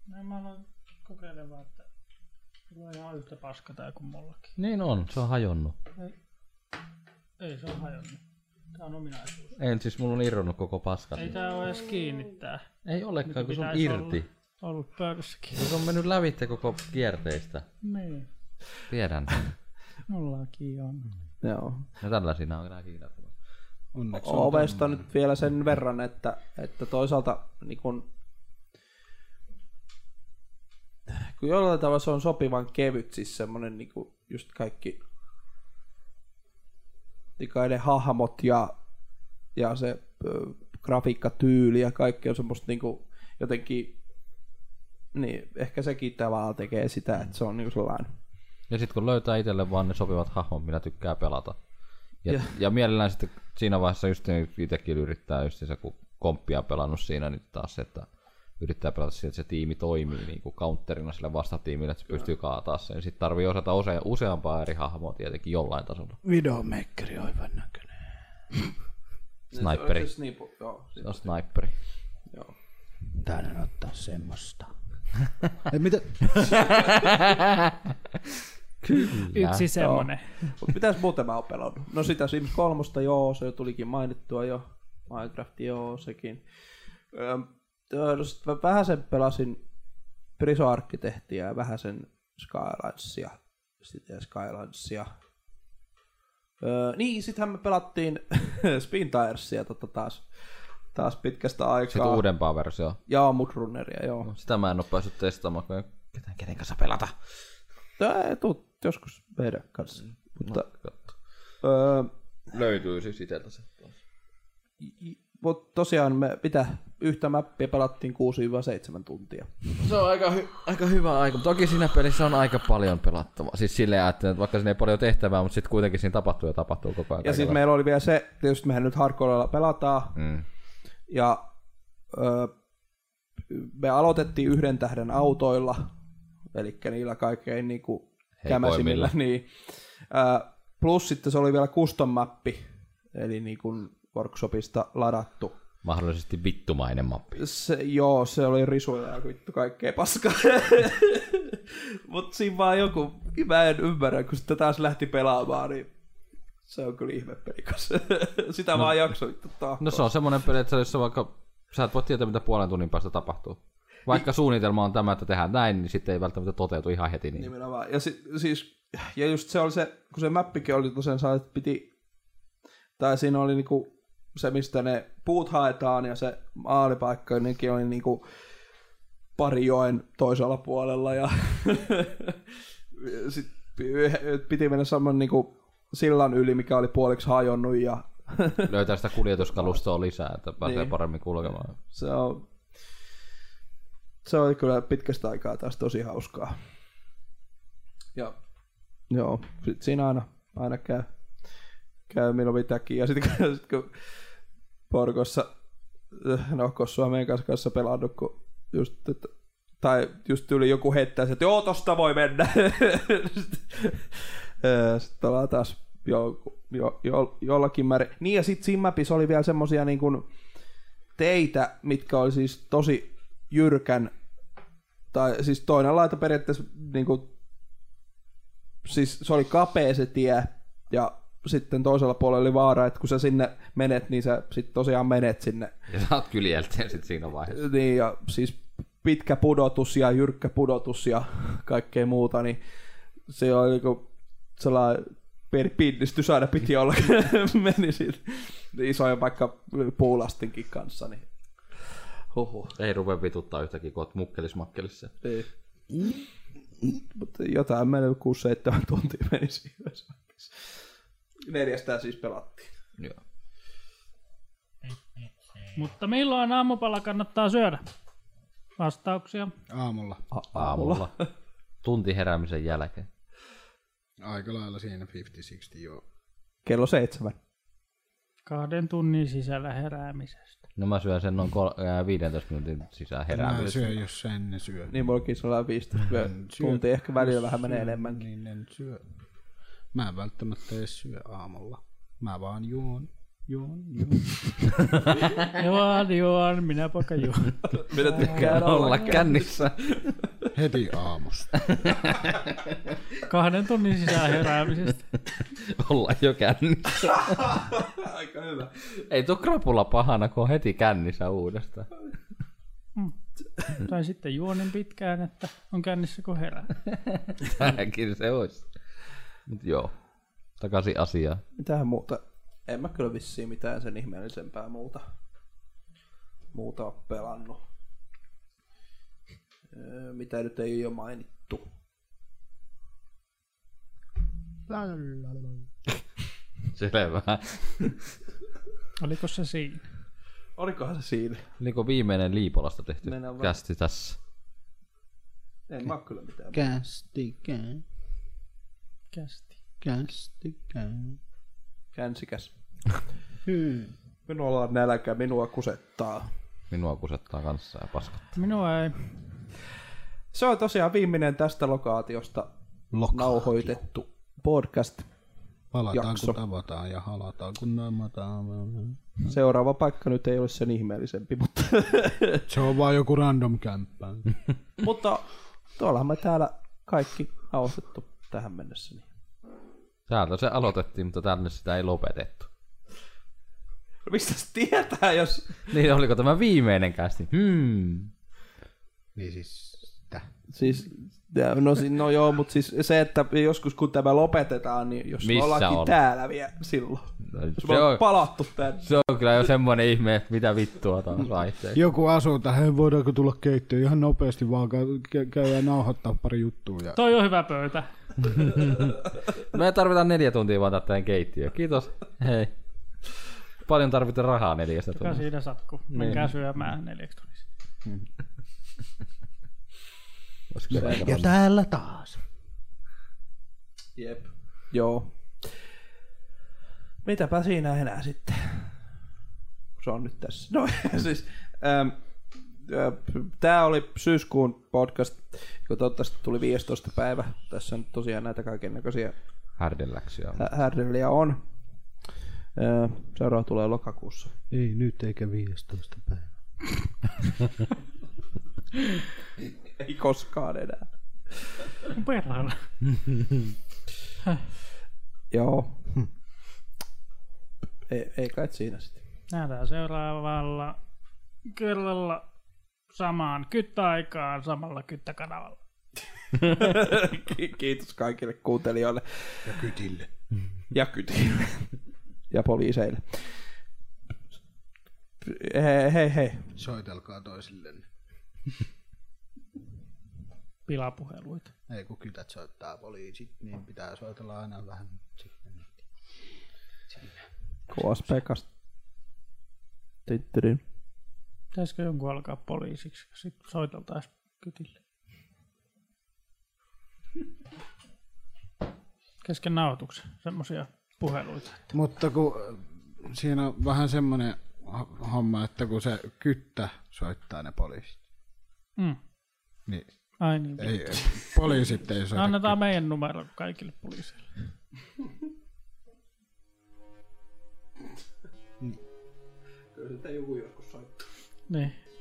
S4: No, mä aloin kokeilemaan, että kyllä on ihan yhtä paska tää kuin mullakin.
S2: Niin on, se on hajonnut.
S4: Ei se on hajonnut. Tää on ominaisuus.
S2: Ei, siis mulla on irronnut koko paskan.
S4: Ei
S2: Ei,
S4: tää oo edes kiinni tää.
S2: ei olekaan, kun se on
S4: Pitäis
S2: irti.
S4: Olla, ollut pöydässäkin.
S2: Se on mennyt lävitte koko kierteistä.
S4: Niin.
S2: Tiedän.
S4: Mullakin on.
S5: Joo.
S2: No tällä siinä on enää kiinni.
S3: Onneksi on.
S5: ovesta nyt vielä sen verran, että, että toisaalta niin kun, kun jollain tavalla se on sopivan kevyt, siis semmoinen niin kun just kaikki tikaiden hahmot ja, ja se ö, grafiikkatyyli ja kaikki on semmoista niin kun, jotenkin, niin ehkä sekin tavallaan tekee sitä, että se on niin sellainen
S2: Ja sitten kun löytää itselle vaan ne sopivat hahmot, millä tykkää pelata. Ja,
S5: Ja.
S2: ja. ja mielellään sitten siinä vaiheessa just niin itsekin yrittää just se, kun komppia on pelannut siinä nyt taas se, että yrittää pelata sillä, että se tiimi toimii niin kuin counterina sille vastatiimille, että se pystyy kaataa sen. Sitten tarvii osata use- useampaa eri hahmoa tietenkin jollain tasolla.
S3: Videomakeri oivan näköinen.
S2: Sniperi.
S5: Se on niin, po- joo, se-
S2: Se on sniperi.
S5: joo.
S3: Tänään ottaa semmoista. Ei, mitä?
S4: Yksi semmonen.
S5: Mutta mitäs muuta mä oon pelannut? No sitä Sims 3, joo, se jo tulikin mainittua jo. Minecraft, joo, sekin. Öö, öö, no sit mä vähän sen pelasin Priso Arkkitehtiä ja vähän sen Skylinesia. Sitten Skylinesia. Öö, niin, sittenhän me pelattiin Spin Tiresia tota taas, taas pitkästä
S2: Sitten
S5: aikaa.
S2: uudempaa versio.
S5: Jaa, Mudrunneria, joo.
S2: No, Sitä mä en ole päässyt testaamaan, kun en ketään kenen kanssa pelata.
S5: Tää ei tuu joskus meidän kanssa. Mutta,
S2: katso.
S5: öö,
S2: Löytyy siis itseltä se.
S5: Mutta tosiaan me, mitä, yhtä mäppiä pelattiin 6-7 tuntia.
S2: Se on aika, hy- aika hyvä aika. Toki siinä pelissä on aika paljon pelattavaa. Siis silleen, ajattelen, että vaikka siinä ei paljon tehtävää, mutta sitten kuitenkin siinä tapahtuu ja tapahtuu koko ajan.
S5: Ja siis sitten meillä oli vielä se, tietysti mehän nyt hardcorella pelataan,
S2: Mm.
S5: ja ö, me aloitettiin yhden tähden autoilla, eli niillä kaikkein niinku kämäsimmillä. Niin. Ö, plus sitten se oli vielä custom mappi, eli niinku workshopista ladattu.
S2: Mahdollisesti vittumainen mappi.
S5: Se, joo, se oli risuja ja vittu kaikkea paskaa. Mut siinä vaan joku, mä en ymmärrä, kun sitä taas lähti pelaamaan, niin se on kyllä ihme pelikas. sitä no. vaan jakso vittu tahkoa.
S2: No se on semmoinen peli, että jos sä vaikka sä et voi tietää, mitä puolen tunnin päästä tapahtuu. Vaikka suunnitelma on tämä, että tehdään näin, niin sitten ei välttämättä toteutu ihan heti. Niin.
S5: Nimenomaan. Ja, si- siis, ja just se oli se, kun se mäppikin oli tosiaan saa, että piti, tai siinä oli niinku se, mistä ne puut haetaan ja se maalipaikka, nekin oli niinku pari joen toisella puolella ja sit pi- piti mennä saman niinku sillan yli, mikä oli puoliksi hajonnut ja
S2: Löytää sitä kuljetuskalustoa lisää, että pääsee
S5: Niin.
S2: paremmin kulkemaan.
S5: se on, se oli kyllä pitkästä aikaa taas tosi hauskaa. Ja joo, sit siinä aina, aina käy, käy milloin mitäkin. Ja sitten kun, sit kun Porkossa, äh, no kun Suomen kanssa, kanssa pelannut, kun just, että, tai just yli joku heittää, että joo, tosta voi mennä. sitten ollaan taas jo, jo, jo, jollakin määrin. Niin ja sitten siinä mapissa oli vielä semmosia niin kuin, teitä, mitkä oli siis tosi jyrkän, tai siis toinen laita periaatteessa niin kuin, siis se oli kapea se tie, ja sitten toisella puolella oli vaara, että kun sä sinne menet, niin sä sit tosiaan menet sinne.
S2: Ja sä oot kyljelteen sitten siinä vaiheessa.
S5: Niin, ja siis pitkä pudotus ja jyrkkä pudotus ja kaikkea muuta, niin se oli niinku sellainen pieni pinnistys aina piti olla, kun meni siitä isojen vaikka puulastinkin kanssa, niin huhu.
S2: Ei rupea vituttaa yhtäkin, kun oot mukkelismakkelissa.
S5: Niin. Mutta jotain meni 6-7 tuntia meni siinä. Neljästään siis pelattiin.
S2: Joo.
S4: Mutta milloin aamupala kannattaa syödä? Vastauksia.
S3: Aamulla.
S2: Aamulla. Tunti heräämisen jälkeen.
S3: Aika lailla siinä 50-60 joo.
S5: Kello seitsemän.
S4: Kahden tunnin sisällä heräämisestä.
S2: No mä syön sen noin kol- ää, 15 minuutin sisään
S3: Mä
S2: heräämisestä.
S3: syön, jos sä ennen syö.
S5: Niin mullakin sellainen 15 tuntia, ehkä välillä vähän menee enemmänkin.
S3: Niin en syö. Mä en välttämättä edes syö aamulla. Mä vaan juon. Juon, juon.
S4: Joan, Joan, minä poika Joan.
S5: Minä tykkään
S2: Olla kännissä.
S3: Heti aamusta.
S4: Kahden tunnin sisään heräämisestä.
S2: Olla jo kännissä.
S5: Aika hyvä.
S2: Ei tuo krapula pahana, kun on heti kännissä uudestaan.
S4: Tai sitten juonin pitkään, että on kännissä kun herää.
S2: Tämäkin se olisi. Mut joo. Takaisin asiaan.
S5: Mitähän muuta? En mä kyllä vissiin mitään sen ihmeellisempää muuta, muuta ole pelannut. Öö, Mitä nyt ei ole jo mainittu.
S2: Selvä.
S4: Oliko se siinä?
S5: Olikohan se siinä?
S2: Oliko viimeinen Liipolasta tehty
S5: Mennään vaan.
S2: kästi tässä?
S5: En mä oo kyllä mitään.
S3: Kästikään,
S4: Kästi.
S3: kästikään.
S5: Känsikäs.
S3: Hmm.
S5: Minulla on nälkä, minua kusettaa.
S2: Minua kusettaa kanssa ja paskat.
S4: Minua ei.
S5: Se on tosiaan viimeinen tästä lokaatiosta
S3: Lokaatio.
S5: nauhoitettu podcast.
S3: Palataan
S5: Jakso.
S3: kun tavataan ja halataan kun naamataan.
S5: Seuraava paikka nyt ei ole sen ihmeellisempi, mutta,
S3: Se on vaan joku random kämppä.
S5: mutta tuollahan me täällä kaikki nauhoitettu tähän mennessä. Niin.
S2: Täältä se aloitettiin, mutta tänne sitä ei lopetettu.
S5: No Mistä se tietää, jos...
S2: Niin oliko tämä viimeinen kästi? Hmm.
S3: niin siis sitä.
S5: Siis, no, si- no joo, mutta siis se, että joskus kun tämä lopetetaan, niin jos me
S2: Missä
S5: ollaankin
S2: on?
S5: täällä vielä silloin.
S2: Se
S5: Me on
S2: on,
S5: palattu tänne.
S2: se on kyllä jo semmoinen ihme, että mitä vittua taas vaihteeksi.
S3: Joku asuu tähän, voidaanko tulla keittiöön ihan nopeasti vaan kä- kä- käydään nauhoittaa pari juttua. Ja...
S4: Toi on hyvä pöytä.
S2: Me tarvitaan neljä tuntia vaan tähän keittiöön. Kiitos. Hei. Paljon tarvitaan rahaa neljästä
S4: Joka
S2: tunnista.
S4: siinä sattuu. Menkää syömään neljäksi tunnissa.
S2: Olisiko se aika paljon?
S3: täällä taas.
S5: Jep. Joo. Mitäpä siinä enää sitten? Se on nyt tässä. No siis, ähm, tämä oli syyskuun podcast, kun toivottavasti tuli 15 päivä. Tässä on tosiaan näitä kaikennäköisiä
S2: Härdelläksiä.
S5: hä- härdellejä on. Äh, seuraava tulee lokakuussa.
S3: Ei nyt eikä 15 päivää.
S5: Ei koskaan enää.
S4: Perhana.
S5: Joo.
S3: Hm.
S5: Ei, ei kai siinä sitten.
S4: Nähdään seuraavalla kerralla samaan kyttäaikaan samalla kyttäkanavalla.
S5: Ki- Kiitos kaikille kuuntelijoille.
S3: Ja kytille.
S5: ja kytille ja poliiseille. Hei, hei, hei.
S3: Soitelkaa toisillenne.
S4: Pilapuheluita.
S3: Ei kun kytät soittaa poliisit, niin pitää soitella aina vähän sitten.
S5: Kuos Pekas. Tittirin.
S4: Pitäisikö jonkun alkaa poliisiksi? Sitten soiteltaisiin kytille. Kesken nauhoituksen semmoisia puheluita.
S3: Mutta kun äh, siinä on vähän semmoinen h- homma, että kun se kyttä soittaa ne poliisit,
S4: Mm.
S3: niin
S4: Ai niin. No
S3: ei, poliisit ei soita.
S4: Annetaan meidän numero kaikille poliiseille.
S5: Niin. Kyllä sitä joku joskus soittaa.
S4: Niin.